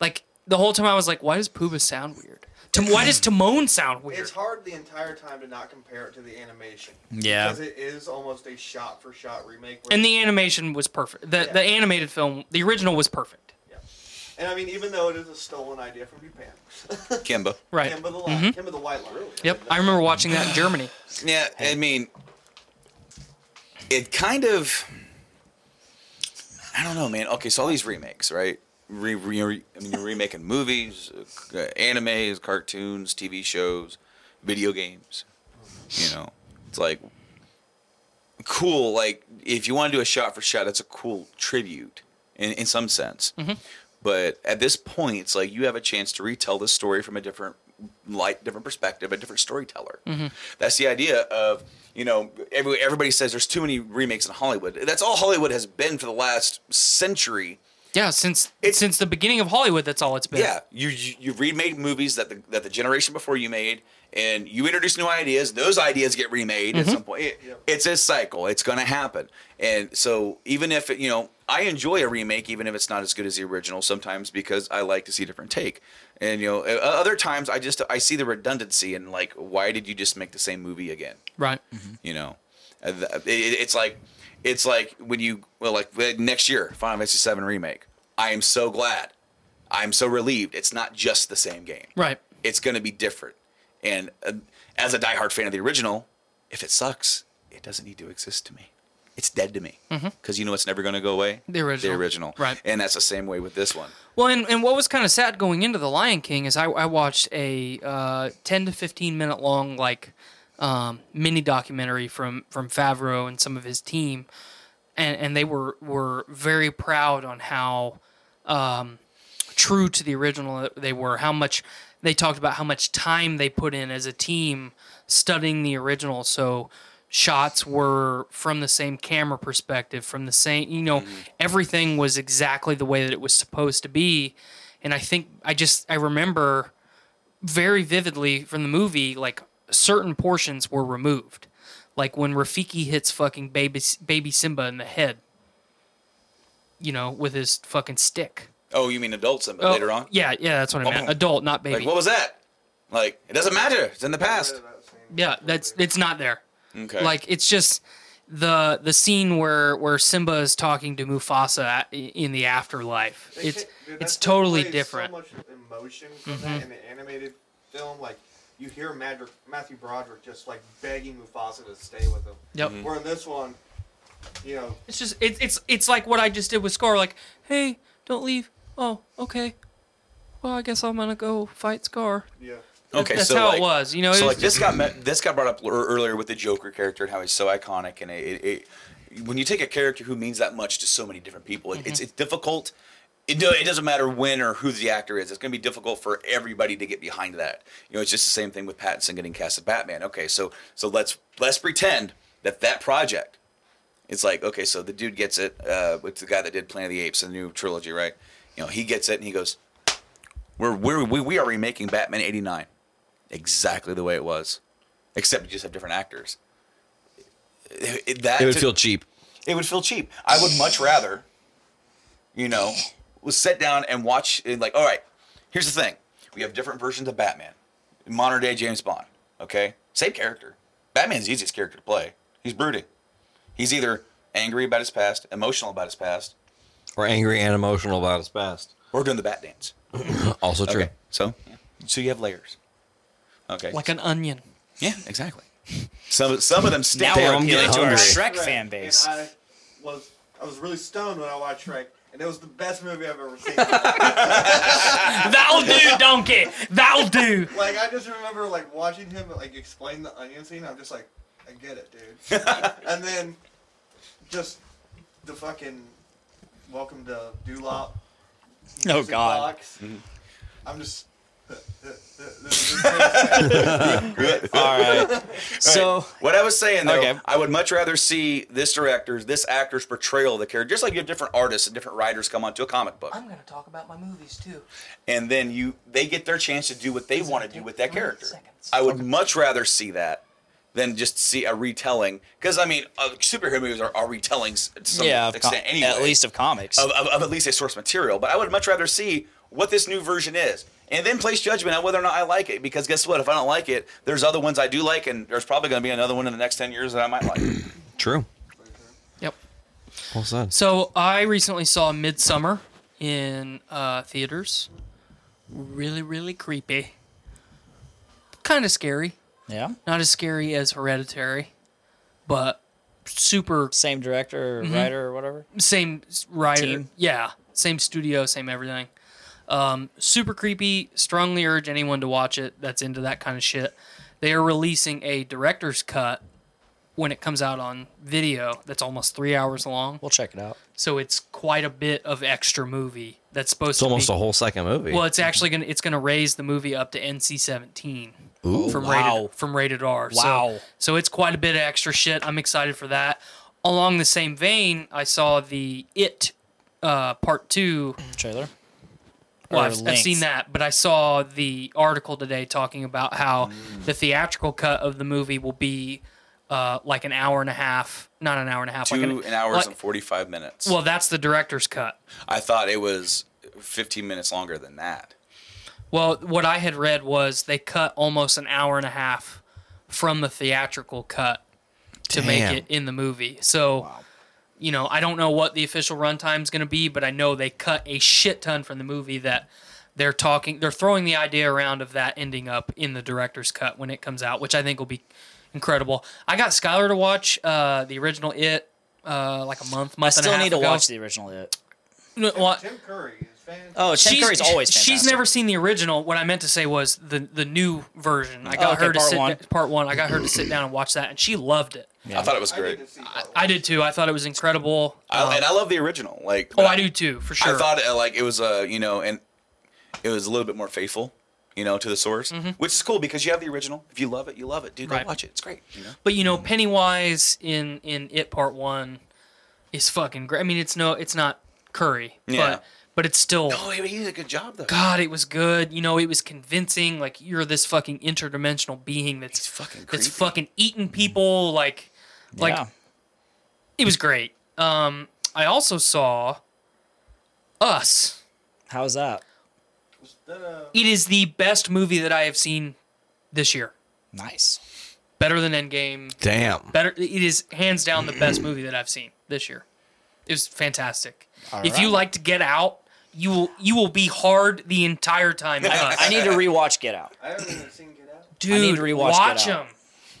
[SPEAKER 3] like the whole time I was like, why does Pumbaa sound weird? Tim- why does Timon sound weird?
[SPEAKER 11] It's hard the entire time to not compare it to the animation.
[SPEAKER 3] Yeah.
[SPEAKER 11] Because it is almost a shot for shot remake. where-
[SPEAKER 3] And the animation was perfect. The the animated film, the original was perfect.
[SPEAKER 11] and I mean, even though it is a stolen idea from Japan.
[SPEAKER 2] Kimba.
[SPEAKER 3] Right.
[SPEAKER 11] Kimba the lion.
[SPEAKER 3] Mhm.
[SPEAKER 11] Kimba the white lion.
[SPEAKER 3] Yep, I remember watching that in Germany.
[SPEAKER 2] Yeah, I mean, it kind of. I don't know, man. Okay, so all these remakes, right? Re, re, re- I mean, you're remaking <laughs> movies, uh, animes, cartoons, TV shows, video games. You know, it's like cool. Like if you want to do a shot for shot, that's a cool tribute in in some sense. But at this point, it's like you have a chance to retell this story from a different light, different perspective, a different storyteller. That's the idea of you know every, everybody says there's too many remakes in Hollywood. That's all Hollywood has been for the last century.
[SPEAKER 3] Yeah, since since the beginning of Hollywood, that's all it's been.
[SPEAKER 2] Yeah, you you, you remade movies that the that the generation before you made, and you introduce new ideas. Those ideas get remade at
[SPEAKER 3] Mhm.
[SPEAKER 2] some point. It- It's a cycle. It's going to happen. And so even if it, you know, I enjoy a remake, even if it's not as good as the original sometimes because I like to see a different take. And you know, o- other times I just I see the redundancy and like, why did you just make the same movie again?
[SPEAKER 3] Right.
[SPEAKER 2] you know Uh, th- it- it- it's like it's like when you well like uh, next year final fantasy 7 remake i am so glad i'm so relieved it's not just the same game
[SPEAKER 3] Right.
[SPEAKER 2] it's going to be different and uh, as a diehard fan of the original if it sucks it doesn't need to exist to me it's dead to me
[SPEAKER 3] Mhm.
[SPEAKER 2] because you know it's never going to go away
[SPEAKER 3] The original.
[SPEAKER 2] the original right and that's the same way with this one
[SPEAKER 3] Well, and, and what was kind of sad going into The Lion King is I, I watched a uh, 10 to 15 minute long, like, um, mini documentary from, from Favreau and some of his team and and they were were very proud on how um, true to the original that they were. How much they talked about how much time they put in as a team studying the original. So shots were from the same camera perspective, from the same you know everything was exactly the way that it was supposed to be. And I think I just I remember very vividly from the movie like certain portions were removed like when rafiki hits fucking baby baby simba in the head you know with his fucking stick
[SPEAKER 2] Oh, you mean adults and
[SPEAKER 3] Oh,
[SPEAKER 2] later on?
[SPEAKER 3] yeah yeah that's what i meant
[SPEAKER 2] Oh.
[SPEAKER 3] adult not baby
[SPEAKER 2] Like, what was that? Like, it doesn't matter. It's in the past.
[SPEAKER 3] yeah that's it's not there
[SPEAKER 2] Okay.
[SPEAKER 3] like it's just the the scene where where simba is talking to mufasa at- in the afterlife
[SPEAKER 11] They
[SPEAKER 3] it's
[SPEAKER 11] can't- dude, that's-
[SPEAKER 3] it's
[SPEAKER 11] they
[SPEAKER 3] totally
[SPEAKER 11] play
[SPEAKER 3] different
[SPEAKER 11] So much emotion from that
[SPEAKER 3] Mhm.
[SPEAKER 11] in the animated film, like you hear Madrick, Matthew Broderick just like begging Mufasa to stay with him.
[SPEAKER 3] Yep.
[SPEAKER 10] Mm-hmm.
[SPEAKER 3] Mhm.
[SPEAKER 11] Where in this one, you know,
[SPEAKER 3] it's just it's it's it's like what i just did with scar like hey don't leave oh okay well i guess i'm gonna go fight scar
[SPEAKER 11] yeah
[SPEAKER 2] Okay,
[SPEAKER 3] that's
[SPEAKER 2] so
[SPEAKER 3] how
[SPEAKER 2] like,
[SPEAKER 3] it was you know
[SPEAKER 2] so
[SPEAKER 3] it
[SPEAKER 2] like
[SPEAKER 3] was- <clears throat>
[SPEAKER 2] this got met, this got brought up ear- earlier with the Joker character and how he's so iconic, and it, it, it when you take a character who means that much to so many different people, it, it's it's difficult. It, do, it doesn't matter when or who the actor is. It's going to be difficult for everybody to get behind that. You know, it's just the same thing with Pattinson getting cast as Batman. Okay, so so let's let's pretend that that project it's like okay, so the dude gets it. Uh, it's the guy that did Planet of the Apes, the new trilogy, right? You know, he gets it and he goes, "We're we're we, we are remaking Batman '89 exactly the way it was, except you just have different actors." It, it- that
[SPEAKER 4] It would
[SPEAKER 2] to-
[SPEAKER 4] feel cheap.
[SPEAKER 2] It would feel cheap. I would much rather, you know, was sit down and watch. And like, all right, here's the thing: we have different versions of Batman, modern day James Bond. Okay, same character. Batman's the easiest character to play. He's brooding. He's either angry about his past, emotional about his past,
[SPEAKER 4] Or angry and emotional about his past.
[SPEAKER 2] or doing the bat dance.
[SPEAKER 4] also true.
[SPEAKER 2] Okay, so, so you have layers. Okay.
[SPEAKER 3] like an onion
[SPEAKER 2] yeah, exactly. Some some of them stick
[SPEAKER 10] Now
[SPEAKER 2] there
[SPEAKER 10] we're appealing to our Shrek
[SPEAKER 11] Shrek,
[SPEAKER 10] fan base.
[SPEAKER 11] And I was I was really stoned when I watched Shrek, and it was the best movie I've ever seen.
[SPEAKER 3] <laughs>
[SPEAKER 11] That'll
[SPEAKER 3] do, donkey. That'll do.
[SPEAKER 11] Like I just remember like watching him like explain the onion scene. I'm just like, I get it, dude. and then just the fucking welcome to Dulop.
[SPEAKER 10] Oh, God.
[SPEAKER 11] Box. I'm just. <laughs>
[SPEAKER 2] All right.
[SPEAKER 10] So-
[SPEAKER 2] what I was saying though,
[SPEAKER 10] Okay.
[SPEAKER 2] I would much rather see this director's, this actor's portrayal of the character, just like you have different artists and different writers come onto a comic book,
[SPEAKER 3] gonna talk about my movies too
[SPEAKER 2] and then you they get their chance to do what they want to do with that character. I would much rather see that than just see a retelling, because I mean, uh, superhero movies are, are retellings to some
[SPEAKER 10] Yeah, of com-
[SPEAKER 2] extent, anyway,
[SPEAKER 10] at least of comics.
[SPEAKER 2] of, of, of at least a source material. But I would much rather see what this new version is, and then place judgment on whether or not I like it. Because guess what? If I don't like it, there's other ones I do like, and there's probably going to be another one in the next ten years that I might like.
[SPEAKER 4] True.
[SPEAKER 3] Yep.
[SPEAKER 4] Well said.
[SPEAKER 3] So I recently saw Midsummer in uh, theaters. Really, really creepy. Kind of scary.
[SPEAKER 10] Yeah.
[SPEAKER 3] Not as scary as Hereditary, but super.
[SPEAKER 10] Same director or
[SPEAKER 3] Mhm.
[SPEAKER 10] writer or whatever.
[SPEAKER 3] Same s- writer.
[SPEAKER 10] Team?
[SPEAKER 3] Yeah. Same studio, same everything. Um, super creepy. Strongly urge anyone to watch it that's into that kind of shit. They are releasing a director's cut when it comes out on video that's almost three hours long.
[SPEAKER 10] We'll check it out.
[SPEAKER 3] So it's quite a bit of extra movie that's supposed
[SPEAKER 4] It's
[SPEAKER 3] to
[SPEAKER 4] almost
[SPEAKER 3] be,
[SPEAKER 4] a whole second movie.
[SPEAKER 3] Well, it's actually gonna it's gonna raise the movie up to NC seventeen
[SPEAKER 4] Ooh.
[SPEAKER 3] from
[SPEAKER 4] Wow.
[SPEAKER 3] rated from rated R. So-
[SPEAKER 4] Wow.
[SPEAKER 3] So, it's quite a bit of extra shit. I'm excited for that. Along the same vein, I saw the It uh, Part Two
[SPEAKER 10] trailer.
[SPEAKER 3] well,
[SPEAKER 10] Or
[SPEAKER 3] I've, I've
[SPEAKER 10] length.
[SPEAKER 3] seen that, but I saw the article today talking about how
[SPEAKER 4] Mm.
[SPEAKER 3] the theatrical cut of the movie will be uh, like an hour and a half, not an hour and a half, <clears throat>
[SPEAKER 2] Two
[SPEAKER 3] like
[SPEAKER 2] an, hours
[SPEAKER 3] like-
[SPEAKER 2] and forty five minutes.
[SPEAKER 3] well, that's the director's cut.
[SPEAKER 2] I thought it was fifteen minutes longer than that.
[SPEAKER 3] Well, what I had read was they cut almost an hour and a half from the theatrical cut to
[SPEAKER 2] Damn.
[SPEAKER 3] make it in the movie. So, you know, I don't know what the official runtime is going to be, but I know they cut a shit ton from the movie that they're talking, they're throwing the idea around of that ending up in the director's cut when it comes out, which I think will be incredible. I got Skylar to watch uh, the original It uh, like a month, month
[SPEAKER 10] I
[SPEAKER 3] and a
[SPEAKER 10] still
[SPEAKER 3] half
[SPEAKER 10] need to
[SPEAKER 3] ago.
[SPEAKER 10] watch the original It.
[SPEAKER 3] No, well,
[SPEAKER 10] Oh, Tim
[SPEAKER 3] she's,
[SPEAKER 10] Curry's always
[SPEAKER 3] She's
[SPEAKER 10] fantastic.
[SPEAKER 3] never seen the original. What I meant to say was the the new version. I
[SPEAKER 10] Oh,
[SPEAKER 3] got
[SPEAKER 10] okay,
[SPEAKER 3] her to
[SPEAKER 10] part
[SPEAKER 3] sit
[SPEAKER 10] one.
[SPEAKER 3] part one. I got her to sit down and watch that, and she loved it.
[SPEAKER 2] I thought it was great.
[SPEAKER 3] I, I did too. I thought it was incredible. Um,
[SPEAKER 2] I, and I love the original. Like,
[SPEAKER 3] oh,
[SPEAKER 2] but
[SPEAKER 3] I do too, for sure.
[SPEAKER 2] I thought uh, like it was uh, you know, and it was a little bit more faithful, you know, to the source,
[SPEAKER 3] Mhm.
[SPEAKER 2] which is cool because you have the original. If you love it, you love it, dude. Go watch it. It's great. You know.
[SPEAKER 3] But you know, Pennywise in in It Part One is fucking great. I mean, it's no, it's not Curry,
[SPEAKER 2] Yeah.
[SPEAKER 3] but Oh, but it's still.
[SPEAKER 2] No, he he did a good job though.
[SPEAKER 3] God, it was good. You know, it was convincing. Like you're this fucking interdimensional being that's
[SPEAKER 2] fucking
[SPEAKER 3] that's fucking eating people. Like, like
[SPEAKER 10] Yeah.
[SPEAKER 3] it was great. Um, I also saw Us.
[SPEAKER 10] How's that?
[SPEAKER 11] uh,
[SPEAKER 3] It is the best movie that I have seen this year.
[SPEAKER 10] Nice.
[SPEAKER 3] Better than Endgame.
[SPEAKER 4] Damn.
[SPEAKER 3] Better. It is hands down the best movie that I've seen this year. It was fantastic.
[SPEAKER 10] All
[SPEAKER 3] if you
[SPEAKER 10] right.
[SPEAKER 3] like to Get Out, you will you will be hard the entire time. in
[SPEAKER 10] <laughs> I,
[SPEAKER 3] Us.
[SPEAKER 10] I
[SPEAKER 2] <laughs>
[SPEAKER 10] need to rewatch Get Out.
[SPEAKER 3] Dude,
[SPEAKER 10] I need to rewatch
[SPEAKER 3] watch
[SPEAKER 10] Get
[SPEAKER 3] them.
[SPEAKER 10] Out.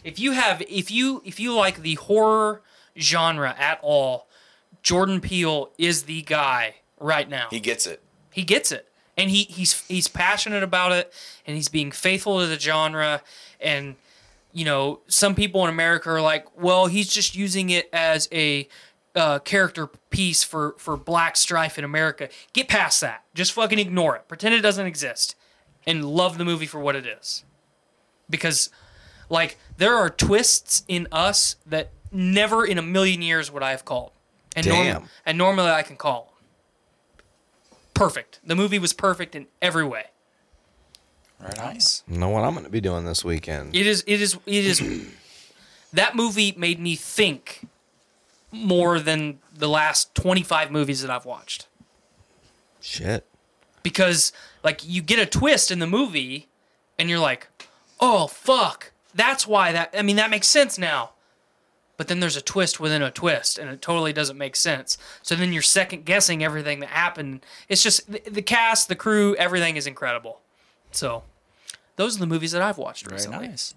[SPEAKER 3] If you have, if you if you like the horror genre at all, Jordan Peele is the guy right now.
[SPEAKER 2] He gets it.
[SPEAKER 3] He gets it, and he he's he's passionate about it, and he's being faithful to the genre. And you know, some people in America are like, well, he's just using it as a uh, character piece for for black strife in America. Get past that. Just fucking ignore it. Pretend it doesn't exist, and love the movie for what it is. Because, like, there are twists in us that never in a million years would I have called. And
[SPEAKER 4] Damn.
[SPEAKER 3] and normally I can call. 'em. Perfect. The movie was perfect in every way.
[SPEAKER 10] nice.
[SPEAKER 4] Know what I'm going to be doing this weekend?
[SPEAKER 3] It is. It is. It is. <clears throat> that movie made me think more than the last twenty-five movies that I've watched
[SPEAKER 4] Shit.
[SPEAKER 3] because, like, you get a twist in the movie, and you're like, "Oh fuck, that's why that." I mean, that makes sense now. But then there's a twist within a twist, and it totally doesn't make sense. So then you're second guessing everything that happened. It's just the, the cast, the crew, everything is incredible. So, those are the movies that I've watched recently.
[SPEAKER 10] nice.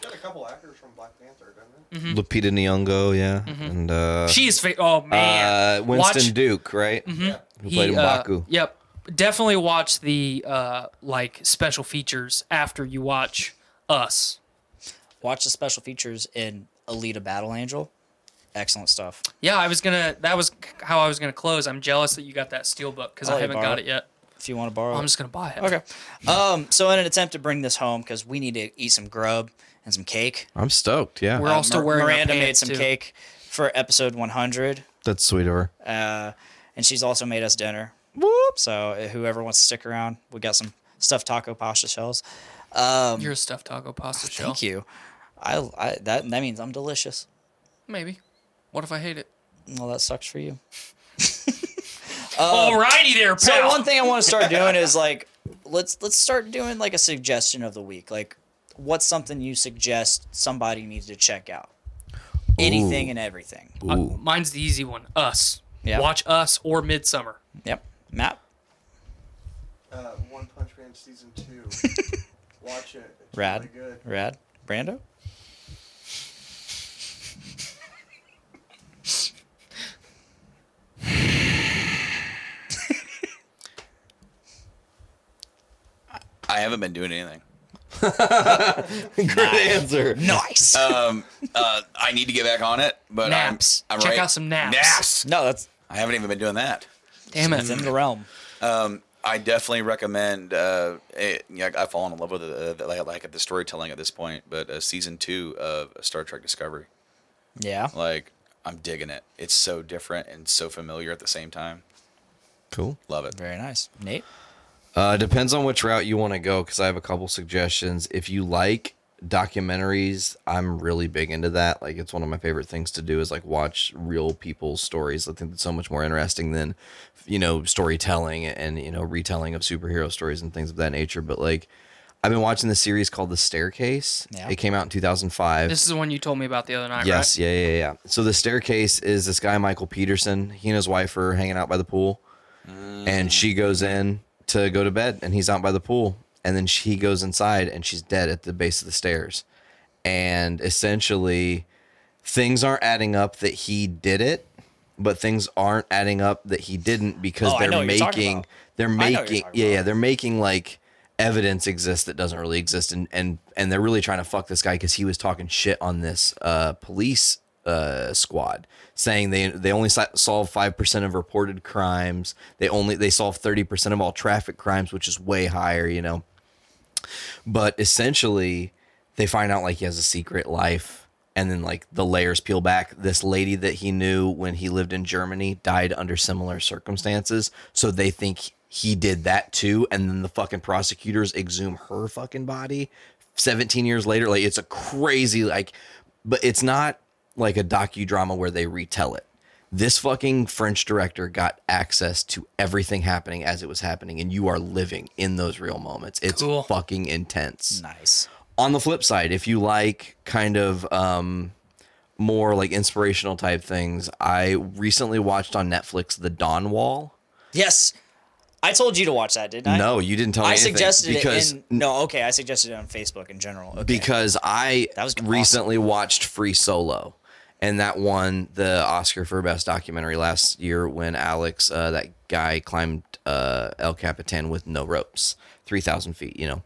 [SPEAKER 11] Got a couple actors from Black Panther, doesn't
[SPEAKER 4] Mm.
[SPEAKER 11] it?
[SPEAKER 4] Lupita Nyong'o, yeah, and uh,
[SPEAKER 3] She is fa- oh man.
[SPEAKER 4] uh, Winston
[SPEAKER 3] Watch-
[SPEAKER 4] Duke, right?
[SPEAKER 3] Mhm.
[SPEAKER 4] Who
[SPEAKER 3] He,
[SPEAKER 4] played
[SPEAKER 3] uh,
[SPEAKER 4] Mbaku?
[SPEAKER 3] yep. Definitely watch the uh, like special features after you watch Us.
[SPEAKER 10] Watch the special features in Alita Battle Angel. Excellent stuff.
[SPEAKER 3] Yeah, I was gonna. That was c- how I was gonna close. I'm jealous that you got that steel book because
[SPEAKER 10] I'll
[SPEAKER 3] I
[SPEAKER 10] let you
[SPEAKER 3] haven't
[SPEAKER 10] borrow
[SPEAKER 3] got
[SPEAKER 10] it.
[SPEAKER 3] it yet.
[SPEAKER 10] If you want to borrow,
[SPEAKER 3] I'm
[SPEAKER 10] it.
[SPEAKER 3] just gonna buy it.
[SPEAKER 10] Okay. Um, so in an attempt to bring this home, because we need to eat some grub and some cake.
[SPEAKER 4] I'm stoked. Yeah,
[SPEAKER 10] Uh, Mir- Miranda made some cake for episode 100,
[SPEAKER 4] That's sweet of her. <laughs>
[SPEAKER 10] uh, and she's also made us dinner. So uh, whoever wants to stick around, we got some stuffed taco pasta shells. Um,
[SPEAKER 3] You're a stuffed taco pasta shell.
[SPEAKER 10] Thank you. I, I that that means I'm delicious.
[SPEAKER 3] Maybe. What if I hate it?
[SPEAKER 10] Well, that sucks for you.
[SPEAKER 4] Uh,
[SPEAKER 10] Um,
[SPEAKER 3] Alrighty there, pal.
[SPEAKER 10] So one thing I want to start doing is like let's let's start doing like a suggestion of the week. Like what's something you suggest somebody needs to check out? Anything
[SPEAKER 3] Ooh.
[SPEAKER 10] and everything.
[SPEAKER 3] Uh, mine's the easy one. Us.
[SPEAKER 10] Yeah.
[SPEAKER 3] Watch Us or Midsummer.
[SPEAKER 10] Yep. Matt.
[SPEAKER 11] Uh, One Punch Man season two. Watch it. It's
[SPEAKER 10] Rad.
[SPEAKER 11] really good.
[SPEAKER 10] Rad. Brando?
[SPEAKER 2] I haven't been doing anything.
[SPEAKER 4] Good answer.
[SPEAKER 10] Nice.
[SPEAKER 2] um, uh, I need to get back on it, but
[SPEAKER 3] Naps.
[SPEAKER 2] I'm, I'm
[SPEAKER 3] Check
[SPEAKER 2] right-
[SPEAKER 3] out some naps.
[SPEAKER 2] Naps.
[SPEAKER 10] No, that's.
[SPEAKER 2] I haven't even been doing that.
[SPEAKER 3] Damn it.
[SPEAKER 10] It's in the realm.
[SPEAKER 2] Um, I definitely recommend. Uh, it, yeah, I've fallen in love with uh, the, like, like the storytelling at this point, but uh, season two of Star Trek Discovery,
[SPEAKER 10] Yeah.
[SPEAKER 2] like I'm digging it. It's so different and so familiar at the same time.
[SPEAKER 4] Cool.
[SPEAKER 2] Love it.
[SPEAKER 10] Very nice. Nate?
[SPEAKER 4] Uh, depends on which route you want to go because I have a couple suggestions. If you like documentaries, I'm really big into that. Like, it's one of my favorite things to do is like watch real people's stories. I think it's so much more interesting than, you know, storytelling and, you know, retelling of superhero stories and things of that nature. But like, I've been watching this series called The Staircase.
[SPEAKER 3] Yeah.
[SPEAKER 4] It came out in 2005.
[SPEAKER 3] This is the one you told me about the other night,
[SPEAKER 4] Yes, yeah, yeah, yeah. So the staircase is this guy Michael Peterson. He and his wife are hanging out by the pool, and
[SPEAKER 10] Mm.
[SPEAKER 4] she goes in to go to bed, and he's out by the pool, and then she goes inside, and she's dead at the base of the stairs, and essentially, things aren't adding up that he did it, but things aren't adding up that he didn't because
[SPEAKER 10] Oh, I know
[SPEAKER 4] they're
[SPEAKER 10] what you're talking
[SPEAKER 4] making
[SPEAKER 10] about.
[SPEAKER 4] they're
[SPEAKER 10] I know what you're
[SPEAKER 4] making
[SPEAKER 10] talking
[SPEAKER 4] yeah yeah they're making like evidence exists that doesn't really exist, and and and they're really trying to fuck this guy because he was talking shit on this uh, police uh, squad, saying they they only si- solve five percent of reported crimes. They only they solve thirty percent of all traffic crimes, which is way higher, you know. But essentially, they find out like he has a secret life, and then like the layers peel back. This lady that he knew when he lived in Germany died under similar circumstances, so they think he did that too. And then the fucking prosecutors exhume her fucking body. 17 years later like it's a crazy like but it's not like a docudrama where they retell it. This fucking French director got access to everything happening as it was happening, and you are living in those real moments. It's fucking intense.
[SPEAKER 10] Nice.
[SPEAKER 4] On the flip side, if you like kind of um, more like inspirational type things, I recently watched on Netflix The Dawn Wall.
[SPEAKER 10] Yes. I told you to watch that, didn't I?
[SPEAKER 4] No, you didn't tell me
[SPEAKER 10] I
[SPEAKER 4] anything
[SPEAKER 10] suggested
[SPEAKER 4] because-
[SPEAKER 10] it. In, no, okay. I suggested it on Facebook in general. Okay.
[SPEAKER 4] because I recently watched Free Solo, and that won the Oscar for best documentary last year when Alex, uh, that guy, climbed uh, El Capitan with no ropes, three thousand feet. You know.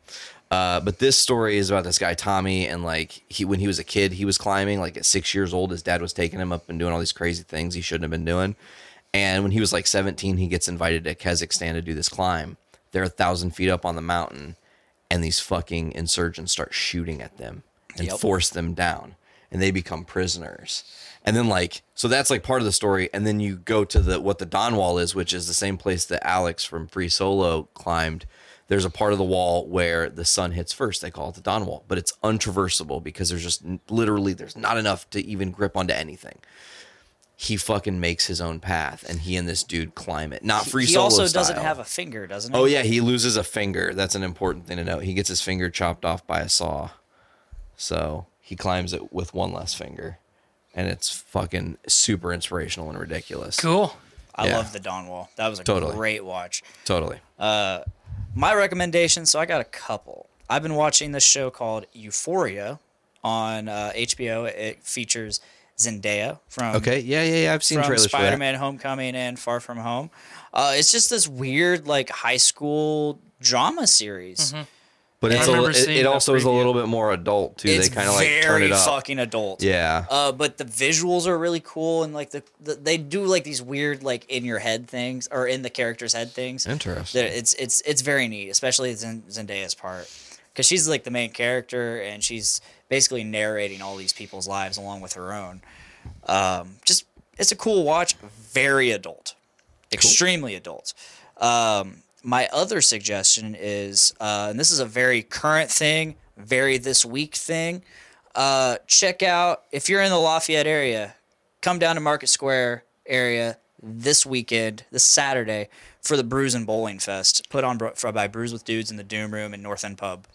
[SPEAKER 4] Uh, but this story is about this guy Tommy, and like he when he was a kid, he was climbing. Like at six years old, his dad was taking him up and doing all these crazy things he shouldn't have been doing. And when he was like 17, he gets invited to Kazakhstan to do this climb. They're a thousand feet up on the mountain, and these fucking insurgents start shooting at them and
[SPEAKER 10] Yep.
[SPEAKER 4] force them down, and they become prisoners. And then like so that's like part of the story. And then you go to the what the Don Wall is, which is the same place that Alex from Free Solo climbed. There's a part of the wall where the sun hits first. They call it the Don Wall, but it's untraversable because there's just n- literally there's not enough to even grip onto anything he fucking makes his own path and he and this dude climb it. Not free
[SPEAKER 10] he
[SPEAKER 4] solo
[SPEAKER 10] also
[SPEAKER 4] style.
[SPEAKER 10] doesn't have a finger, doesn't he?
[SPEAKER 4] Oh yeah, he loses a finger. That's an important thing to note. He gets his finger chopped off by a saw. So, he climbs it with one less finger. And it's fucking super inspirational and ridiculous.
[SPEAKER 3] Cool.
[SPEAKER 10] I
[SPEAKER 4] Yeah.
[SPEAKER 10] love the Dawn Wall. That was a
[SPEAKER 4] Totally.
[SPEAKER 10] great watch.
[SPEAKER 4] Totally.
[SPEAKER 10] Uh, my recommendation. So I got a couple. I've been watching this show called Euphoria on uh, HBO. It features Zendaya from
[SPEAKER 4] Okay, yeah, yeah, yeah. I've seen
[SPEAKER 10] from
[SPEAKER 4] trailers for that.
[SPEAKER 10] Spider-Man: Homecoming and Far From Home. Uh, it's just this weird like high school drama series.
[SPEAKER 4] Mm-hmm. But
[SPEAKER 10] I
[SPEAKER 4] it's a,
[SPEAKER 10] remember
[SPEAKER 4] it,
[SPEAKER 10] seeing
[SPEAKER 4] it
[SPEAKER 10] the
[SPEAKER 4] also is a little bit more adult too.
[SPEAKER 10] It's
[SPEAKER 4] they kind of like turn
[SPEAKER 10] very
[SPEAKER 4] it up.
[SPEAKER 10] fucking adult.
[SPEAKER 4] Yeah.
[SPEAKER 10] Uh, but the visuals are really cool, and like the, the they do like these weird like in your head things or in the character's head things.
[SPEAKER 4] Interesting.
[SPEAKER 10] That It's it's it's very neat, especially Zen- Zendaya's part, because she's like the main character, and she's basically narrating all these people's lives along with her own. Um, just it's a cool watch, very adult, extremely adult. Um, my other suggestion is, uh, and this is a very current thing, very this week thing. Uh, check out if you're in the Lafayette area, come down to Market Square area this weekend, this Saturday, for the Brews and Bowling Fest put on bro- for- by Brews with Dudes in the Doom Room in North End Pub.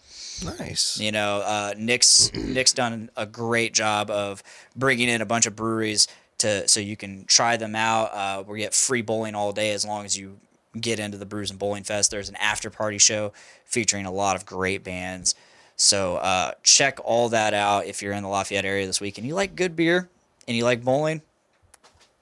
[SPEAKER 4] Nice.
[SPEAKER 10] You know, uh, Nick's Nick's done a great job of bringing in a bunch of breweries to so you can try them out. Uh, we get free bowling all day as long as you get into the Brews and Bowling Fest. There's an after party show featuring a lot of great bands. So uh, check all that out if you're in the Lafayette area this week and you like good beer and you like bowling.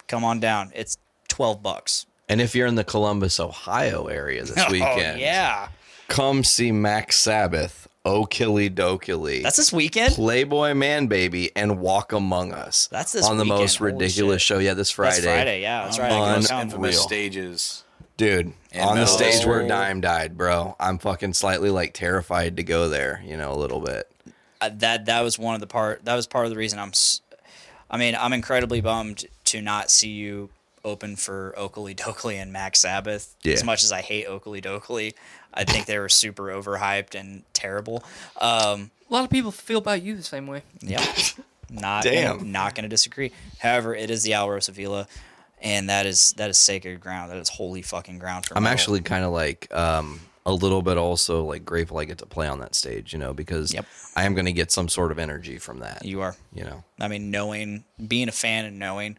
[SPEAKER 10] Come on down. It's twelve bucks.
[SPEAKER 4] And if you're in the Columbus, Ohio area this weekend,
[SPEAKER 10] <laughs> Oh, yeah.
[SPEAKER 4] Come see Max Sabbath, Okilly Dokilly.
[SPEAKER 10] That's this weekend?
[SPEAKER 4] Playboy Man Baby and Walk Among Us.
[SPEAKER 10] That's this
[SPEAKER 4] On the
[SPEAKER 10] weekend.
[SPEAKER 4] most
[SPEAKER 10] Holy
[SPEAKER 4] ridiculous show. Yeah, this Friday.
[SPEAKER 10] That's Friday, yeah, that's right. I can
[SPEAKER 4] Unreal.
[SPEAKER 10] go down.
[SPEAKER 4] Infamous stage.
[SPEAKER 2] stages.
[SPEAKER 4] Dude,
[SPEAKER 2] And
[SPEAKER 4] on the
[SPEAKER 2] Mellow.
[SPEAKER 4] stage where Dime died, bro. I'm fucking slightly like terrified to go there, you know, a little bit.
[SPEAKER 10] uh, that that was one of the part that was part of the reason I'm s- I mean I'm incredibly bummed to not see you open for Oakley <laughs> Dokley and Max Sabbath
[SPEAKER 4] Yeah.
[SPEAKER 10] as much as I hate Oakley Dokley I think they were super overhyped and terrible um
[SPEAKER 3] A lot of people feel about you the same way.
[SPEAKER 4] <laughs>
[SPEAKER 10] yeah not
[SPEAKER 3] Damn.
[SPEAKER 10] not gonna disagree however it is the hour of Sevilla and that is that is sacred ground that is holy fucking ground for
[SPEAKER 4] I'm
[SPEAKER 10] metal.
[SPEAKER 4] actually kind of like um, a little bit also like grateful I get to play on that stage, you know, because I am going to get some sort of energy from that.
[SPEAKER 10] You are.
[SPEAKER 4] You know,
[SPEAKER 10] I mean knowing being a fan and knowing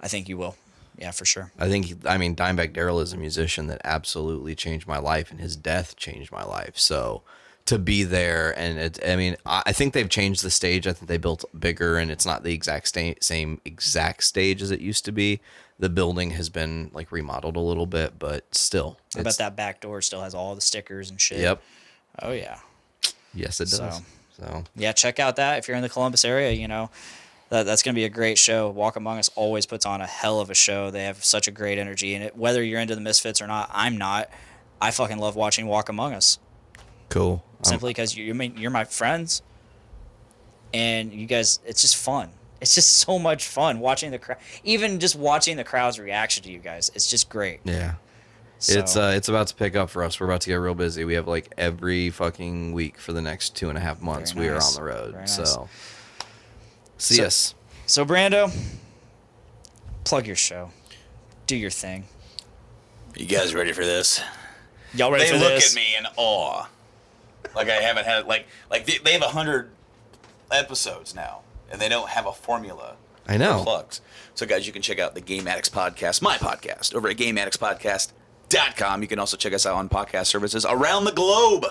[SPEAKER 10] I think you will yeah for sure
[SPEAKER 4] I think, I mean, Dimebag Daryl is a musician that absolutely changed my life, and his death changed my life. So to be there, and it, I mean, I I think they've changed the stage. I think they built bigger, and it's not the exact sta- same exact stage as it used to be. The building has been like remodeled a little bit, but still,
[SPEAKER 10] I bet
[SPEAKER 4] it's-
[SPEAKER 10] that back door still has all the stickers and shit.
[SPEAKER 4] Yep.
[SPEAKER 10] Oh yeah.
[SPEAKER 4] Yes, it does.
[SPEAKER 10] So-
[SPEAKER 4] So,
[SPEAKER 10] yeah, check out that if you're in the Columbus area. You know, that, that's going to be a great show. Walk Among Us always puts on a hell of a show. They have such a great energy, and it, whether you're into the Misfits or not, I'm not. I fucking love watching Walk Among Us
[SPEAKER 4] cool. Um,
[SPEAKER 10] simply because you, you mean you're my friends, and you guys, it's just fun. It's just so much fun watching the crowd, even just watching the crowd's reaction to you guys. It's just great.
[SPEAKER 4] yeah.
[SPEAKER 10] So-
[SPEAKER 4] It's uh, it's about to pick up for us. We're about to get real busy. We have like every fucking week for the next two and a half months.
[SPEAKER 10] Very
[SPEAKER 4] We are
[SPEAKER 10] nice.
[SPEAKER 4] on the road.
[SPEAKER 10] Very nice.
[SPEAKER 4] So, see
[SPEAKER 10] So-
[SPEAKER 4] us.
[SPEAKER 10] So, Brando, plug your show, do your thing.
[SPEAKER 2] You guys ready for this?
[SPEAKER 10] Y'all ready
[SPEAKER 2] they
[SPEAKER 10] for
[SPEAKER 2] look
[SPEAKER 10] this?
[SPEAKER 2] at me in awe. Like I haven't had like like they, they have a hundred episodes now, and they don't have a formula.
[SPEAKER 4] I know.
[SPEAKER 2] for plugs. So guys, you can check out the Game Addicts podcast, my podcast, over at GameAddictsPodcast.com. You can also check us out on podcast services around the globe,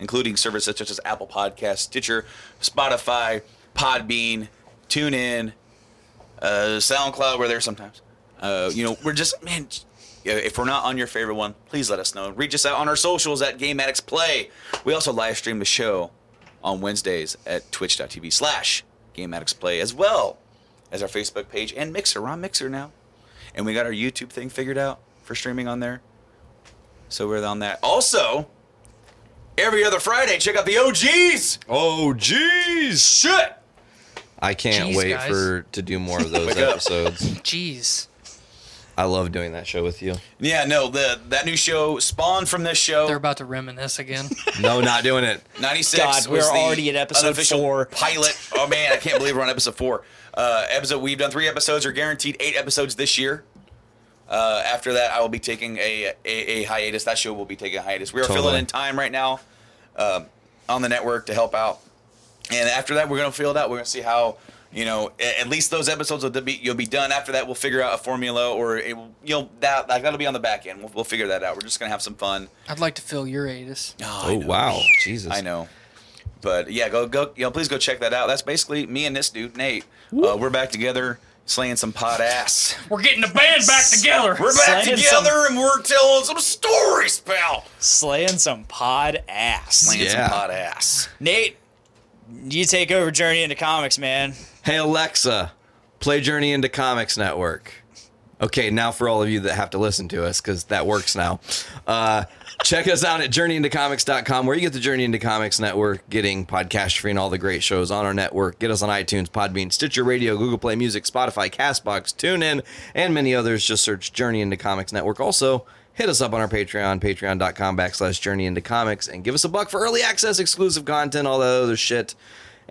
[SPEAKER 2] including services such as Apple Podcasts, Stitcher, Spotify, Podbean, TuneIn, uh, SoundCloud. We're there sometimes. Uh, you know, we're just man. yeah, If we're not on your favorite one, please let us know. Reach us out on our socials at Game Addicts Play. We also live stream the show on Wednesdays at twitch.tv slash Game Addicts Play, as well as our Facebook page and Mixer. We're on Mixer now. And we got our YouTube thing figured out for streaming on there. So we're on that. Also, every other Friday, check out the OGs.
[SPEAKER 4] Oh, jeez.
[SPEAKER 2] Shit.
[SPEAKER 4] I can't
[SPEAKER 2] Jeez,
[SPEAKER 4] wait
[SPEAKER 2] guys.
[SPEAKER 4] for to do
[SPEAKER 10] <laughs>
[SPEAKER 4] more
[SPEAKER 10] Oh
[SPEAKER 4] of those
[SPEAKER 2] Wake up.
[SPEAKER 4] episodes.
[SPEAKER 3] Jeez.
[SPEAKER 4] I love doing that show with you.
[SPEAKER 2] Yeah, no, the that new show spawned from this show. They're
[SPEAKER 3] about to reminisce
[SPEAKER 4] <laughs>
[SPEAKER 3] again.
[SPEAKER 4] No, not doing it.
[SPEAKER 2] 96
[SPEAKER 10] God,
[SPEAKER 2] was
[SPEAKER 10] we're
[SPEAKER 2] the
[SPEAKER 10] already at episode
[SPEAKER 2] unofficial
[SPEAKER 10] four. <laughs>
[SPEAKER 2] pilot oh man i can't believe we're on episode four uh episode we've done three episodes or guaranteed eight episodes this year uh after that i will be taking a a, a hiatus that show will be taking a hiatus we are
[SPEAKER 4] Totally.
[SPEAKER 2] filling in time right now um on the network to help out and after that we're gonna fill it out we're gonna see how you know a- at least those episodes will be you'll be done after that we'll figure out a formula or it, will- you know that like that'll be on the back end we'll, we'll figure that out we're just gonna have some fun
[SPEAKER 3] I'd like to fill your atis.
[SPEAKER 2] I
[SPEAKER 4] Oh,
[SPEAKER 2] know.
[SPEAKER 4] wow. Jesus.
[SPEAKER 2] I know. But yeah, go go. You know, please go check that out. That's basically me and this dude, Nate. Uh, we're back together, slaying some pot ass.
[SPEAKER 3] We're getting the band back together.
[SPEAKER 2] We're back together, and we're telling some stories, pal.
[SPEAKER 10] Slaying some pod ass.
[SPEAKER 2] Slaying some Yeah. pod ass.
[SPEAKER 10] Nate, you take over Journey into Comics, man.
[SPEAKER 4] Hey Alexa, play Journey into Comics Network. Okay, now for all of you that have to listen to us, because that works now. Uh, check us out at journeyintocomics.com, where you get the Journey into Comics Network, getting podcast free and all the great shows on our network. Get us on iTunes, Podbean, Stitcher Radio, Google Play Music, Spotify, Castbox, TuneIn, and many others. Just search Journey into Comics Network. Also, hit us up on our Patreon, patreon.com backslash Journey into Comics, and give us a buck for early access, exclusive content, all that other shit.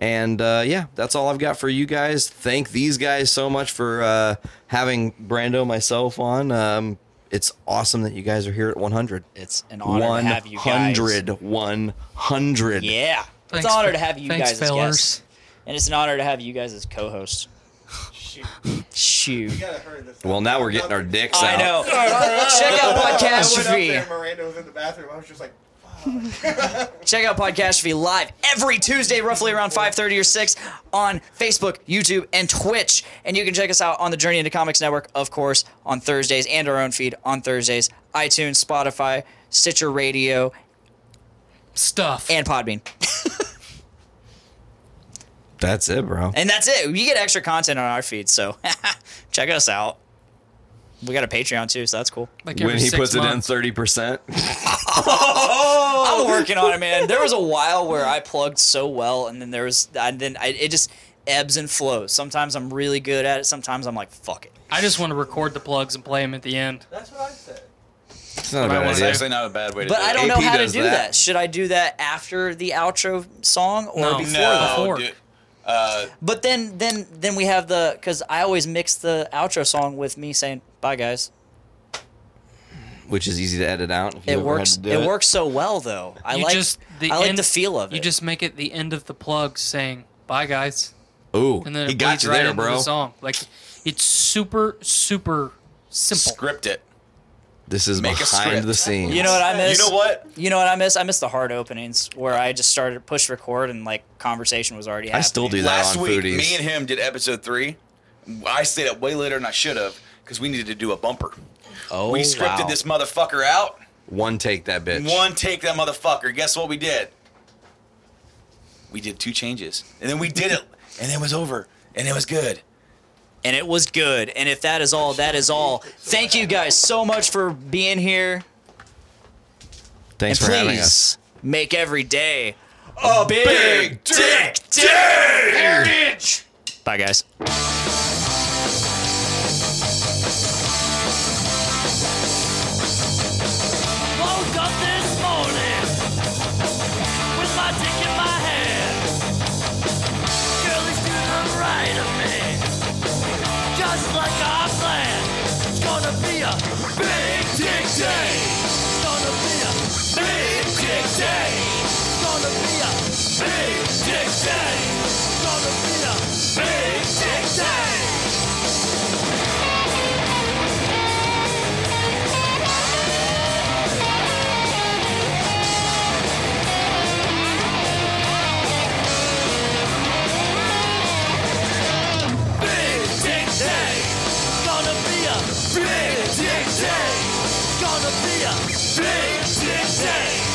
[SPEAKER 4] And uh, yeah, that's all I've got for you guys. Thank these guys so much for uh, having Brando myself on. Um, it's awesome that you guys are here at 100.
[SPEAKER 10] It's an honor to have you guys.
[SPEAKER 4] 100, 100.
[SPEAKER 10] Yeah.
[SPEAKER 3] Thanks,
[SPEAKER 10] it's an honor
[SPEAKER 3] fe-
[SPEAKER 10] to have you
[SPEAKER 3] thanks,
[SPEAKER 10] guys as
[SPEAKER 3] fellers.
[SPEAKER 10] guests. And it's an honor to have you guys as co hosts. Shoot.
[SPEAKER 4] Well, now we're getting our dicks
[SPEAKER 10] I
[SPEAKER 4] out.
[SPEAKER 10] know.
[SPEAKER 11] Check
[SPEAKER 10] Check out
[SPEAKER 11] I went up
[SPEAKER 10] Podcastrophe.
[SPEAKER 11] there, Miranda was in the bathroom. I was just like,
[SPEAKER 10] Check out Podcastrophe live every Tuesday, roughly around 5.30 or 6 on Facebook, YouTube, and Twitch. And you can check us out on the Journey into Comics Network, of course, on Thursdays and our own feed on Thursdays, iTunes, Spotify, Stitcher Radio,
[SPEAKER 3] stuff,
[SPEAKER 10] and Podbean.
[SPEAKER 4] That's it, bro.
[SPEAKER 10] And that's it. You get extra content on our feed, so <laughs> check us out. We got a Patreon too, so that's cool.
[SPEAKER 4] when he puts it in 30%.
[SPEAKER 10] I'm working on it, man. There was a while where I plugged so well, and then there was, and then I, it just ebbs and flows. Sometimes I'm really good at it. Sometimes I'm like, fuck it.
[SPEAKER 3] I just want to record the plugs and play them at the end.
[SPEAKER 11] That's what I said.
[SPEAKER 4] <laughs> It's not a
[SPEAKER 3] But I
[SPEAKER 4] bad
[SPEAKER 3] wanna
[SPEAKER 4] idea.
[SPEAKER 3] say- Actually
[SPEAKER 2] not a bad way
[SPEAKER 10] But I don't know how to do that. Should I do that after the outro song or
[SPEAKER 3] No.
[SPEAKER 10] before?
[SPEAKER 2] No,
[SPEAKER 10] that?
[SPEAKER 2] dude. Uh,
[SPEAKER 10] But then, then, then we have the because I always mix the outro song with me saying bye, guys.
[SPEAKER 4] Which is easy to edit out. If you
[SPEAKER 10] It
[SPEAKER 4] ever had
[SPEAKER 10] works.
[SPEAKER 4] to
[SPEAKER 10] It,
[SPEAKER 4] do it.
[SPEAKER 10] works so well though. I like. I like the feel of it.
[SPEAKER 3] You just make it the end of the plug saying "Bye, guys."
[SPEAKER 4] Ooh,
[SPEAKER 3] and then
[SPEAKER 4] he
[SPEAKER 3] it
[SPEAKER 4] got
[SPEAKER 3] bleeds
[SPEAKER 4] you
[SPEAKER 3] right
[SPEAKER 4] there,
[SPEAKER 3] into
[SPEAKER 4] bro.
[SPEAKER 3] The song like it's super, super simple.
[SPEAKER 2] Script it.
[SPEAKER 4] This is
[SPEAKER 2] Make a
[SPEAKER 4] behind
[SPEAKER 2] script.
[SPEAKER 4] the scenes.
[SPEAKER 10] You know what I miss?
[SPEAKER 2] You know what?
[SPEAKER 10] You know what I miss? I miss the hard openings where I just started push record and like conversation was already happening.
[SPEAKER 4] I still do that
[SPEAKER 2] Last
[SPEAKER 4] on
[SPEAKER 2] week,
[SPEAKER 4] Foodies.
[SPEAKER 2] me and him did episode three. I stayed up way later than I should have because we needed to do a bumper.
[SPEAKER 4] Oh,
[SPEAKER 2] we scripted
[SPEAKER 4] wow.
[SPEAKER 2] this motherfucker out.
[SPEAKER 4] One take that bitch.
[SPEAKER 2] One take that motherfucker. Guess what we did? We did two changes. And then we did it. And it was over. And it was good.
[SPEAKER 12] And it was good. And if that is all, that is all. Thank you guys so much for being here.
[SPEAKER 4] Thanks
[SPEAKER 12] and
[SPEAKER 4] for
[SPEAKER 12] please
[SPEAKER 4] having us.
[SPEAKER 12] make every day
[SPEAKER 2] a
[SPEAKER 12] big, dick day. Heritage. Bye, guys.
[SPEAKER 10] Woke up this morning with my dick in my hand. Girl is to the right of me, just like I planned. It's gonna be a big dick day. It's gonna be a big dick day. It's gonna be a big dick day. It's gonna be a big dick day. Big Dick Day. It's gonna be a Big Dick Day. It's gonna be a Big Dick Day.